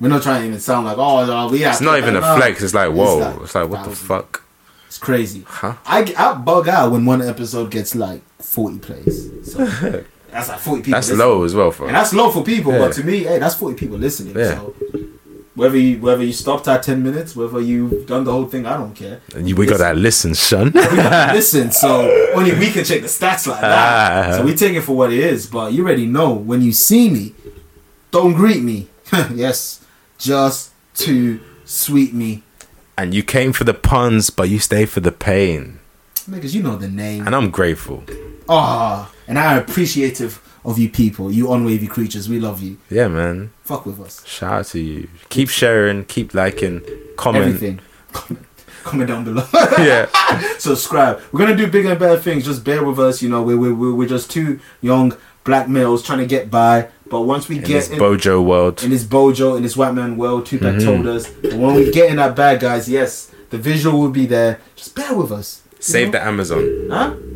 S3: We're not trying to even sound like oh no, we.
S4: It's not even a flex. It's like whoa. It's like, what the
S3: thousand.
S4: fuck.
S3: It's crazy.
S4: Huh?
S3: I, I bug out when one episode gets like forty plays.
S4: <laughs>
S3: So that's like forty people.
S4: That's
S3: listening.
S4: low as well for
S3: and that's low for people.
S4: Yeah.
S3: But to me, hey, that's forty people listening.
S4: Yeah.
S3: So whether you whether you stopped at ten minutes, whether you've done the whole thing, I don't care.
S4: And you- we got that
S3: <laughs>
S4: listen, son. <laughs>
S3: listen, so only we can check the stats like that.
S4: Ah.
S3: so we take it for what it is. But you already know when you see me, don't greet me. <laughs> yes, just to sweet me,
S4: and you came for the puns, but you stayed for the pain.
S3: niggas. You know the name.
S4: And I'm grateful.
S3: Ah, and I'm appreciative of you people, you unwavy creatures. We love you.
S4: Yeah, man.
S3: Fuck with us.
S4: Shout out to you. Keep sharing. Keep liking. Comment.
S3: Everything. Comment, comment down below.
S4: <laughs> Yeah.
S3: <laughs> subscribe. We're gonna do bigger and better things. Just bear with us. You know, we we we we're just two young black males trying to get by. But once we
S4: In
S3: get
S4: this Bojo world.
S3: in this Bojo, in this white man world, Tupac told us. But when we get in that bag, guys, yes, the visual will be there. Just bear with us.
S4: Save the Amazon.
S3: Huh?